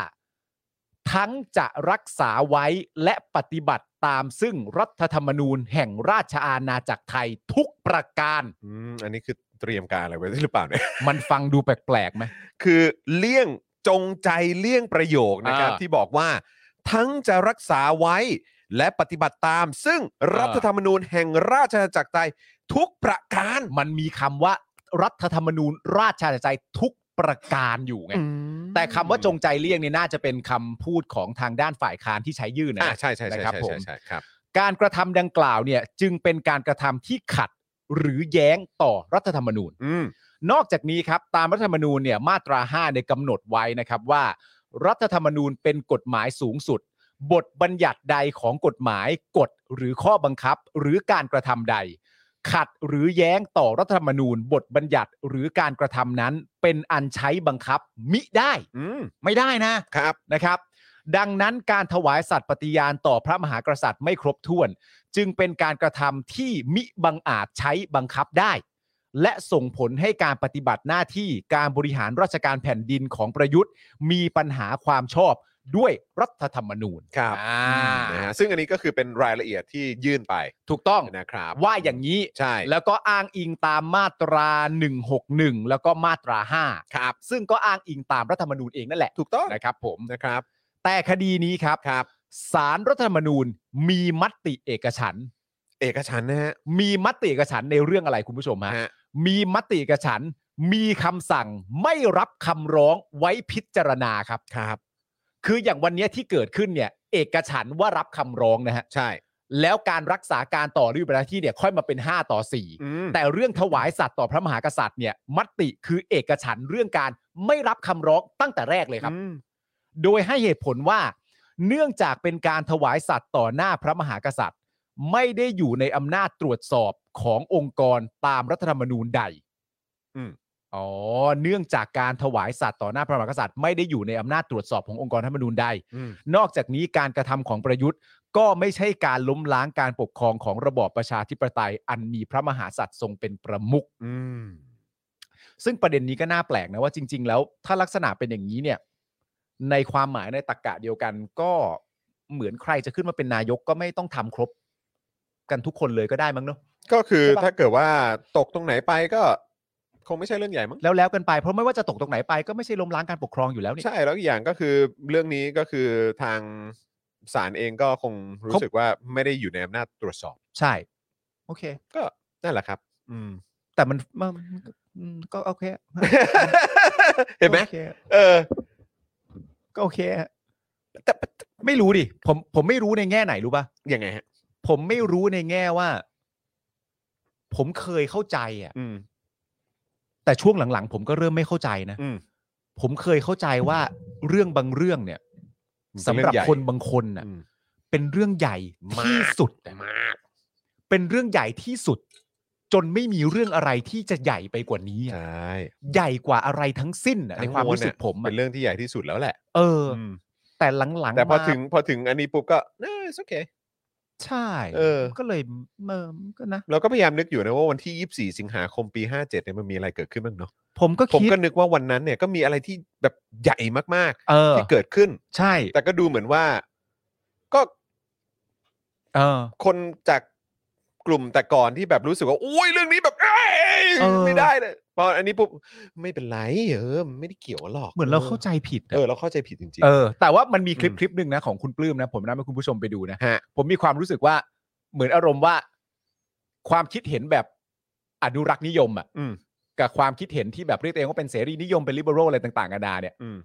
[SPEAKER 3] ทั้งจะรักษาไว้และปฏิบัติตามซึ่งรัฐธรรมนูญแห่งราชอาณาจักรไทยทุกประการ
[SPEAKER 2] อืมอันนี้คือเตรียมการอะไรไว้หรือเปล่าเนี่ย
[SPEAKER 3] มันฟังดูแปลกๆไหม
[SPEAKER 2] คือเลี่ยงจงใจเลี่ยงประโยคนะครับ
[SPEAKER 3] อ่า
[SPEAKER 2] ที่บอกว่า ทั้งจะรักษาไว้และปฏิบัติตาม ซึ่งรัฐธรรมนูญแห่งราชอาณาจักรไทยทุกประการ
[SPEAKER 3] มันมีคำว่ารัฐธรรมนูญราชอาณาจักรไทยทุกประการอยู่ไง แต่คำว่าจงใจเลี่ยงเนี่ยน่าจะเป็นคำพูดของทางด้านฝ่ายค้านที่ใช้ยื่นนะ
[SPEAKER 2] อ่าใช่ใช่ใช่
[SPEAKER 3] นะครับ
[SPEAKER 2] ใช่
[SPEAKER 3] ผม
[SPEAKER 2] ใช่ใช่ครับ
[SPEAKER 3] การกระทำดังกล่าวเนี่ยจึงเป็นการกระทำที่ขัดหรือแย้งต่อรัฐธรรมนูญ
[SPEAKER 2] อืม
[SPEAKER 3] นอกจากนี้ครับตามรัฐธรรมนูญเนี่ยมาตรา 5 ในยกำหนดไว้นะครับว่า รัฐธรรมนูญเป็นกฎหมายสูงสุด บทบัญญัติใดของกฎหมายกฎหรือข้อบังคับหรือการกระทำใด ขัดหรือแย้งต่อรัฐธรรมนูญ บทบัญญัติหรือการกระทำนั้น เป็นอันใช้บังคับมิได้
[SPEAKER 2] อืม
[SPEAKER 3] ไม่ได้นะ
[SPEAKER 2] ครับ
[SPEAKER 3] นะครับ ดังนั้นการถวายสัตย์ปฏิญาณต่อพระมหากษัตริย์ไม่ครบถ้วน จึงเป็นการกระทำที่มิบังอาจใช้บังคับได้ และส่งผลให้การปฏิบัติหน้าที่การบริหารราชการแผ่นดินของประยุทธ์ มีปัญหาความชอบด้วยรัฐธรรมนูญ
[SPEAKER 2] ครับ
[SPEAKER 3] อ่า
[SPEAKER 2] นะฮะซึ่งอันนี้ก็คือเป็นรายละเอียดที่ยื่นไป
[SPEAKER 3] ถูกต้อง
[SPEAKER 2] นะครับ
[SPEAKER 3] ว่าอย่างนี้
[SPEAKER 2] ใช่
[SPEAKER 3] แล้วก็อ้างอิงตามมาตรา 161 แล้วก็มาตรา
[SPEAKER 2] ครับ
[SPEAKER 3] 5 ซึ่งก็อ้างอิงตามรัฐธรรมนูญเองนั่นแหละ
[SPEAKER 2] ถูกต้อง
[SPEAKER 3] นะครับผม
[SPEAKER 2] นะครับ
[SPEAKER 3] แต่คดีนี้ครับ
[SPEAKER 2] ครับ
[SPEAKER 3] สารรัฐธรรมนูญมีมติเอกฉันท์
[SPEAKER 2] เอกฉันท์นะฮะ
[SPEAKER 3] มีมติเอกฉันท์ในเรื่องอะไรคุณผู้ชมฮะ
[SPEAKER 2] ฮะ
[SPEAKER 3] มีมติเอกฉันท์มีคำสั่งไม่รับคำร้องไว้พิจารณาครับ
[SPEAKER 2] ครับ
[SPEAKER 3] คืออย่างวันเนี้ยที่เกิดขึ้นเนี่ย เอกฉันท์ว่ารับคำร้องนะฮะ
[SPEAKER 2] ใช่
[SPEAKER 3] แล้วการรักษาการต่อริบหน้าที่เนี่ยค่อยมาเป็น 5 ต่อ
[SPEAKER 2] อืม
[SPEAKER 3] 4 แต่เรื่องถวายสัตว์ต่อพระมหากษัตริย์เนี่ยมติคือเอกฉันท์เรื่องการไม่รับคำร้องตั้งแต่แรกเลยครับ
[SPEAKER 2] อืม
[SPEAKER 3] โดยให้เหตุผลว่า เนื่องจากเป็นการถวายสัตว์ต่อหน้าพระมหากษัตริย์ ไม่ได้อยู่ในอำนาจตรวจสอบขององค์กรตามรัฐธรรมนูญใด อ๋อ เนื่องจากการถวายสัตว์ต่อหน้าพระมหากษัตริย์ไม่ได้อยู่ในอำนาจตรวจสอบขององค์กรธรรมนูญใด
[SPEAKER 2] อืม
[SPEAKER 3] นอกจากนี้การกระทำของประยุทธ์ ก็ไม่ใช่การล้มล้างการปกครองของระบอบประชาธิปไตย อันมีพระมหากษัตริย์ทรงเป็นประมุข
[SPEAKER 2] อืม
[SPEAKER 3] ซึ่งประเด็นนี้ก็น่าแปลกนะว่าจริง ๆ แล้วถ้าลักษณะเป็นอย่างนี้เนี่ย ในความหมายในตรกกะเดียวกันก็เหมือนใครจะขึ้นมาเป็นนายกก็ไม่ต้องทำครบ กันทุกคนเลยก็ได้มั้งเนอะ
[SPEAKER 2] ก็คือ
[SPEAKER 3] ใช่ปะ
[SPEAKER 2] ถ้าเกิดว่าตกตรงไหนไปก็คงไม่ใช่เรื่องใหญ่มั้ง
[SPEAKER 3] แล้วแล้วกันไปเพราะไม่ว่าจะตกตรงไหนไปก็ไม่ใช่ล้มล้างการปกครองอยู่แล้วนี่
[SPEAKER 2] ใช่แล้วอีกอย่างก็คือเรื่องนี้ก็คือทางศาลเองก็คงรู้
[SPEAKER 3] เขา
[SPEAKER 2] สึกว่าไม่ได้อยู่ในอำนาจตรวจสอบ
[SPEAKER 3] ใช่ โอเค
[SPEAKER 2] ก็นั่นแหละครับ อืม
[SPEAKER 3] แต่มันมันอืมก็โอเค
[SPEAKER 2] เห็นไหม
[SPEAKER 3] ก็โอค
[SPEAKER 2] เออ
[SPEAKER 3] ก็โอเคฮะแต่แต่ไม่รู้ดิผมผมไม่รู้ในแง่ไหนรู้ป่ะ
[SPEAKER 2] ยังไงฮะ
[SPEAKER 3] ผมไม่รู้ในแง่ว่า ผมเคยเข้าใจอ่ะ
[SPEAKER 2] อืม
[SPEAKER 3] แต่ช่วงหลังๆ ผมก็เริ่มไม่เข้าใจนะ
[SPEAKER 2] อืม
[SPEAKER 3] ผมเคยเข้าใจว่าเรื่องบางเรื่องเนี่ย
[SPEAKER 2] มัน
[SPEAKER 3] สำ
[SPEAKER 2] เป็น
[SPEAKER 3] หรับ
[SPEAKER 2] เรื่องใหญ่
[SPEAKER 3] คนบางคนน่ะ
[SPEAKER 2] อืม
[SPEAKER 3] เป็นเรื่องใหญ่
[SPEAKER 2] มาก
[SPEAKER 3] ที่สุดอะ
[SPEAKER 2] มาก
[SPEAKER 3] เป็นเรื่องใหญ่ที่สุด จนไม่มีเรื่องอะไรที่จะใหญ่ไปกว่านี้อะ
[SPEAKER 2] ใช่
[SPEAKER 3] ใหญ่กว่าอะไรทั้งสิ้นอะในความรู้สึกผมอะ
[SPEAKER 2] เป็นเรื่องที่ใหญ่ที่สุดแล้วแหละ
[SPEAKER 3] เอออ
[SPEAKER 2] ม
[SPEAKER 3] แต่หลังๆ
[SPEAKER 2] แต่พอ
[SPEAKER 3] มา
[SPEAKER 2] ถึงพอถึงอันนี้ปุ๊บก็เออ it's okay
[SPEAKER 3] ใช่
[SPEAKER 2] เออ
[SPEAKER 3] ก็เลยเออก็นะ
[SPEAKER 2] เราก็พยายามนึกอยู่นะว่าวันที่ 24 สิงหาคมปี 57เนี่ยมันมีอะไรเกิดขึ้นบ้างเนาะ
[SPEAKER 3] ผมก็
[SPEAKER 2] ผม
[SPEAKER 3] คิด
[SPEAKER 2] ก็นึกว่าวันนั้นเนี่ยก็มีอะไรที่แบบใหญ่มาก
[SPEAKER 3] เออ
[SPEAKER 2] ๆที่เกิดขึ้น
[SPEAKER 3] ใช่
[SPEAKER 2] แต่ก็ดูเหมือนว่า ก็
[SPEAKER 3] เออ
[SPEAKER 2] คนจากกลุ่มแต่ก่อนที่แบบรู้สึกว่าอุ้ยเรื่องนี้แบบเอ้ย
[SPEAKER 3] เออ
[SPEAKER 2] ไม่ได้เลยพออันนี้ปุ๊บไม่เป็นไรเออมันไม่ได้เกี่ยวกันหรอก
[SPEAKER 3] เหมือนเราเข้าใจผิด
[SPEAKER 2] เอ
[SPEAKER 3] อะ
[SPEAKER 2] อเราเข้าใจผิดจริง
[SPEAKER 3] เออ แต่ว่ามันมีคลิป
[SPEAKER 2] อืม
[SPEAKER 3] คลิปหนึ่งนะของคุณปลื้มนะ ผมนำให้คุณผู้ชมไปดูนะ
[SPEAKER 2] ๆฮะ
[SPEAKER 3] ผมมีความรู้สึกว่าเหมือนอารมณ์ว่า ความคิดเห็นแบบอนุรักษ์นิยมอะ
[SPEAKER 2] อืม
[SPEAKER 3] กับความคิดเห็นที่แบบเรียกตัวเองว่าเป็นเสรีนิยมเป็นลิเบอรัลอะไรต่างๆกันานาเนี่ย
[SPEAKER 2] อืม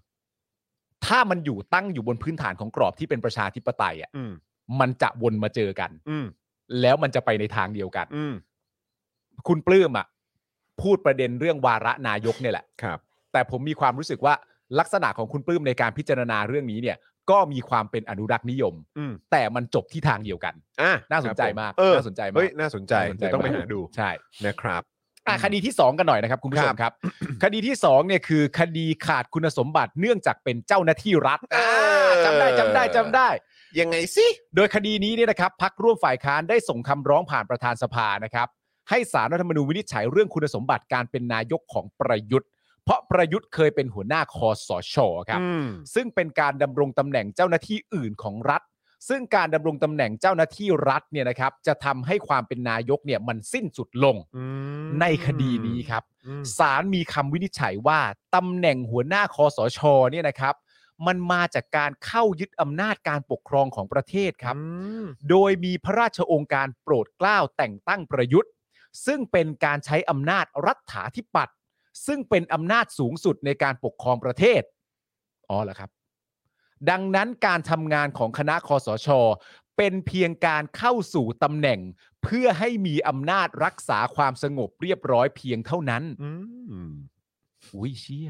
[SPEAKER 3] ถ้ามันอยู่ตั้งอยู่บนพื้นฐานของกรอบที่เป็นประชาธิปไตยอะ
[SPEAKER 2] อืม
[SPEAKER 3] มันจะวนมาเจอกัน
[SPEAKER 2] อืม
[SPEAKER 3] แล้วมันจะไปในทางเดียวกัน
[SPEAKER 2] อืม
[SPEAKER 3] คุณปลื้มอะพูดประเด็นเรื่องวาระนายกเนี่ยแหละ
[SPEAKER 2] ครับ
[SPEAKER 3] แต่ผมมีความรู้สึกว่าลักษณะของคุณปลื้มในการพิจารณาเรื่องนี้เนี่ย ก็มีความเป็นอนุรักษ์นิยม
[SPEAKER 2] อืม
[SPEAKER 3] แต่มันจบที่ทางเดียวกัน
[SPEAKER 2] อ่ะ
[SPEAKER 3] น่าสนใจมาก
[SPEAKER 2] ครับผเออ
[SPEAKER 3] น่าสนใจมาก
[SPEAKER 2] เฮ้ยน่าสนใจ
[SPEAKER 3] น่าสนใจ
[SPEAKER 2] เดี๋ยวต้องไป
[SPEAKER 3] มก
[SPEAKER 2] หาดู
[SPEAKER 3] ใช่
[SPEAKER 2] นะครับ
[SPEAKER 3] อ่ะคดีที่ 2 กันหน่อยนะครับ คุณผู้ชมครับ คดีที่2เนี่ยคือคดีขาดคุณสมบัติเนื่องจากเป็นเจ้าหน้าที่รัฐ
[SPEAKER 2] เอ
[SPEAKER 3] า
[SPEAKER 2] อ
[SPEAKER 3] จำได้จำได้จำได้
[SPEAKER 2] ยังไงสิ
[SPEAKER 3] โดยคดีนี้เนี่ยนะครับพักร่วมฝ่ายค้านได้ส่งคำร้องผ่านประธานสภานะครับ ให้สารรัฐธรรมนูญวินิจฉัยเรื่องคุณสมบัติการเป็นนายกของประยุทธ์ เพราะประยุทธ์เคยเป็นหัวหน้าคอสชครับ
[SPEAKER 2] อืม
[SPEAKER 3] ซึ่งเป็นการดำรงตำแหน่งเจ้าหน้าที่อื่นของรัฐ ซึ่งการดำรงตำแหน่งเจ้าหน้าที่รัฐเนี่ยนะครับ จะทำให้ความเป็นนายกเนี่ยมันสิ้นสุดลง
[SPEAKER 2] อืม
[SPEAKER 3] ในคดีนี้ครับ
[SPEAKER 2] อืม
[SPEAKER 3] ศาลมีคำวินิจฉัยว่าตำแหน่งหัวหน้าคอสชเนี่ยนะครับ มันมาจากการเข้ายึดอำนาจการปกครองของประเทศครับ
[SPEAKER 2] อืม
[SPEAKER 3] โดยมีพระราชองค์การโปรดเกล้าแต่งตั้งประยุทธ์ ซึ่งเป็นการใช้อำนาจรัฐาธิปัตย์ซึ่งเป็นอำนาจสูงสุดในการปกครองประเทศ อ๋อเหรอครับ ดังนั้นการทำงานของคณะคอสช เป็นเพียงการเข้าสู่ตำแหน่ง เพื่อให้มีอำนาจรักษาความสงบเรียบร้อยเพียงเท่านั้น
[SPEAKER 2] อืม
[SPEAKER 3] อุ้ยเชี่ย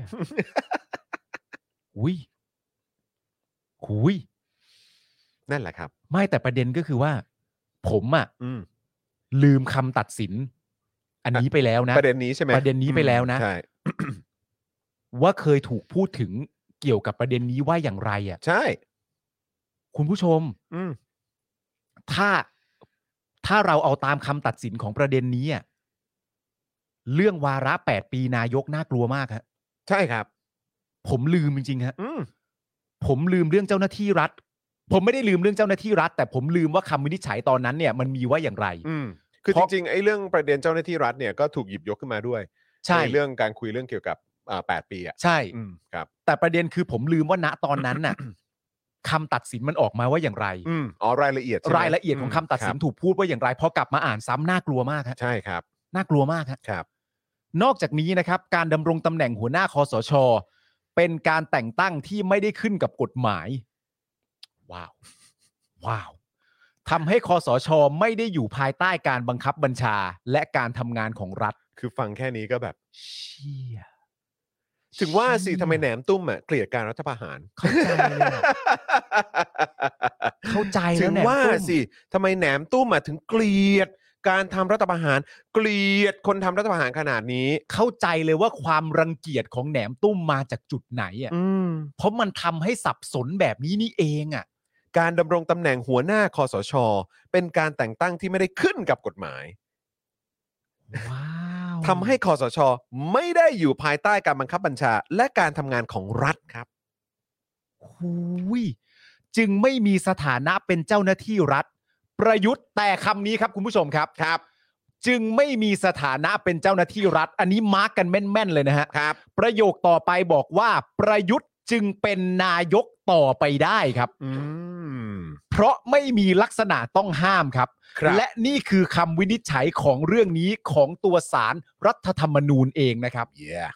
[SPEAKER 3] อุ้ยอุ้ย
[SPEAKER 2] นั่นแหละครับ
[SPEAKER 3] ไม่แต่ประเด็นก็คือว่า ผมอะ
[SPEAKER 2] อืม
[SPEAKER 3] ลืมคำตัดสิน อันนี้ไปแล้วนะ
[SPEAKER 2] ประเด็นนี้ใช่ไหม
[SPEAKER 3] ประเด็นนี้ไปแล้วนะ
[SPEAKER 2] ใช่
[SPEAKER 3] ว่าเคยถูกพูดถึงเกี่ยวกับประเด็นนี้ว่าอย่างไรอะ
[SPEAKER 2] ใช่
[SPEAKER 3] คุณผู้ชม
[SPEAKER 2] อืม
[SPEAKER 3] ถ้าถ้าเราเอาตามคำตัดสินของประเด็นนี้อะเรื่องวาระแปดปีนายกน่ากลัวมากฮะ
[SPEAKER 2] ใช่ครับ
[SPEAKER 3] ผมลืมจริงๆฮะ
[SPEAKER 2] อืม
[SPEAKER 3] ผมลืมเรื่องเจ้าหน้าที่รัฐ ผมไม่ได้ลืมเรื่องเจ้าหน้าที่รัฐ แต่ผมลืมว่าคำวินิจฉัยตอนนั้นเนี่ย มันมีว่าอย่างไร
[SPEAKER 2] อืม คือ
[SPEAKER 3] เพ
[SPEAKER 2] จ
[SPEAKER 3] ราะ
[SPEAKER 2] ริงๆ ไอ้เรื่องประเด็นเจ้าหน้าที่รัฐเนี่ยก็ถูกหยิบยกขึ้นมาด้วย
[SPEAKER 3] ใช่
[SPEAKER 2] นเรื่องการคุยเรื่องเกี่ยวกับอ่าแปดปีอ่ะ
[SPEAKER 3] ใช่
[SPEAKER 2] อืม ครับ
[SPEAKER 3] แต่ประเด็นคือผมลืมว่าณตอนนั้นน่ะ คำตัดสินมันออกมาว่าอย่างไร
[SPEAKER 2] อืม อ๋อ รายละเอียดใช่ไหม
[SPEAKER 3] รายละเอียดของคำตัดสิน
[SPEAKER 2] รับ
[SPEAKER 3] ถูกพูดว่าอย่างไรพอกลับมาอ่านซ้ำน่ากลัวมากฮะ
[SPEAKER 2] ใช่ครับ
[SPEAKER 3] น่ากลัวมากฮะ
[SPEAKER 2] ครับ
[SPEAKER 3] นอกจากนี้นะครับ การดำรงตำแหน่งหัวหน้าคอสช เป็นการแต่งตั้งที่ไม่ได้ขึ้นกับกฎหมาย ว้าว ว้าวทำให้คอสช ไม่ได้อยู่ภายใต้การบังคับบัญชา และการทำงานของรัฐ
[SPEAKER 2] คือฟังแค่นี้ก็แบบ
[SPEAKER 3] เชี่ย
[SPEAKER 2] ถึงว่าสิทำไมแหนมตุ้มอ่ะเกลียดการรัฐประหาร
[SPEAKER 3] เข้าใจเลยอะเข้าใจ
[SPEAKER 2] ถึ
[SPEAKER 3] แล้ว
[SPEAKER 2] ง
[SPEAKER 3] แหนม
[SPEAKER 2] ว่า
[SPEAKER 3] ตุ้ม
[SPEAKER 2] สิทำไมแหนมตุ้มอ่ะถึงเกลียด การทำรัฐประหาร เกลียดคนทำรัฐประหารขนาดนี้
[SPEAKER 3] เข้าใจเลยว่าความรังเกียจของแหนมตุ้มมาจากจุดไหนอ่ะ
[SPEAKER 2] อืม
[SPEAKER 3] เพราะมันทำให้สับสนแบบนี้นี่เองอ่ะ
[SPEAKER 2] การดำรงตำแหน่งหัวหน้าคอสช เป็นการแต่งตั้งที่ไม่ได้ขึ้นกับกฎหมาย
[SPEAKER 3] ว้าว
[SPEAKER 2] ทำให้คอสช ไม่ได้อยู่ภายใต้การบังคับบัญชา และการทำงานของรัฐครับ
[SPEAKER 3] หูยจึงไม่มีสถานะเป็นเจ้าหน้าที่รัฐ ประยุทธ์แต่คำนี้ครับคุณผู้ชมครับครับ จึงไม่มีสถานะเป็นเจ้าหน้าที่รัฐ อันนี้มาร์กกันแม่นๆเลยนะฮะ
[SPEAKER 2] ครับ
[SPEAKER 3] ประโยคต่อไปบอกว่า ประยุทธ์จึงเป็นนายกต่อไปได้ครับ
[SPEAKER 2] อืม
[SPEAKER 3] เพราะไม่มีลักษณะต้องห้ามครับ
[SPEAKER 2] ครับ
[SPEAKER 3] และนี่คือคำวินิจฉัยของเรื่องนี้ของตัวสารรัฐธรรมนูญเองนะครับ
[SPEAKER 2] yeah.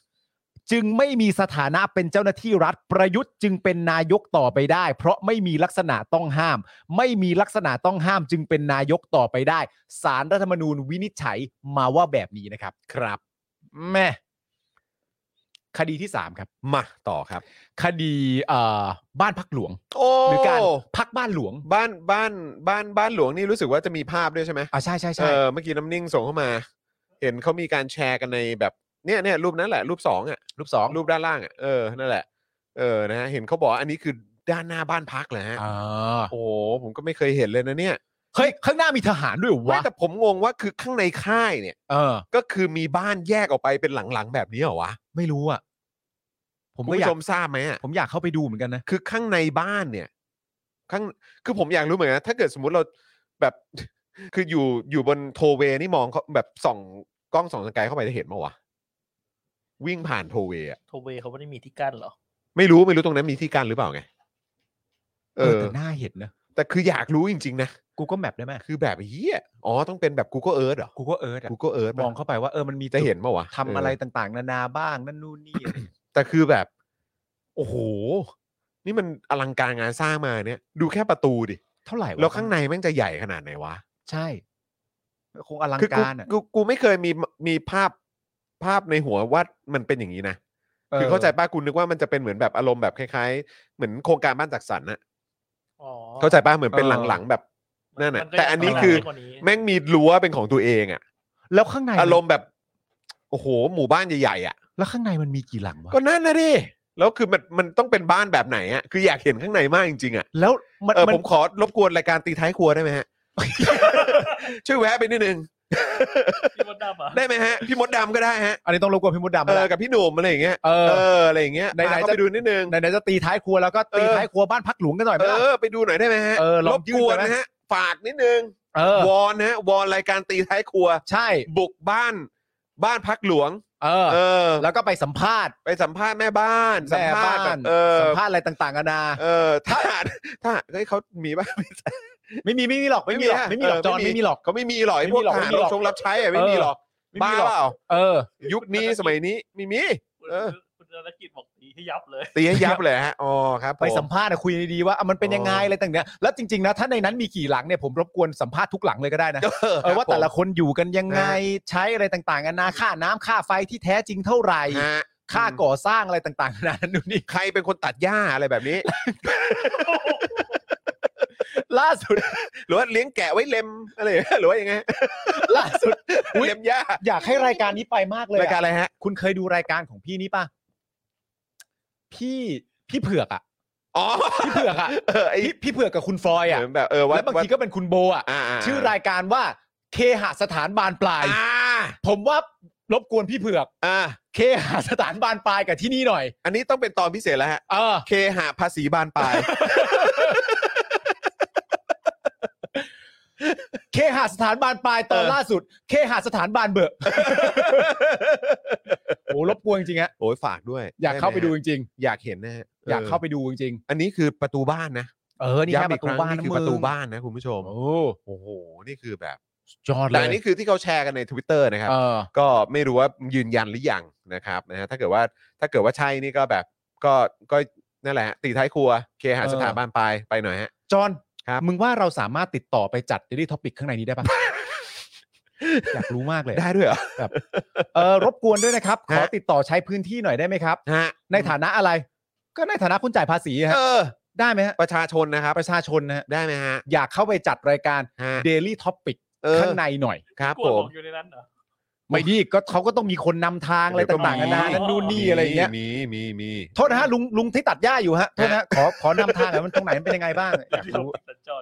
[SPEAKER 3] จึงไม่มีสถานะเป็นเจ้าหน้าที่รัฐ ประยุทธ์จึงเป็นนายกต่อไปได้ เพราะไม่มีลักษณะต้องห้าม ไม่มีลักษณะต้องห้ามจึงเป็นนายกต่อไปได้สารรัฐธรรมนูญวินิจฉัยมาว่าแบบนี้นะครับ ครับแม่คดีที่สามครับ
[SPEAKER 2] มาต่อครับ
[SPEAKER 3] คดีเอ่อบ้านพักหลวง
[SPEAKER 2] โอ้
[SPEAKER 3] หรือการพักบ้านหลวง
[SPEAKER 2] บ้านบ้านบ้านบ้านหลวงนี่รู้สึกว่าจะมีภาพด้วยใช่ไหม
[SPEAKER 3] อ่าใช่ใช่
[SPEAKER 2] เอ
[SPEAKER 3] ใช่
[SPEAKER 2] อเมื่อกี้น้ำนิ่งส่งเข้ามา เห็นเขามีการแชร์กันในแบบเนี่ยเนี่ยรูปนั้นแหละ รูปสองอ่ะ
[SPEAKER 3] รูปสอง
[SPEAKER 2] รูปด้านล่างอ่ะเออนั่นแหละเออนะฮะเห็นเขาบอกว่าอันนี้คือด้านหน้าบ้านพักเหรอฮะ
[SPEAKER 3] อ่า
[SPEAKER 2] โอ้โหผมก็ไม่เคยเห็นเลยนะเนี่ย
[SPEAKER 3] เฮ้ย ข้างหน้ามีทหารด้วยเหรอ
[SPEAKER 2] ไม่
[SPEAKER 3] วะ
[SPEAKER 2] แต่ผมงงว่าคือข้างในค่ายเนี่ย
[SPEAKER 3] เออ
[SPEAKER 2] ก็คือมีบ้านแยกออกไปเป็นหลังๆแบบนี้เหรอวะ
[SPEAKER 3] ไม่รู้อ่ะ ผม
[SPEAKER 2] คุณ
[SPEAKER 3] ก็อ
[SPEAKER 2] ผู้
[SPEAKER 3] ยา
[SPEAKER 2] ช
[SPEAKER 3] ก
[SPEAKER 2] มทราบไหมอะ
[SPEAKER 3] ผมอยากเข้าไปดูเหมือนกันนะ
[SPEAKER 2] คือข้างในบ้านเนี่ย ข้างคือผมอยากรู้เหมือนกันถ้าเกิดสมมติเราแบบ คืออยู่อยู่บนโทเวนี่มองเขาแบบส่องกล้องส่องสกายเข้าไปจะเห็นมั้วะวิ่งผ่านโทเวอะ
[SPEAKER 8] โทเวเขาไม่ได้มีที่กั้นเหรอ
[SPEAKER 2] ไม่รู้ไม่รู้ตรงนั้นมีที่กั้นหรือเปล่าไงเอ
[SPEAKER 3] เออ
[SPEAKER 2] อ
[SPEAKER 3] แต่หน้าเห็นนะ
[SPEAKER 2] แต่คืออยากรู้จริง ๆ นะ
[SPEAKER 3] กูก็แมปได้ไหม
[SPEAKER 2] คือแบบเฮียอ๋อต้องเป็นแบบ Google Earth เหรอ
[SPEAKER 3] กูก็เอิร์ธ
[SPEAKER 2] Google Earth
[SPEAKER 3] ม
[SPEAKER 2] ปะ
[SPEAKER 3] องเข้าไปว่าเออมันมี
[SPEAKER 2] จะเห็นมั้วะ
[SPEAKER 3] ทำอะไร
[SPEAKER 2] เ
[SPEAKER 3] ต่างๆ นานาบ้าง นั่นนู่นนี่อะไร
[SPEAKER 2] แต่คือแบบ โอ้โห นี่มันอลังการงานสร้างมาเนี่ย ดูแค่ประตูดิ
[SPEAKER 3] เท่าไหร่ะ
[SPEAKER 2] แล้วข้างในแม่งจะใหญ่ขนาดไหนวะ
[SPEAKER 3] ใช่ คงอลัง
[SPEAKER 2] คืกู
[SPEAKER 3] การอ่ะ
[SPEAKER 2] กูกูไม่เคยมีมีภาพภาพในหัวว่ามันเป็นอย่างนี้นะ คือเข้าใจป้ากูนึกว่ามันจะเป็นเหมือนแบบอารมณ์แบบคล้ายๆ เหมือนโครงการบ้านจัดสรรนะ
[SPEAKER 8] อ๋อ
[SPEAKER 2] เข้าใจป้าเหมือนเป็นหลังๆแบบนั่นน่ะ
[SPEAKER 8] มัก็
[SPEAKER 2] แต่อันนี้คือ
[SPEAKER 8] ยังต่างจากนี้
[SPEAKER 2] แม่งมีรั้วเป็นของตัวเองอ่ะ
[SPEAKER 3] แล้วข้างใน
[SPEAKER 2] อารมณ์แบบ โอ้โห หมู่บ้านใหญ่ๆอ่ะ
[SPEAKER 3] แล้วข้างในมันมีกี่หลังวะ
[SPEAKER 2] ก็นั่นนะดิ แล้วคือมันมันต้องเป็นบ้านแบบไหนอ่ะ คืออยากเห็นข้างในมากจริงๆอ่ะ
[SPEAKER 3] แล้วมัน
[SPEAKER 2] เออ
[SPEAKER 3] มัน
[SPEAKER 2] ผมขอรบกวนรายการตีท้ายครัวได้ไหม ฮะ ช่วยแวะไปนิดนึง
[SPEAKER 8] พี่มดดำเหรอ
[SPEAKER 2] ได้ไหมฮะ พี่มดดำก็ได้ฮะ
[SPEAKER 3] อันนี้ต้องรบกวนพี่มดดำ
[SPEAKER 2] เอ
[SPEAKER 3] แล้
[SPEAKER 2] อ
[SPEAKER 3] ว
[SPEAKER 2] กับพี่หนุ่มอะไรอย่างเงี้ย
[SPEAKER 3] เออ
[SPEAKER 2] ออะไรอย่างเงี้ย
[SPEAKER 3] ไหนๆ
[SPEAKER 2] พาเขา
[SPEAKER 3] จะ
[SPEAKER 2] ไปดูนิดนึง
[SPEAKER 3] ไหนๆจะตีท้ายครัวแล้วก็ตี
[SPEAKER 2] เออ
[SPEAKER 3] ท้ายครัวบ้านพักหลวงกันหน่อยไหม
[SPEAKER 2] เอ
[SPEAKER 3] ล่ะ
[SPEAKER 2] อไปดูหน่อยได้ไหมฮะ
[SPEAKER 3] เออล
[SPEAKER 2] ร
[SPEAKER 3] อง
[SPEAKER 2] บ
[SPEAKER 3] ยื่น
[SPEAKER 2] กว
[SPEAKER 3] ไป
[SPEAKER 2] น
[SPEAKER 3] ไหม
[SPEAKER 2] นะฮะฝากนิดนึง
[SPEAKER 3] เออ
[SPEAKER 2] วอนนะฮะวอนรายการตีท้ายครัว
[SPEAKER 3] ใช่
[SPEAKER 2] บุกบ้านบ้านพักหลวง
[SPEAKER 3] เออ
[SPEAKER 2] เออ
[SPEAKER 3] แล้วก็ไปสัมภาษณ์
[SPEAKER 2] ไปสัมภาษณ์แม่บ้าน สัม
[SPEAKER 3] แม่
[SPEAKER 2] ภา
[SPEAKER 3] บ้า
[SPEAKER 2] ษณ์แบ
[SPEAKER 3] น
[SPEAKER 2] บเออ
[SPEAKER 3] สัมภาษณ์อะไรต่างๆกันานา
[SPEAKER 2] เออทหารทหารเฮ้ยเขามีป่ะ
[SPEAKER 3] ไม่มีไม่มีหรอกไม่มีหรอก
[SPEAKER 2] ฮะ
[SPEAKER 3] ไม่มีหรอก
[SPEAKER 2] เ
[SPEAKER 3] จอนไม่มีหรอก
[SPEAKER 2] เขาไม่มีหรอกไอ้พวก
[SPEAKER 3] ไม่มีหรอกไม่มีหรอ
[SPEAKER 2] ทหาร
[SPEAKER 3] ก
[SPEAKER 2] ชงรับใช้อะไม่มี
[SPEAKER 3] เออ
[SPEAKER 2] หรอก
[SPEAKER 3] ไม่
[SPEAKER 2] บ้า
[SPEAKER 3] มีหรอ
[SPEAKER 2] เป
[SPEAKER 3] ก
[SPEAKER 2] ล่า
[SPEAKER 3] เออ
[SPEAKER 2] ยุคนี้สมัยนี้มีมี เออ
[SPEAKER 8] คุณธนกิจบอกตีให้ยับเลย
[SPEAKER 2] ตีให้ยับเลยฮะอ๋อครับผ
[SPEAKER 3] ไปสัมภาษณ์อะคุยดีๆว่าอ่ะมันเป็นยังไงอะไรต่างๆเนี่ยแล้วจริงๆนะถ้าในนั้นมีกี่หลังเนี่ยผมรบกวนสัมภาษณ์ทุกหลังเลยก็ได้นะ
[SPEAKER 2] เออ
[SPEAKER 3] เออว่า
[SPEAKER 2] ครับผม
[SPEAKER 3] แต่ละคนอยู่กันยังไงใช้อะไรต่างๆกันานาค่าน้ำค่าไฟที่แท้จริงเท่าไหร่
[SPEAKER 2] ฮะ
[SPEAKER 3] ค่าก่อสร้างอะไรต่างๆนานานู่นนี่
[SPEAKER 2] ใครเป็นคนตัดหญ้าอะไรแบบนี้
[SPEAKER 3] ล่าสุด
[SPEAKER 2] หรือว่าเลี้ยงแกะไว้เล็มอะไร หรือว่ายังไง
[SPEAKER 3] ล่าสุด อุ๊ย
[SPEAKER 2] เล็มหญ้า
[SPEAKER 3] อยากให้รายการนี้ไปมากเลย
[SPEAKER 2] รายการ
[SPEAKER 3] อะ
[SPEAKER 2] อะไรฮะ
[SPEAKER 3] คุณเคยดูรายการของพี่นี้ป่ะพี่พี่เผือกอ่ะ
[SPEAKER 2] อ๋อ
[SPEAKER 3] พี่เผือกอ่ะ
[SPEAKER 2] เออไอ้
[SPEAKER 3] พี่พี่เผือกกับคุณฟลอยอ่ะ
[SPEAKER 2] เหมือนแบบเออวัด
[SPEAKER 3] แล้วบางทีก็เป็นคุณโบอ่ะ
[SPEAKER 2] อ่าๆ
[SPEAKER 3] ชื่อรายการว่าเคหสถานบานปลาย
[SPEAKER 2] อ่า
[SPEAKER 3] ผมว่ารบกวนพี่เผือก
[SPEAKER 2] อ่า
[SPEAKER 3] เคหสถานบานปลายกับที่นี่หน่อย
[SPEAKER 2] อันนี้ต้องเป็นตอนพิเศษแล้วฮะ
[SPEAKER 3] เออ
[SPEAKER 2] เคหะภาษีบานปลาย
[SPEAKER 3] เคหสถานบานปลายตอน
[SPEAKER 2] เออ
[SPEAKER 3] ล่าสุด เคหสถานบานเบอะ โอ้รบกวนจริงฮะ
[SPEAKER 2] โอ้ยฝากด้วย
[SPEAKER 3] อยากเข้าไปดู
[SPEAKER 2] หม
[SPEAKER 3] จ
[SPEAKER 2] ฮะ
[SPEAKER 3] ริง
[SPEAKER 2] อยากเห็นนะฮะ
[SPEAKER 3] ๆอยากเข้าไปดูจริง
[SPEAKER 2] อันนี้คือประตูบ้านนะ
[SPEAKER 3] ๆเออนี่แค่
[SPEAKER 2] ย้ำ
[SPEAKER 3] ป
[SPEAKER 2] อีก
[SPEAKER 3] ระตู
[SPEAKER 2] ครั้ง
[SPEAKER 3] บ้าน
[SPEAKER 2] นี่คือ
[SPEAKER 3] มึง
[SPEAKER 2] ประตูบ้านนะคุณผู้ชม
[SPEAKER 3] โอ้
[SPEAKER 2] โอ้โหนี่คือแบบ
[SPEAKER 3] ยอดเล
[SPEAKER 2] แต่
[SPEAKER 3] ย
[SPEAKER 2] อันนี้คือที่เขาแชร์กันใน Twitter นะครับ
[SPEAKER 3] เออ
[SPEAKER 2] ก็ไม่รู้ว่ายืนยันหรือยังนะครับนะฮะถ้าเกิดว่าถ้าเกิดว่าใช่นี่ก็แบบก็ก็นั่นแหละฮะตีท้ายครัว เคหา
[SPEAKER 3] เออ
[SPEAKER 2] สถาบันไปไปหน่อยฮะ
[SPEAKER 3] จอห์น
[SPEAKER 2] ครับ
[SPEAKER 3] มึงว่าเราสามารถติดต่อไปจัด Daily Topic ข้างในนี้ได้ ปะ อยากรู้มากเลยอะ
[SPEAKER 2] ได้ด้วยเหรอ
[SPEAKER 3] แบบเออรบกวนด้วยนะครับ ขอ
[SPEAKER 2] ฮะ
[SPEAKER 3] ติดต่อใช้พื้นที่หน่อยได้ไหมครับ
[SPEAKER 2] ฮะ
[SPEAKER 3] ในฐานะอะไร ก็ในฐานะคนจ่ายภาษีฮะ
[SPEAKER 2] เออ
[SPEAKER 3] ได้ไหมฮะ
[SPEAKER 2] ประชาชนนะครับ
[SPEAKER 3] ประชาชนนะฮะ
[SPEAKER 2] ได้ไหมฮะ
[SPEAKER 3] อยากเข้าไปจัดรายการ
[SPEAKER 2] ฮะ
[SPEAKER 3] Daily Topic
[SPEAKER 2] เออ
[SPEAKER 3] ข้างในหน่อย
[SPEAKER 2] ครับ
[SPEAKER 8] กลัว
[SPEAKER 2] ผ
[SPEAKER 8] ผม มอยู่ในนั้นเหรอ
[SPEAKER 3] ไม่ดีก็เขาก็ต้องมีคนนำทางอะไรต่างๆ
[SPEAKER 8] เดี๋
[SPEAKER 3] กั
[SPEAKER 8] ย
[SPEAKER 3] น
[SPEAKER 8] วก็
[SPEAKER 3] นา
[SPEAKER 8] มี
[SPEAKER 3] นั่นนู่นนี่อะไรอย่างเงี้ย
[SPEAKER 2] มีมีมี
[SPEAKER 3] โทษนะฮะลุงลุงที่ตัดหญ้าอยู่ฮะโทษนะฮะขอขอนำทางหน่อยมันตรงไหนมันเป็นยังไงบ้างอยากรู้
[SPEAKER 8] สัญจร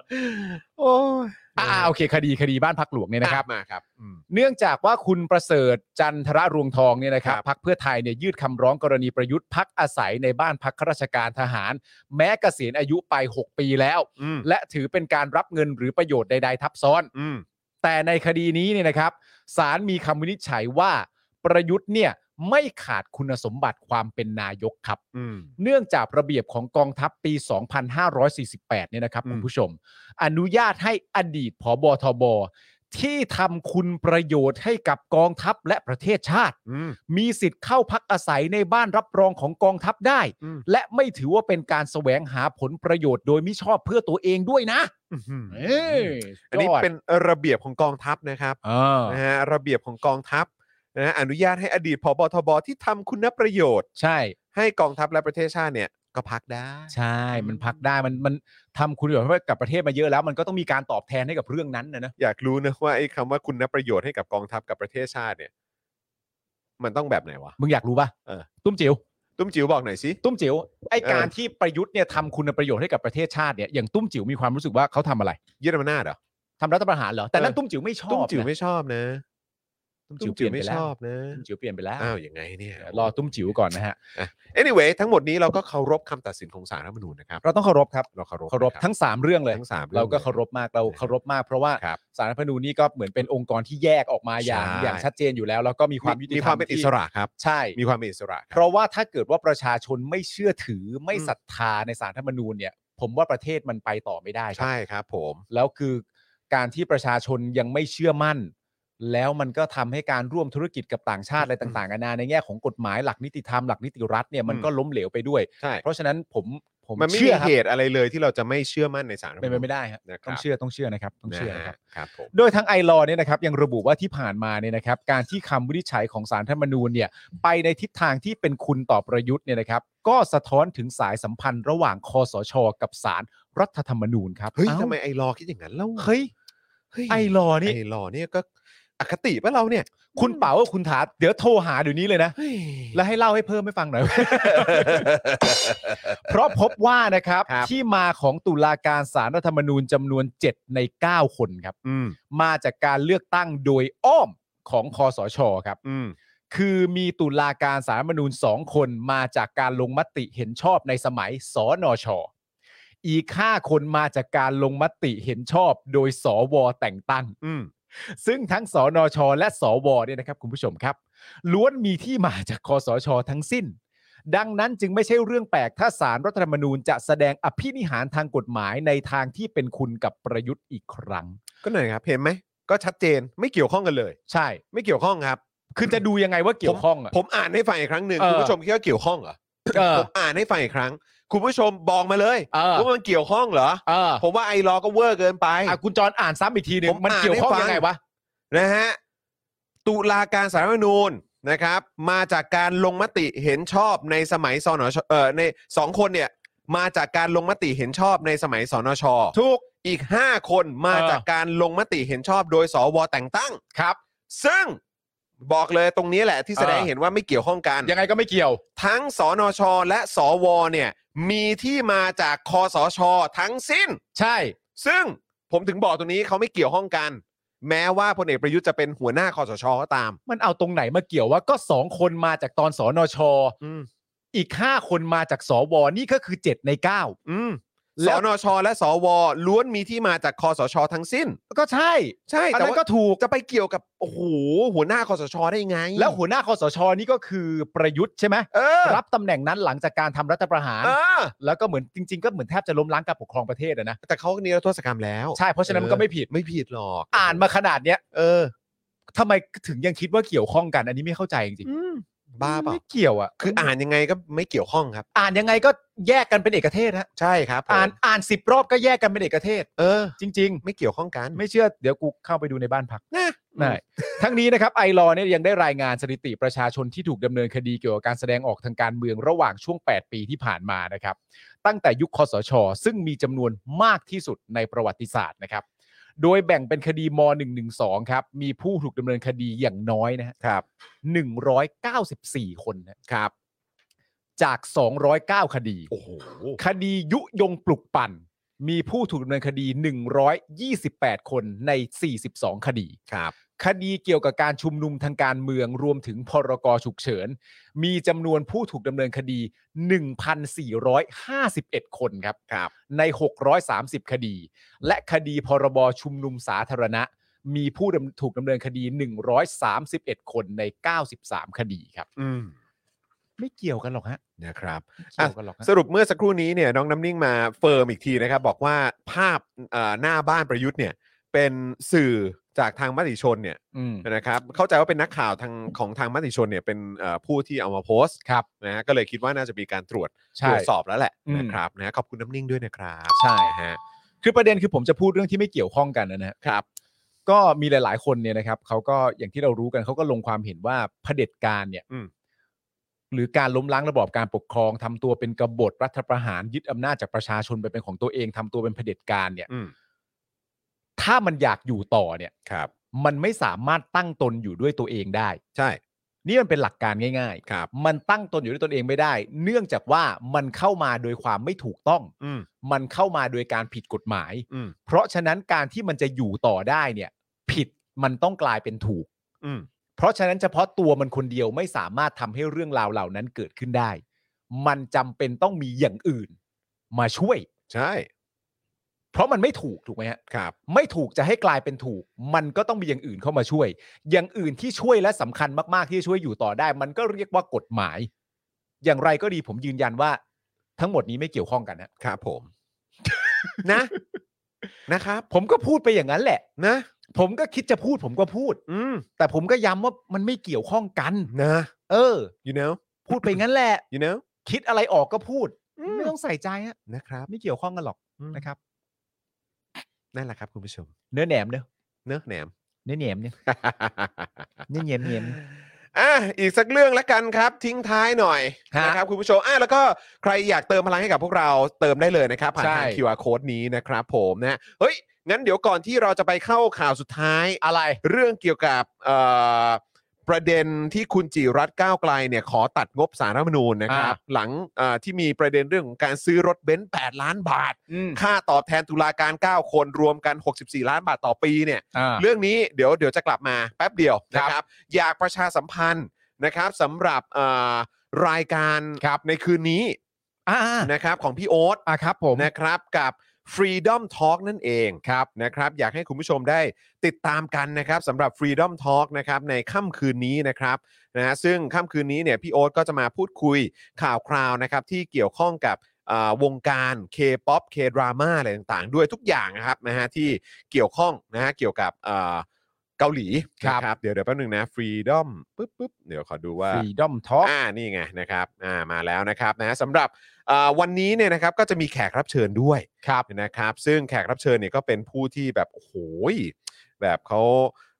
[SPEAKER 2] โอ้
[SPEAKER 3] อ่าโอเค คดีคดีบ้านพักหลวงเนี่ยนะครับ
[SPEAKER 2] มาครับอืม
[SPEAKER 3] เนื่องจากว่าคุณประเสริฐจันทระรวงทองเนี่ยนะครับ
[SPEAKER 2] ครับ
[SPEAKER 3] พักเพื่อไทยเนี่ยยื่นคำร้องกรณีประยุทธ์พักอาศัยในบ้านพักข้าราชการทหาร แม้เกษียณอายุไป 6 ปีแล้ว
[SPEAKER 2] อืม
[SPEAKER 3] และถือเป็นการรับเงินหรือประโยชน์ใดๆทับซ้อน
[SPEAKER 2] อืม
[SPEAKER 3] แต่ในคดีนี้เนี่ยนะครับศาลมีคำวินิจฉัยว่าประยุทธ์เนี่ยไม่ขาดคุณสมบัติความเป็นนายกครับ
[SPEAKER 2] อืม
[SPEAKER 3] เนื่องจากระเบียบของกองทัพปี 2548 เนี่ยนะครับ
[SPEAKER 2] อืม
[SPEAKER 3] คุณผู้ชม อนุญาตให้อดีตผบทบ ที่ทำคุณประโยชน์ให้กับกองทัพและประเทศชาติ
[SPEAKER 2] อืม
[SPEAKER 3] มีสิทธิ์เข้าพักอาศัยในบ้านรับรองของกองทัพได้
[SPEAKER 2] อืม
[SPEAKER 3] และไม่ถือว่าเป็นการแสวงหาผลประโยชน์โดยมิชอบเพื่อตัวเองด้วยนะ
[SPEAKER 2] อืม
[SPEAKER 3] เอ้ย
[SPEAKER 2] อันนี้เป็นระเบียบของกองทัพนะครับ
[SPEAKER 3] เออ
[SPEAKER 2] นะฮะระเบียบของกองทัพนะฮะอนุญาตให้อดีตผบทบที่ทำคุณประโยชน์
[SPEAKER 3] ใช่
[SPEAKER 2] ให้กองทัพและประเทศชาติเนี่ยก็พักได้
[SPEAKER 3] ใช่ มันพักได้ มัน มันทำคุณประโยชน์ให้กับประเทศมาเยอะแล้ว มันก็ต้องมีการตอบแทนให้กับเรื่องนั้นนะนะ
[SPEAKER 2] อยากรู้นะว่าไอ้คำว่าคุณประโยชน์ให้กับกองทัพกับประเทศชาติเนี่ย มันต้องแบบไหนวะ
[SPEAKER 3] มึงอยากรู้ป่ะ
[SPEAKER 2] เออ
[SPEAKER 3] ตุ้มจิ๋ว
[SPEAKER 2] ตุ้มจิ๋วบอกหน่อยสิ
[SPEAKER 3] ตุ้มจิ๋ว ไอ
[SPEAKER 2] เออ
[SPEAKER 3] การที่ประยุทธ์เนี่ยทำคุณประโยชน์ให้กับประเทศชาติเนี่ย อย่างตุ้มจิ๋วมีความรู้สึกว่าเขาทำอะไร
[SPEAKER 2] ยึดอำนาจเหรอ
[SPEAKER 3] ทำรัฐประหารเหรอ แต่นั่น
[SPEAKER 2] เออ
[SPEAKER 3] ตุ้มจิ๋วไม่ชอบ
[SPEAKER 2] ตุ้มจิ๋วไม่
[SPEAKER 3] นะ
[SPEAKER 2] ชอบนะ
[SPEAKER 3] ตุ้ม
[SPEAKER 2] ตุ้
[SPEAKER 3] จิ๋
[SPEAKER 2] ม
[SPEAKER 3] วเป
[SPEAKER 2] จิ๋
[SPEAKER 3] ลี่
[SPEAKER 2] วย
[SPEAKER 3] นไป
[SPEAKER 2] ไม่
[SPEAKER 3] แล้ว
[SPEAKER 2] ชอบนะ
[SPEAKER 3] ตุ้มจิ๋วเปลี่ยนไปแล้ว
[SPEAKER 2] อ้าวยังไงเนี่ย
[SPEAKER 3] เดี๋ยวรอตุ้มจิ๋วก่อนนะฮะ
[SPEAKER 2] anyway ทั้งหมดนี้เราก็เคารพคำตัดสินของศาลรัฐธรรมนูญนะครับ
[SPEAKER 3] เราต้องเคารพครับ
[SPEAKER 2] เราเคารพ
[SPEAKER 3] เคารพ
[SPEAKER 2] นะ
[SPEAKER 3] ทั้งสามเรื่องเลย
[SPEAKER 2] ทั้งสามอง
[SPEAKER 3] เราก็เคารพมาก เราเคารพมากเพราะว่า
[SPEAKER 2] ครับ
[SPEAKER 3] สารรัฐธรรมนูญนี่ก็เหมือนเป็นองค์กรที่แยกออกมาอย่าง
[SPEAKER 2] ใช่
[SPEAKER 3] อย่างชัดเจนอยู่แล้ว แล้วก็มีความยุติธรรม
[SPEAKER 2] มีความเป็นอิ
[SPEAKER 3] ที่
[SPEAKER 2] สระครับ
[SPEAKER 3] ใช่
[SPEAKER 2] มีความเป็นอิสระค
[SPEAKER 3] เพ
[SPEAKER 2] รับ
[SPEAKER 3] ราะว่าถ้าเกิดว่าประชาชนไม่เชื่อถือไม่
[SPEAKER 2] อืม
[SPEAKER 3] ศรัทธาในสารธรรมนูญเนี่ย ผมว่าประเทศมันไปต่อไม่ได้ครับ
[SPEAKER 2] ใช่ครับผม
[SPEAKER 3] แล้วคือการที่ประชาชนยังไม่เชื่อมั่น แล้วมันก็ทำให้การร่วมธุรกิจกับต่างชาติอะไรต่างๆนานาในแง่ของกฎหมายหลักนิติธรรมหลักนิติรัฐเนี่ยมันก็ล้มเหลวไปด้วย
[SPEAKER 2] ใช่
[SPEAKER 3] เพราะฉะนั้นผมผม
[SPEAKER 2] มันไม่
[SPEAKER 3] เชื่
[SPEAKER 2] มี
[SPEAKER 3] อครับ
[SPEAKER 2] เหตุอะไรเลยที่เราจะไม่เชื่อมั่นในศาลรัฐธร
[SPEAKER 3] เป็น
[SPEAKER 2] รม
[SPEAKER 3] ไป
[SPEAKER 2] นูญ
[SPEAKER 3] ไม่ได้ครับ
[SPEAKER 2] นะครับ
[SPEAKER 3] ต้องเชื่อต้องเชื่อนะครับต้องเชื่อ
[SPEAKER 2] นะ
[SPEAKER 3] นะค
[SPEAKER 2] ฮะ
[SPEAKER 3] รับ
[SPEAKER 2] ครับผม
[SPEAKER 3] โดยทางไอรอเนี่ยนะครับยังระบุว่าที่ผ่านมาเนี่ยนะครับการที่คำวินิจฉัยของสารธรรมนูญเนี่ยไปในทิศทางที่เป็นคุณต่อประยุทธ์เนี่ยนะครับก็สะท้อนถึงสายสัมพันธ์ระหว่างคอสช กับสารรัฐธรรมนูญครับ
[SPEAKER 2] เฮ้ย
[SPEAKER 3] อ้า
[SPEAKER 2] ทำไมไอ้รอคิดอย่างนั้นเล่า
[SPEAKER 3] เฮ้ย
[SPEAKER 2] เฮ้ย
[SPEAKER 3] ไอรอนี่
[SPEAKER 2] ไอ้รอเนี่ยก็อคติปะเราเนี่ย
[SPEAKER 3] คุณเป๋ากับคุณถาเดี๋ยวโทรหาเดี๋ยวนี้เลยนะ
[SPEAKER 2] เฮ้ย
[SPEAKER 3] แล้วให้เล่าให้เพิ่มให้ฟังหน่อย เพราะพบว่านะครับ
[SPEAKER 2] ครับ
[SPEAKER 3] ที่มาของตุลาการสารรัฐธรรมนูญจำนวน 7 ใน 9 คนครับ
[SPEAKER 2] อืม
[SPEAKER 3] มาจากการเลือกตั้งโดยอ้อมของคอสชครับ
[SPEAKER 2] อืม
[SPEAKER 3] คือมีตุลาการสารรัฐธรรมนูญสองคนมาจากการลงมติเห็นชอบในสมัยสนช อีก 5 คนมาจากการลงมติเห็นชอบโดยสวแต่งตั้ง
[SPEAKER 2] อืม
[SPEAKER 3] ซึ่งทั้งสนช และสวเนี่ยนะครับคุณผู้ชมครับ ล้วนมีที่มาจากคอสช ทั้งสิ้น ดังนั้นจึงไม่ใช่เรื่องแปลกถ้าสารรัฐธรรมนูญจะแสดงอภินิหารทางกฎหมายในทางที่เป็นคุณกับประยุทธ์อีกครั้ง
[SPEAKER 2] ก็หน่อยครับ เห็นไหม ก็ชัดเจนไม่เกี่ยวข้องกันเลย
[SPEAKER 3] ใช่
[SPEAKER 2] ไม่เกี่ยวข้องครับ
[SPEAKER 3] คือจะดูยังไงว่าเกี่ยวข้องอะ
[SPEAKER 2] ผมอ่านให้ฟังอีกครั้งหนึ่ง
[SPEAKER 3] เออ
[SPEAKER 2] คุณผู้ชมคิดว่าเกี่ยวข้องเหรอ
[SPEAKER 3] เออ
[SPEAKER 2] ผมอ่านให้ฟังอีกครั้ง คุณผู้ชมบอกมาเลย
[SPEAKER 3] เออ
[SPEAKER 2] ว่ามันเกี่ยวข้องเหรอ
[SPEAKER 3] เออ
[SPEAKER 2] ผมว่าไอ้รอก็เวอร์เกินไป
[SPEAKER 3] อ่ะคุณจรอ่านซ้ำอีกทีหนึ่ง
[SPEAKER 2] ผม
[SPEAKER 3] มัน
[SPEAKER 2] อ่าน
[SPEAKER 3] เกี่ยวข้อง
[SPEAKER 2] ให้ฟัง
[SPEAKER 3] ยังไงวะ
[SPEAKER 2] นะฮะตุลาการสารรัฐธรรมนูญนะครับ มาจากการลงมติเห็นชอบในสมัยสนชเอ่อในสองคนเนี่ยมาจากการลงมติเห็นชอบในสมัยสนช
[SPEAKER 3] ทุก
[SPEAKER 2] อีก 5 คนมา
[SPEAKER 3] เออ
[SPEAKER 2] จากการลงมติเห็นชอบโดยสวแต่งตั้ง
[SPEAKER 3] ครับ
[SPEAKER 2] ซึ่งบอกเลยตรงนี้แหละที่แสดง
[SPEAKER 3] เออ
[SPEAKER 2] เห็นว่าไม่เกี่ยวข้องกัน
[SPEAKER 3] ยังไงก็ไม่เกี่ยว
[SPEAKER 2] ทั้งสนช และสวเนี่ยมีที่มาจากคอสช ทั้งสิ้น
[SPEAKER 3] ใช่
[SPEAKER 2] ซึ่งผมถึงบอกตรงนี้เขาไม่เกี่ยวข้องกัน แม้ว่าพลเอกประยุทธ์จะเป็นหัวหน้าคอสชก็ตาม
[SPEAKER 3] มันเอาตรงไหนมาเกี่ยวว่าก็สองคนมาจากตอนสนช
[SPEAKER 2] อืม
[SPEAKER 3] อีกห้าคนมาจากสวนี่ก็คือเจ็ดในเก้า
[SPEAKER 2] อืม
[SPEAKER 3] แล้
[SPEAKER 2] ส
[SPEAKER 3] ว
[SPEAKER 2] นช และสวล้วนมีที่มาจากคอสช ทั้งสิ้น
[SPEAKER 3] ก็ใช่
[SPEAKER 2] ใช่
[SPEAKER 3] อัน
[SPEAKER 2] แต่
[SPEAKER 3] นั้น
[SPEAKER 2] ว่า
[SPEAKER 3] ก็ถูก
[SPEAKER 2] จะไปเกี่ยวกับโอ้โหหัวหน้าคอสช ได้ไง
[SPEAKER 3] แล้วหัวหน้าคอสชนี่ก็คือประยุทธ์ใช่ไหม
[SPEAKER 2] เออ
[SPEAKER 3] รับตำแหน่งนั้นหลังจากการทำรัฐประหาร
[SPEAKER 2] เออ
[SPEAKER 3] แล้วก็เหมือนจริง ๆ ก็เหมือนแทบจะล้มล้างการปกครองประเทศอะนะ
[SPEAKER 2] แต่เขาก็นิรโทษกรรมแล้ว
[SPEAKER 3] ใช่เพราะฉะนั้นมันก็ไม่ผิด
[SPEAKER 2] ไม่ผิดหรอก
[SPEAKER 3] อ่านมาขนาดเนี้ย
[SPEAKER 2] เออ
[SPEAKER 3] ทำไมถึงยังคิดว่าเกี่ยวข้องกัน อันนี้ไม่เข้าใจจริง
[SPEAKER 2] อืม
[SPEAKER 3] ๆ
[SPEAKER 2] บ้าเปล่า
[SPEAKER 3] ไม่เกี่ยวอ่ะ
[SPEAKER 2] คืออ่านยังไงก็ไม่เกี่ยวข้องครับ
[SPEAKER 3] อ่านยังไงก็แยกกันเป็นเอกเทศฮะ
[SPEAKER 2] ใช่ครับผม
[SPEAKER 3] อ่านอ่านสิบรอบก็แยกกันเป็นเอกเทศ
[SPEAKER 2] เออ
[SPEAKER 3] จริง ๆ
[SPEAKER 2] ไม่เกี่ยวข้องกัน
[SPEAKER 3] ไม่เชื่อเดี๋ยวกูเข้าไปดูในบ้านพัก
[SPEAKER 2] นะ
[SPEAKER 3] ได้ทั้งนี้นะครับไอรอเนี่ยยังได้รายงานสถิติประชาชนที่ถูกดำเนินคดีเกี่ยวกับการแสดงออกทางการเมืองระหว่างช่วง 8 ปีที่ผ่านมานะครับ ตั้งแต่ยุคคอสช ซึ่งมีจำนวนมากที่สุดในประวัติศาสตร์นะครับ โดยแบ่งเป็นคดีม .112 ครับ มีผู้ถูกดำเนินคดีอย่างน้อยนะฮะ
[SPEAKER 2] ครับ
[SPEAKER 3] 194 คนนะครับ จาก 209 คดี
[SPEAKER 2] โอ้โห
[SPEAKER 3] คดียุยงปลุกปั่น มีผู้ถูกดำเนินคดี 128 คนใน 42 คดี
[SPEAKER 2] ครับ
[SPEAKER 3] คดีเกี่ยวกับการชุมนุมทางการเมืองรวมถึงพรกฉุกเฉิน มีจำนวนผู้ถูกดำเนินคดี 1,451 คนครับ
[SPEAKER 2] ครับ
[SPEAKER 3] ใน 630 คดี และคดีพรบชุมนุมสาธารณะ มีผู้ดำถูกดำเนินคดี 131 คนใน 93 คดีครับ
[SPEAKER 2] อืม
[SPEAKER 3] ไม่เกี่ยวกันหรอกฮะ
[SPEAKER 2] นะครับ
[SPEAKER 3] ไม่เกี่ยวกันหรอกฮะ
[SPEAKER 2] สรุปเมื่อสักครู่นี้เนี่ยน้องน้ำนิ่งมาเฟิร์มอีกทีนะครับ บอกว่าภาพเอ่อหน้าบ้านประยุทธ์เนี่ย เป็นสื่อจากทางมติชนเนี่ย
[SPEAKER 3] อืม
[SPEAKER 2] นะครับ เข้าใจว่าเป็นนักข่าวทางของทางมติชนเนี่ยเป็นเอ่อผู้ที่เอามาโพสต์
[SPEAKER 3] ครับ
[SPEAKER 2] นะฮะก็เลยคิดว่าน่าจะมีการตรวจ
[SPEAKER 3] ใช่
[SPEAKER 2] ตรวจสอบแล้วแหละ
[SPEAKER 3] อืม
[SPEAKER 2] นะครับนะขอบคุณน้ำนิ่งด้วยนะครับ
[SPEAKER 3] ใช่
[SPEAKER 2] นะ
[SPEAKER 3] ฮะ
[SPEAKER 2] ฮะ
[SPEAKER 3] คือประเด็นคือผมจะพูดเรื่องที่ไม่เกี่ยวข้องกันนะฮะ
[SPEAKER 2] ครับ
[SPEAKER 3] ก็มีหลาย ๆ คนเนี่ยนะครับเขาก็อย่างที่เรารู้กันเขาก็ลงความเห็นว่าเผด็จการเนี่ย
[SPEAKER 2] อืม
[SPEAKER 3] หรือการล้มล้างระบอบการปกครองทำตัวเป็นกบฏรัฐประหารยึดอำนาจจากประชาชนไปเป็นของตัวเองทำตัวเป็นเผด็จการเนี่ย
[SPEAKER 2] อืม
[SPEAKER 3] ถ้ามันอยากอยู่ต่อเนี่ย
[SPEAKER 2] ครับ
[SPEAKER 3] มันไม่สามารถตั้งตนอยู่ด้วยตัวเองได้
[SPEAKER 2] ใช่
[SPEAKER 3] นี่มันเป็นหลักการง่าย
[SPEAKER 2] ครับ
[SPEAKER 3] ๆ มันตั้งตนอยู่ด้วยตนเองไม่ได้ เนื่องจากว่ามันเข้ามาโดยความไม่ถูกต้อง
[SPEAKER 2] อืม
[SPEAKER 3] มันเข้ามาโดยการผิดกฎหมาย
[SPEAKER 2] อืม
[SPEAKER 3] เพราะฉะนั้นการที่มันจะอยู่ต่อได้เนี่ย ผิดมันต้องกลายเป็นถูก
[SPEAKER 2] อืม
[SPEAKER 3] เพราะฉะนั้นเฉพาะตัวมันคนเดียวไม่สามารถทำให้เรื่องราวเหล่านั้นเกิดขึ้นได้ มันจำเป็นต้องมีอย่างอื่น มาช่วย
[SPEAKER 2] ใช่
[SPEAKER 3] เพราะมันไม่ถูกถูกไหมฮะ
[SPEAKER 2] ครับ
[SPEAKER 3] ไม่ถูกจะให้กลายเป็นถูก มันก็ต้องมีอย่างอื่นเข้ามาช่วย อย่างอื่นที่ช่วยและสำคัญมากๆที่จะช่วยอยู่ต่อได้ มันก็เรียกว่ากฎหมาย อย่างไรก็ดีผมยืนยันว่า ทั้งหมดนี้ไม่เกี่ยวข้องกันนะครับ
[SPEAKER 2] ผม นะ นะครับ
[SPEAKER 3] ผมก็พูดไปอย่างนั้นแหละ
[SPEAKER 2] นะ
[SPEAKER 3] ผมก็คิดจะพูด ผมก็พูด
[SPEAKER 2] อืม
[SPEAKER 3] แต่ผมก็ย้ำว่ามันไม่เกี่ยวข้องกัน
[SPEAKER 2] นะ
[SPEAKER 3] เออ
[SPEAKER 2] you know
[SPEAKER 3] พูดไปงั้นแหละ
[SPEAKER 2] you know
[SPEAKER 3] คิดอะไรออกก็พูดไม่ต้องใส่ใจฮะ
[SPEAKER 2] นะครับ
[SPEAKER 3] ไม่เกี่ยวข้องกันหรอก
[SPEAKER 2] อืม
[SPEAKER 3] นะครับ
[SPEAKER 2] นั่นแหละครับคุณผู้ชม
[SPEAKER 3] เนื้อแหนมเนอะ
[SPEAKER 2] เนื้อะแหนม
[SPEAKER 3] เนื้อแหนมเนี่ยเนื้อแหนมเนียม
[SPEAKER 2] อ่ะอีกสักเรื่องละกันครับ ทิ้งท้ายหน่อย
[SPEAKER 3] ฮะ
[SPEAKER 2] นะครับคุณผู้ชมอ่ะแล้วก็ใครอยากเติมพลังให้กับพวกเราเติมได้เลยนะครับ ผ่านทาง
[SPEAKER 3] ใช่
[SPEAKER 2] QR code นี้นะครับผมนะเฮ้ย งั้นเดี๋ยวก่อนที่เราจะไปเข้าข่าวสุดท้าย
[SPEAKER 3] อะไร
[SPEAKER 2] เรื่องเกี่ยวกับเอ่อประเด็นที่คุณจิรัตน์ก้าวไกลเนี่ยขอตัดงบสารรัฐธรรมนูญนะครับ หลังเอ่อที่มีประเด็นเรื่องของการซื้อรถเบนซ์8ล้านบาท
[SPEAKER 3] อืม
[SPEAKER 2] ค่าตอบแทนตุลาการ 9 คนรวมกัน 64 ล้านบาทต่อปีเนี่ย
[SPEAKER 3] อ่า
[SPEAKER 2] เรื่องนี้เดี๋ยวเดี๋ยวจะกลับมาแป๊บเดียว
[SPEAKER 3] ค
[SPEAKER 2] นะ
[SPEAKER 3] รับ
[SPEAKER 2] ครับ อยากประชาสัมพันธ์นะครับสำหรับเอ่อรายการในคืนนี้
[SPEAKER 3] อ่า
[SPEAKER 2] นะครับของพี่โอ๊ต
[SPEAKER 3] อ่าครับผม
[SPEAKER 2] นะครับกับ Freedom Talk นั่นเองครับนะครับอยากให้คุณผู้ชมได้ติดตามกันนะครับสำหรับ Freedom Talk นะครับในค่ำคืนนี้นะครับนะฮะซึ่งค่ำคืนนี้เนี่ยพี่โอ๊ตก็จะมาพูดคุยข่าวคราวนะครับที่เกี่ยวข้องกับอ่าวงการ K-POP K-DRAMA อะไรต่างๆ ด้วยทุกอย่างนะครับนะฮะที่เกี่ยวข้องนะฮะเกี่ยวกับอ่าเกาหลี
[SPEAKER 3] ครับ
[SPEAKER 2] นะเดี๋ยวเดี๋ยวแป๊บนึงนะ Freedom ปึ๊บปึ๊บเดี๋ยวขอดูว่า
[SPEAKER 3] Freedom Talk
[SPEAKER 2] อ่านี่ไงนะครับอ่ามาแล้วนะครับนะสำหรับอ่าวันนี้เนี่ยนะครับก็จะมีแขกรับเชิญด้วย
[SPEAKER 3] ครับ
[SPEAKER 2] นะครับ ซึ่งแขกรับเชิญเนี่ยก็เป็นผู้ที่แบบโอ้โหยแบบเขา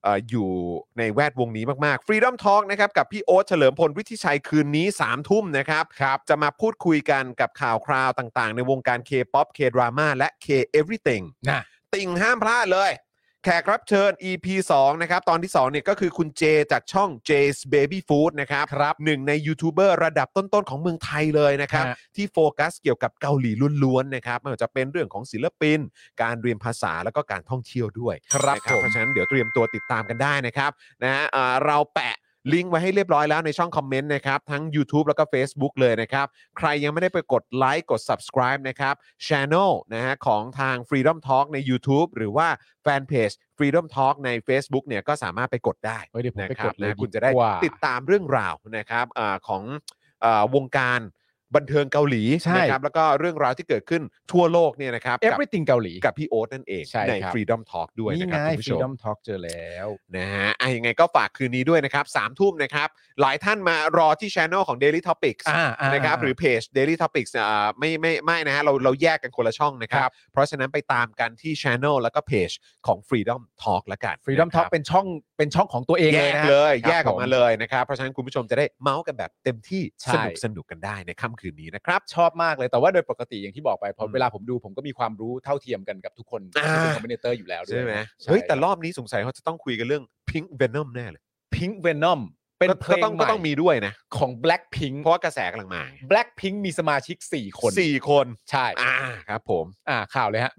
[SPEAKER 2] เอ่ออยู่ในแวดวงนี้มาก ๆ Freedom Talk นะครับกับพี่โอ๊ตเฉลิมพลวิทิชัยคืนนี้3ามทุ่มนะครับครับ จะมาพูดคุยกันกับข่าวคราวต่างๆ ในวงการ K-POP K-Drama และ K-Everything
[SPEAKER 3] นะ
[SPEAKER 2] ติ่งห้ามพลาดเลย แขกรับเชิญ EP 2 นะครับ ตอนที่ 2 เนี่ยก็คือคุณเจจากช่อง J's Baby Food นะครับครับหนึ่งในยูทูบเบอร์ระดับต้น ๆ ของเมืองไทยเลยนะครับ
[SPEAKER 3] ฮะ
[SPEAKER 2] ที่โฟกัสเกี่ยวกับเกาหลีล้วน ๆ นะครับไม่ว่าจะเป็นเรื่องของศิลปิน การเรียนภาษาแล้วก็การท่องเที่ยวด้วย
[SPEAKER 3] ครับ
[SPEAKER 2] นะ
[SPEAKER 3] ผม
[SPEAKER 2] เพราะฉะนั้นเดี๋ยวเตรียมตัวติดตามกันได้นะครับนะฮะอ่าเราแปะลิงก์ไว้ให้เรียบร้อยแล้วในช่องคอมเมนต์นะครับ ทั้ง YouTube แล้วก็ Facebook เลยนะครับ ใครยังไม่ได้ไปกดไลค์กด subscribe นะครับ Channel นะฮะของทาง Freedom Talk ใน YouTube หรือว่าแฟนเพจ Freedom Talk ใน Facebook เนี่ยก็สามารถไปกดได้
[SPEAKER 3] เฮ้ยเดี๋ยวผม
[SPEAKER 2] นะ
[SPEAKER 3] ไป
[SPEAKER 2] ค
[SPEAKER 3] ก
[SPEAKER 2] รับ
[SPEAKER 3] ดเลย
[SPEAKER 2] นะคุณจะได้
[SPEAKER 3] กว่า
[SPEAKER 2] ติดตามเรื่องราวนะครับอาของอาวงการบันเทิงเกาหลี
[SPEAKER 3] ใช่
[SPEAKER 2] นะครับแล้วก็เรื่องราวที่เกิดขึ้นทั่วโลกเนี่ยนะครับกับ
[SPEAKER 3] Everything เกาหลี
[SPEAKER 2] กับพี่โอ๊ตนั่นเอง
[SPEAKER 3] ใช่
[SPEAKER 2] ใน
[SPEAKER 3] ครับ
[SPEAKER 2] Freedom Talk ด้วย
[SPEAKER 3] นี่
[SPEAKER 2] นะค
[SPEAKER 3] ไง
[SPEAKER 2] รับคุณผู้ชม
[SPEAKER 3] Freedom Talk เจอแล้ว
[SPEAKER 2] นะฮะอ่ะยังไงก็ฝากคืนนี้ด้วยนะครับสามทุ่มนะครับ หลายท่านมารอที่ช anel ของ Daily Topics
[SPEAKER 3] อ่าอ่า
[SPEAKER 2] นะครับหรือเพจ Daily Topics อ่าไม่ไม่ไม่นะฮะเราเราแยกกันคนละช่องนะครับ
[SPEAKER 3] ครับ
[SPEAKER 2] เพราะฉะนั้นไปตามกันที่ช anel แล้วก็เพจของ Freedom Talk ละกัน
[SPEAKER 3] Freedom
[SPEAKER 2] นะครั
[SPEAKER 3] Talk
[SPEAKER 2] บ
[SPEAKER 3] เป็นช่องเป็นช่องของตัวเอง
[SPEAKER 2] แย
[SPEAKER 3] เลยนะฮะค
[SPEAKER 2] กเลย
[SPEAKER 3] รับ
[SPEAKER 2] แยกออก
[SPEAKER 3] ผ
[SPEAKER 2] มาเลยนะครับ เพราะฉะนั้นคุณผู้ชมจะได้เมาส์กันแบบเต็มที่
[SPEAKER 3] ใช่
[SPEAKER 2] สนุกสนุกกันได้ในค่ำ คืนนี้นะครับ
[SPEAKER 3] ชอบมากเลยแต่ว่าโดยปกติอย่างที่บอกไปพอ
[SPEAKER 2] อืม
[SPEAKER 3] เวลาผมดูผมก็มีความรู้เท่าเทียมกันกับทุกคน
[SPEAKER 2] อ่า
[SPEAKER 3] ที่เป็นคอมเมนเตอร์อยู่แล้วด้วย
[SPEAKER 2] ใช่ไหม
[SPEAKER 3] ใช่
[SPEAKER 2] เฮ้ย แต่รอบนี้สงสัยเขาจะต้องคุยกันเรื่อง Pink Venom แน่เลย
[SPEAKER 3] พิงค์เวนอมเป็น
[SPEAKER 2] ก็
[SPEAKER 3] เพล
[SPEAKER 2] ก็
[SPEAKER 3] ง
[SPEAKER 2] ต้อง
[SPEAKER 3] ให
[SPEAKER 2] ก็
[SPEAKER 3] ม่
[SPEAKER 2] ต้องมีด้วยนะ
[SPEAKER 3] ของ Blackpink
[SPEAKER 2] เพราะว่ากระแสกำลังมา
[SPEAKER 3] Blackpink มีสมาชิก 4 คน
[SPEAKER 2] สี่คน
[SPEAKER 3] ใช่
[SPEAKER 2] อ่าครับผม
[SPEAKER 3] อ่าข่าว เลยฮะ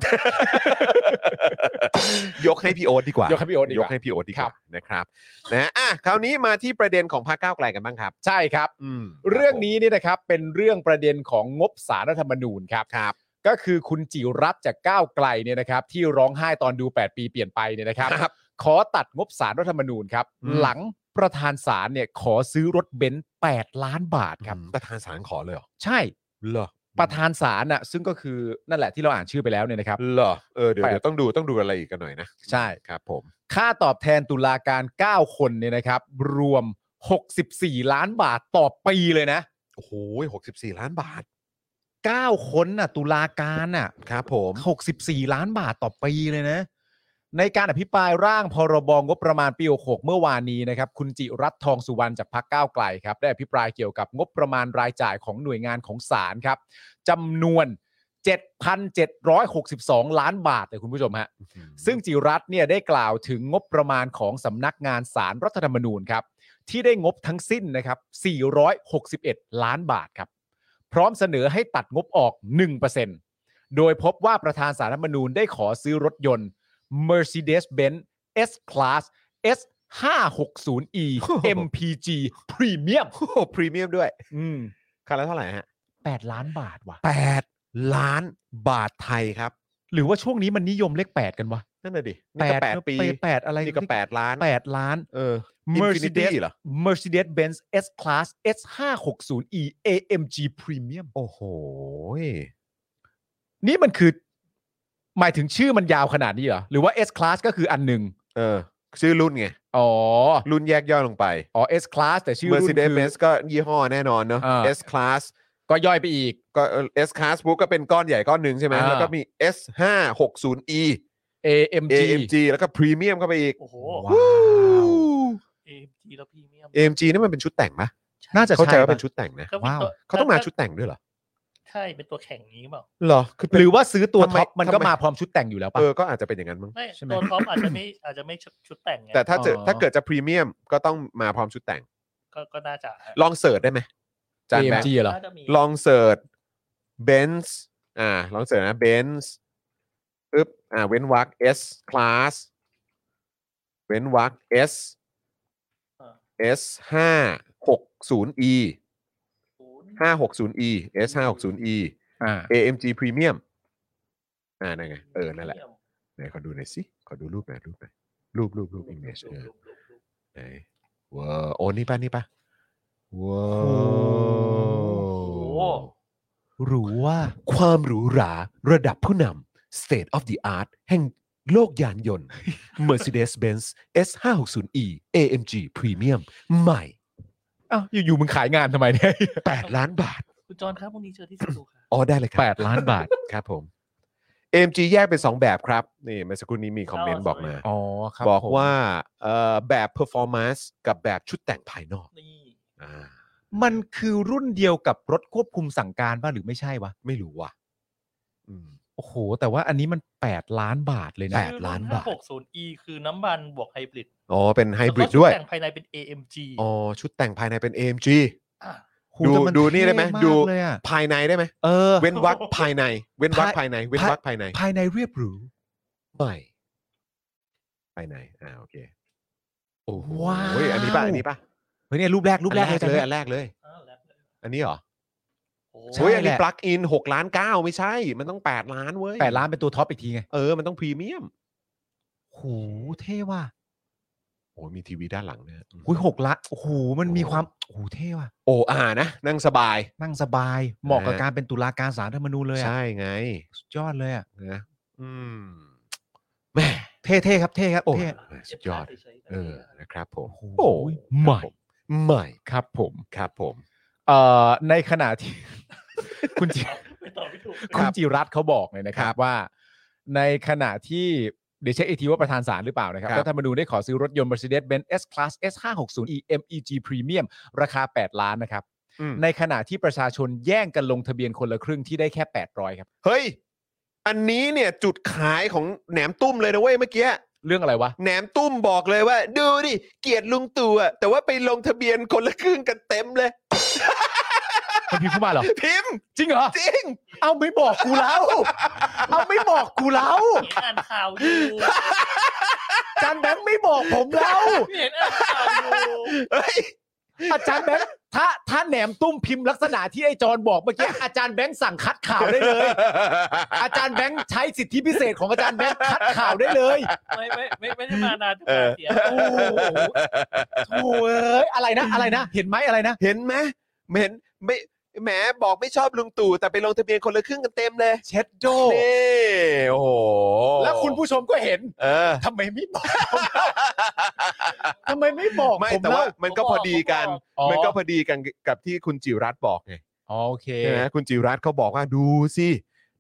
[SPEAKER 2] ยกให้พี่โอ๊ตดีกว่าย ย
[SPEAKER 3] กให้พี่โอ๊ตดีกว่าย
[SPEAKER 2] กให้พี่โอ๊ตดีก
[SPEAKER 3] ครั
[SPEAKER 2] ว่า
[SPEAKER 3] บ
[SPEAKER 2] นะครับนะอ่ะคราวนี้มาที่ประเด็นของพรรคก้าวไกลกันบ้างครับ
[SPEAKER 3] ใช่ครับ
[SPEAKER 2] อืม
[SPEAKER 3] เรื่องนี้เนี่ยนะครับเป็นเรื่องประเด็นของงบสารรัฐธรรมนูญครับ
[SPEAKER 2] ครับ
[SPEAKER 3] ก็คือคุณจิรัตน์จากก้าวไกลเนี่ยนะครับที่ร้องไห้ตอนดู 8 ปีเปลี่ยนไปเนี่ยนะครับ
[SPEAKER 2] ครับ
[SPEAKER 3] ขอตัดงบสารรัฐธรรมนูญครับ
[SPEAKER 2] อืม
[SPEAKER 3] หลังประธานศาลเนี่ยขอซื้อรถเบนซ์8ล้านบาทครับ
[SPEAKER 2] ประธานศาลขอเลยเหรอ
[SPEAKER 3] ใช่
[SPEAKER 2] เหรอ
[SPEAKER 3] ประธานศาลน่ะซึ่งก็คือนั่นแหละที่เราอ่านชื่อไปแล้วเนี่ยนะครับ
[SPEAKER 2] เหรอเออเดี๋ยว
[SPEAKER 3] แปด
[SPEAKER 2] เดี๋ยวต้องดูต้องดูอะไรอีกกันหน่อยนะ
[SPEAKER 3] ใช่
[SPEAKER 2] ครับผม
[SPEAKER 3] ค่าตอบแทนตุลาการ 9 คนเนี่ยนะครับ รวม 64 ล้านบาทต่อปีเลยนะ
[SPEAKER 2] โอ้โหหกสิบสี่ล้านบาท
[SPEAKER 3] 9 คนน่ะตุลาการน่ะ
[SPEAKER 2] ครับผม
[SPEAKER 3] 64 ล้านบาทต่อปีเลยนะ ในการอภิปรายร่างพรบงบประมาณปี 66 เมื่อวานนี้นะครับ คุณจิรัตน์ทองสุวรรณจากพรรคก้าวไกลครับ ได้อภิปรายเกี่ยวกับงบประมาณรายจ่ายของหน่วยงานของศาลครับจำนวน 7,762 ล้านบาทเลยคุณผู้ชมฮะ ซึ่งจิรัตน์เนี่ยได้กล่าวถึงงบประมาณของสำนักงานสารรัฐธรรมนูญครับ ที่ได้งบทั้งสิ้นนะครับ 461 ล้านบาทครับ พร้อมเสนอให้ตัดงบออก 1%โดยพบว่าประธานสารรัฐธรรมนูญได้ขอซื้อรถยนต์ Mercedes-Benz S-Class S 560e MPG Premium
[SPEAKER 2] โอ้โหพรีเมียมด้วย
[SPEAKER 3] อืม
[SPEAKER 2] คันละเท่าไหร่ฮะ
[SPEAKER 3] 8ล้านบาทว่ะ
[SPEAKER 2] แปดล้านบาทไทยครับ
[SPEAKER 3] หรือว่าช่วงนี้มันนิยมเลข 8 กันวะ
[SPEAKER 2] นั่นน่ะดินี่ก็แปดปี
[SPEAKER 3] แปดอะไร
[SPEAKER 2] นี่ก็แปดล้าน
[SPEAKER 3] แปดล้าน
[SPEAKER 2] เออ Infinity
[SPEAKER 3] Mercedes
[SPEAKER 2] เหรอ
[SPEAKER 3] Mercedes Benz S Class S 5 6 0 E AMG Premium
[SPEAKER 2] โอ้โห
[SPEAKER 3] นี่มันคือ หมายถึงชื่อมันยาวขนาดนี้เหรอ หรือว่า S Class ก็คืออันหนึ่ง
[SPEAKER 2] เออ ชื่อรุ่นไง
[SPEAKER 3] อ๋อ
[SPEAKER 2] รุ่นแยกย่อยลงไป
[SPEAKER 3] อ๋อ S Class แต่ชื่อรุ่นคือ
[SPEAKER 2] Mercedes Benz ก็ยี่ห้อแน่นอนเนอะ
[SPEAKER 3] อ่า
[SPEAKER 2] S Class
[SPEAKER 3] ก็ย่อยไปอีก
[SPEAKER 2] ก็เอ่อ S Class ปุ๊บก็เป็นก้อนใหญ่ก้อนหนึ่งใช่ไหม
[SPEAKER 3] อ่า
[SPEAKER 2] แล้วก็มี S 5 6 0 E
[SPEAKER 3] AMG
[SPEAKER 2] AMG แล้วก็ Premium เข้าไปอีก
[SPEAKER 8] โอ้โห
[SPEAKER 3] ว้าว
[SPEAKER 8] AMG แล้วพรีเมียม
[SPEAKER 2] AMG นี่มันเป็นชุดแต่งปะ
[SPEAKER 3] น่าจะ
[SPEAKER 2] เข้าใจ
[SPEAKER 3] ใช่
[SPEAKER 2] ว่า
[SPEAKER 3] ปะ
[SPEAKER 2] เป็นชุดแต่งนะ
[SPEAKER 8] ก็เป็นตั
[SPEAKER 2] เขาต้องมาชุดแต่งด้วยเหรอ
[SPEAKER 8] ใช่เป็นตัวแข่งนี้เปล่า
[SPEAKER 2] เหรอคือเป็น
[SPEAKER 3] หรือว่าซื้อตัว
[SPEAKER 2] ทำไม
[SPEAKER 3] ท็อปมันก็
[SPEAKER 2] ทำไม
[SPEAKER 3] มาพร้อมชุดแต่งอยู่แล้ว
[SPEAKER 2] เอ
[SPEAKER 3] ปะ
[SPEAKER 2] อก็อาจจะเป็นอย่างนั้นมั้ง
[SPEAKER 8] ไม่
[SPEAKER 3] ใช่ไหม
[SPEAKER 8] ตัวท็อปอาจจะไม่อาจจะไม่ชุดชุดแต่งไง
[SPEAKER 2] แต่ถ้าเจอ
[SPEAKER 3] อ๋อ
[SPEAKER 2] ถ้าเกิดจะพรีเมียมก็ต้องมาพร้อมชุดแต่ง
[SPEAKER 8] ก็ก็น่าจะ
[SPEAKER 2] ลองเสิร์ชได้ไหมจานแบง
[SPEAKER 3] AMG
[SPEAKER 2] ค์
[SPEAKER 3] เหรอ
[SPEAKER 8] น่าจะมี
[SPEAKER 2] ลองเสิร์ชเบนซ์อ่า ลองเสิร์ชนะเบนซ์ปึ๊บอ่า เว้นวรรค S class เว้นวรรค S S ห้าหกศูนย์ E
[SPEAKER 8] ศูนย์
[SPEAKER 2] ห้าหกศูนย์ E S ห้าหกศูนย์ E
[SPEAKER 3] อ่า
[SPEAKER 2] AMG Premium อ่านั่นไง เออ นั่นแหละ
[SPEAKER 8] พรีมียม
[SPEAKER 2] ไหนขอดูหน่อยสิ ขอดูรูปหน่อยรูปหน่อยรูปรูปรูป image เออไหนว้าโอ้นี่ป่ะ นี่ป่ะว้า
[SPEAKER 8] โอ้โห
[SPEAKER 2] ว หรูว่าความหรูหราระดับผู้นำ State of the Art แห่งโลกยานยนต์ Mercedes-Benz S560e AMG Premium ใหม่
[SPEAKER 3] อ้าวอยู่ๆมึงขายงานทำไมเนี่ย
[SPEAKER 2] 8 ล้านบาท
[SPEAKER 8] คุณจอห์นครับพรุ่งนี้เจอที่สตูค่ะ
[SPEAKER 2] อ๋อ ได้เลยครับ
[SPEAKER 3] 8ล้านบาท
[SPEAKER 2] ครับผม AMG แยกเป็น 2 แบบครับ นี่เมื่อสักครู่นี้มีคอมเมนต์บอกมา
[SPEAKER 3] อ๋อครับ
[SPEAKER 2] บอก
[SPEAKER 3] ผม
[SPEAKER 2] ว่าเอ่อแบบ performance กับแบบชุดแต่งภายนอก
[SPEAKER 8] นี่
[SPEAKER 2] อ่า
[SPEAKER 3] มันคือรุ่นเดียวกับรถควบคุมสั่งการป่ะหรือไม่ใช่วะ
[SPEAKER 2] ไม่รู้ว่ะอืม
[SPEAKER 3] โอ้โห แต่ว่าอันนี้มัน 560 ล้านบาทเลยนะ
[SPEAKER 2] แปดล้านบาท
[SPEAKER 8] หกศูนย์ E คือน้ำมันบวกไฮบริด
[SPEAKER 2] อ๋อ เป็นไฮบริดด้วย
[SPEAKER 8] แล้ก็ชุแต่งภายในเป็น AMG
[SPEAKER 2] อ๋อ ชุดแต่งภายในเป็น AMG
[SPEAKER 8] อ่ะ
[SPEAKER 3] หูแต่มั
[SPEAKER 2] ดูนี่ได้ไหม
[SPEAKER 3] เท่าก
[SPEAKER 2] ดู
[SPEAKER 3] เลยอะ
[SPEAKER 2] ภายในได้ไหม
[SPEAKER 3] เออ
[SPEAKER 2] เว้นวักภายใน เว้นวัก
[SPEAKER 3] ภาย
[SPEAKER 2] ภายใน เว้นวักภายใน
[SPEAKER 3] ภายในเรียบหรู
[SPEAKER 2] ไม่ภายใน อ่า โอเค โอ้โห
[SPEAKER 3] ว้าว
[SPEAKER 2] อันนี้ป่ะ อันนี้ป่ะ
[SPEAKER 3] เฮ้ยเนี่ยรูปแรกรูปแรก
[SPEAKER 2] อัน
[SPEAKER 3] เลย
[SPEAKER 2] เลย
[SPEAKER 3] จ้ะ
[SPEAKER 2] อันแรกเลย
[SPEAKER 8] อ้าวแล้วเลย
[SPEAKER 2] อันนี้เหรอ
[SPEAKER 8] โอ้
[SPEAKER 3] ใช่
[SPEAKER 2] เฮ้ยอันนี้
[SPEAKER 3] แหละ
[SPEAKER 2] ปลั๊กอินหกล้านเก้าไม่ใช่ มันต้องแปดล้านเว้ย
[SPEAKER 3] แปดล้านเป็นตัวท็อปอีกทีไง
[SPEAKER 2] เออ มันต้องพรีเมียม
[SPEAKER 3] โหเท่ว่ะ
[SPEAKER 2] โอ้ยมีทีวีด้านหลังเนี่ย
[SPEAKER 3] หุยหกละโอ้โหมันมีความโอ้โหเท่ว่ะ
[SPEAKER 2] โอ้อานะ นั่งสบาย
[SPEAKER 3] นั่งสบาย เหมาะกับ
[SPEAKER 2] นะฮะ
[SPEAKER 3] การเป็นตุลาการสารรัฐธรรมนูญเลยอะ
[SPEAKER 2] ใช่ไง
[SPEAKER 3] สุดยอดเลยอะ
[SPEAKER 2] นะ อืมแหม่
[SPEAKER 3] เท่ๆครับเท่ครับ
[SPEAKER 2] โอ้
[SPEAKER 3] เท่
[SPEAKER 2] สุดยอด เออ นะครับผม
[SPEAKER 3] โอ้ยใหม่
[SPEAKER 2] ใหม่
[SPEAKER 3] ครับผม
[SPEAKER 2] ครับผม
[SPEAKER 3] เอ่อในขณะที่ คุณจิ
[SPEAKER 8] ไปต่อไม่ถูก
[SPEAKER 3] คุณจิรัตน์เขาบอกเลยนะค
[SPEAKER 2] ค
[SPEAKER 3] รั
[SPEAKER 2] รั
[SPEAKER 3] บบ ว่า ในขณะที่เดี๋ยวเช็คอีกทีว่าประธานศาลหรือเปล่านะครับ
[SPEAKER 2] ครับ
[SPEAKER 3] รัฐธรรมนูญได้ขอซื้อรถยนต์ Mercedes-Benz S Class S 5 6 0 E MEG Premium ราคา 8 ล้านนะครับ
[SPEAKER 2] อืม
[SPEAKER 3] ในขณะที่ประชาชนแย่งกันลงทะเบียนคนละครึ่งที่ได้แค่ 800 ครับ
[SPEAKER 2] เฮ้ย อันนี้เนี่ยจุดขายของแหนมตุ้มเลยนะเว้ยเมื่อกี้
[SPEAKER 3] เรื่องอะไรวะ
[SPEAKER 2] แหนมตุ้มบอกเลยว่า ดูดิเกลียดลุงตู่อะแต่ว่าไปลงทะเบียนคนละครึ่งกันเต็มเลย
[SPEAKER 3] มันพิมพ์เข้ามาเหรอ
[SPEAKER 2] พิมพ์
[SPEAKER 3] จริงเหรอ
[SPEAKER 2] จริง
[SPEAKER 3] เอาไม่บอกกูแล้ว เอาไม่บอกกูแล้ว
[SPEAKER 8] เห็นอ่านข่าวอยู่
[SPEAKER 3] อาจารย์แบงค์ไม่บอกผมแล้ว
[SPEAKER 8] เห็นอ่านข่าวอยู่
[SPEAKER 2] เฮ้ย
[SPEAKER 3] อาจารย์แบงค์ถ้าถ้าแหนมตุ้มพิมพ์ลักษณะที่ไอจอนบอกเมื่อกี้ อาจารย์แบงค์สั่งคัดข่าวได้เลย อาจารย์แบงค์ใช้สิทธิพิเศษของอาจารย์แบงค์คัดข่าวได้เลย
[SPEAKER 8] ไม่ไม่ไม่ไม่ได้มานานทุก
[SPEAKER 2] เอ
[SPEAKER 8] การ
[SPEAKER 2] อ
[SPEAKER 8] เสียง
[SPEAKER 3] โอ้โหโถ่เอ้ยอะไรนะอะไรนะ เห็นไหมอะไรนะ
[SPEAKER 2] เห็นไหมเห็นไม่แหมบอกไม่ชอบลุงตู่แต่ไปลงทะเบียนคนละครึ่งกันเต็มเลย
[SPEAKER 3] เช็ดโด
[SPEAKER 2] นี่โอ้โห
[SPEAKER 3] แล้วคุณผู้ชมก็เห็น
[SPEAKER 2] เออ
[SPEAKER 3] ทำไมไม่บอกผมเล่าทำไมไม่บอก
[SPEAKER 2] ไม่
[SPEAKER 3] ผม
[SPEAKER 2] แต่ว่า
[SPEAKER 3] เล่า
[SPEAKER 2] มันก็พอดีกัน
[SPEAKER 3] อ๋อ
[SPEAKER 2] มันก็พอดีกันกับที่คุณจิรัตน์บอกไง
[SPEAKER 3] อ๋อโอเค
[SPEAKER 2] ใช่ไหมคุณจิรัตน์เขาบอกว่าดูสิ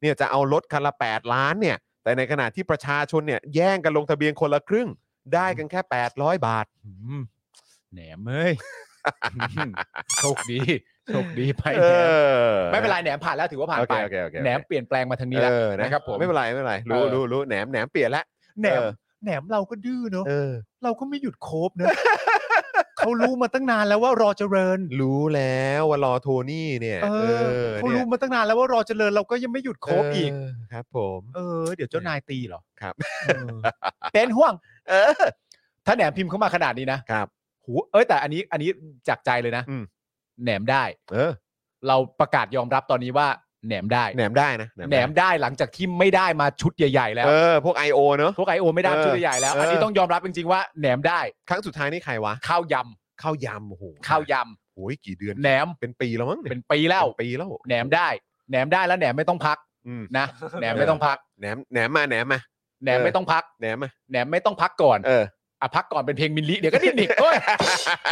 [SPEAKER 2] เนี่ยจะเอารถคันละ 8 ล้านเนี่ย แต่ในขณะที่ประชาชนเนี่ยแย่งกันลงทะเบียนคนละครึ่ง ได้กันแค่ 800 บาท
[SPEAKER 3] อืมแหนมเอ้ย โชคดี โชคดีไป
[SPEAKER 2] เอ
[SPEAKER 3] แหนม
[SPEAKER 2] อ
[SPEAKER 3] ไม่เป็นไรแหนมผ่านแล้วถือว่าผ่าน
[SPEAKER 2] โอ
[SPEAKER 3] ไป
[SPEAKER 2] เคโอเคโอเค
[SPEAKER 3] แหนมเปลี่ยนแปลงมาทางนี้
[SPEAKER 2] เอ
[SPEAKER 3] แล้ว
[SPEAKER 2] อนะ
[SPEAKER 3] นะครับผม
[SPEAKER 2] ไม่เป็นไรไม่เป็นไรรู้
[SPEAKER 3] เออ
[SPEAKER 2] รู้รู้แหนมแหนมเปลี่ยนแล้ว
[SPEAKER 3] แหนม
[SPEAKER 2] เออ
[SPEAKER 3] แหนมเราก็ดื้อเนอะ
[SPEAKER 2] เออ
[SPEAKER 3] เราก็ไม่หยุดโคบเนอะ เขารู้มาตั้งนานแล้วว่ารอเจริญ
[SPEAKER 2] รู้แล้วว่ารอโทนี่เนี่ย
[SPEAKER 3] เออเขา
[SPEAKER 2] นี่ย
[SPEAKER 3] รู้มาตั้งนานแล้วว่ารอเจริญเราก็ยังไม่หยุดโคบอีก
[SPEAKER 2] เครับผม
[SPEAKER 3] เออ เดี๋ยวเจ้านายตีเหรอ
[SPEAKER 2] ครับ
[SPEAKER 3] เออเป็นห่วง
[SPEAKER 2] เออ
[SPEAKER 3] ถ้าแหนมพิมพ์เข้ามาขนาดนี้นะครับ หูเอ้ยแต่อันนี้อันนี้จากใจเลยนะ
[SPEAKER 2] อืม
[SPEAKER 3] แหนมได้
[SPEAKER 2] เออ
[SPEAKER 3] เราประกาศยอมรับตอนนี้ว่าแหนมได้
[SPEAKER 2] แหนมได้นะ
[SPEAKER 3] แหนมได้หลังจากที่ไม่ได้มาชุดใหญ่ ๆ แล้ว
[SPEAKER 2] เออ พวก I.O. เนอะ
[SPEAKER 3] พวกไอโอไม่ได้มาชุดใหญ่ๆแล้ว
[SPEAKER 2] เอออั
[SPEAKER 3] อันนี้ต้องยอมรับจริงๆว่าแหนมได้
[SPEAKER 2] ครั้งสุดท้ายนี่ใครวะ
[SPEAKER 3] ข้าวย
[SPEAKER 2] ข้าวยำโอ้โห
[SPEAKER 3] ำข้าวย
[SPEAKER 2] โอ้ยกี่เดือน
[SPEAKER 3] ำแหนม
[SPEAKER 2] เป็นปีแล้วมั้งย
[SPEAKER 3] เป็นปีแล้ว
[SPEAKER 2] เป็นปีแล้ว
[SPEAKER 3] แหนมได้แหนมได้แล้วแหนมไม่ต้องพัก
[SPEAKER 2] อืม
[SPEAKER 3] นะแหนมไม่ต้องพัก
[SPEAKER 2] แหนมแหนมมาแหนมมา
[SPEAKER 3] แหนมไม่ต้องพัก
[SPEAKER 2] แหนมมา
[SPEAKER 3] แหนมไม่ต้องพักก่อน
[SPEAKER 2] เออ
[SPEAKER 3] อ่ะพักก่อนเป็นเพลงมินลิเดี๋ยวก็ดิ้นอีกโอ้ย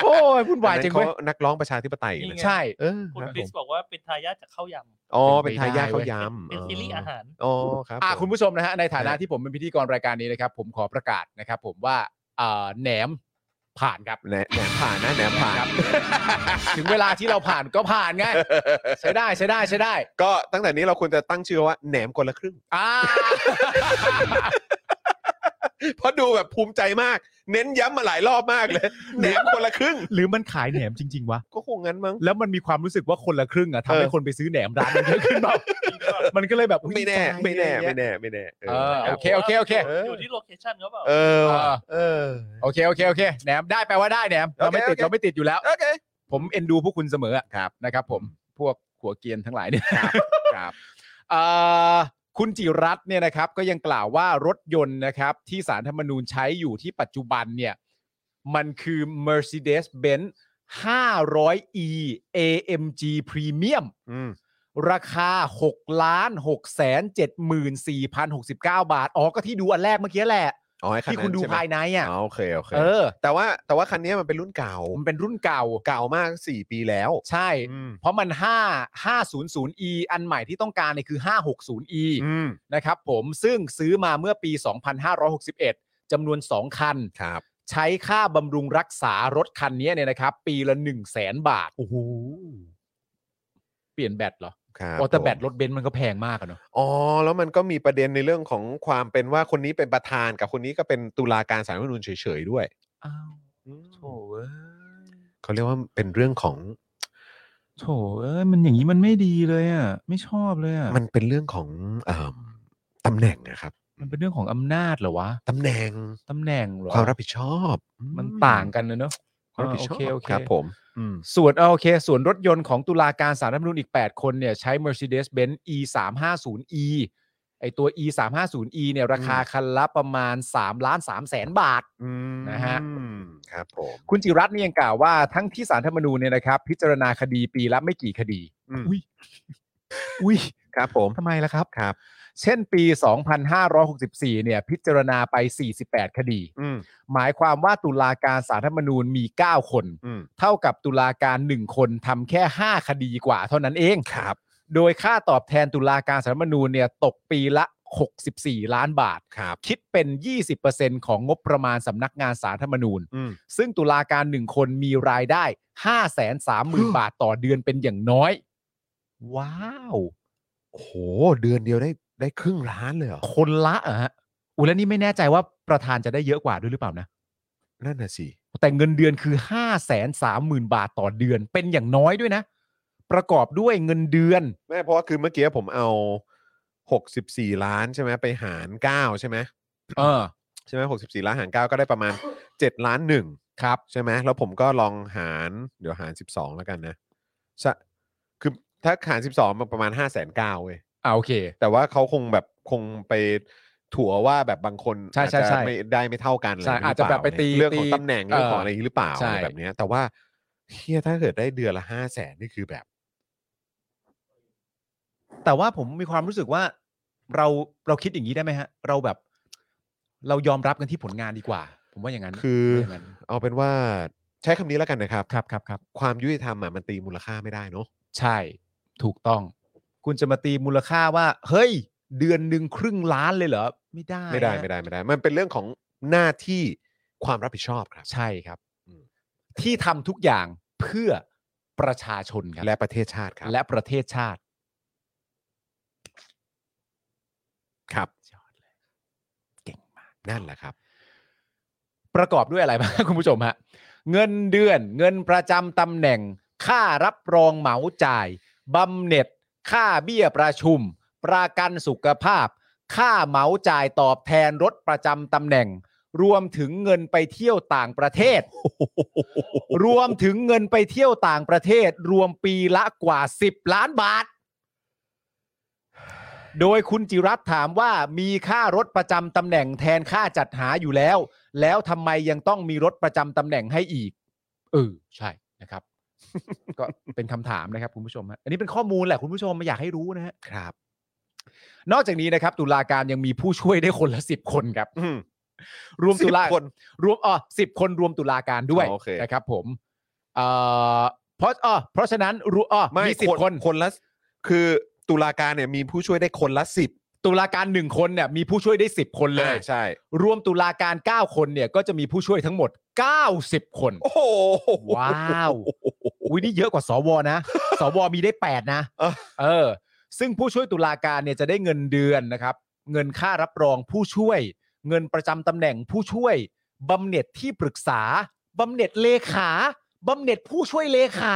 [SPEAKER 3] โอ้ยวุ่นวาย
[SPEAKER 2] อันนั้น
[SPEAKER 3] จริงเว้ย
[SPEAKER 2] ขนักร้องประชาธิปไตยนะ
[SPEAKER 3] ใช่
[SPEAKER 2] เออ
[SPEAKER 8] คุณ
[SPEAKER 2] ครับ
[SPEAKER 8] บิ
[SPEAKER 2] ผม
[SPEAKER 8] สบอกว่าเป็นทายาทจากข้าวยำ
[SPEAKER 2] อ๋อ
[SPEAKER 3] เป็
[SPEAKER 2] เป็น
[SPEAKER 3] น
[SPEAKER 2] ทา
[SPEAKER 3] ไป
[SPEAKER 2] ยาท
[SPEAKER 3] ได้
[SPEAKER 2] ข้าวยำ
[SPEAKER 8] เป็นซีรีส์อาหาร
[SPEAKER 2] อ๋อครับ
[SPEAKER 3] อ่ะ
[SPEAKER 2] ผม
[SPEAKER 3] คุณผู้ชมนะฮะในฐานะ
[SPEAKER 2] ฮะ
[SPEAKER 3] ที่ผมเป็นพิธีกรรายการนี้นะครับ ผมขอประกาศนะครับผมว่าเอ่อแหนมผ่านครับ
[SPEAKER 2] แหนมแหนมผ่านนะแหนมผ่าน
[SPEAKER 3] ถึงเวลาที่เราผ่านก็ผ่านไงใช้ได้ใช้ได้ใช้ได้
[SPEAKER 2] ก็ตั้งแต่นี้เราควรจะตั้งชื่อว่าแหนมคนละครึ่ง
[SPEAKER 3] อ่า
[SPEAKER 2] เพราะดูแบบภูมิใจมาก เน้นย้ำมาหลายรอบมากเลย แหนมคนละครึ่ง
[SPEAKER 3] หรือมันขายแหนมจริง ๆ วะ
[SPEAKER 2] ก็คงงั้นมั้ง
[SPEAKER 3] แล้วมันมีความรู้สึกว่าคนละครึ่งอะ
[SPEAKER 2] เอ
[SPEAKER 3] ทำ
[SPEAKER 2] อ
[SPEAKER 3] ให้คนไปซื้อแหนมร้านมันเยอะขึ้นแบบ มันก็เลยแบบอุ๊ย
[SPEAKER 2] ไม่แน่
[SPEAKER 3] ใจ
[SPEAKER 2] ไม่แน่
[SPEAKER 3] อะรเงี้
[SPEAKER 2] ไม่
[SPEAKER 3] ย
[SPEAKER 2] แน่ ไม่แน่
[SPEAKER 3] เออ
[SPEAKER 2] ครับ
[SPEAKER 3] โอเคโอเคโอเค
[SPEAKER 8] ยู่ที่โลเคชั่นเขาเปล่า
[SPEAKER 2] เออว่ะ
[SPEAKER 3] เออ
[SPEAKER 2] เออ
[SPEAKER 3] โอเคโอเคโอเคแหนมได้แปลว่าได้แหนมเราไม่ติด
[SPEAKER 2] โอเคโอเค
[SPEAKER 3] เราไม่ติดอยู่แล้ว
[SPEAKER 2] โอเค
[SPEAKER 3] ผมเอ็นดูพวกคุณเสมออะ
[SPEAKER 2] ครับ
[SPEAKER 3] นะครับ ผมพวกขัวเกรียนทั้งหลายเนี่ย
[SPEAKER 2] ครับ
[SPEAKER 3] เอ่อคุณจิรัตน์เนี่ยนะครับ ก็ยังกล่าวว่ารถยนต์นะครับ ที่สารธรรมนูญใช้อยู่ที่ปัจจุบันเนี่ย มันคือ Mercedes-Benz 500e AMG Premium
[SPEAKER 2] อืม
[SPEAKER 3] ราคา6ล้าน6แสน74,069 บาท อ๋อ ก็ที่ดูอันแรกเมื่อกี้แหละ
[SPEAKER 2] อ๋อไอ้คัน
[SPEAKER 3] ที่
[SPEAKER 2] นั้น
[SPEAKER 3] คุณดู
[SPEAKER 2] ใช่ไหม
[SPEAKER 3] ภายในอ่ะ
[SPEAKER 2] อ๋อโอเค โอเค
[SPEAKER 3] เออ
[SPEAKER 2] แต่ว่าแต่ว่าคันนี้มันเป็นรุ่นเก่า
[SPEAKER 3] มันเป็นรุ่นเก่า
[SPEAKER 2] เก่ามาก 4 ปีแล้ว
[SPEAKER 3] ใช่
[SPEAKER 2] อืม
[SPEAKER 3] เพราะมัน 5 500e อันใหม่ที่ต้องการเนี่ยคือ 560e
[SPEAKER 2] อืม
[SPEAKER 3] นะครับผม ซึ่งซื้อมาเมื่อปี 2561จำนวน 2 คัน
[SPEAKER 2] ครับ
[SPEAKER 3] ใช้ค่าบำรุงรักษารถคันนี้เนี่ยนะครับ ปีละ 1 0 0 0 0แสนบาท โอ้โห เปลี่ยนแบตเหรอ
[SPEAKER 2] ครับ
[SPEAKER 3] โอ้แต่
[SPEAKER 2] ผม
[SPEAKER 3] แบตรถเบนซ์มันก็แพงมากอะเนอะ
[SPEAKER 2] อ๋อ แล้วมันก็มีประเด็นในเรื่องของความเป็นว่าคนนี้เป็นประธานกับคนนี้ก็เป็นตุลาการสารรัฐธรรมนูญเฉยๆด้วย
[SPEAKER 3] อ้าวโถเอ้ย
[SPEAKER 2] เขาเรียกว่าเป็นเรื่องของ
[SPEAKER 3] โถเอ้ยมันอย่างนี้มันไม่ดีเลยอ่ะ ไม่ชอบเลยอ่ะ
[SPEAKER 2] มันเป็นเรื่องของเอิ่มตำแหน่งนะครับ
[SPEAKER 3] มันเป็นเรื่องของอำนาจเหรอวะ
[SPEAKER 2] ตำแหน่ง
[SPEAKER 3] ตำแหน่งเหรอ
[SPEAKER 2] ความรับผิดชอบ
[SPEAKER 3] มันต่างกันนะเนอะ
[SPEAKER 2] ความรับผิดชอบ
[SPEAKER 3] เออโอเคโอเค
[SPEAKER 2] ครับผม อืม
[SPEAKER 3] ส่วนเออโอเค ส่วนรถยนต์ของตุลาการสารรัฐธรรมนูญอีก 8 คนเนี่ยใช้ Mercedes-Benz E 3 5 0 E ไอตัว E 3 5 0 E เนี่ยราคาคันละประมาณ3ล้าน3แสนบาท
[SPEAKER 2] อืม
[SPEAKER 3] นะฮะ
[SPEAKER 2] ครับผม
[SPEAKER 3] คุณจิรัตน์เนี่ยยังกล่าวว่าทั้งที่สารธรรมนูญเนี่ยนะครับ พิจารณาคดีปีละไม่กี่คดี
[SPEAKER 2] อืม
[SPEAKER 3] อุ๊ย อุ้ย
[SPEAKER 2] ครับผม
[SPEAKER 3] ทำไมล่ะครับ
[SPEAKER 2] ครับ
[SPEAKER 3] เช่นปี 2564 เนี่ย พิจารณาไป 48 คดี
[SPEAKER 2] อืม
[SPEAKER 3] หมายความว่าตุลาการสารธรรมนูญมี 9 คน
[SPEAKER 2] อืม
[SPEAKER 3] เท่ากับตุลาการ 1 คนทำแค่ 5 คดีกว่าเท่านั้นเอง
[SPEAKER 2] ครับ
[SPEAKER 3] โดยค่าตอบแทนตุลาการสารธรรมนูญเนี่ย ตกปีละ 64 ล้านบาท
[SPEAKER 2] ครับ
[SPEAKER 3] คิดเป็น 20%ของงบประมาณสำนักงานสารธรรมนูญ
[SPEAKER 2] อืม
[SPEAKER 3] ซึ่งตุลาการ 1 คนมีรายได้ 5 3 0 0 0 0 บาทต่อเดือนเป็นอย่างน้อย ว้าว
[SPEAKER 2] โอ้โห เดือนเดียวได้ได้ครึ่งล้านเลยเหรอ
[SPEAKER 3] คนละเหรอะฮะอุยแล้วนี่ไม่แน่ใจว่าประธานจะได้เยอะกว่าด้วยหรือเปล่านะ
[SPEAKER 2] นั่นน่ะสิ
[SPEAKER 3] แต่เงินเดือนคือ 5 3 0 0 0 0 บาทต่อเดือนเป็นอย่างน้อยด้วยนะ ประกอบด้วยเงินเดือน
[SPEAKER 2] แม่เพราะว่าคือเมื่อกี้ผมเอา 64 ล้านใช่ไหมไปหาร 9 ใช่ไหม
[SPEAKER 3] เออ
[SPEAKER 2] ใช่ไหม64 ล้านหาร 9 ก็ได้ประมาณ 7 ล้านหนึ่ง
[SPEAKER 3] ครับ
[SPEAKER 2] ใช่ไหมแล้วผมก็ลองหารเดี๋ยวหาร 12 แล้วกันนะใช่คือถ้าหาร 12 มันประมาณ 5 9 0 0 0เว้ย
[SPEAKER 3] อ่าโอเค
[SPEAKER 2] แต่ว่าเขาคงแบบคงไปถั่วว่าแบบบางคน
[SPEAKER 3] ใช่ใช่
[SPEAKER 2] อาจจะ
[SPEAKER 3] ใช่
[SPEAKER 2] ไม่ได้ไม่เท่ากัน
[SPEAKER 3] ใช่
[SPEAKER 2] ไร
[SPEAKER 3] อาจจะแบบไปตี
[SPEAKER 2] เรื่องของ
[SPEAKER 3] ตี
[SPEAKER 2] ตำแหน่งเรื่องของอะไรอย่างนี้หรือเปล่า
[SPEAKER 3] ใช่
[SPEAKER 2] อะไรแบบเนี้ยแต่ว่าเฮียถ้าเกิดได้เดือนละห้าแสนนี่คือแบบ
[SPEAKER 3] แต่ว่าผมมีความรู้สึกว่าเราเราคิดอย่างนี้ได้ไหมฮะ เราแบบ เรายอมรับกันที่ผลงานดีกว่า ผมว่าอย่างนั้น
[SPEAKER 2] คือ
[SPEAKER 3] ผมว่าย่างนั้น
[SPEAKER 2] เอาเป็นว่าใช้คำนี้แล้วกันนะครับ
[SPEAKER 3] ครับครับครับ
[SPEAKER 2] ความยุติธรรมอ่ะมันตีมูลค่าไม่ได้เนาะ
[SPEAKER 3] ใช่ถูกต้อง คุณจะมาตีมูลค่าว่า เฮ้ย เดือนหนึ่งครึ่งล้านเลยเหรอ ไม่ได้
[SPEAKER 2] ไม่ได้
[SPEAKER 3] นะ
[SPEAKER 2] ไม่ได้ไม่ได้ มันเป็นเรื่องของหน้าที่ความรับผิดชอบครับ
[SPEAKER 3] ใช่ครับ
[SPEAKER 2] อืม
[SPEAKER 3] ที่ทำทุกอย่างเพื่อประชาชนครับ
[SPEAKER 2] และประเทศชาติครับ
[SPEAKER 3] และประเทศชาติ
[SPEAKER 2] ครับ
[SPEAKER 3] เก่งมาก
[SPEAKER 2] นั่นแหละครับ
[SPEAKER 3] ประกอบด้วยอะไรบ้าง คุณผู้ชมฮะเงินเดือน เงินประจำตำแหน่ง ค่ารับรองเหมาจ่ายบำเหน็จ ค่าเบี้ยประชุม ประกันสุขภาพ ค่าเหมาจ่ายตอบแทนรถประจำตำแหน่ง รวมถึงเงินไปเที่ยวต่างประเทศ รวมถึงเงินไปเที่ยวต่างประเทศ รวมปีละกว่า 10 ล้านบาท โดยคุณจิรัตน์ถามว่ามีค่ารถประจำตำแหน่งแทนค่าจัดหาอยู่แล้ว แล้วทำไมยังต้องมีรถประจำตำแหน่งให้อีก เออ ใช่นะครับ ก็เป็นคำถามนะครับคุณผู้ชมฮะอันนี้เป็นข้อมูลแหละคุณผู้ชมอยากให้รู้นะฮะ
[SPEAKER 2] ครับ
[SPEAKER 3] นอกจากนี้นะครับ ตุลาการยังมีผู้ช่วยได้คนละสิบคนครับ
[SPEAKER 2] อืม
[SPEAKER 3] รวมตุลา
[SPEAKER 2] สิบคน
[SPEAKER 3] รวมอ๋อสิบคนรวมตุลาการด้วย
[SPEAKER 2] อ๋อโอเค
[SPEAKER 3] นะครับผมเอ่อเพราะอ๋อเพราะฉะนั้นรู้อ๋อ
[SPEAKER 2] ไม่
[SPEAKER 3] มีสิบ
[SPEAKER 2] ค
[SPEAKER 3] คน น
[SPEAKER 2] คนละคือตุลาการเนี่ยมีผู้ช่วยได้คนละสิบ
[SPEAKER 3] ตุลาการหนึ่งคนเนี่ยมีผู้ช่วยได้สิบคนเลย
[SPEAKER 2] ใช่
[SPEAKER 3] รวมตุลาการ 9 คนเนี่ยก็จะมีผู้ช่วยทั้งหมด 90 คน
[SPEAKER 2] โอ้โห
[SPEAKER 3] ว้าวอุ้ยนี่เยอะกว่าสวนะ สวมีได้ 8 นะ
[SPEAKER 2] เออ
[SPEAKER 3] เออ ซึ่งผู้ช่วยตุลาการเนี่ยจะได้เงินเดือนนะครับ เงินค่ารับรองผู้ช่วย เงินประจำตำแหน่งผู้ช่วยบำเหน็จที่ปรึกษาบำเหน็จเลขาบำเหน็จผู้ช่วยเลขา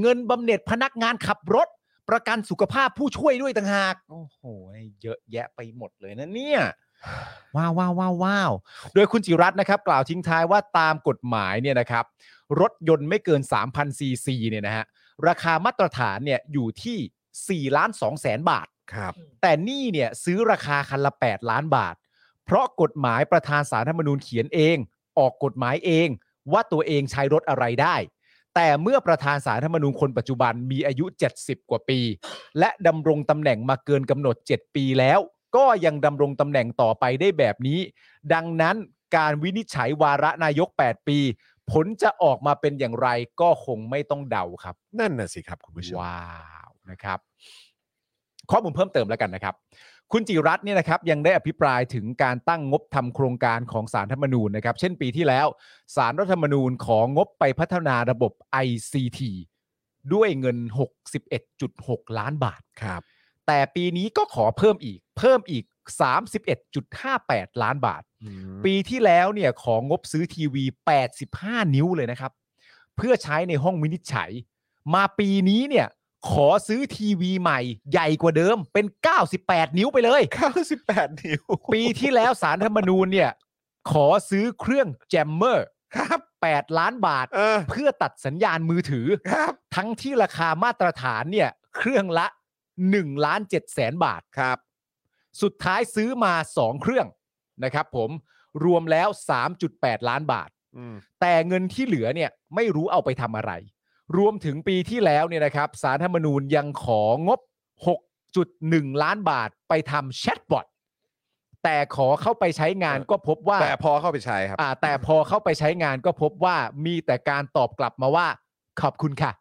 [SPEAKER 3] เงินบำเหน็จพนักงานขับรถ ประกันสุขภาพผู้ช่วยด้วยต่างหาก โอ้โห เยอะแยะไปหมดเลยนะเนี่ย ว้าวว้าวว้าวว้าวโดยคุณจิรัตน์นะครับ กล่าวทิ้งท้ายว่าตามกฎหมายเนี่ยนะครับ รถยนต์ไม่เกิน 3,000 ซีซีเนี่ยนะฮะ ราคามาตรฐานเนี่ยอยู่ที่ 4 ล้าน2แสนบาท
[SPEAKER 2] ครับ
[SPEAKER 3] แต่นี่เนี่ยซื้อราคาคันละ 8 ล้านบาท เพราะกฎหมายประธานสารรัฐธรรมนูญเขียนเอง ออกกฎหมายเอง ว่าตัวเองใช้รถอะไรได้ แต่เมื่อประธานสารรัฐธรรมนูญคนปัจจุบันมีอายุ 70 กว่าปี และดำรงตำแหน่งมาเกินกำหนด 7 ปีแล้ว ก็ยังดำรงตำแหน่งต่อไปได้แบบนี้ ดังนั้นการวินิจฉัยวาระนายก 8 ปี ผลจะออกมาเป็นอย่างไรก็คงไม่ต้องเดาครับ
[SPEAKER 2] นั่นน่ะสิครับคุณผู้ชม
[SPEAKER 3] ว้าวนะครับ ข้อมูลเพิ่มเติมแล้วกันนะครับ คุณจิรัตน์เนี่ยนะครับยังได้อภิปรายถึงการตั้งงบทำโครงการของสารรัฐธรรมนูญนะครับ เช่นปีที่แล้ว สารรัฐธรรมนูญของงบไปพัฒนาระบบ ICT ด้วยเงิน 61.6 ล้านบาท
[SPEAKER 2] ครับ
[SPEAKER 3] แต่ปีนี้ก็ขอเพิ่มอีก เพิ่มอีก 31.58 ล้านบาท ปีที่แล้วเนี่ยของงบซื้อทีวี 85 นิ้วเลยนะครับ เพื่อใช้ในห้องวินิจฉัย มาปีนี้เนี่ยขอซื้อทีวีใหม่ใหญ่กว่าเดิมเป็น 98 นิ้วไปเลย
[SPEAKER 2] 98 นิ้ว
[SPEAKER 3] ปีที่แล้วสารธรรมนูญเนี่ยขอซื้อเครื่องแจมเมอร์ครับ8ล้านบาท
[SPEAKER 2] เออ
[SPEAKER 3] เพื่อตัดสัญญาณมือถือ
[SPEAKER 2] ครับ
[SPEAKER 3] ทั้งที่ราคามาตรฐานเนี่ยเครื่องละ1ล้าน7แสนบาท
[SPEAKER 2] ครับ
[SPEAKER 3] สุดท้ายซื้อมา 2 เครื่องนะครับผมรวมแล้ว 3.8 ล้านบาท
[SPEAKER 2] อืม
[SPEAKER 3] แต่เงินที่เหลือเนี่ยไม่รู้เอาไปทำอะไร รวมถึงปีที่แล้วเนี่ยนะครับสารธรรมนูญยังของบ 6.1 ล้านบาทไปทำแชทบอทแต่ขอเข้าไปใช้งาน
[SPEAKER 2] เออ
[SPEAKER 3] ก็พบว่า
[SPEAKER 2] แต่พอเข้าไปใช้ครับ
[SPEAKER 3] อ่าแต่พอเข้าไปใช้งานก็พบว่ามีแต่การตอบกลับมาว่า ขอบคุณค่ะ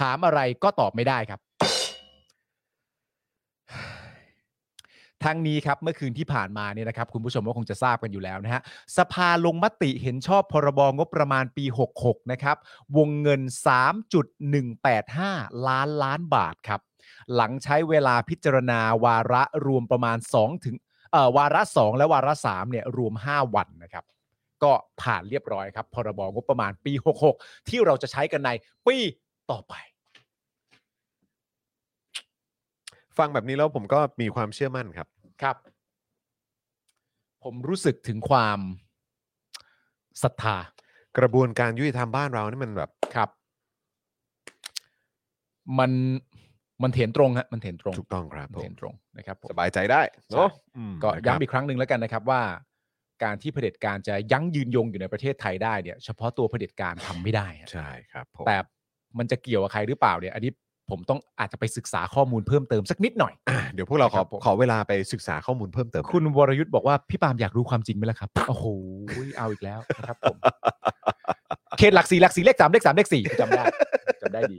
[SPEAKER 3] ถามอะไรก็ตอบไม่ได้ครับ ทั้งนี้ครับเมื่อคืนที่ผ่านมาเนี่ยนะครับคุณผู้ชมก็คงจะทราบกันอยู่แล้วนะฮะสภาลงมติเห็นชอบพรบงบประมาณปี 66 นะครับ วงเงิน 3.185 ล้านล้านบาทครับ หลังใช้เวลาพิจารณาวาระรวมประมาณ 2 ถึงเอ่อวาระ 2 และวาระ3เนี่ยรวม 5 วันนะครับ ก็ผ่านเรียบร้อยครับพรบงบประมาณปี 66 ที่เราจะใช้กันในปีต่อไป
[SPEAKER 2] ฟังแบบนี้แล้วผมก็มีความเชื่อมั่นครับ
[SPEAKER 3] ครับ ผมรู้สึกถึงความศรัทธาก
[SPEAKER 2] ระบวนการยุติธรรมบ้านเรานี่มันแบบ
[SPEAKER 3] ครับ มันมันเถียนตรงฮะมันเถียนตรง
[SPEAKER 2] ถูกต้องครับ
[SPEAKER 3] มัน
[SPEAKER 2] ผ
[SPEAKER 3] เถี
[SPEAKER 2] ม
[SPEAKER 3] ยนตรงนะครับผม
[SPEAKER 2] สบายใจได้เนอะ
[SPEAKER 3] ใช่
[SPEAKER 2] อืม
[SPEAKER 3] ก็
[SPEAKER 2] นะครับ
[SPEAKER 3] ย้ำอีกครั้งหนึ่งแล้วกันนะครับว่า การที่เผด็จการจะยั้งยืนยงอยู่ในประเทศไทยได้เนี่ย เฉพาะตัวเผด็จการทำไม่ได้ฮะ
[SPEAKER 2] ใช่ครับผม
[SPEAKER 3] แต่มันจะเกี่ยวกับใครหรือเปล่าเนี่ย อันนี้ผมต้องอาจจะไปศึกษาข้อมูลเพิ่มเติมสักนิดหน่อย
[SPEAKER 2] อ่ะเดี๋ยวพวกเราข
[SPEAKER 3] ค
[SPEAKER 2] อ
[SPEAKER 3] รับผม
[SPEAKER 2] ขอเวลาไปศึกษาข้อมูลเพิ่มเติม
[SPEAKER 3] คุณวรยุทธ์บอกว่าพี่ปาล์มอยากรู้ความจริงไหมล่ะครับ โอ้โหเอาอีกแล้วนะครับผม เขตหลักสี่หลักสี่เลขสามเลขสามเลขสี่จำได้จำได้ดี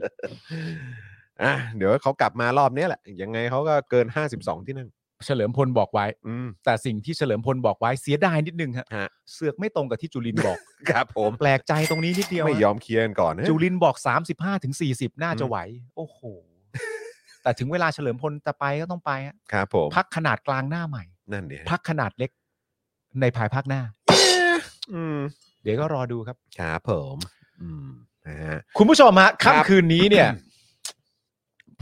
[SPEAKER 2] อ่ะเดี๋ยวเขากลับมารอบเนี้ยแหละ ยังไงเขาก็เกิน 52 ที่นั่ง
[SPEAKER 3] เฉลิมพลบอกไว้
[SPEAKER 2] อืม
[SPEAKER 3] แต่สิ่งที่เฉลิมพลบอกไว้เสียดายนิดนึงฮะ
[SPEAKER 2] ฮะ
[SPEAKER 3] เสือกไม่ตรงกับที่จุลินบอก
[SPEAKER 2] ครับผม
[SPEAKER 3] แปลกใจตรงนี้นิดเดียว
[SPEAKER 2] ไม่
[SPEAKER 3] ฮะ
[SPEAKER 2] ยอมเคลียร์กันก่อนนะ
[SPEAKER 3] จุลินบอก 35ถึง40 น่าจะ
[SPEAKER 2] อืม
[SPEAKER 3] ไหว โอ้โห แต่ถึงเวลาเฉลิมพลจะไปก็ต้องไปฮะ
[SPEAKER 2] ครับผม
[SPEAKER 3] พักขนาดกลางหน้าใหม่
[SPEAKER 2] นั่นเดียว
[SPEAKER 3] พักขนาดเล็ก ในภายภาคหน้า
[SPEAKER 2] อืม
[SPEAKER 3] เดี๋ยวก็รอดูครับ
[SPEAKER 2] ครับผม อืมนะ ฮะ
[SPEAKER 3] คุณผู้ชมฮะ
[SPEAKER 2] ครับ
[SPEAKER 3] ค่ำคืนนี้เนี่ย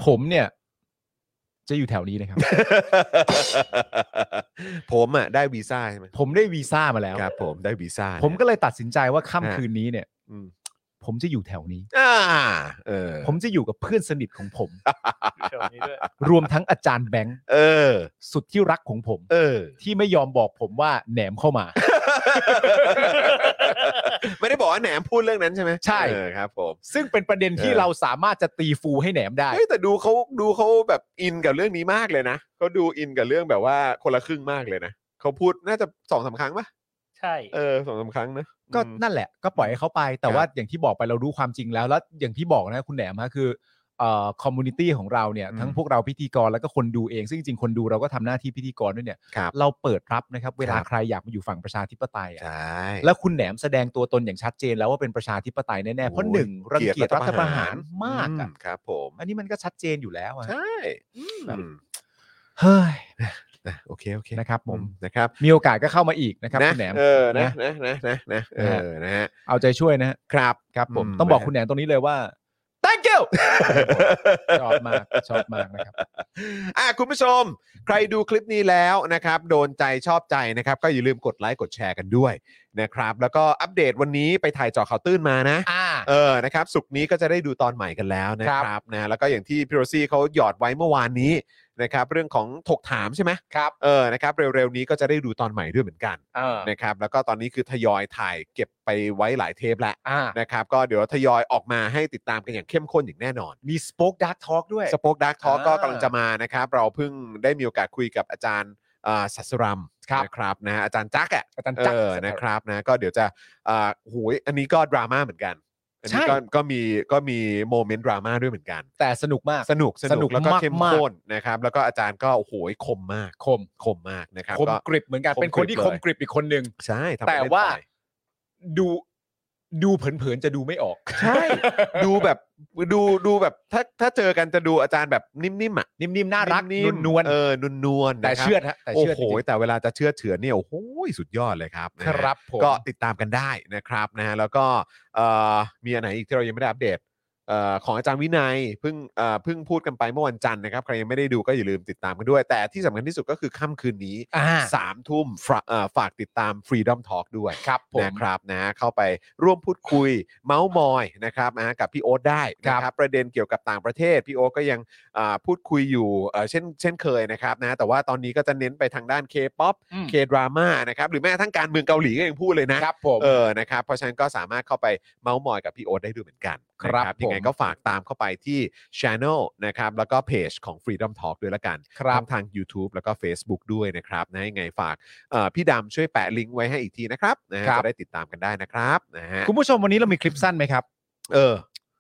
[SPEAKER 3] ผมเนี่ย จะอยู่แถวนี้ นะครับ
[SPEAKER 2] ผมอ่ะได้วีซ่าใช่ไหม
[SPEAKER 3] ผมได้วีซ่ามาแล้ว
[SPEAKER 2] ครับผมได้วีซ่า
[SPEAKER 3] ผมก็
[SPEAKER 2] เนี่ย
[SPEAKER 3] เลยตัดสินใจว่า
[SPEAKER 2] ฮะ
[SPEAKER 3] ค่ำคืนนี้เนี่ย
[SPEAKER 2] อืม
[SPEAKER 3] ผมจะอยู่แถวนี้
[SPEAKER 2] อ่าเออ
[SPEAKER 3] ผมจะอยู่กับเพื่อนสนิทของผม
[SPEAKER 8] แถวนี้ด้วย
[SPEAKER 3] รวมทั้งอาจารย์แบงค์
[SPEAKER 2] เออ
[SPEAKER 3] สุดที่รักของผม
[SPEAKER 2] เออ
[SPEAKER 3] ที่ไม่ยอมบอกผมว่าแหนมเข้ามา
[SPEAKER 2] ไม่ได้บอกว่าแหนมพูดเรื่องนั้นใช่ไหม
[SPEAKER 3] ใช่
[SPEAKER 2] เออครับ ผม
[SPEAKER 3] ซึ่งเป็นประเด็นที่
[SPEAKER 2] เออ
[SPEAKER 3] เราสามารถจะตีฟูให้แหนมได้
[SPEAKER 2] เฮ้ยแต่ดูเขาดูเขาแบบอินกับเรื่องนี้มากเลยนะเขาดูอินกับเรื่องแบบว่าคนละครึ่งมากเลยนะเขาพูดน่าจะสองสามครั้งปะ
[SPEAKER 8] ใช่
[SPEAKER 2] เออสองสามครั้งนะ
[SPEAKER 3] ก็
[SPEAKER 2] อืม
[SPEAKER 3] นั่นแหละก็ปล่อยให้เขาไป แต่
[SPEAKER 2] ครับ
[SPEAKER 3] ว่าอย่างที่บอกไปเรารู้ความจริงแล้ว แล้วอย่างที่บอกนะคุณแหนมฮะคือเอ่อคอมมูนิตี้ของเราเนี่ย
[SPEAKER 2] อืม
[SPEAKER 3] ทั้งพวกเราพิธีกรแล้วก็คนดูเอง ซึ่งจริงๆคนดูเราก็ทำหน้าที่พิธีกรด้วยเนี่ย
[SPEAKER 2] ครับ
[SPEAKER 3] เราเปิดรับนะครับ เวลา
[SPEAKER 2] ครับ
[SPEAKER 3] ใครอยากมาอยู่ฝั่งประชาธิปไตย
[SPEAKER 2] ใช
[SPEAKER 3] อะ
[SPEAKER 2] ่
[SPEAKER 3] แล้วคุณแหนมแสดงตัวตนอย่างชัดเจนแล้วว่าเป็นประชาธิปไตยแน่ๆเพราะ
[SPEAKER 2] โอ้ย
[SPEAKER 3] หนึ่งรังเกียจรัฐประหารมาก
[SPEAKER 2] อื
[SPEAKER 3] อะ
[SPEAKER 2] ครับ ผม
[SPEAKER 3] อันนี้มันก็ชัดเจนอยู่แล้วอะ
[SPEAKER 2] ใช่อืม
[SPEAKER 3] เฮ้ย
[SPEAKER 2] นะโอเคโอเค
[SPEAKER 3] นะครับผม
[SPEAKER 2] อืนะครับ
[SPEAKER 3] มีโอกาสก็เข้ามาอีกนะครับ
[SPEAKER 2] นะ
[SPEAKER 3] คุณแหนม
[SPEAKER 2] เออนะนะนะนะนะเอ
[SPEAKER 3] นะฮะ
[SPEAKER 2] อนะฮะ
[SPEAKER 3] เอาใจช่วยนะฮะ
[SPEAKER 2] ครับ
[SPEAKER 3] ครับผม
[SPEAKER 2] อืม
[SPEAKER 3] ต้องบอก
[SPEAKER 2] นะฮะ
[SPEAKER 3] คุณแหนนตรงนี้เลยว่า thank you ชอบมากชอบมากนะครับ
[SPEAKER 2] อ่ะคุณผู้ชม ใครดูคลิปนี้แล้วนะครับ โดนใจชอบใจนะครับ ก็อย่าลืมกดไลค์กดแชร์กันด้วยนะครับ แล้วก็อัปเดตวันนี้ไปถ่ายเจอข่าวตื้นมานะ
[SPEAKER 3] อ่า
[SPEAKER 2] เออ นะครับ สุกร์นี้ก็จะได้ดูตอนใหม่กันแล้วนะค
[SPEAKER 3] ครั
[SPEAKER 2] รับบ นะ แล้วก็อย่างที่พี่โรซี่เขาหยอดไว้เมื่อวานนี้นะครับ เรื่องของถกถามใช่ไหม
[SPEAKER 3] ครับ
[SPEAKER 2] เออ นะครับ เร็วๆนี้ก็จะได้ดูตอนใหม่ด้วยเหมือนกัน
[SPEAKER 3] เออ
[SPEAKER 2] นะครับ แล้วก็ตอนนี้คือทยอยถ่ายเก็บไปไว้หลายเทปแล้ว
[SPEAKER 3] อ่า
[SPEAKER 2] นะครับ ก็เดี๋ยวทยอยออกมาให้ติดตามกันอย่างเข้มข้นอย่างแน่นอน
[SPEAKER 3] มีสป็อคดักทอล์กด้วย
[SPEAKER 2] สป็อคดักทอ
[SPEAKER 3] อ่าก
[SPEAKER 2] ก็ำลังจะมานะครับ เราเพิ่งได้มีโอกาสคุยกับอาจารย์อ่าสัสรัม
[SPEAKER 3] ครับ
[SPEAKER 2] นะครับนะฮะอาจารย์จักอะ
[SPEAKER 3] อาจารย์
[SPEAKER 2] เอ
[SPEAKER 3] จักร
[SPEAKER 2] อนะครับนะก็เดี๋ยวจะอ่าโหยอันนี้ก็ดราม่าเหมือนกันอันนี้
[SPEAKER 3] ใช่
[SPEAKER 2] ก็ก็มีก็มีโมเมนต์ดราม่าด้วยเหมือนกัน
[SPEAKER 3] แต่สนุกมาก
[SPEAKER 2] สนุกส
[SPEAKER 3] สนุ
[SPEAKER 2] นุก
[SPEAKER 3] ก
[SPEAKER 2] แล้วก็
[SPEAKER 3] มาก
[SPEAKER 2] เข้มข้นนะครับ แล้วก็อาจารย์ก็โอ้โหยคมมาก
[SPEAKER 3] คม
[SPEAKER 2] คมมากนะครับ
[SPEAKER 3] คม
[SPEAKER 2] ก็
[SPEAKER 3] กริบเหมือนกัน
[SPEAKER 2] คม
[SPEAKER 3] เป็นคนที่
[SPEAKER 2] กริ
[SPEAKER 3] ค
[SPEAKER 2] บเลย
[SPEAKER 3] มกริบอีกคนหนึ่ง
[SPEAKER 2] ใช่ทำ
[SPEAKER 3] แต่
[SPEAKER 2] เล่น
[SPEAKER 3] ว่า
[SPEAKER 2] ไป
[SPEAKER 3] ดูดูเผินๆจะดูไม่ออก
[SPEAKER 2] ใช่ ดูแบบดูดูแบบถ้าถ้าเจอกันจะดูอาจารย์แบบนิ่มๆอ่ะ
[SPEAKER 3] นิ่มๆ น่ารัก
[SPEAKER 2] นิ่มๆ
[SPEAKER 3] นวล
[SPEAKER 2] เออนวลๆ
[SPEAKER 3] แต่
[SPEAKER 2] นะครับ
[SPEAKER 3] เชื่อดฮะแต่
[SPEAKER 2] โอ้
[SPEAKER 3] เชื่อดจ
[SPEAKER 2] โห
[SPEAKER 3] ริง
[SPEAKER 2] แต่เวลาจะเชื่อเฉือนเนี่ยโอ้โหสุดยอดเลยครับ
[SPEAKER 3] ๆ
[SPEAKER 2] นะ
[SPEAKER 3] ค
[SPEAKER 2] ฮะ
[SPEAKER 3] รับผม
[SPEAKER 2] ก็ติดตามกันได้นะครับนะฮะแล้วก็เอ่อมีอันไหนอีกที่เรายังไม่ได้อัปเดตเอ่อของอาจารย์วินัยเพิ่งเอ่อเพิ่งพูดกันไปเมื่อวันจันทร์นะครับ ใครยังไม่ได้ดูก็อย่าลืมติดตามกันด้วย แต่ที่สำคัญที่สุดก็คือค่ำคืนนี้
[SPEAKER 3] อ่า
[SPEAKER 2] สามทุ่มฝาเอ่อฝากติดตาม Freedom Talk ด้วย
[SPEAKER 3] ครับผม
[SPEAKER 2] นะครับนะฮะเข้าไปร่วมพูดคุยเมาส์มอยนะครับนะฮะกับพี่โอ๊ตได้นะค
[SPEAKER 3] ครั
[SPEAKER 2] รับบ ประเด็นเกี่ยวกับต่างประเทศพี่โอ๊ตก็ยัง อ่าพูดคุยอยู่เอ่อเช่นเช่นเคยนะครับนะแต่ว่าตอนนี้ก็จะเน้นไปทางด้าน K-POP
[SPEAKER 3] อืม
[SPEAKER 2] K-drama นะครับหรือแม้กระทั้งการเมืองเกาหลีก็ยังพูดเลยนะครับ
[SPEAKER 3] ผม
[SPEAKER 2] เออนะครับเพราะฉะนั้นก็สามารถเข้าไปเมาส์มอยกับพี่โอ๊ตได้ด้วยเหมือนกัน
[SPEAKER 3] ครับ
[SPEAKER 2] นะ
[SPEAKER 3] ผม
[SPEAKER 2] ยังไงก็ฝากตามเข้าไปที่ Channel นะครับแล้วก็เพจของ Freedom Talk ด้วยละกัน
[SPEAKER 3] ครับ
[SPEAKER 2] ทั้งทาง YouTube แล้วก็ Facebook ด้วยนะครับนะยังไงฝากเอ่อพี่ดำช่วยแปะลิงก์ไว้ให้อีกทีนะครับนะฮะ
[SPEAKER 3] ครับ
[SPEAKER 2] จะได้ติดตามกันได้นะครับนะฮะ
[SPEAKER 3] คุณผู้ชมวันนี้เรามีคลิปสั้นไหมครับ
[SPEAKER 2] เออ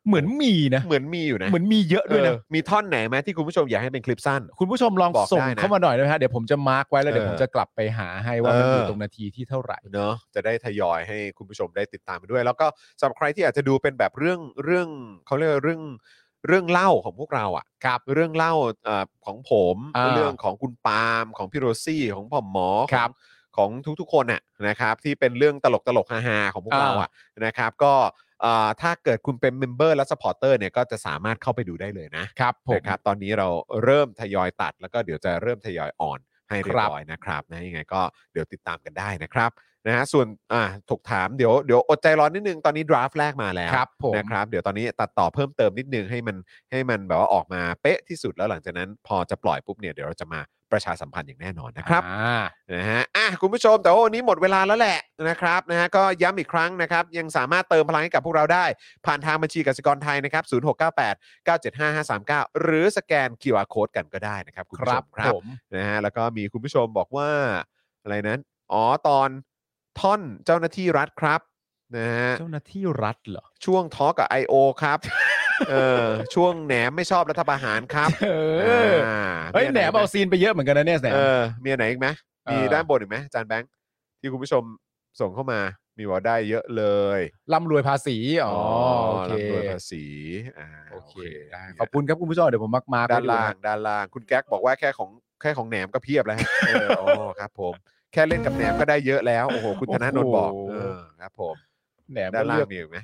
[SPEAKER 3] เหมือนมีนะ
[SPEAKER 2] เหมือนมีอยู่นะ
[SPEAKER 3] เหมือนมีเยอะด้วยนะ
[SPEAKER 2] เออมีท่อนไหนไหมที่คุณผู้ชมอยากให้เป็นคลิปสั้น
[SPEAKER 3] คุณผู้ชมลอง
[SPEAKER 2] บอก
[SPEAKER 3] ส่ง
[SPEAKER 2] ได้นะ
[SPEAKER 3] เข้ามาหน่อยนะฮะเดี๋ยวผมจะมาร์กไว้แล้วเดี๋ยว
[SPEAKER 2] เอ
[SPEAKER 3] ผ
[SPEAKER 2] อ
[SPEAKER 3] มจะกลับไปหาให้ว่ามัน
[SPEAKER 2] เอออ
[SPEAKER 3] อยู่ตรงนาทีที่เท่าไหร่
[SPEAKER 2] เนอะจะได้ทยอยให้คุณผู้ชมได้ติดตามไปด้วย แล้วก็สำหรับใครที่อาจจะดูเป็นแบบเรื่องเรื่องเขาเรียกว่าเรื่องเรื่องเล่าของพวกเราอ่ะครับเรื่องเล่าเออของผม
[SPEAKER 3] อ่า
[SPEAKER 2] เรื่องของคุณปาล์มของพี่โรซี่ของพ่อหมอ
[SPEAKER 3] ครับ
[SPEAKER 2] ของของทุกๆคนน่ะนะครับที่เป็นเรื่องตลกตลกๆฮาๆของพวกเราอ่ะนะครับก็เอ่อถ้าเกิดคุณเป็นเมมเบอร์และสปอร์เตอร์เนี่ยก็จะสามารถเข้าไปดูได้เลยนะ
[SPEAKER 3] ครับผม
[SPEAKER 2] นะครับตอนนี้เราเริ่มทยอยตัด แล้วก็เดี๋ยวจะเริ่มทยอยอ่อนให้เรีย
[SPEAKER 3] ครับ บ
[SPEAKER 2] ร้อยนะครับนะยังไงก็เดี๋ยวติดตามกันได้นะครับนะฮะส่วนอ่าถกถามเดี๋ยวเดี๋ยวอดใจร้อนนิดนึง ตอนนี้ดราฟแรกมาแล้ว
[SPEAKER 3] ครับผม
[SPEAKER 2] นะครับเดี๋ยวตอนนี้ตัดต่อเพิ่มเติมนิดนึงให้มันให้มันแบบว่าออกมาเป๊ะที่สุดแล้วหลังจากนั้นพอจะปล่อยปุ๊บเนี่ยเดี๋ยวเราจะมาประชาสัมพันธ์อย่างแน่นอนนะครับ
[SPEAKER 3] อ่า
[SPEAKER 2] นะฮะอ่ะคุณผู้ชมแต่ว่าวันนี้หมดเวลาแล้วแหละนะครับนะฮะก็ย้ำอีกครั้งนะครับ ยังสามารถเติมพลังให้กับพวกเราได้ ผ่านทางบัญชีกสิกรไทยนะครับ 0698 975 539 หรือสแกน QR Code กันก็ได้นะครับคุณ
[SPEAKER 3] ค
[SPEAKER 2] ผู้ช
[SPEAKER 3] รับ
[SPEAKER 2] มครับ
[SPEAKER 3] ผม
[SPEAKER 2] นะฮะแล้วก็มีคุณผู้ชมบอกว่าอะไรนั้น อ๋อ ตอนท่อนเจ้าหน้าที่รัฐครับนะฮะ
[SPEAKER 3] เจ้าหน้าที่รัฐเหรอ
[SPEAKER 2] ช่วงทอกับ I.O. ครับ เออช่วงแหนมไม่ชอบรัฐประหารครับ
[SPEAKER 3] เออ
[SPEAKER 2] า
[SPEAKER 3] เฮ้ย
[SPEAKER 2] มี
[SPEAKER 3] แหน
[SPEAKER 2] อะ
[SPEAKER 3] ม
[SPEAKER 2] ไรไหม
[SPEAKER 3] เอาซีนไปเยอะเหมือนกันนะเนี่ยแหนม
[SPEAKER 2] เออมีอันไหนอีกไหม
[SPEAKER 3] เออ
[SPEAKER 2] มีด้านบนอีกไหมอาจานแบงค์ที่คุณผู้ชมส่งเข้ามา มีบอกได้เยอะเลย
[SPEAKER 3] ร่ำรวยภาษีอ๋อโอเค
[SPEAKER 2] รับด้วยภาษีอ่า
[SPEAKER 3] โอเคได้ขอบคุณครับคุณผู้ชมเดี๋ยวผมมาร์กมา
[SPEAKER 2] ด้านล่างด้านล่าง คุณแก๊กบอกว่าแค่ของแค่ของแหนมก็เพียบแล้วฮะเอออ๋อครับผม แค่เล่นกับแหนมก็ได้เยอะแล้ว โอ้โห คุณธนาโนนบอก เออครับผม
[SPEAKER 3] แหนม
[SPEAKER 2] ด้า
[SPEAKER 3] ก็
[SPEAKER 2] นล่า
[SPEAKER 3] เลือก
[SPEAKER 2] งมีอีกไหม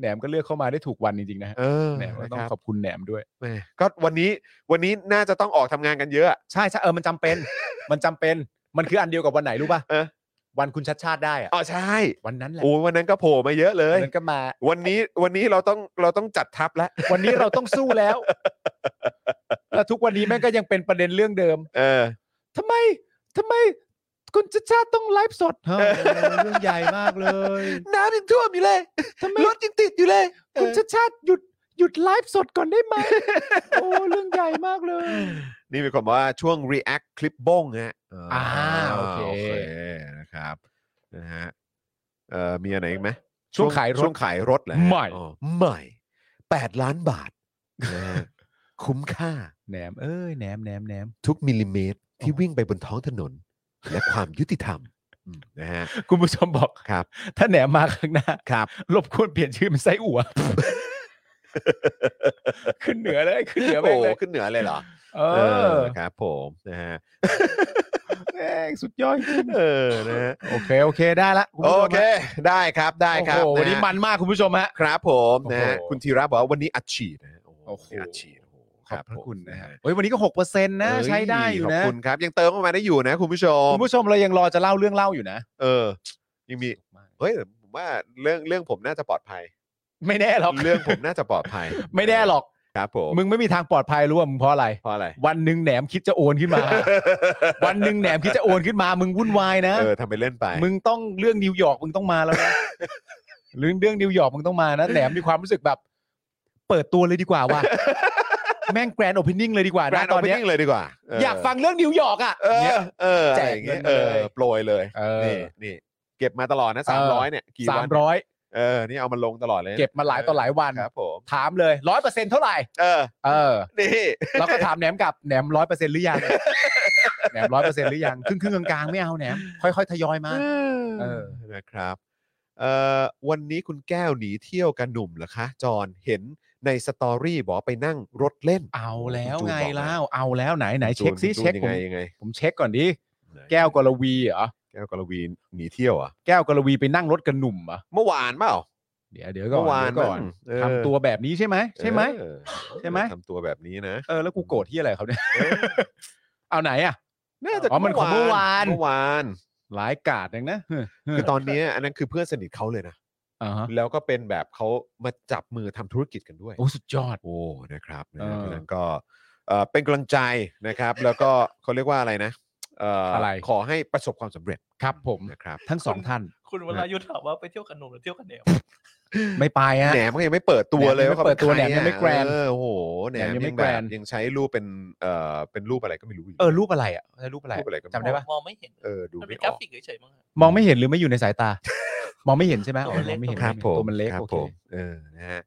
[SPEAKER 3] แหนมก็เลือกเข้ามาได้ถูกวันจริงๆนะฮะ
[SPEAKER 2] เออ
[SPEAKER 3] แหนมก็
[SPEAKER 2] นะ
[SPEAKER 3] ต้อ
[SPEAKER 2] ค
[SPEAKER 3] ง
[SPEAKER 2] รับ
[SPEAKER 3] ขอบคุณแหนมด้วย
[SPEAKER 2] แหมก็วันนี้วันนี้น่าจะต้องออกทำงานกันเยอะ
[SPEAKER 3] ใช่ใช่เออมันจำ เป็น มันจำเป็นมันคืออันเดียวกับวันไหนรู้ป่ะ
[SPEAKER 2] เออ
[SPEAKER 3] วันคุณชัดชาติได้อะ
[SPEAKER 2] อ๋อใช่
[SPEAKER 3] วันนั้นแหละ
[SPEAKER 2] โอ้ยวันนั้นก็โผล่มาเยอะเลย
[SPEAKER 3] มันก็มา
[SPEAKER 2] วันนี้วันนี้เราต้องเราต้องจัดทัพแล้ว
[SPEAKER 3] วันนี้เราต้องสู้ แล้ว แล้วทุกวันนี้แม่งก็ยังเป็นประเด็นเรื่องเดิม
[SPEAKER 2] เออ
[SPEAKER 3] ทำไมทำไม คุณชัดชาติต้องไลฟ์สดเฮ้ยเรื่องใหญ่มาก เลย
[SPEAKER 2] น้ำยังท่วมอยู่เลย
[SPEAKER 3] ทำไม
[SPEAKER 2] รถยังติดอยู่เลย
[SPEAKER 3] คุณชาชาติหยุดหยุดไลฟ์สดก่อนได้ ไหม โอ้เรื่องใหญ่มากเลย
[SPEAKER 2] นี่มีคนบอกว่าช่วง react คลิปบ้งฮะ
[SPEAKER 3] อ่าโอเค
[SPEAKER 2] นะครับนะฮะเอ่อมีอะไรอีกไหม
[SPEAKER 3] ช่วงขายร
[SPEAKER 2] ช่
[SPEAKER 3] ถ
[SPEAKER 2] วงขายรถแหละ
[SPEAKER 3] ใหม่
[SPEAKER 2] ใหม่แปดล้านบาทนะฮะ คุ้มค่า
[SPEAKER 3] แหนมเอ้ยแหนมแหนมแหนม
[SPEAKER 2] ทุกมิลลิเมตรที่
[SPEAKER 3] โอ้
[SPEAKER 2] วิ่งไปบนท้องถนน และความยุติธรรมอืมนะฮะ
[SPEAKER 3] คุณผู้ชมบอก
[SPEAKER 2] ครับ
[SPEAKER 3] ถ้าแหนมมาข้างหน้า
[SPEAKER 2] ครับ
[SPEAKER 3] รบกวนเปลี่ยนชื่อเป็นไส้อั่ว ขึ้นเหนือเลยขึ้นเหนือไป
[SPEAKER 2] โอ้
[SPEAKER 3] เลย
[SPEAKER 2] ขึ้นเหนือเลยเหรอ
[SPEAKER 3] เอ
[SPEAKER 2] เอ
[SPEAKER 3] อ
[SPEAKER 2] ครับ ผมนะฮะ
[SPEAKER 3] แม่งสุดยอดจริง
[SPEAKER 2] เออนะฮะ
[SPEAKER 3] โอเคโอเคได้ละณ
[SPEAKER 2] โอ
[SPEAKER 3] ผู้ชม
[SPEAKER 2] เค
[SPEAKER 3] ฮะ
[SPEAKER 2] ได้ครับได้ครับ
[SPEAKER 3] โอ้โหวันนี้
[SPEAKER 2] ะฮะ
[SPEAKER 3] มันมากคุณผู้ชมฮะ
[SPEAKER 2] ครับผม
[SPEAKER 3] โอ้โห
[SPEAKER 2] นะฮะคุณธีระบอกว่าวันนี้อัดฉีดนะฮะ
[SPEAKER 3] โอ้โห
[SPEAKER 2] วันนี้อัดฉีดโอ้โห
[SPEAKER 3] ขอบพระ
[SPEAKER 2] ผม
[SPEAKER 3] คุณนะฮะ
[SPEAKER 2] ฮ
[SPEAKER 3] เฮ้ยวันนี้ก็หกเปอร์เซ็นต์นะ
[SPEAKER 2] เ
[SPEAKER 3] ใช้ได้อยู่
[SPEAKER 2] ขอ
[SPEAKER 3] นะ
[SPEAKER 2] บคุณครับ ยังเติมเข้ามาได้อยู่นะคุณผู้ชม
[SPEAKER 3] คุณผู้ชมเรายังรอจะเล่าเรื่องเล่าอยู่นะ
[SPEAKER 2] เออ ยังมีเฮ้ยแต่ผมว่าเรื่องเรื่องผมน่าจะปลอดภัย
[SPEAKER 3] ไม่แน่หรอก
[SPEAKER 2] เรื่องผมน่าจะปลอดภัย
[SPEAKER 3] ไม่แน่หรอก
[SPEAKER 2] ครับผม
[SPEAKER 3] มึงไม่มีทางปลอดภัยรู้ว่ามึงเพราะอะไร
[SPEAKER 2] เพราะอะไร
[SPEAKER 3] วันหนึ่งแหนมคิดจะโอน ขึ้นมา วันหนึ่งแหนมคิดจะโอนขึ้นมา มึงวุ่นวายนะ
[SPEAKER 2] เออทำไปเล่นไป
[SPEAKER 3] มึงต้องเรื่องนิวยอร์กมึงต้องมาแล้วนะเรื่องเรื่องนิวยอร์กมึงต้องมานะแหนมมีความรู้สึกแบบ เปิดตัวเลยดีกว่า ว่ะแม่งแกรนด์โอเพนนิ่งเลยดีกว่า
[SPEAKER 2] แบร
[SPEAKER 3] นะ
[SPEAKER 2] นด์อ
[SPEAKER 3] ต
[SPEAKER 2] อ
[SPEAKER 3] อน
[SPEAKER 2] เพน
[SPEAKER 3] เนี้ย
[SPEAKER 2] นิ่งเลยดีกว่าเ
[SPEAKER 3] อยากฟังเรื่องนิวยอร์กอ่ะ
[SPEAKER 2] เอ
[SPEAKER 3] เนี่
[SPEAKER 2] อย เออ
[SPEAKER 3] แจก
[SPEAKER 2] อะไรอย่างเงี้ย
[SPEAKER 3] เงิน
[SPEAKER 2] เอ
[SPEAKER 3] เลย
[SPEAKER 2] อโปรยเลย
[SPEAKER 3] เออ
[SPEAKER 2] นี่นี่เก็บมาตลอดนะสามร้อยเนี่ยกี่
[SPEAKER 3] สา
[SPEAKER 2] วั
[SPEAKER 3] ม
[SPEAKER 2] น
[SPEAKER 3] ร้อย
[SPEAKER 2] เออนี่เอามาลงตลอดเลยนะ
[SPEAKER 3] เก็บมาหลายต่อหลายวัน
[SPEAKER 2] ครับผม
[SPEAKER 3] ถามเลยร้อยเปอร์เซ็นต์เท่าไหร่
[SPEAKER 2] เออ
[SPEAKER 3] เอ อ
[SPEAKER 2] นี่
[SPEAKER 3] เราก็ถามแหนมกลับแหนมร้อยเปอร์เซ็นต์หรือยังแหนมร้อยเปอร์เซ็นต์หรือยังครึ่งครึ่งๆกลางๆไม่เอาแหนมค่อยๆทยอยมา เออ
[SPEAKER 2] นะครับเอ่อวันนี้คุณแก้วหนีเที่ยวกันหนุ่มเหรอคะ จอนเห็นในสตอรี่บอกว่าไปนั่งรถเล่น
[SPEAKER 3] เอาแล้ว
[SPEAKER 2] คุณจูน
[SPEAKER 3] ไง
[SPEAKER 2] บอกมา
[SPEAKER 3] แล้วเอาแล้วไหนไหน
[SPEAKER 2] จู
[SPEAKER 3] เช็คซิ
[SPEAKER 2] ณจูน
[SPEAKER 3] เช็ค
[SPEAKER 2] ยัง
[SPEAKER 3] ผม
[SPEAKER 2] ไงยังไง
[SPEAKER 3] ผมเช็คก่อนดิ
[SPEAKER 2] ไหน
[SPEAKER 3] แก้วกรวีเหรอ
[SPEAKER 2] แก้วกรวีหนีเที่ยวอ่ะ
[SPEAKER 3] แก้วกรวีไปนั่งรถกับหนุ่มเหรอ
[SPEAKER 2] เมื่อวานเปล่า
[SPEAKER 3] เดี๋ยวเดี๋ยวก่อน
[SPEAKER 2] เมื่อวาน
[SPEAKER 3] เดี๋ยวก่อน
[SPEAKER 2] มั้งเออ
[SPEAKER 3] ทำตัวแบบนี้ใช่ไหมใช่ไหม
[SPEAKER 2] เออ
[SPEAKER 3] ใช่ไหม
[SPEAKER 2] ทำตัวแบบนี้นะ
[SPEAKER 3] เออแล้วกูโกรธที่อะไรเขาเนี่ย เอาไหนอ่ะ
[SPEAKER 2] น่าจะ
[SPEAKER 3] อ๋อมันของเมื่อวาน
[SPEAKER 2] เมื่อวาน
[SPEAKER 3] หลายกาดอย่างนะเฮ้ย
[SPEAKER 2] คือตอนเนี้ยอันนั้นคือเพื่อนสนิทเขาเลยนะ
[SPEAKER 3] อ่าฮะ
[SPEAKER 2] แล้วก็เป็นแบบเขามาจับมือทำธุรกิจกันด้วย
[SPEAKER 3] โอ้สุดยอด
[SPEAKER 2] โอ้ นะครับนะ
[SPEAKER 3] เออ
[SPEAKER 2] เพราะฉะนั้นก็เอ่อเป็นกำลังใจนะครับ แล้วก็เขาเรียกว่าอะไรนะเ
[SPEAKER 3] ะไร
[SPEAKER 2] ขอให้ประสบความสำเร็จ
[SPEAKER 3] ครับผม
[SPEAKER 2] นะครับ
[SPEAKER 3] ทั้งสองท่าน
[SPEAKER 8] คุณวรายุทธ์ถามว่าไปเที่ยวกับหนุ่มหรือเที่ยวกับแหนม
[SPEAKER 3] ไม่ไปฮะ
[SPEAKER 2] แหนมก็ยังไม่เปิดตัวเลย
[SPEAKER 3] แหนมยั
[SPEAKER 2] ว่า
[SPEAKER 3] งไม่เปิดตัว
[SPEAKER 2] ขา
[SPEAKER 3] แหนมยังไม่แก
[SPEAKER 2] ใคอะ
[SPEAKER 3] รนด์
[SPEAKER 2] เออโอ้โหแหนม
[SPEAKER 3] แหนมยั
[SPEAKER 2] ยัง
[SPEAKER 3] งไม่
[SPEAKER 2] แบ
[SPEAKER 3] แกร
[SPEAKER 2] บ
[SPEAKER 3] นด์
[SPEAKER 2] ยังใช้รูปเป็นเอ่อเป็นรูปอะไรก็ไม่รู้ยู่
[SPEAKER 3] เออรูปอะไรอ่ะรูปอะไร
[SPEAKER 2] รูปอะไรก็ม่รู้
[SPEAKER 3] จำได้ปะ
[SPEAKER 8] มองไม่เห็น
[SPEAKER 2] เออดู
[SPEAKER 8] มัน
[SPEAKER 2] ไม่
[SPEAKER 8] เป็
[SPEAKER 2] อก
[SPEAKER 8] นรา
[SPEAKER 2] อก
[SPEAKER 8] ฟิกเฉยๆมั้ง
[SPEAKER 3] มองไม่เห็นหรือ ไม่อยู่ในสายตา มองไม่เห็นใช่ไหมอ๋อ
[SPEAKER 8] ตัวมัน
[SPEAKER 3] มอก ง
[SPEAKER 8] เล็
[SPEAKER 3] ไม่เห็น
[SPEAKER 2] ครับผม
[SPEAKER 3] ตัวมันเล็ก
[SPEAKER 2] ครับ
[SPEAKER 3] โอ
[SPEAKER 2] ผ
[SPEAKER 3] เค
[SPEAKER 2] มเออนะฮะ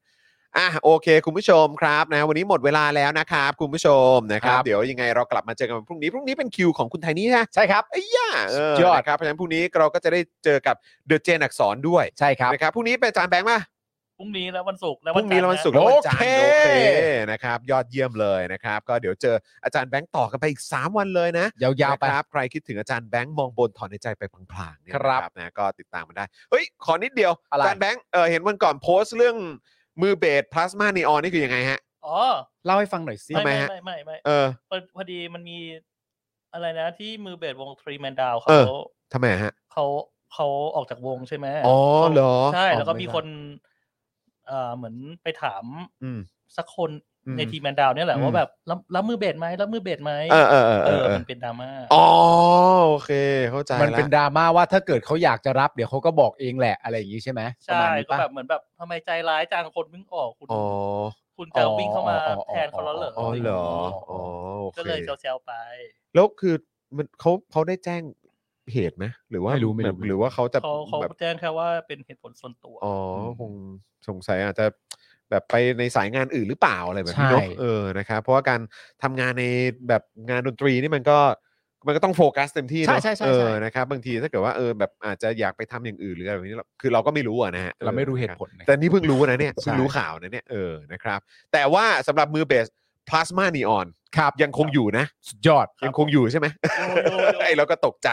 [SPEAKER 2] อ่ะโอเค คุณผู้ชมครับนะวันนี้หมดเวลาแล้วนะครับ คุณผู้ชมนะครั
[SPEAKER 3] ค
[SPEAKER 2] บ
[SPEAKER 3] รับ
[SPEAKER 2] เดี๋ยวยังไงเรากลับมาเจอกันวันพรุ่งนี้พรุ่งนี้เป็นคิวของคุณไทนี่นะ
[SPEAKER 3] ใช่ครับ
[SPEAKER 2] ไอ้ย่าเออย
[SPEAKER 3] อด
[SPEAKER 2] นะครับเพราะฉะนั้นพรุ่งนี้เราก็จะได้เจอกับเดอะเจนอักษรด้วย
[SPEAKER 3] ใช่ครับ
[SPEAKER 2] นะครับพรุ่งนี้เป็นอาจารย์แบงค์ป่ะ
[SPEAKER 8] พรุ่งนี้และวันศุกร์และ
[SPEAKER 2] พ
[SPEAKER 8] วั
[SPEAKER 2] รุ่งนี้และวันศุกร์
[SPEAKER 8] จั
[SPEAKER 2] และ
[SPEAKER 8] ท
[SPEAKER 2] วัน
[SPEAKER 3] โอ
[SPEAKER 2] จันท
[SPEAKER 3] เค
[SPEAKER 2] ร์โอเคนะครับยอดเยี่ยมเลยนะครับ ก็เดี๋ยวเจออาจารย์แบงค์ต่อกันไปอีก 3 วันเลยนะ
[SPEAKER 3] ยาวๆไป
[SPEAKER 2] นะครับใครคิดถึงอาจารย์แบงค์มองบนถอนในใจไปพลางๆเนี่ย
[SPEAKER 3] ครับ
[SPEAKER 2] นะนะก็ติดตามมาได้เฮ้ย ขอนิดเดียว
[SPEAKER 3] อะไร
[SPEAKER 2] อาจารย์แบงค์เออเห็นวันก่อนโพสต์เรื่องมือเบสพลาสมานีออนนี่คือยังไงฮะ
[SPEAKER 8] อ๋อ
[SPEAKER 3] เล่าให้ฟังหน่อยสิ
[SPEAKER 2] ทำไมฮะ
[SPEAKER 8] ไม่ไม่ไม่
[SPEAKER 2] เออ
[SPEAKER 8] พอพอดีมันมีอะไรนะที่มือเบสวงทรีแมนดาวเขา
[SPEAKER 2] เออ ทำไมฮะ
[SPEAKER 8] เขาเขาออกจากวงใช่ไหม
[SPEAKER 2] อ๋อเหรอ
[SPEAKER 8] ใช่แล้วก็
[SPEAKER 3] อ๋อไม่
[SPEAKER 8] มี
[SPEAKER 3] ทราบ
[SPEAKER 8] คนเอ่อเหมือนไปถาม
[SPEAKER 2] อืม
[SPEAKER 8] สักคน
[SPEAKER 2] อืม
[SPEAKER 8] ในทีแมนดาวเนี่ยแหละ
[SPEAKER 2] อืม
[SPEAKER 8] ว่าแบบรับรับมือเบสไหมรับมือเบสไหม
[SPEAKER 2] เออเออเออ
[SPEAKER 8] เอ
[SPEAKER 2] เอ
[SPEAKER 8] อ
[SPEAKER 2] อเออ
[SPEAKER 8] มันเป็นดราม่า
[SPEAKER 2] อ๋อโอเคเข้าใจ
[SPEAKER 3] มัน
[SPEAKER 2] ละ
[SPEAKER 3] เป็นดราม่าว่าถ้าเกิดเขาอยากจะรับเดี๋ยวเขาก็บอกเองแหละอะไรอย่างนี้ใช่ไหมประ
[SPEAKER 8] ใช่
[SPEAKER 3] มาณนี้
[SPEAKER 8] ก็
[SPEAKER 3] ปะ
[SPEAKER 8] แบบเหมือนแบบทำไมใจร้ายจังคนเพิ่งออกคุณ
[SPEAKER 2] อ๋อ
[SPEAKER 8] คุณจะวิ่งเข้ามา
[SPEAKER 3] อ๋ออ๋ออ๋อ
[SPEAKER 8] แทนเขาแล้วเหรอ
[SPEAKER 2] อ๋อเหรออ๋อโอ
[SPEAKER 8] ก็
[SPEAKER 2] เค
[SPEAKER 8] เลยเซลๆไป
[SPEAKER 2] แล้วคือมันเขาเขาได้แจ้งเหตุไหมหรือว่า
[SPEAKER 3] ไม่รู้ไม่รู้
[SPEAKER 2] แบบ
[SPEAKER 3] ไม่รู้
[SPEAKER 2] หรือว่าเขาจะ
[SPEAKER 8] เขาเขา
[SPEAKER 2] แบบ
[SPEAKER 8] แจ้งแค่ว่าเป็นเหตุผลส่วนตัว
[SPEAKER 2] อ๋อคงสงสัยอาจจะแบบไปในสายงานอื่นหรือเปล่าอะไรแบบนี้เนอะ
[SPEAKER 3] ใช่
[SPEAKER 2] เออนะครับเพราะว่าการทำงานในแบบงานดนตรีนี่มันก็มันก็ต้องโฟกัสเต็มที่เนอะ
[SPEAKER 3] ใช่ใช่ใช่
[SPEAKER 2] เอ
[SPEAKER 3] ใช่
[SPEAKER 2] อนะครับบางทีถ้าเกิดว่าเออแบบอาจจะอยากไปทำอย่างอื่นหรืออะไรแบบนี้เราคือเราก็ไม่รู้อะนะฮะ
[SPEAKER 3] เราไม่รู้เห
[SPEAKER 2] อ
[SPEAKER 3] ตุ
[SPEAKER 2] อนะคบ
[SPEAKER 3] ผลนะ
[SPEAKER 2] แต่นี่เพิ่งรู้นะเนี่ย
[SPEAKER 3] ใช่
[SPEAKER 2] เพิ่งรู้ข่าวนะเนี่ยเออนะครับแต่ว่าสำหรับมือเบสพลาสมานีออน
[SPEAKER 3] ครับ
[SPEAKER 2] ยังคงอยู่นะ
[SPEAKER 3] สุดยอด
[SPEAKER 2] ยังคงอยู่ใช่ไหม
[SPEAKER 8] อยู่อยู่อยู่
[SPEAKER 2] ไอ้เราก็ตกใจ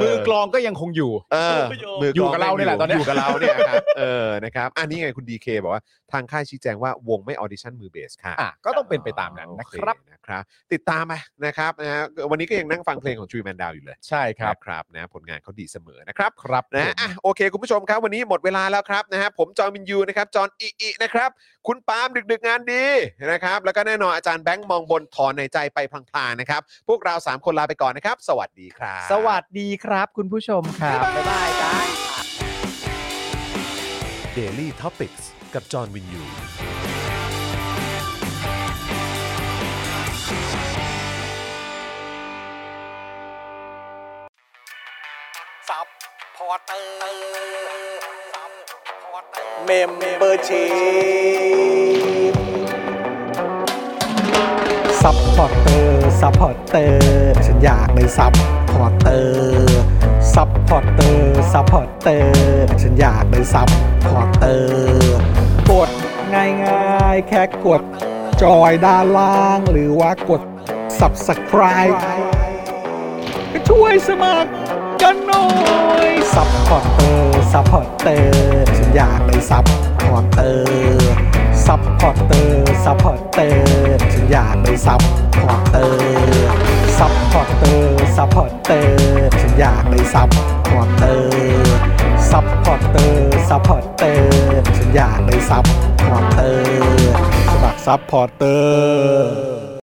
[SPEAKER 2] เ
[SPEAKER 3] มือกลองก็ยังคงอยู่
[SPEAKER 2] เออมื
[SPEAKER 3] อยู่กับเราเนี่ยแหละตอนเนี้ย
[SPEAKER 2] อยู่กับเราเนี่ยครับเออนะครับอันนี้ไงคุณดีเคบอกว่าทางค่ายชี้แจงว่าวงไม่ออดิชั่นมือเบสค่ะ
[SPEAKER 3] อ่ะก็ต้องเป็นไปตามนั้นนะ
[SPEAKER 2] โอเ
[SPEAKER 3] ครับ
[SPEAKER 2] นะครับ ติดตามไปนะครับนะฮะวันนี้ก็ยังนั่งฟังเพลงของ Tree Man Down อยู่เลย
[SPEAKER 3] ใช่ครับ
[SPEAKER 2] นะครับนะผลงานเขาดีเสมอนะครับ
[SPEAKER 3] ครับ
[SPEAKER 2] นะอ่ะโอเค คุณผู้ชมครับ วันนี้หมดเวลาแล้วครับนะฮะผมจอห์นวินยูนะครับจอห์นอิอินะครับ คุณปาล์มดึกๆงานดีนะครับ แล้วก็แน่นอนอาจารย์แบงค์มองบนถอนในใจไปพลางๆนะครับ พวกเราสามคนลาไปก่อนนะครับ สวัสดีครับ
[SPEAKER 3] สวัสดีครับคุณผู้ชมครับ
[SPEAKER 1] Daily Topics กับจอห์นวินยู
[SPEAKER 7] ซับพอร์เตอร์ซับพอร์เตอร์
[SPEAKER 9] เมมเบอร์ชีซัพพอร์เตอร์ซัพพอร์เตอร์ฉันอยากเป็นซัพพอร์เตอร์ซัพพอร์เตอร์ซัพพอร์เตอร์ฉันอยากเป็นซัพพอร์เตอร์กดง่ายๆ แค่กดจอยด้านล่าง หรือว่ากด subscribe ก็ช่วยสมัคร กันหน่อยซัพพอร์เตอร์ซัพพอร์เตอร์ฉันอยากเป็นซัพพอร์เตอร์ซัพพอร์เตอร์ซัพพอร์เตอร์ฉันอยากเป็นซัพพอร์เตอร์ซัพพอร์เตอร์ซัพพอร์เตอร์ฉันอยากเป็นซัพพอร์เตอร์ซัพพอร์เตอร์ซัพพอร์เตอร์ฉันอยากเป็นซัพพอร์เตอร์สมัครซัพพอร์เตอร์